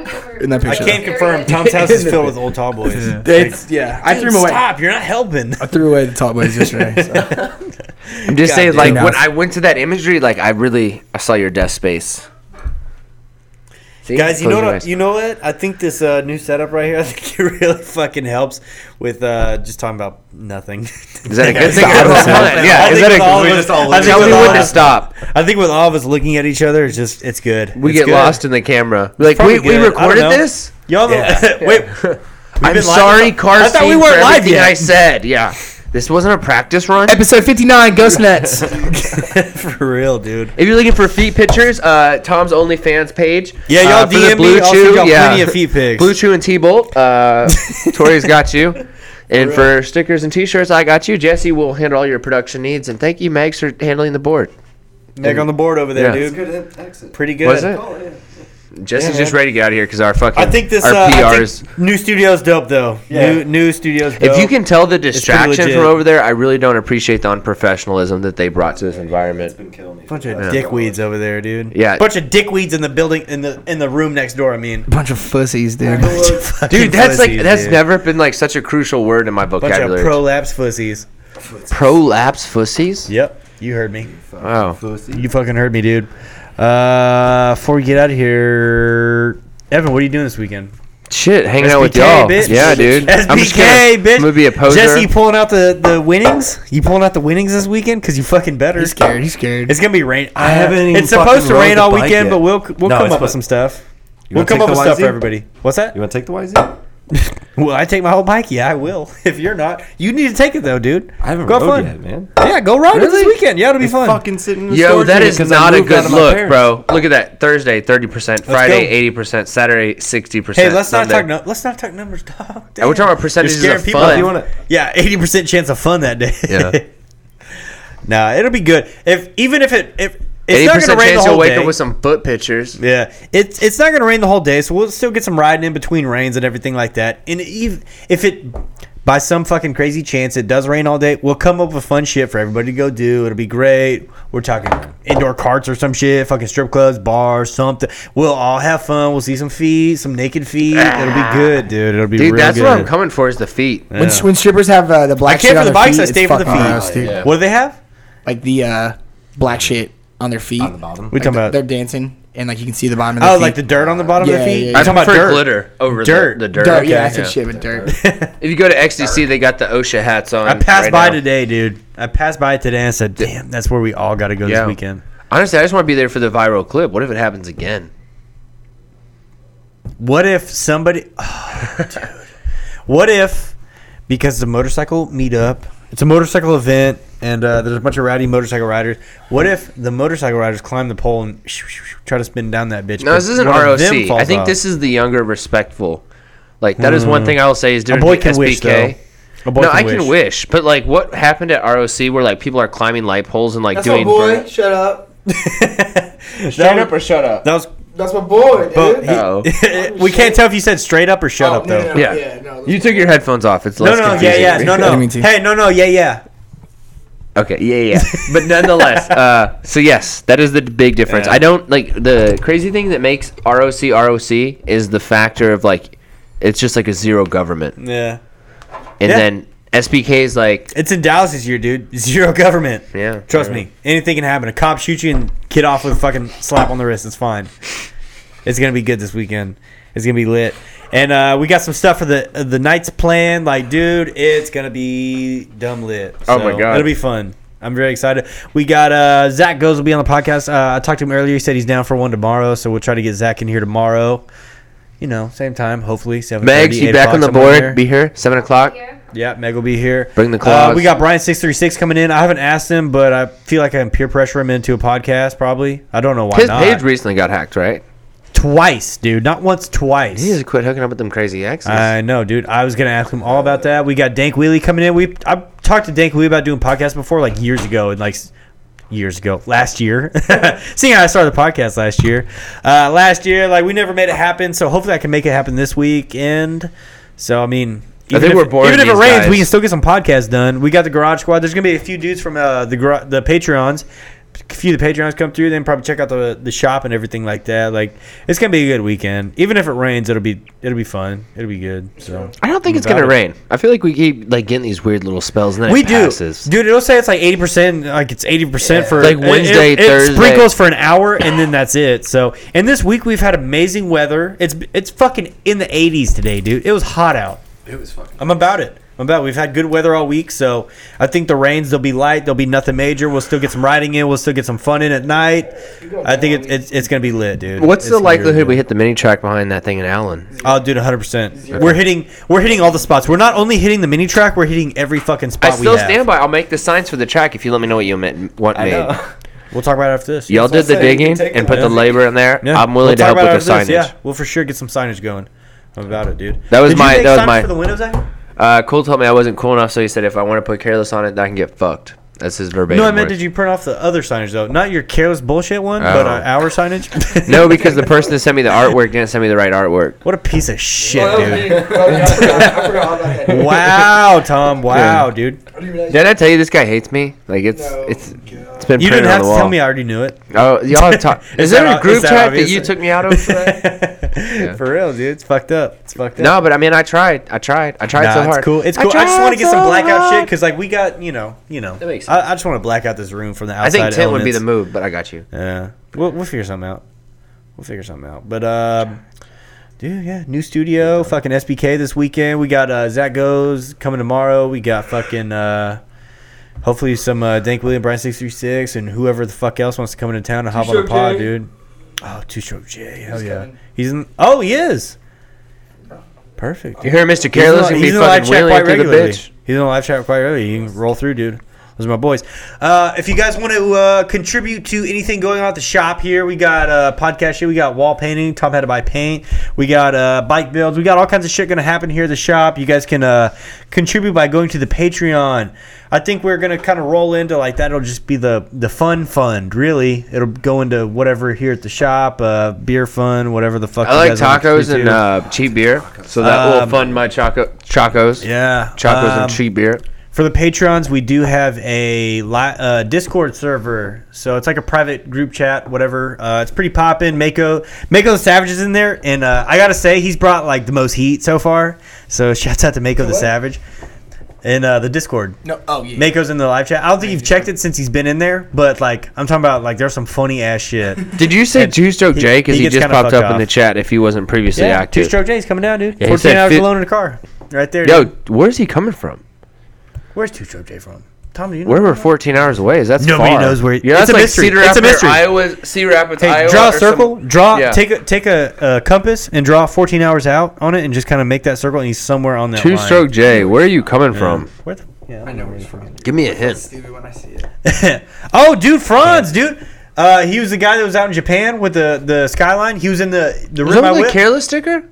Speaker 4: In that
Speaker 2: I
Speaker 4: picture.
Speaker 2: can't confirm. Tom's house is filled with old tall boys.
Speaker 4: It's, yeah, I threw
Speaker 2: Dude,
Speaker 4: them away.
Speaker 2: Stop! You're not helping.
Speaker 4: I threw away the tall boys yesterday. so.
Speaker 3: I'm just
Speaker 2: God
Speaker 3: saying,
Speaker 2: damn.
Speaker 3: like
Speaker 4: Who
Speaker 3: when
Speaker 4: knows?
Speaker 3: I went to that imagery, like I really I saw your desk space. See?
Speaker 2: Guys, you
Speaker 3: Close
Speaker 2: know
Speaker 3: your
Speaker 2: what?
Speaker 3: eyes.
Speaker 2: You know what? I think this uh, new setup right here. I think it really fucking helps with uh, just talking about nothing.
Speaker 3: Is that a good thing?
Speaker 2: I think
Speaker 3: or a bad
Speaker 2: with
Speaker 3: thing? Yeah,
Speaker 2: all
Speaker 3: is
Speaker 2: of
Speaker 3: that a
Speaker 2: us-
Speaker 3: good
Speaker 5: we just all
Speaker 2: I
Speaker 5: look
Speaker 2: think
Speaker 3: Tell
Speaker 2: with
Speaker 3: me
Speaker 2: all
Speaker 3: when
Speaker 2: of
Speaker 3: to
Speaker 2: us-
Speaker 3: stop.
Speaker 2: I think with all of us looking at each other, it's just it's good.
Speaker 3: We
Speaker 2: It's
Speaker 3: get
Speaker 2: good.
Speaker 3: lost in the camera. Like
Speaker 2: Probably
Speaker 3: we, we
Speaker 2: good. I don't
Speaker 3: recorded
Speaker 2: know.
Speaker 3: this.
Speaker 2: Y'all,
Speaker 5: Yeah.
Speaker 2: wait. We've
Speaker 3: I'm
Speaker 2: been live?
Speaker 3: sorry, Carson.
Speaker 2: I thought we weren't live yet.
Speaker 3: I said, yeah. This wasn't a practice run.
Speaker 4: Episode 59, Ghost Nuts.
Speaker 2: For real, dude.
Speaker 3: If you're looking for feet pictures, uh, Tom's OnlyFans page.
Speaker 2: Yeah, y'all
Speaker 3: uh, for the
Speaker 2: DM me. I'll send y'all plenty of feet pics.
Speaker 3: Blue Chew and T Bolt. Uh, Tori's got you. And for stickers and T-shirts, I got you. Jesse will handle all your production needs, and thank you, Megs, for handling the board.
Speaker 2: Meg on the board over there,
Speaker 3: Yeah.
Speaker 5: It's
Speaker 2: dude.
Speaker 5: good at exit.
Speaker 2: Pretty good.
Speaker 3: Was it?
Speaker 5: Oh, yeah.
Speaker 3: Jesse's
Speaker 5: Yeah,
Speaker 3: just
Speaker 5: man.
Speaker 3: ready to get out of here because our fucking
Speaker 2: I think this
Speaker 3: our
Speaker 2: uh, I
Speaker 3: PR
Speaker 2: think
Speaker 3: is.
Speaker 2: new studio's dope though.
Speaker 5: Yeah.
Speaker 2: New new studio's dope.
Speaker 3: If you can tell the
Speaker 2: pretty
Speaker 3: distraction
Speaker 2: legit.
Speaker 3: from over there, I really don't appreciate the unprofessionalism that they brought to this environment.
Speaker 5: It's been killing me.
Speaker 2: bunch of dickweeds over there, dude.
Speaker 3: Yeah.
Speaker 2: bunch of dickweeds in the building in the in the room next door. I mean,
Speaker 4: Bunch of fussies,
Speaker 3: Dude,
Speaker 4: dude.
Speaker 3: that's like
Speaker 2: Fucking
Speaker 3: that's
Speaker 2: pussies, dude.
Speaker 3: never been like such a crucial word in my
Speaker 2: bunch of
Speaker 3: vocabulary.
Speaker 2: prolapse pussies.
Speaker 3: Prolapse fussies.
Speaker 2: Yep, you heard me.
Speaker 3: Wow.
Speaker 2: You fucking heard me, dude. Uh, before we get out of here, Evan, what are you doing this weekend?
Speaker 3: Shit, hanging out with
Speaker 2: SBK,
Speaker 3: y'all.
Speaker 2: bitch.
Speaker 3: Yeah, dude.
Speaker 2: SBK,
Speaker 3: I'm just gonna,
Speaker 2: bitch.
Speaker 3: I'm gonna be a poser.
Speaker 2: Jesse, you pulling out the, the winnings? You pulling out the winnings this weekend? Cause you fucking better.
Speaker 4: He's scared. He's scared.
Speaker 2: It's gonna be rain.
Speaker 5: I haven't even
Speaker 2: It's supposed
Speaker 5: fucking
Speaker 2: to rain
Speaker 5: rode the
Speaker 2: all
Speaker 5: bike
Speaker 2: weekend,
Speaker 5: yet.
Speaker 2: but we'll we'll
Speaker 5: No,
Speaker 2: come
Speaker 5: it's
Speaker 2: up with
Speaker 5: supposed-
Speaker 2: some stuff.
Speaker 5: You wanna
Speaker 2: We'll come
Speaker 5: take
Speaker 2: up
Speaker 5: the
Speaker 2: with stuff
Speaker 5: YZ?
Speaker 2: for everybody. What's that?
Speaker 5: You want to take the YZ?
Speaker 2: Will I take my whole bike? Yeah, I will. If you're not, you need to take it though, dude.
Speaker 5: I haven't
Speaker 2: Go
Speaker 5: rode
Speaker 2: fun.
Speaker 5: yet, man.
Speaker 2: Yeah, go ride it this
Speaker 3: Really?
Speaker 2: weekend. Yeah, it'll be fun.
Speaker 5: Fucking sitting. In the
Speaker 3: Yo,
Speaker 5: storage
Speaker 3: that
Speaker 5: unit
Speaker 3: is
Speaker 5: 'cause I
Speaker 3: not a
Speaker 5: moved out
Speaker 3: good
Speaker 5: of my
Speaker 3: look,
Speaker 5: parents.
Speaker 3: bro. Look at that. Thursday, thirty percent. Friday,
Speaker 2: go.
Speaker 3: eighty percent. Saturday, sixty
Speaker 2: hey,
Speaker 3: percent.
Speaker 2: let's not talk. No, let's not talk numbers, dog.
Speaker 3: And we're talking about percentages
Speaker 2: You're scaring
Speaker 3: of
Speaker 2: people.
Speaker 3: fun.
Speaker 5: You wanna-
Speaker 2: Yeah, eighty percent chance of fun that day.
Speaker 3: Yeah.
Speaker 2: nah, it'll be good. If even if it if it's
Speaker 3: Eighty
Speaker 2: not gonna
Speaker 3: percent
Speaker 2: rain the
Speaker 3: chance you'll
Speaker 2: whole
Speaker 3: wake
Speaker 2: day.
Speaker 3: up with some foot pictures.
Speaker 2: yeah, it's it's not gonna rain the whole day, so we'll still get some riding in between rains and everything like that. And even if it by some fucking crazy chance it does rain all day, we'll come up with fun shit for everybody to go do. It'll be great. We're talking indoor carts or some shit, fucking strip clubs, bars, something. We'll all have fun. We'll see some feet, some naked feet. It'll be good, dude. It'll be
Speaker 3: Dude,
Speaker 2: real
Speaker 3: that's
Speaker 2: good.
Speaker 3: what I'm coming for is the feet.
Speaker 4: When,
Speaker 2: Yeah.
Speaker 4: when strippers have uh, the
Speaker 2: I
Speaker 4: black
Speaker 2: came
Speaker 4: shit
Speaker 2: for
Speaker 4: on
Speaker 2: the
Speaker 4: their
Speaker 2: bikes.
Speaker 4: feet,
Speaker 2: I
Speaker 4: it's
Speaker 2: stayed for the feet.
Speaker 4: fucking gross, dude.
Speaker 5: yeah.
Speaker 2: What do they have?
Speaker 4: Like the uh, black shit on their feet.
Speaker 5: On the bottom.
Speaker 2: We
Speaker 4: Like
Speaker 2: talking
Speaker 4: the-
Speaker 2: about?
Speaker 4: They're dancing and like you can see the bottom of their
Speaker 2: Oh,
Speaker 4: feet.
Speaker 2: like the dirt on the bottom of
Speaker 4: Yeah,
Speaker 2: their feet.
Speaker 4: yeah,
Speaker 2: You
Speaker 4: yeah.
Speaker 3: I
Speaker 2: talking about
Speaker 3: prefer
Speaker 2: dirt?
Speaker 3: glitter over
Speaker 2: Dirt.
Speaker 3: The, the dirt.
Speaker 4: dirt. Yeah, I
Speaker 2: okay,
Speaker 4: said
Speaker 2: yeah.
Speaker 4: shit with dirt.
Speaker 3: If you go to XTC, they got the OSHA hats on.
Speaker 2: I passed
Speaker 3: right
Speaker 2: by
Speaker 3: now.
Speaker 2: today, dude. I passed by today and I said, "Damn, that's where we all got to go
Speaker 3: Yeah.
Speaker 2: this weekend."
Speaker 3: Honestly, I just want to be there for the viral clip. What if it happens again?
Speaker 2: What if somebody? Oh, dude. What if because the motorcycle meetup? It's a motorcycle event, and uh, there's a bunch of rowdy motorcycle riders. What if the motorcycle riders climb the pole and try to spin down that bitch?
Speaker 3: No, this isn't ROC. I think this is the younger, respectful. Like that is one thing I will say is
Speaker 2: a
Speaker 3: during
Speaker 2: boy
Speaker 3: the
Speaker 2: can
Speaker 3: SBK.
Speaker 2: wish though. A boy
Speaker 3: no, I can wish, but like what happened at ROC where like people are climbing light poles and like doing
Speaker 4: Shut up.
Speaker 2: That was-
Speaker 4: shut up.
Speaker 2: That was
Speaker 4: That's my boy,
Speaker 2: But he-
Speaker 3: Uh-oh.
Speaker 2: we can't tell if you said straight up or
Speaker 4: Oh,
Speaker 2: shut up though.
Speaker 3: Yeah. yeah, You took your headphones off. It's
Speaker 2: No,
Speaker 3: less
Speaker 2: no, yeah,
Speaker 3: confusing
Speaker 2: yeah,
Speaker 3: for me.
Speaker 2: no,
Speaker 4: I
Speaker 2: no.
Speaker 4: mean, too.
Speaker 2: Hey, no, no, yeah, yeah.
Speaker 3: Okay, yeah, yeah. But nonetheless, uh, so yes, that is the big difference.
Speaker 2: Yeah.
Speaker 3: I don't like the crazy thing that makes ROC ROC is the factor of like it's just like a zero government.
Speaker 2: Yeah.
Speaker 3: And
Speaker 2: Yeah.
Speaker 3: then SBK is like
Speaker 2: It's in Dallas this year, dude. Zero government.
Speaker 3: Yeah.
Speaker 2: Trust me. Anything can happen. A cop shoots you and kid off with a fucking slap on the wrist. It's fine. It's gonna be good this weekend. It's gonna be lit. And uh, we got some stuff for the uh, the night's plan. Like, dude, it's gonna be dumb lit.
Speaker 3: Oh my God.
Speaker 2: it'll be fun. I'm very excited. We got uh, Zach goes will be on the podcast. Uh, I talked to him earlier. He said he's down for one tomorrow, so we'll try to get Zach in here tomorrow. You know, same time, hopefully. Seven.
Speaker 3: Megs, you back on the board, be here, seven o'clock.
Speaker 6: Here,
Speaker 2: Yeah, Meg will be here.
Speaker 3: Bring the
Speaker 2: Uh,
Speaker 3: claws.
Speaker 2: we got Brian six three six coming in. I haven't asked him, but I feel like I can peer pressure him into a podcast. Probably. I don't know why
Speaker 3: His
Speaker 2: not.
Speaker 3: page recently got hacked, right?
Speaker 2: twice, dude. Not once, twice.
Speaker 3: He has to quit hooking up with them crazy exes.
Speaker 2: I know, dude. I was gonna ask him all about that. We got Dank Wheelie coming in. We I talked to Dank Wheelie about doing podcasts before, like years ago, and like s- years ago, last year. Seeing how I started the podcast last year, uh, last year, like we never made it happen. So hopefully, I can make it happen this weekend. So I mean. Even
Speaker 3: think
Speaker 2: if,
Speaker 3: we're boring
Speaker 2: even if it
Speaker 3: these
Speaker 2: rains, we
Speaker 3: guys.
Speaker 2: can still get some podcasts done. We got the Garage Squad. There's gonna be a few dudes from uh, the gar- the Patreons. A few of the Patreons come through, then probably check out the the shop and everything like that. Like it's gonna be a good weekend. Even if it rains, it'll be it'll be fun. It'll be good. So
Speaker 3: I don't think it's
Speaker 2: Got
Speaker 3: gonna
Speaker 2: it.
Speaker 3: rain. I feel like we keep like getting these weird little spells and then
Speaker 2: we
Speaker 3: it
Speaker 2: do,
Speaker 3: passes.
Speaker 2: dude. It'll say it's like eighty percent, like it's eighty percent for
Speaker 3: Like Wednesday,
Speaker 2: it,
Speaker 3: Thursday.
Speaker 2: sprinkles for an hour, and then that's it. So, and this week we've had amazing weather. It's it's fucking in the eighties today, dude. It was hot out.
Speaker 5: It was fucking.
Speaker 2: I'm about it. I'm about. It. We've had good weather all week, so I think the rains they'll be light. They'll be nothing major. We'll still get some riding in. We'll still get some fun in at night. I think it, it's it's gonna be lit, dude.
Speaker 3: What's
Speaker 2: It's gonna
Speaker 3: the
Speaker 2: be really
Speaker 3: likelihood we
Speaker 2: good.
Speaker 3: hit the mini track behind that thing in Allen?
Speaker 2: Oh, dude, 100. percent We're hitting. We're hitting all the spots. We're not only hitting the mini track. We're hitting every fucking
Speaker 3: I
Speaker 2: spot.
Speaker 3: still
Speaker 2: we have.
Speaker 3: stand by. I'll make the signs for the track if you let me know what you meant, what
Speaker 5: I
Speaker 3: made.
Speaker 5: know.
Speaker 2: We'll talk about it after this.
Speaker 3: Y'all
Speaker 5: That's
Speaker 3: did the
Speaker 5: what I said, you
Speaker 3: digging
Speaker 5: can take
Speaker 3: and
Speaker 5: it.
Speaker 3: put the
Speaker 5: Yeah.
Speaker 3: labor in there.
Speaker 2: Yeah.
Speaker 3: I'm willing
Speaker 2: We'll
Speaker 3: to
Speaker 2: talk
Speaker 3: help
Speaker 2: about
Speaker 3: with the
Speaker 2: it after
Speaker 3: signage.
Speaker 2: this. Yeah, we'll for sure get some signage going. I'm about it, dude.
Speaker 3: That was
Speaker 2: Did
Speaker 3: my-
Speaker 2: You make
Speaker 3: that was
Speaker 2: signage
Speaker 3: my-
Speaker 2: For the windows, Zach?
Speaker 3: Uh, Cole told me I wasn't cool enough, so he said if I want to put careless on it, then I can get fucked. That's his verbatim.
Speaker 2: No, I meant
Speaker 3: words.
Speaker 2: did you print off the other signage though? Not your chaos bullshit one, but
Speaker 3: Oh.
Speaker 2: uh, our signage.
Speaker 3: No, because the person that sent me the artwork didn't send me the right artwork.
Speaker 2: what a piece of shit,
Speaker 7: Oh, that was
Speaker 2: dude.
Speaker 7: me. Oh, yeah, I forgot, I forgot all about that.
Speaker 2: wow, Tom. Wow, dude.
Speaker 7: I didn't realize-
Speaker 3: Did I tell you this guy hates me? Like it's
Speaker 7: No.
Speaker 3: it's it's been
Speaker 2: You
Speaker 3: printed
Speaker 2: didn't
Speaker 3: on
Speaker 2: have
Speaker 3: the
Speaker 2: to
Speaker 3: wall.
Speaker 2: tell me. I already knew it.
Speaker 3: Oh, y'all have talked. Is,
Speaker 2: that
Speaker 3: there
Speaker 2: o-
Speaker 3: a
Speaker 2: is
Speaker 3: group
Speaker 2: that
Speaker 3: chat
Speaker 2: obvious?
Speaker 3: that you took me out of? for that?
Speaker 2: For real, dude. It's fucked up. It's fucked up.
Speaker 3: no, but I mean, I tried. I tried. I tried
Speaker 2: Nah,
Speaker 3: so hard.
Speaker 2: it's cool. It's cool. I, just want to get some blackout shit because, like, we got you know, you know.
Speaker 3: That makes
Speaker 2: I, I just want to black out this room from the
Speaker 3: I
Speaker 2: outside.
Speaker 3: think ten would be the
Speaker 2: elements.
Speaker 3: move, but I got you.
Speaker 2: Yeah, we'll, we'll figure something out. We'll figure something out. But uh, dude, yeah, new studio, fucking SBK this weekend. We got uh, Zach goes coming tomorrow. We got fucking uh, hopefully some uh, Dank William, Brian six three six, and whoever the fuck else wants to come into town and hop on a
Speaker 7: Two-Stroke
Speaker 2: pod,
Speaker 7: J.
Speaker 2: dude. Oh, two stroke J, hell
Speaker 7: He's
Speaker 2: yeah,
Speaker 7: coming. Oh.
Speaker 2: he's in. Oh, he is. Perfect.
Speaker 3: You
Speaker 2: dude.
Speaker 3: hear Mr.
Speaker 2: He's in
Speaker 3: Careless
Speaker 2: the-
Speaker 3: gonna
Speaker 2: he's
Speaker 3: be
Speaker 2: in the live
Speaker 3: fucking
Speaker 2: chat
Speaker 3: wheeling
Speaker 2: quite
Speaker 3: through the
Speaker 2: regularly.
Speaker 3: bitch.
Speaker 2: He's in the live chat quite regularly. You can roll through, dude. Those are my boys. Uh, if you guys want to uh, contribute to anything going on at the shop here, we got uh, podcast shit. We got wall painting. Tom had to buy paint. We got uh, bike builds. We got all kinds of shit going to happen here at the shop. You guys can uh, contribute by going to the Patreon. I think we're going to kind of roll into like that. It'll just be the, the fun fund, really. It'll go into whatever here at the shop, uh, beer fun, whatever the fuck.
Speaker 3: I
Speaker 2: you
Speaker 3: like
Speaker 2: guys wanna
Speaker 3: tacos
Speaker 2: contribute
Speaker 3: and
Speaker 2: to.
Speaker 3: uh, cheap beer, so that will
Speaker 2: Um,
Speaker 3: fund my choco chacos.
Speaker 2: yeah,
Speaker 3: chacos
Speaker 2: um,
Speaker 3: and cheap beer.
Speaker 2: For the patrons, we do have a li- uh, Discord server, so it's like a private group chat, whatever. Uh, it's pretty poppin'. Mako, Mako the Savage is in there, and uh, I gotta say he's brought like the most heat so far. So shouts out to Mako the
Speaker 4: what?
Speaker 2: Savage, and uh, the Discord.
Speaker 4: No, oh yeah.
Speaker 2: Mako's in the live chat. I don't think you've checked it since he's been in there, but like I'm talking about, like there's some funny ass shit.
Speaker 3: Did you say
Speaker 2: and
Speaker 3: two stroke
Speaker 2: he-
Speaker 3: J? Because
Speaker 2: he
Speaker 3: he,
Speaker 2: gets
Speaker 3: just
Speaker 2: kinda
Speaker 3: popped
Speaker 2: fucked
Speaker 3: up in the
Speaker 2: off.
Speaker 3: chat. If he wasn't previously
Speaker 2: two
Speaker 3: active,
Speaker 2: stroke J's coming down, dude.
Speaker 3: Yeah, he
Speaker 2: 14
Speaker 3: said
Speaker 2: hours
Speaker 3: fif-
Speaker 2: alone in a car, right there.
Speaker 3: yo,
Speaker 2: dude.
Speaker 3: where's he coming from?
Speaker 2: where's two stroke J from? Tom, do you know?
Speaker 3: We're, we're 14 hours away. Is that
Speaker 2: Nobody
Speaker 3: far.
Speaker 2: knows where- It's
Speaker 3: Yeah, that's
Speaker 2: a
Speaker 3: like
Speaker 2: mystery.
Speaker 3: Cedar
Speaker 2: It's a
Speaker 3: Rapids,
Speaker 2: mystery.
Speaker 3: Iowa, Cedar Rapids,
Speaker 2: Hey,
Speaker 3: Iowa.
Speaker 2: draw a
Speaker 3: or some-
Speaker 2: circle. draw.
Speaker 3: Yeah.
Speaker 2: Take a take a, a compass and draw 14 hours out on it, and just kind of make that circle. And he's somewhere on that
Speaker 3: Two
Speaker 2: line.
Speaker 3: stroke J. Where are you coming from?
Speaker 2: Where the, yeah.
Speaker 4: I know where he's from.
Speaker 3: Give me a hint.
Speaker 4: Stevie when I see it.
Speaker 2: oh, dude, Franz, dude. Uh, he was the guy that was out in Japan with the, the skyline. He was in the the
Speaker 3: Was
Speaker 2: rim
Speaker 3: that
Speaker 2: I
Speaker 3: the
Speaker 2: whip.
Speaker 3: careless sticker?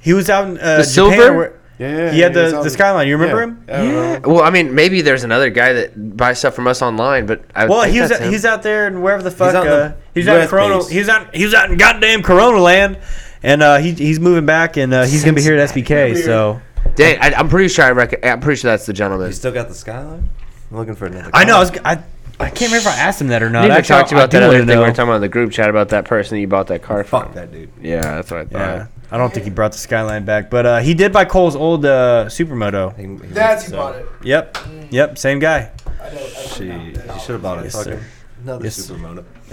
Speaker 2: he was out in uh, Japan.
Speaker 3: silver?
Speaker 2: Where,
Speaker 5: Yeah, yeah,
Speaker 2: he had the, the skyline. You remember him?
Speaker 3: Yeah. Well, I mean, maybe there's another guy that buys stuff from us online, but I
Speaker 2: Well,
Speaker 3: think
Speaker 2: he was
Speaker 3: that's him.
Speaker 2: he's out there and wherever the fuck
Speaker 5: out in
Speaker 2: uh,
Speaker 5: the
Speaker 2: he's out in
Speaker 5: US
Speaker 2: Corona.
Speaker 5: base.
Speaker 2: He's out he's out in goddamn Corona land, and uh, he he's moving back and uh, he's gonna be here at SBK. So
Speaker 3: Dang, I, I'm pretty sure I rec- I'm pretty sure that's the gentleman.
Speaker 5: You still got the skyline? I'm looking for another.
Speaker 2: I know I
Speaker 5: car.
Speaker 2: was I, I can't remember if I asked him that or
Speaker 3: I
Speaker 2: not.
Speaker 3: need to
Speaker 2: Actually,
Speaker 3: talk to you
Speaker 2: I- I
Speaker 3: about
Speaker 2: do
Speaker 3: that other
Speaker 2: wanna
Speaker 3: thing we were
Speaker 2: know.
Speaker 3: talking about in the group chat about that person that you bought that car from.
Speaker 5: Fuck that dude.
Speaker 3: Yeah, that's what I thought.
Speaker 2: Yeah, I don't think he brought the Skyline back, but uh, he did buy Cole's old uh, Supermoto.
Speaker 5: He- he-
Speaker 4: That's who bought it.
Speaker 2: Yep, yep, same guy.
Speaker 4: I know.
Speaker 5: She, you should have bought a
Speaker 2: Yes,
Speaker 5: fucking
Speaker 2: sir.
Speaker 5: another
Speaker 2: Yes, sir.
Speaker 5: supermoto.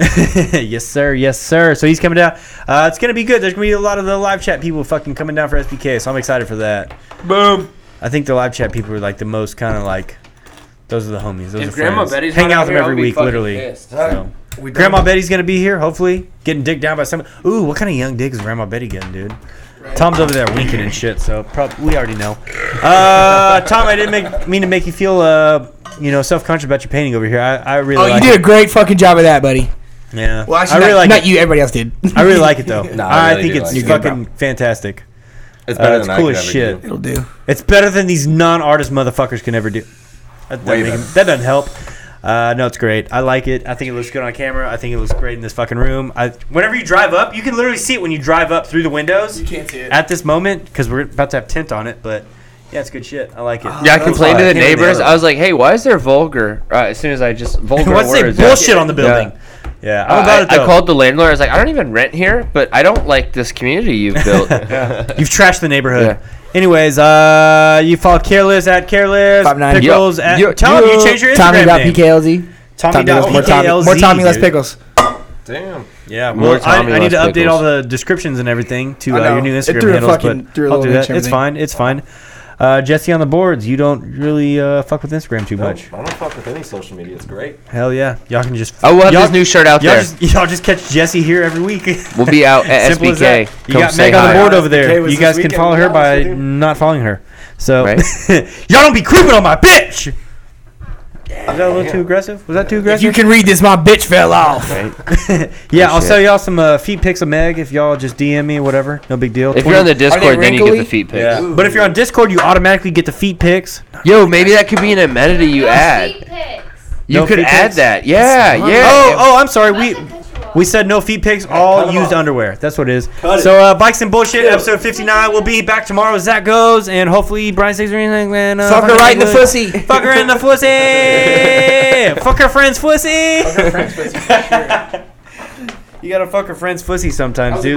Speaker 2: yes, sir. Yes, sir. So he's coming down. Uh, it's gonna be good. There's gonna be a lot of the live chat people fucking coming down for SPK, so I'm excited for that.
Speaker 3: Boom.
Speaker 2: I think the live chat people are like the most kind of like. Those are the homies. Those
Speaker 8: If
Speaker 2: are
Speaker 8: Grandma
Speaker 2: friends.
Speaker 8: Betty's
Speaker 2: Hang
Speaker 8: not
Speaker 2: out
Speaker 8: out
Speaker 2: with
Speaker 8: here,
Speaker 2: them every
Speaker 8: I'll be
Speaker 2: week,
Speaker 8: fucking
Speaker 2: literally.
Speaker 8: pissed.
Speaker 2: So.
Speaker 4: We done
Speaker 2: Grandma Betty's gonna be here, hopefully, getting dicked down by someone. Ooh, what kind of young dick is Grandma Betty getting, dude? Tom's over there winking and shit, so prob- we already know. Uh, Tom, I didn't make, mean to make you feel, uh, you know, self-conscious about your painting over here. I, I really
Speaker 4: Oh, you
Speaker 2: like
Speaker 4: did
Speaker 2: it.
Speaker 4: a great fucking job of that, buddy.
Speaker 2: Yeah,
Speaker 4: Well,
Speaker 2: I
Speaker 4: actually,
Speaker 2: really
Speaker 4: not,
Speaker 2: like
Speaker 4: not
Speaker 2: it.
Speaker 4: you. Everybody else did.
Speaker 2: I really like it though.
Speaker 5: No,
Speaker 2: I,
Speaker 5: I really do
Speaker 2: think
Speaker 5: like
Speaker 2: it's
Speaker 5: it.
Speaker 2: fucking fantastic.
Speaker 5: It's
Speaker 2: Uh, it's
Speaker 5: I
Speaker 2: cool
Speaker 5: could
Speaker 2: as
Speaker 5: ever
Speaker 2: shit.
Speaker 5: do.
Speaker 4: It'll do.
Speaker 2: It's better than these non-artist motherfuckers can ever do. That doesn't,
Speaker 5: Way
Speaker 2: make
Speaker 5: better.
Speaker 2: it- that doesn't help. Uh, no, it's great. I like it. I think it looks good on camera. I think it looks great in this fucking room. I, whenever you drive up, you can literally see it when you drive up through the windows.
Speaker 4: can't see it.
Speaker 2: at this moment because we're about to have tint on it. But yeah, it's good shit. I like it.
Speaker 3: Yeah, I complained to
Speaker 5: why
Speaker 3: the
Speaker 5: I came in the
Speaker 3: neighbors.
Speaker 5: other
Speaker 3: I was like, "Hey, why is there vulgar?" Uh, as soon as I just vulgar
Speaker 2: What's the
Speaker 3: words, yeah.
Speaker 2: bullshit on the building?
Speaker 3: Yeah.
Speaker 2: Yeah, I'm about
Speaker 3: Uh, I,
Speaker 2: it though.
Speaker 3: I called the landlord. I was like, "I don't even rent here, but I don't like this community you've built."
Speaker 2: You've trashed the neighborhood.
Speaker 3: Yeah.
Speaker 2: Anyways, uh, you follow Careless at Careless.
Speaker 4: Five nine.
Speaker 2: Pickles
Speaker 3: Yo,
Speaker 2: at.
Speaker 3: yo,
Speaker 2: Tell him you changed your
Speaker 4: Tommy
Speaker 2: Instagram
Speaker 4: dot
Speaker 2: name.
Speaker 4: PKLZ.
Speaker 2: Tommy
Speaker 4: Tommy
Speaker 2: dot
Speaker 4: more Tommy, more
Speaker 2: PKLZ,
Speaker 4: Tommy less
Speaker 2: dude.
Speaker 4: pickles.
Speaker 5: Damn.
Speaker 2: Yeah,
Speaker 3: More
Speaker 2: well, I,
Speaker 3: Tommy,
Speaker 2: I need to
Speaker 3: less
Speaker 2: update
Speaker 3: pickles.
Speaker 2: all the descriptions and everything to
Speaker 4: I
Speaker 2: uh, your
Speaker 4: know.
Speaker 2: new
Speaker 4: It
Speaker 2: Instagram
Speaker 4: threw a
Speaker 2: handles,
Speaker 4: fucking-
Speaker 2: but
Speaker 4: threw a
Speaker 2: I'll
Speaker 4: little
Speaker 2: do
Speaker 4: wrench
Speaker 2: that. It's
Speaker 4: everything.
Speaker 2: fine. It's fine. Uh, Jesse on the boards. You don't really uh, fuck with Instagram too
Speaker 5: No, I
Speaker 2: much.
Speaker 5: don't fuck with any social media. It's great.
Speaker 2: Hell yeah, y'all can just.
Speaker 3: I will Oh, have
Speaker 2: y'all-
Speaker 3: this new shirt out
Speaker 2: y'all
Speaker 3: there.
Speaker 2: Just, y'all just catch Jesse here every week.
Speaker 3: we'll be out at
Speaker 2: Simple as
Speaker 3: SBK.
Speaker 2: that. You
Speaker 3: Come
Speaker 2: got
Speaker 3: say
Speaker 2: Meg on the
Speaker 3: hi.
Speaker 2: board over
Speaker 5: SBK
Speaker 2: there.
Speaker 5: was
Speaker 2: You
Speaker 5: this
Speaker 2: guys can
Speaker 5: weekend,
Speaker 2: follow
Speaker 5: to be
Speaker 2: her by
Speaker 5: honest with you.
Speaker 2: not following her. So
Speaker 3: Right.
Speaker 2: y'all don't be creeping on my bitch. Is that a little too aggressive? Was that too
Speaker 4: If you
Speaker 2: aggressive?
Speaker 4: can read this, my bitch fell off.
Speaker 2: yeah, I'll
Speaker 3: shit.
Speaker 2: sell y'all some uh, feet pics of Meg if y'all just DM me, whatever. No big deal.
Speaker 3: If you're on the Discord, then you get
Speaker 4: wrinkly?
Speaker 3: the feet pics.
Speaker 2: yeah. But if you're on Discord, you automatically get the feet pics.
Speaker 3: Yo, maybe that could be an amenity you
Speaker 6: Your
Speaker 3: add.
Speaker 6: feet pics.
Speaker 3: You
Speaker 2: No
Speaker 3: could
Speaker 2: feet
Speaker 3: add
Speaker 2: pics?
Speaker 3: that. Yeah, yeah.
Speaker 2: Oh, oh, I'm sorry. We
Speaker 6: Cut you off.
Speaker 2: we said no feet pics,
Speaker 5: cut
Speaker 2: all
Speaker 5: 'em
Speaker 2: used
Speaker 5: off.
Speaker 2: underwear. That's what it is.
Speaker 5: Cut it.
Speaker 2: so uh, bikes and bullshit, episode 59. We'll be back tomorrow as that goes, and hopefully Brian Six or anything. And, uh,
Speaker 4: Fuck her
Speaker 2: fucking
Speaker 4: right in the
Speaker 2: Hollywood.
Speaker 4: pussy.
Speaker 2: Fuck her in the pussy. fuck her friend's pussy.
Speaker 7: Friends with you, for sure.
Speaker 2: You gotta fuck her friend's pussy sometimes, dude.